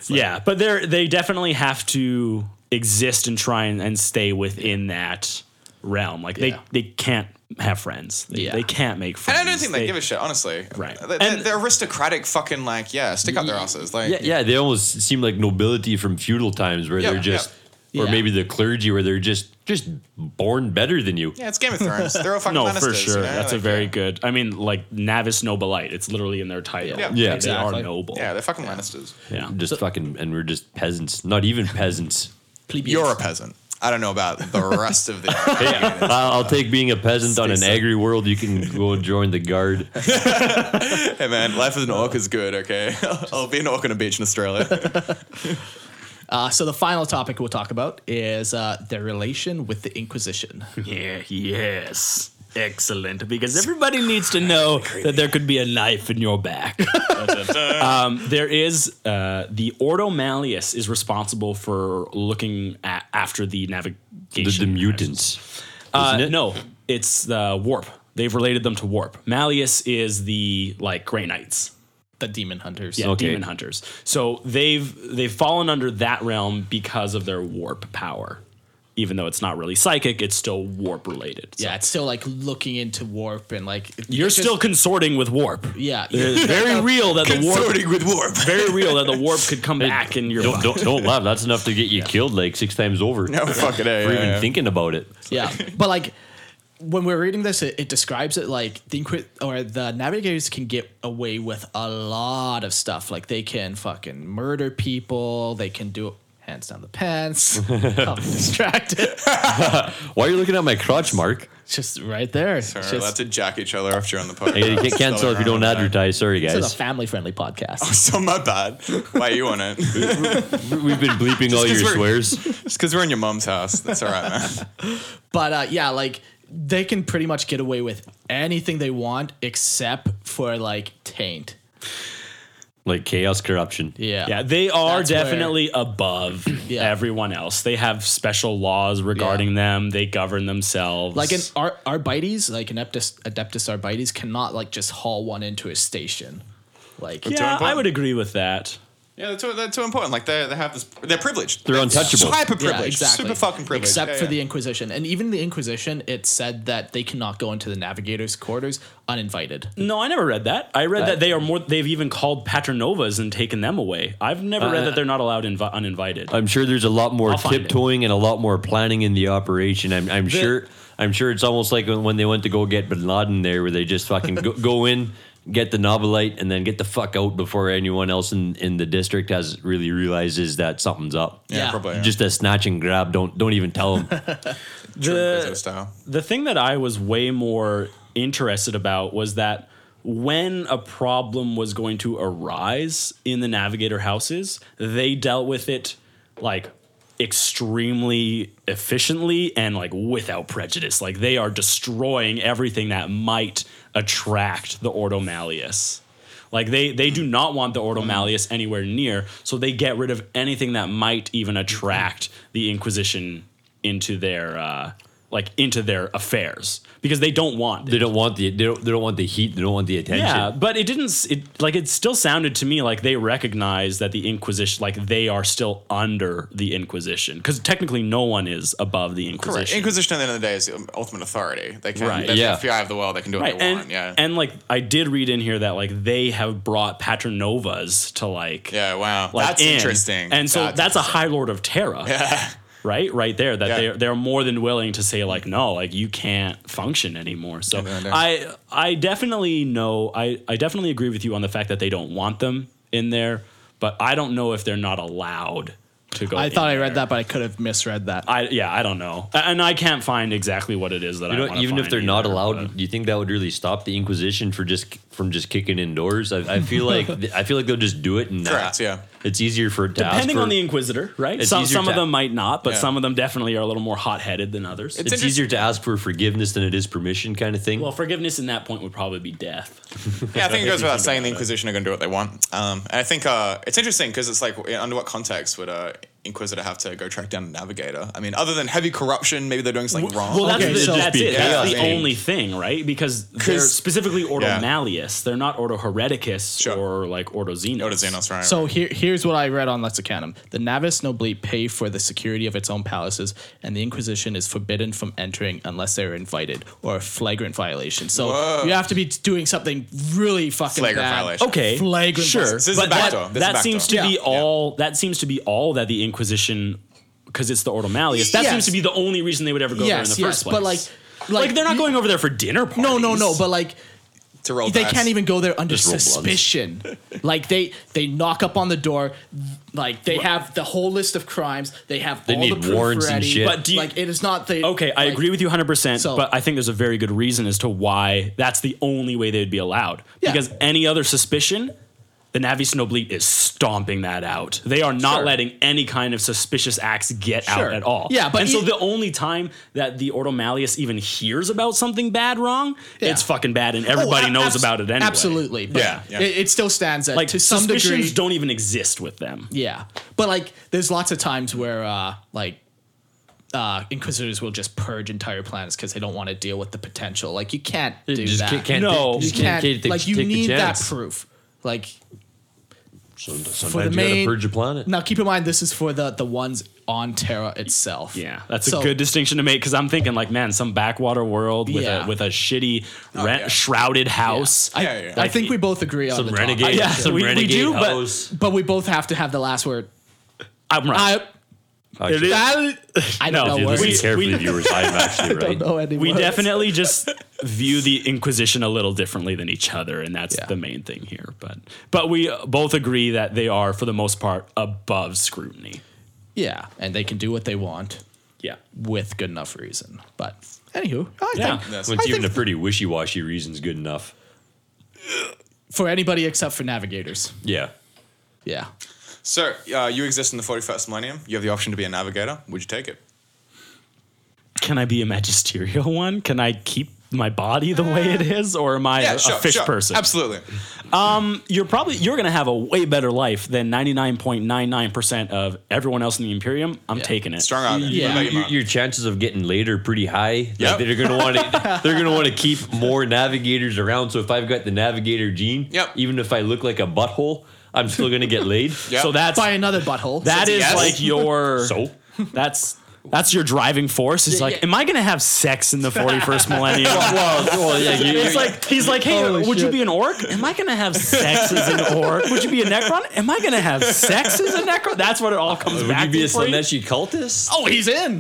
[SPEAKER 2] yeah, but they're they definitely have to exist and try and, and stay within that realm. Like
[SPEAKER 3] Yeah.
[SPEAKER 2] they they can't have friends. They,
[SPEAKER 3] Yeah.
[SPEAKER 2] they can't make friends.
[SPEAKER 4] And I don't think they, give a shit, honestly.
[SPEAKER 2] Right.
[SPEAKER 4] They,
[SPEAKER 2] And-
[SPEAKER 4] are they're aristocratic, fucking like yeah, stick up their asses. Like
[SPEAKER 5] Yeah, yeah, they almost seem like nobility from feudal times where
[SPEAKER 4] Yeah,
[SPEAKER 5] they're just,
[SPEAKER 3] yeah.
[SPEAKER 5] or
[SPEAKER 3] Yeah.
[SPEAKER 5] maybe the clergy where they're just just born better than you.
[SPEAKER 4] Yeah, it's Game of Thrones. They're all fucking
[SPEAKER 2] No,
[SPEAKER 4] Lannisters,
[SPEAKER 2] for sure.
[SPEAKER 4] you know?
[SPEAKER 2] That's a
[SPEAKER 4] Like,
[SPEAKER 2] very
[SPEAKER 4] yeah.
[SPEAKER 2] good. I mean, like Navis Nobilite. It's literally in their title.
[SPEAKER 4] Yeah.
[SPEAKER 2] Like,
[SPEAKER 5] Yeah.
[SPEAKER 2] They
[SPEAKER 3] Exactly.
[SPEAKER 2] are noble.
[SPEAKER 4] Yeah, they're fucking Lannisters.
[SPEAKER 2] Yeah.
[SPEAKER 5] Just fucking, and we're just peasants. Not even peasants.
[SPEAKER 3] Plebeians.
[SPEAKER 4] You're a peasant. I don't know about the rest of the.
[SPEAKER 5] Yeah, I'll, I'll take being a peasant on an
[SPEAKER 2] Stay safe.
[SPEAKER 5] angry world. You can go and join the guard.
[SPEAKER 4] hey man, life as an orc is good. Okay, I'll be an orc on a beach in Australia.
[SPEAKER 3] Uh, so the final topic we'll talk about is uh, their relation with the Inquisition.
[SPEAKER 2] Yeah, yes. Excellent, because everybody needs to know that there could be a knife in your back. um, there is uh, the Ordo Malleus is responsible for looking at, after the navigation.
[SPEAKER 5] The, the mutants.
[SPEAKER 2] Uh,
[SPEAKER 5] isn't it?
[SPEAKER 2] No, it's the warp. They've related them to warp. Malleus is the like Grey Knights
[SPEAKER 3] The demon hunters.
[SPEAKER 2] yeah,
[SPEAKER 5] Okay.
[SPEAKER 2] demon hunters. So they've they've fallen under that realm because of their warp power. Even though it's not really psychic, it's still warp related. So
[SPEAKER 3] Yeah, it's still like looking into warp and like it-
[SPEAKER 2] You're
[SPEAKER 3] it's just-
[SPEAKER 2] still consorting with warp.
[SPEAKER 3] yeah.
[SPEAKER 2] It's very real that the warp
[SPEAKER 4] Sorting with warp.
[SPEAKER 2] very real that the warp could come back in your
[SPEAKER 5] Don't, don't, don't laugh. That's enough to get you killed like six times over
[SPEAKER 4] No fucking a.
[SPEAKER 5] for even
[SPEAKER 4] Yeah, yeah.
[SPEAKER 5] thinking about it.
[SPEAKER 3] yeah but like when we're reading this it, it describes it like the Inqui- or the navigators can get away with a lot of stuff like they can fucking murder people they can do hands down the pants I'm distracted
[SPEAKER 5] Why are you looking at my crotch, Mark?
[SPEAKER 3] It's just right there It's
[SPEAKER 4] We're allowed
[SPEAKER 3] just
[SPEAKER 4] to jack each other off during the podcast.
[SPEAKER 5] Hey, you can't cancel if you don't advertise. Sorry,
[SPEAKER 3] this is a
[SPEAKER 5] guys.
[SPEAKER 3] family friendly podcast
[SPEAKER 4] So my bad. Why are you on it? It's
[SPEAKER 5] We've been bleeping all
[SPEAKER 4] 'cause
[SPEAKER 5] your
[SPEAKER 4] we're-
[SPEAKER 5] swears.
[SPEAKER 4] because we're in your mom's house. That's all right, man.
[SPEAKER 3] but uh, yeah like they can pretty much get away with anything they want except for like taint
[SPEAKER 5] Like chaos corruption.
[SPEAKER 3] yeah
[SPEAKER 2] Yeah, they are
[SPEAKER 3] That's where-
[SPEAKER 2] definitely above
[SPEAKER 3] Yeah.
[SPEAKER 2] everyone else. They have special laws regarding them. They govern themselves.
[SPEAKER 3] Like an Ar- Arbites, like an Adeptus, Adeptus Arbites cannot like just haul one into a station. Like
[SPEAKER 2] Yeah, I
[SPEAKER 4] important.
[SPEAKER 2] would agree with that.
[SPEAKER 4] Yeah, they're too, they're too important. Like they they have this. They're privileged.
[SPEAKER 5] They're untouchable.
[SPEAKER 4] Hyper
[SPEAKER 3] Yeah,
[SPEAKER 4] privileged. Super fucking privileged.
[SPEAKER 3] Except
[SPEAKER 4] Yeah,
[SPEAKER 3] for
[SPEAKER 4] yeah.
[SPEAKER 3] the Inquisition. And even the Inquisition, it said that they cannot go into the navigators' quarters uninvited.
[SPEAKER 2] No, I never read that. I read that they are more. They've even called Paternovas and taken them away. I've never read that they're not allowed invi- uninvited.
[SPEAKER 5] I'm sure there's a lot more
[SPEAKER 2] I'll find it.
[SPEAKER 5] tiptoeing and a lot more planning in the operation. I'm, I'm sure. I'm sure it's almost like when when they went to go get Bin Laden there, where they just fucking go, go in, get the Nobilite, and then get the fuck out before anyone else in, in the district has really realizes that something's up.
[SPEAKER 4] yeah,
[SPEAKER 3] Yeah.
[SPEAKER 4] probably.
[SPEAKER 5] Just a snatch and grab. Don't don't even tell them.
[SPEAKER 2] the,
[SPEAKER 4] style.
[SPEAKER 2] the thing that I was way more interested about was that when a problem was going to arise in the navigator houses, they dealt with it like extremely efficiently and like without prejudice. Like they are destroying everything that might attract the Ordo Malleus. Like they they
[SPEAKER 4] Mm.
[SPEAKER 2] do not want the Ordo Malleus anywhere near, so they get rid of
[SPEAKER 4] Mm-hmm.
[SPEAKER 2] anything that might even attract the Inquisition into their uh, like into their affairs because they don't want
[SPEAKER 5] They don't want the they don't, they don't want the heat. They don't want the attention.
[SPEAKER 2] yeah, but it didn't. s- It like it still sounded to me like they recognize that the Inquisition, like they are still under the Inquisition, because technically no one is above the Inquisition.
[SPEAKER 4] Correct. Inquisition at the end of the day is um, ultimate authority. They can,
[SPEAKER 2] Right.
[SPEAKER 4] they're the
[SPEAKER 5] Yeah.
[SPEAKER 4] FBI of the world. They can do what
[SPEAKER 2] Right,
[SPEAKER 4] they
[SPEAKER 2] and
[SPEAKER 4] want. Yeah.
[SPEAKER 2] and like I did read in here that like they have brought Paternovas to like
[SPEAKER 4] yeah. Wow.
[SPEAKER 2] like,
[SPEAKER 4] that's
[SPEAKER 2] in.
[SPEAKER 4] interesting.
[SPEAKER 2] And so that's, a
[SPEAKER 4] interesting.
[SPEAKER 2] High Lord of Terra. Right, right there. That
[SPEAKER 4] Yeah.
[SPEAKER 2] they're they're more than willing to say like, no, like you can't function anymore. So
[SPEAKER 4] Yeah, they're-
[SPEAKER 2] I I definitely know I I definitely agree with you on the fact that they don't want them in there, but I don't know if they're not allowed to go.
[SPEAKER 3] I thought
[SPEAKER 2] in
[SPEAKER 3] I read
[SPEAKER 2] there.
[SPEAKER 3] that, but I could have misread that.
[SPEAKER 2] I yeah, I don't know, A- and I can't find exactly what it is that
[SPEAKER 5] You
[SPEAKER 2] I
[SPEAKER 5] know,
[SPEAKER 2] wanna
[SPEAKER 5] even if
[SPEAKER 2] find
[SPEAKER 5] they're not
[SPEAKER 2] either,
[SPEAKER 5] allowed,
[SPEAKER 2] but-
[SPEAKER 5] do you think that would really stop the Inquisition for just from just kicking indoors? I, I feel like I feel like they'll just do it, and that-
[SPEAKER 4] Correct, yeah.
[SPEAKER 5] it's easier for it to ask
[SPEAKER 2] depending
[SPEAKER 5] for-
[SPEAKER 2] on the Inquisitor, right?
[SPEAKER 5] It's
[SPEAKER 2] Some
[SPEAKER 5] easier
[SPEAKER 2] some of
[SPEAKER 5] to-
[SPEAKER 2] them might not, but
[SPEAKER 4] Yeah.
[SPEAKER 2] some of them definitely are a little more hot headed than others.
[SPEAKER 5] It's,
[SPEAKER 4] interest-
[SPEAKER 5] easier to ask for forgiveness than it is permission, kind of thing.
[SPEAKER 2] well, forgiveness in that point would probably be death.
[SPEAKER 4] Yeah, I think it goes
[SPEAKER 2] you
[SPEAKER 4] without
[SPEAKER 2] think
[SPEAKER 4] saying
[SPEAKER 2] about
[SPEAKER 4] the
[SPEAKER 2] it.
[SPEAKER 4] Inquisition are going to do what they want. Um, and I think uh, it's interesting because it's like, under what context would a Inquisitor have to go track down a Navigator? I mean, other than heavy corruption, maybe they're doing something wrong.
[SPEAKER 2] Well, that's,
[SPEAKER 3] Okay,
[SPEAKER 2] the,
[SPEAKER 3] so-
[SPEAKER 2] that's it. That's the
[SPEAKER 4] chaos.
[SPEAKER 2] only thing, right? Because they're
[SPEAKER 4] 'Cause-
[SPEAKER 2] specifically Ordo
[SPEAKER 4] yeah.
[SPEAKER 2] Malleus. They're not Ordo Hereticus
[SPEAKER 4] Sure.
[SPEAKER 2] or like Ordo Xenos.
[SPEAKER 4] What is Xenos, right?
[SPEAKER 3] So here, here's what I read on Lexicanum. The Navis nobly pay for the security of its own palaces, and the Inquisition is forbidden from entering unless they are invited, or a flagrant violation. So
[SPEAKER 4] Whoa.
[SPEAKER 3] you have to be doing something really fucking
[SPEAKER 4] Flagrant
[SPEAKER 3] bad.
[SPEAKER 4] violation.
[SPEAKER 2] Okay,
[SPEAKER 3] Flagrant
[SPEAKER 2] sure,
[SPEAKER 3] violation.
[SPEAKER 4] This is
[SPEAKER 2] but
[SPEAKER 4] a backdoor.
[SPEAKER 2] that,
[SPEAKER 4] This is a
[SPEAKER 2] that
[SPEAKER 4] backdoor.
[SPEAKER 2] seems to be
[SPEAKER 3] Yeah.
[SPEAKER 2] all. That seems to be all that the Inquisition, because it's the Ordo Malleus. That
[SPEAKER 3] Yes.
[SPEAKER 2] seems to be the only reason they would ever go there in
[SPEAKER 3] Yes,
[SPEAKER 2] the
[SPEAKER 3] yes,
[SPEAKER 2] first place.
[SPEAKER 3] but, like- like,
[SPEAKER 2] like they're not
[SPEAKER 3] you-
[SPEAKER 2] going over there for dinner parties.
[SPEAKER 3] No, no, no. But like,
[SPEAKER 4] to roll
[SPEAKER 3] they
[SPEAKER 4] dice.
[SPEAKER 3] can't even go there under
[SPEAKER 5] Just roll bloods.
[SPEAKER 3] suspicion. like they they knock up on the door, like they have the whole list of crimes. They have
[SPEAKER 5] They
[SPEAKER 3] all
[SPEAKER 5] need
[SPEAKER 3] the proof
[SPEAKER 5] warrants and
[SPEAKER 3] ready.
[SPEAKER 5] shit.
[SPEAKER 2] But do you-
[SPEAKER 3] like it is not the
[SPEAKER 2] Okay, I
[SPEAKER 3] like,
[SPEAKER 2] agree with you 100%,
[SPEAKER 3] So-
[SPEAKER 2] but I think there's a very good reason as to why that's the only way they'd be allowed.
[SPEAKER 3] Yeah.
[SPEAKER 2] Because any other suspicion, the Navi Snowbleed is stomping that out. They are not
[SPEAKER 5] Sure.
[SPEAKER 2] letting any kind of suspicious acts get
[SPEAKER 3] Sure.
[SPEAKER 2] out at all.
[SPEAKER 3] Yeah, but
[SPEAKER 2] and so
[SPEAKER 3] e-
[SPEAKER 2] the only time that the Ordo Malleus even hears about something bad wrong,
[SPEAKER 3] Yeah.
[SPEAKER 2] it's fucking bad and everybody
[SPEAKER 3] Oh, a-
[SPEAKER 2] knows
[SPEAKER 3] abs-
[SPEAKER 2] about it anyway.
[SPEAKER 3] Absolutely. But
[SPEAKER 4] Yeah, yeah.
[SPEAKER 3] It, it still stands at
[SPEAKER 2] Like
[SPEAKER 3] to some
[SPEAKER 2] suspicions
[SPEAKER 3] degree.
[SPEAKER 2] don't even exist with them.
[SPEAKER 3] yeah. But like there's lots of times where uh like uh inquisitors will just purge entire planets because they don't want to deal with the potential. Like you can't do
[SPEAKER 5] just
[SPEAKER 3] that.
[SPEAKER 5] ca- can't
[SPEAKER 2] No.
[SPEAKER 5] take-
[SPEAKER 3] you
[SPEAKER 5] just
[SPEAKER 3] can't,
[SPEAKER 5] can't, take the-
[SPEAKER 3] like you
[SPEAKER 5] take the
[SPEAKER 3] need that
[SPEAKER 5] chance.
[SPEAKER 3] proof. Like
[SPEAKER 5] Some- Sometimes
[SPEAKER 3] for the
[SPEAKER 5] you
[SPEAKER 3] main
[SPEAKER 5] gotta purge a planet.
[SPEAKER 3] Now keep in mind this is for the the ones on Terra itself.
[SPEAKER 2] Yeah, that's
[SPEAKER 3] So-
[SPEAKER 2] a good distinction to make because I'm thinking like, man, some backwater world with
[SPEAKER 3] Yeah. Oh,
[SPEAKER 2] a with a shitty rent
[SPEAKER 4] yeah.
[SPEAKER 2] shrouded house.
[SPEAKER 3] I,
[SPEAKER 4] Yeah, yeah, yeah.
[SPEAKER 3] I think we both agree on
[SPEAKER 5] Some
[SPEAKER 3] the topic.
[SPEAKER 5] renegade,
[SPEAKER 2] Yeah,
[SPEAKER 5] some
[SPEAKER 2] we- we
[SPEAKER 5] renegade
[SPEAKER 2] do, but-
[SPEAKER 5] house.
[SPEAKER 3] but we both have to have the last word.
[SPEAKER 2] I, am right.
[SPEAKER 3] I
[SPEAKER 5] Oh, shit.
[SPEAKER 3] I
[SPEAKER 2] No,
[SPEAKER 3] don't
[SPEAKER 5] If you
[SPEAKER 3] know
[SPEAKER 5] listen
[SPEAKER 3] words.
[SPEAKER 2] we-
[SPEAKER 5] carefully, viewers, I'm actually right.
[SPEAKER 3] don't know any
[SPEAKER 2] we
[SPEAKER 3] words.
[SPEAKER 2] definitely just view the Inquisition a little differently than each other, and that's
[SPEAKER 3] Yeah.
[SPEAKER 2] the main thing here. But but we both agree that they are, for the most part, above scrutiny.
[SPEAKER 3] Yeah, and they can do what they want
[SPEAKER 2] Yeah.
[SPEAKER 3] with good enough reason. But anywho, I
[SPEAKER 2] Yeah.
[SPEAKER 3] think
[SPEAKER 4] That's-
[SPEAKER 5] When even a pretty wishy-washy reason's good enough.
[SPEAKER 3] for anybody except for navigators.
[SPEAKER 5] Yeah.
[SPEAKER 3] Yeah.
[SPEAKER 4] So uh, you exist in the 41st millennium. You have the option to be a Navigator. Would you take it?
[SPEAKER 2] Can I be a magisterial one? Can I keep my body the
[SPEAKER 3] Uh,
[SPEAKER 2] way it is, or am I a, a fish person?
[SPEAKER 4] Absolutely.
[SPEAKER 2] you're probably you're gonna have a way better life than 99.99% of everyone else in the imperium i'm taking it
[SPEAKER 4] Strong argument.
[SPEAKER 3] Yeah.
[SPEAKER 4] What about you,
[SPEAKER 5] Your,
[SPEAKER 4] Mark?
[SPEAKER 5] your chances of getting laid are pretty high. Like,
[SPEAKER 4] Yep.
[SPEAKER 5] they're gonna want to. they're gonna want to keep more navigators around. So if I've got the navigator gene,
[SPEAKER 4] Yep.
[SPEAKER 5] even if I look like a butthole, I'm still gonna get laid.
[SPEAKER 4] Yep.
[SPEAKER 2] so that's
[SPEAKER 3] By another butthole.
[SPEAKER 2] that is
[SPEAKER 4] yes.
[SPEAKER 2] like your
[SPEAKER 5] So
[SPEAKER 2] that's that's your driving force is like
[SPEAKER 3] yeah.
[SPEAKER 2] am i gonna have sex in the 41st millennium
[SPEAKER 5] well, well, yeah, you-
[SPEAKER 2] it's like he's like hey
[SPEAKER 3] Holy
[SPEAKER 2] would you
[SPEAKER 3] shit.
[SPEAKER 2] be an orc am i gonna have sex as an orc would you be a necron am i gonna have sex as a necron that's what it all comes
[SPEAKER 5] would
[SPEAKER 2] back
[SPEAKER 5] you be a
[SPEAKER 2] to for you.
[SPEAKER 5] Slaneshi cultist?
[SPEAKER 3] oh, he's in.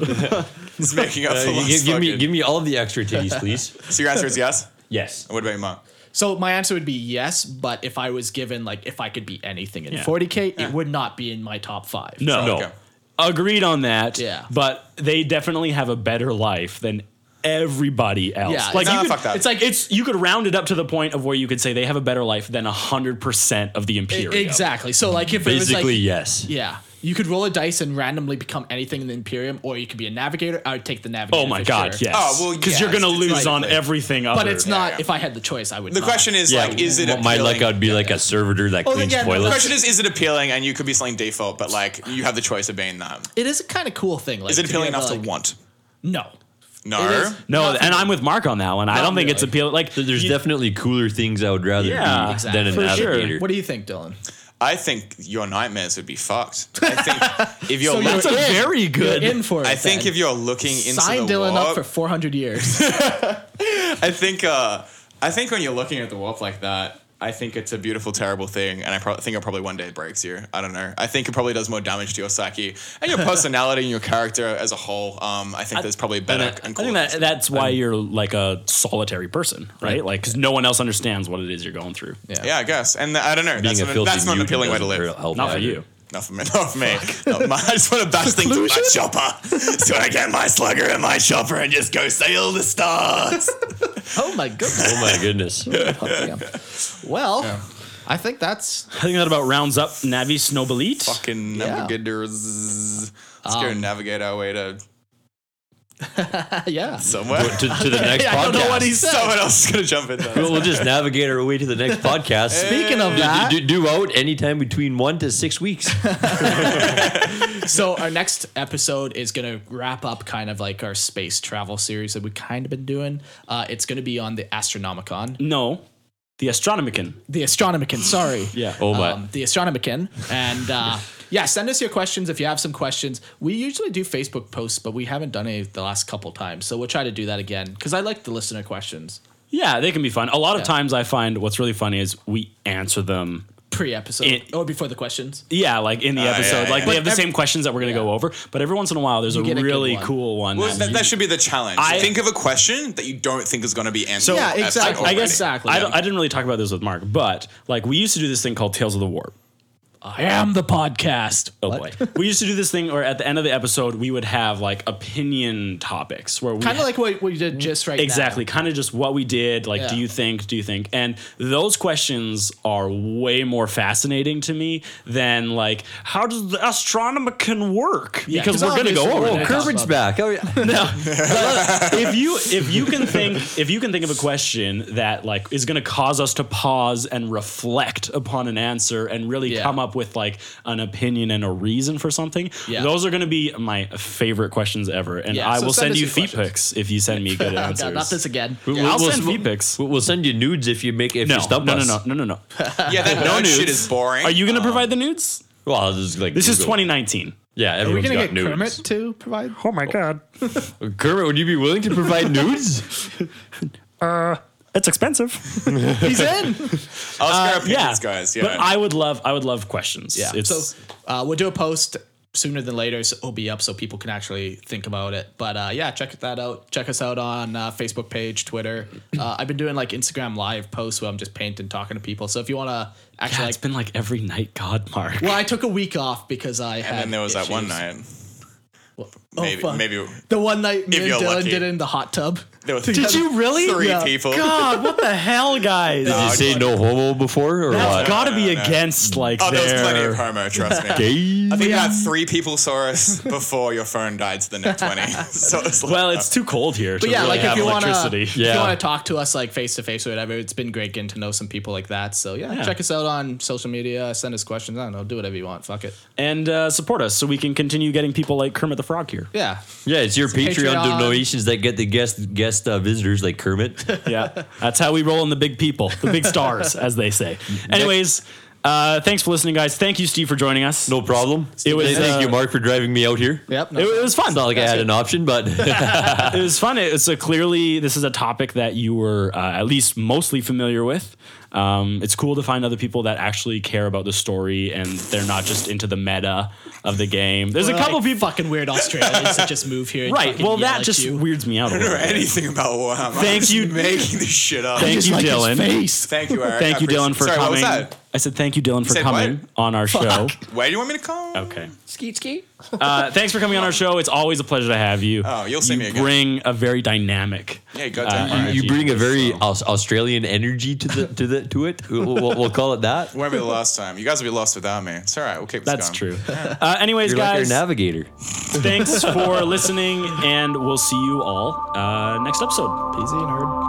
[SPEAKER 4] It's making up
[SPEAKER 5] Uh,
[SPEAKER 4] for
[SPEAKER 5] gi-
[SPEAKER 4] lost
[SPEAKER 5] give, me
[SPEAKER 4] fucking-
[SPEAKER 5] give me all the extra titties, please.
[SPEAKER 4] So your answer is yes.
[SPEAKER 5] yes.
[SPEAKER 4] What about you, Mark?
[SPEAKER 3] so my answer would be yes, but if I was given like if I could be anything in
[SPEAKER 2] Yeah.
[SPEAKER 3] 40k, it would not be in my top 5.
[SPEAKER 2] No, no.
[SPEAKER 4] Okay.
[SPEAKER 2] Agreed on that.
[SPEAKER 3] Yeah.
[SPEAKER 2] But they definitely have a better life than everybody else.
[SPEAKER 3] Yeah,
[SPEAKER 2] like
[SPEAKER 3] it's-
[SPEAKER 2] you
[SPEAKER 4] Nah,
[SPEAKER 2] could,
[SPEAKER 4] fuck that.
[SPEAKER 2] it's like it's you could round it up to the point of where you could say they have a better life than hundred percent of the
[SPEAKER 3] E-
[SPEAKER 2] Imperium.
[SPEAKER 3] Exactly. So like if it was
[SPEAKER 5] Basically,
[SPEAKER 3] like
[SPEAKER 5] yes.
[SPEAKER 3] yeah, you could roll a dice and randomly become anything in the Imperium, or you could be a navigator. I would take the navigator.
[SPEAKER 2] Oh my
[SPEAKER 3] for
[SPEAKER 2] god,
[SPEAKER 3] sure.
[SPEAKER 2] yes.
[SPEAKER 4] Oh, well,
[SPEAKER 2] because
[SPEAKER 4] yeah,
[SPEAKER 2] you're gonna
[SPEAKER 4] it's-
[SPEAKER 2] lose
[SPEAKER 4] it's
[SPEAKER 2] on
[SPEAKER 4] likely.
[SPEAKER 2] everything other.
[SPEAKER 3] But it's not.
[SPEAKER 4] yeah.
[SPEAKER 3] If I had the choice, I would.
[SPEAKER 4] The
[SPEAKER 3] not.
[SPEAKER 4] question is
[SPEAKER 5] Yeah.
[SPEAKER 4] like, is it
[SPEAKER 5] what my luck?
[SPEAKER 4] appealing?
[SPEAKER 5] I'd be like a servitor that
[SPEAKER 3] Oh,
[SPEAKER 5] cleans
[SPEAKER 3] yeah, no,
[SPEAKER 4] The
[SPEAKER 5] toilets.
[SPEAKER 4] question is, is it appealing? And you could be something default, but like you have the choice of being that.
[SPEAKER 3] it is a kind of cool thing. Like
[SPEAKER 4] Is it
[SPEAKER 3] to be
[SPEAKER 4] appealing
[SPEAKER 3] able
[SPEAKER 4] enough to
[SPEAKER 3] like-
[SPEAKER 4] want?
[SPEAKER 3] No.
[SPEAKER 4] No.
[SPEAKER 2] No, and I'm with Mark on that one. I
[SPEAKER 3] Not
[SPEAKER 2] don't think it's
[SPEAKER 3] really.
[SPEAKER 2] appealing. Like
[SPEAKER 5] Th- There's
[SPEAKER 2] you-
[SPEAKER 5] definitely cooler things I would rather
[SPEAKER 2] Yeah,
[SPEAKER 5] be
[SPEAKER 2] exactly.
[SPEAKER 5] than an
[SPEAKER 2] For sure.
[SPEAKER 5] alligator.
[SPEAKER 3] What do you think, Dylan?
[SPEAKER 4] I think your nightmares would be fucked. I think if you're,
[SPEAKER 3] So
[SPEAKER 4] loo-
[SPEAKER 3] you're-
[SPEAKER 2] That's a
[SPEAKER 3] Yeah.
[SPEAKER 2] very good.
[SPEAKER 3] You're in for it.
[SPEAKER 4] I think
[SPEAKER 3] then.
[SPEAKER 4] if you're looking into
[SPEAKER 3] sign
[SPEAKER 4] the
[SPEAKER 3] Dylan
[SPEAKER 4] warp,
[SPEAKER 3] up for 400 years,
[SPEAKER 4] I think uh, I think when you're looking at the warp like that, I think it's a beautiful, terrible thing, and I pro- think it probably one day breaks you. I don't know. I think it probably does more damage to your psyche and your personality and your character as a whole. Um, I think there's probably
[SPEAKER 2] And
[SPEAKER 4] better
[SPEAKER 2] I,
[SPEAKER 4] and
[SPEAKER 2] I
[SPEAKER 4] cooler.
[SPEAKER 2] think that that's why you're like a solitary person, right? Like, because no one else understands what it is you're going through.
[SPEAKER 3] Yeah.
[SPEAKER 4] yeah, I guess. And th- I don't know.
[SPEAKER 5] Being
[SPEAKER 4] That's,
[SPEAKER 5] a
[SPEAKER 4] not,
[SPEAKER 5] filthy
[SPEAKER 4] that's not an
[SPEAKER 5] mutant
[SPEAKER 4] appealing way to
[SPEAKER 5] doesn't
[SPEAKER 4] live.
[SPEAKER 5] really help
[SPEAKER 2] Not for
[SPEAKER 5] either.
[SPEAKER 2] you.
[SPEAKER 4] Not for me. Not for me. No, my, I just want to bash things with my chopper. So I get my slugger and my chopper and just go sail the stars.
[SPEAKER 3] oh my goodness.
[SPEAKER 5] Oh my goodness.
[SPEAKER 3] Well, I think that's
[SPEAKER 2] I think that about rounds up Navi Snowbelit.
[SPEAKER 4] Fucking
[SPEAKER 3] Yeah.
[SPEAKER 4] navigators. Let's go
[SPEAKER 2] Um,
[SPEAKER 4] navigate our way to
[SPEAKER 3] yeah.
[SPEAKER 4] somewhere.
[SPEAKER 5] to, to the
[SPEAKER 3] I
[SPEAKER 5] next podcast.
[SPEAKER 3] don't know what he said.
[SPEAKER 4] Someone else is gonna jump in there.
[SPEAKER 5] We'll, we'll just navigate our way to the next podcast.
[SPEAKER 3] Speaking of
[SPEAKER 5] Do-
[SPEAKER 3] that,
[SPEAKER 5] do, do out anytime between one to six weeks.
[SPEAKER 3] so our next episode is going to wrap up kind of like our space travel series that we've kind of been doing. Uh, it's going to be on the Astronomicon,
[SPEAKER 2] No, the Astronomicon.
[SPEAKER 3] the Astronomicon. Sorry,
[SPEAKER 2] Yeah.
[SPEAKER 5] Oh my.
[SPEAKER 3] um, the Astronomicon, and uh, yeah, send us your questions if you have some questions. We usually do Facebook posts, but we haven't done any the last couple times, so we'll try to do that again because I like the listener questions
[SPEAKER 2] Yeah, they can be fun. A lot of times, I find what's really funny is we answer them.
[SPEAKER 3] pre-episode
[SPEAKER 2] It-
[SPEAKER 3] or before the questions.
[SPEAKER 2] Yeah, like in the
[SPEAKER 4] yeah,
[SPEAKER 2] episode,
[SPEAKER 4] yeah.
[SPEAKER 2] like they
[SPEAKER 4] But
[SPEAKER 2] have the
[SPEAKER 3] every-
[SPEAKER 2] same questions that we're gonna
[SPEAKER 3] Yeah.
[SPEAKER 2] go over. But every once in a while, there's
[SPEAKER 3] get
[SPEAKER 2] a
[SPEAKER 3] a good
[SPEAKER 2] really
[SPEAKER 3] one.
[SPEAKER 2] cool one.
[SPEAKER 4] Well,
[SPEAKER 2] that
[SPEAKER 4] that,
[SPEAKER 2] you-
[SPEAKER 4] that should be the challenge.
[SPEAKER 2] I-
[SPEAKER 4] Think of a question that you don't think is going to be answered.
[SPEAKER 3] Yeah,
[SPEAKER 4] at
[SPEAKER 3] exactly.
[SPEAKER 4] that
[SPEAKER 2] I
[SPEAKER 4] already.
[SPEAKER 2] guess
[SPEAKER 3] Exactly.
[SPEAKER 2] I, don't, I didn't really talk about this with Mark, but like we used to do this thing called Tales of the Warp.
[SPEAKER 3] I am the podcast.
[SPEAKER 2] Oh boy, we used to do this thing, or at the end of the episode, we would have like opinion topics where we
[SPEAKER 3] Kind of like what, what you did just right now.
[SPEAKER 2] exactly kind of just what we did like
[SPEAKER 3] Yeah.
[SPEAKER 2] do you think do you think and those questions are way more fascinating to me than like how does the astronomer can work
[SPEAKER 3] Yeah,
[SPEAKER 2] because
[SPEAKER 3] 'cause
[SPEAKER 2] we're gonna go
[SPEAKER 3] obviously
[SPEAKER 2] over
[SPEAKER 3] we're
[SPEAKER 2] that.
[SPEAKER 5] Oh,
[SPEAKER 3] Yeah.
[SPEAKER 5] Kermit's back. Oh, yeah.
[SPEAKER 2] if you if you can think if you can think of a question that like is going to cause us to pause and reflect upon an answer and really
[SPEAKER 3] Yeah.
[SPEAKER 2] come up with like an opinion and a reason for something
[SPEAKER 3] Yeah.
[SPEAKER 2] those are going to be my favorite questions ever and
[SPEAKER 3] Yeah,
[SPEAKER 2] i
[SPEAKER 3] so
[SPEAKER 2] will
[SPEAKER 3] send
[SPEAKER 2] send,
[SPEAKER 3] us
[SPEAKER 2] you
[SPEAKER 3] your
[SPEAKER 2] feet pics
[SPEAKER 3] questions.
[SPEAKER 2] if you send me good
[SPEAKER 3] Yeah,
[SPEAKER 2] answers
[SPEAKER 3] not this again.
[SPEAKER 2] i'll
[SPEAKER 5] We'll-
[SPEAKER 2] send
[SPEAKER 5] we'll-
[SPEAKER 2] feet pics
[SPEAKER 5] We'll send you nudes if you make if
[SPEAKER 2] no,
[SPEAKER 5] you stump
[SPEAKER 2] no, no,
[SPEAKER 5] us.
[SPEAKER 2] no, no, no, no.
[SPEAKER 4] Yeah, that no
[SPEAKER 2] nudes.
[SPEAKER 4] shit is boring.
[SPEAKER 2] Are you going to provide the nudes?
[SPEAKER 5] Well, this is like
[SPEAKER 2] This is
[SPEAKER 5] Google.
[SPEAKER 2] 2019.
[SPEAKER 5] Yeah,
[SPEAKER 3] Are we
[SPEAKER 5] everyone's
[SPEAKER 3] gonna
[SPEAKER 5] got
[SPEAKER 3] get
[SPEAKER 5] nudes.
[SPEAKER 3] Kermit to provide?
[SPEAKER 1] Oh my god.
[SPEAKER 5] Kermit, would you be willing to provide nudes?
[SPEAKER 2] Uh, It's expensive.
[SPEAKER 3] He's in.
[SPEAKER 4] I'll share
[SPEAKER 2] uh, yeah,
[SPEAKER 4] opinions, guys. Yeah.
[SPEAKER 2] But I would love, I would love questions.
[SPEAKER 3] Yeah.
[SPEAKER 2] It's,
[SPEAKER 3] so uh, we'll do a post sooner than later, so it'll be up so people can actually think about it. But uh, yeah, check that out. Check us out on uh, Facebook page, Twitter. Uh, I've been doing like Instagram live posts where I'm just painting, talking to people. So if you want to actually,
[SPEAKER 2] God,
[SPEAKER 3] like,
[SPEAKER 2] it's been like every night, God, Mark.
[SPEAKER 3] well, I took a week off because I had.
[SPEAKER 4] and then there was that one
[SPEAKER 3] issues.
[SPEAKER 4] night.
[SPEAKER 3] Oh,
[SPEAKER 4] Maybe,
[SPEAKER 3] fuck.
[SPEAKER 4] maybe
[SPEAKER 3] The one night me and
[SPEAKER 4] you're
[SPEAKER 3] Dylan
[SPEAKER 4] lucky.
[SPEAKER 3] did it in the hot tub.
[SPEAKER 4] there were
[SPEAKER 2] Did you really?
[SPEAKER 4] three
[SPEAKER 2] Yeah.
[SPEAKER 4] people.
[SPEAKER 2] God, what the hell, guys?
[SPEAKER 5] Did you say no homo before or
[SPEAKER 2] That's
[SPEAKER 5] what?
[SPEAKER 2] got to be
[SPEAKER 4] no.
[SPEAKER 2] against like
[SPEAKER 4] Oh, there was
[SPEAKER 2] their.
[SPEAKER 4] plenty of homo. Trust me.
[SPEAKER 5] Gay?
[SPEAKER 4] I think about three people saw us before your phone died to the net twenty. so it's like,
[SPEAKER 2] well, it's too cold here to
[SPEAKER 3] But yeah,
[SPEAKER 2] really
[SPEAKER 3] like
[SPEAKER 2] have
[SPEAKER 3] if you want to,
[SPEAKER 2] electricity.
[SPEAKER 3] if
[SPEAKER 5] Yeah.
[SPEAKER 3] you want to talk to us like face to face or whatever, it's been great getting to know some people like that. So yeah, check us out on social media. Send us questions. I don't know. Do whatever you want. Fuck it.
[SPEAKER 2] and uh, support us so we can continue getting people like Kermit the Frog here.
[SPEAKER 3] Yeah.
[SPEAKER 5] Yeah, it's your Patreon,
[SPEAKER 3] Patreon.
[SPEAKER 5] donations that get the guest guest uh, visitors like Kermit.
[SPEAKER 2] Yeah, that's how we roll in the big people, the big stars, as they say.
[SPEAKER 4] Mm-hmm.
[SPEAKER 2] Anyways, uh, thanks for listening, guys. Thank you, Steve, for joining us.
[SPEAKER 5] No problem.
[SPEAKER 2] It was,
[SPEAKER 5] Thank
[SPEAKER 2] uh,
[SPEAKER 5] you, Mark, for driving me out here.
[SPEAKER 3] Yep.
[SPEAKER 2] It, it was fun.
[SPEAKER 5] Not like I had an option, but
[SPEAKER 2] it was fun. It's a clearly this is a topic that you were uh, at least mostly familiar with. Um, it's cool to find other people that actually care about the story and they're not just into the meta of the game. There's a couple
[SPEAKER 3] like,
[SPEAKER 2] people,
[SPEAKER 3] fucking weird Australians that just move here. And
[SPEAKER 2] right?
[SPEAKER 3] fucking
[SPEAKER 2] Well,
[SPEAKER 3] yell
[SPEAKER 2] that
[SPEAKER 3] at
[SPEAKER 2] just
[SPEAKER 3] you.
[SPEAKER 2] weirds me out. A
[SPEAKER 4] I don't
[SPEAKER 2] little.
[SPEAKER 4] know anything about Warhammer.
[SPEAKER 2] Thank
[SPEAKER 4] I'm just
[SPEAKER 2] you.
[SPEAKER 4] making this shit up.
[SPEAKER 2] Thank you, Dylan.
[SPEAKER 4] Thank you, Eric.
[SPEAKER 2] Thank
[SPEAKER 4] I
[SPEAKER 2] you,
[SPEAKER 4] appreciate-
[SPEAKER 2] Dylan, for
[SPEAKER 4] Sorry,
[SPEAKER 2] coming.
[SPEAKER 4] What was that?
[SPEAKER 2] I said thank you, Dylan, for
[SPEAKER 4] said
[SPEAKER 2] coming
[SPEAKER 4] what?
[SPEAKER 2] on our show.
[SPEAKER 4] Where do you want me to come?
[SPEAKER 2] Okay.
[SPEAKER 6] Skeet skeet.
[SPEAKER 2] Uh, thanks for coming on our show. It's always a pleasure to have you.
[SPEAKER 4] Oh, you'll see
[SPEAKER 2] you
[SPEAKER 4] me again.
[SPEAKER 2] Bring a very dynamic.
[SPEAKER 4] Yeah, goddamn
[SPEAKER 2] Uh,
[SPEAKER 4] right.
[SPEAKER 5] you bring a very Aus- Australian energy to the to the to it. We'll, we'll, we'll call it that.
[SPEAKER 4] Where were we the last time? You guys will be lost without me. It's all right. We'll keep this
[SPEAKER 2] That's
[SPEAKER 4] going.
[SPEAKER 2] true. Uh, anyways,
[SPEAKER 5] You're like
[SPEAKER 2] guys.
[SPEAKER 5] our navigator.
[SPEAKER 2] thanks for listening, and we'll see you all uh, next episode.
[SPEAKER 3] Easy nerd.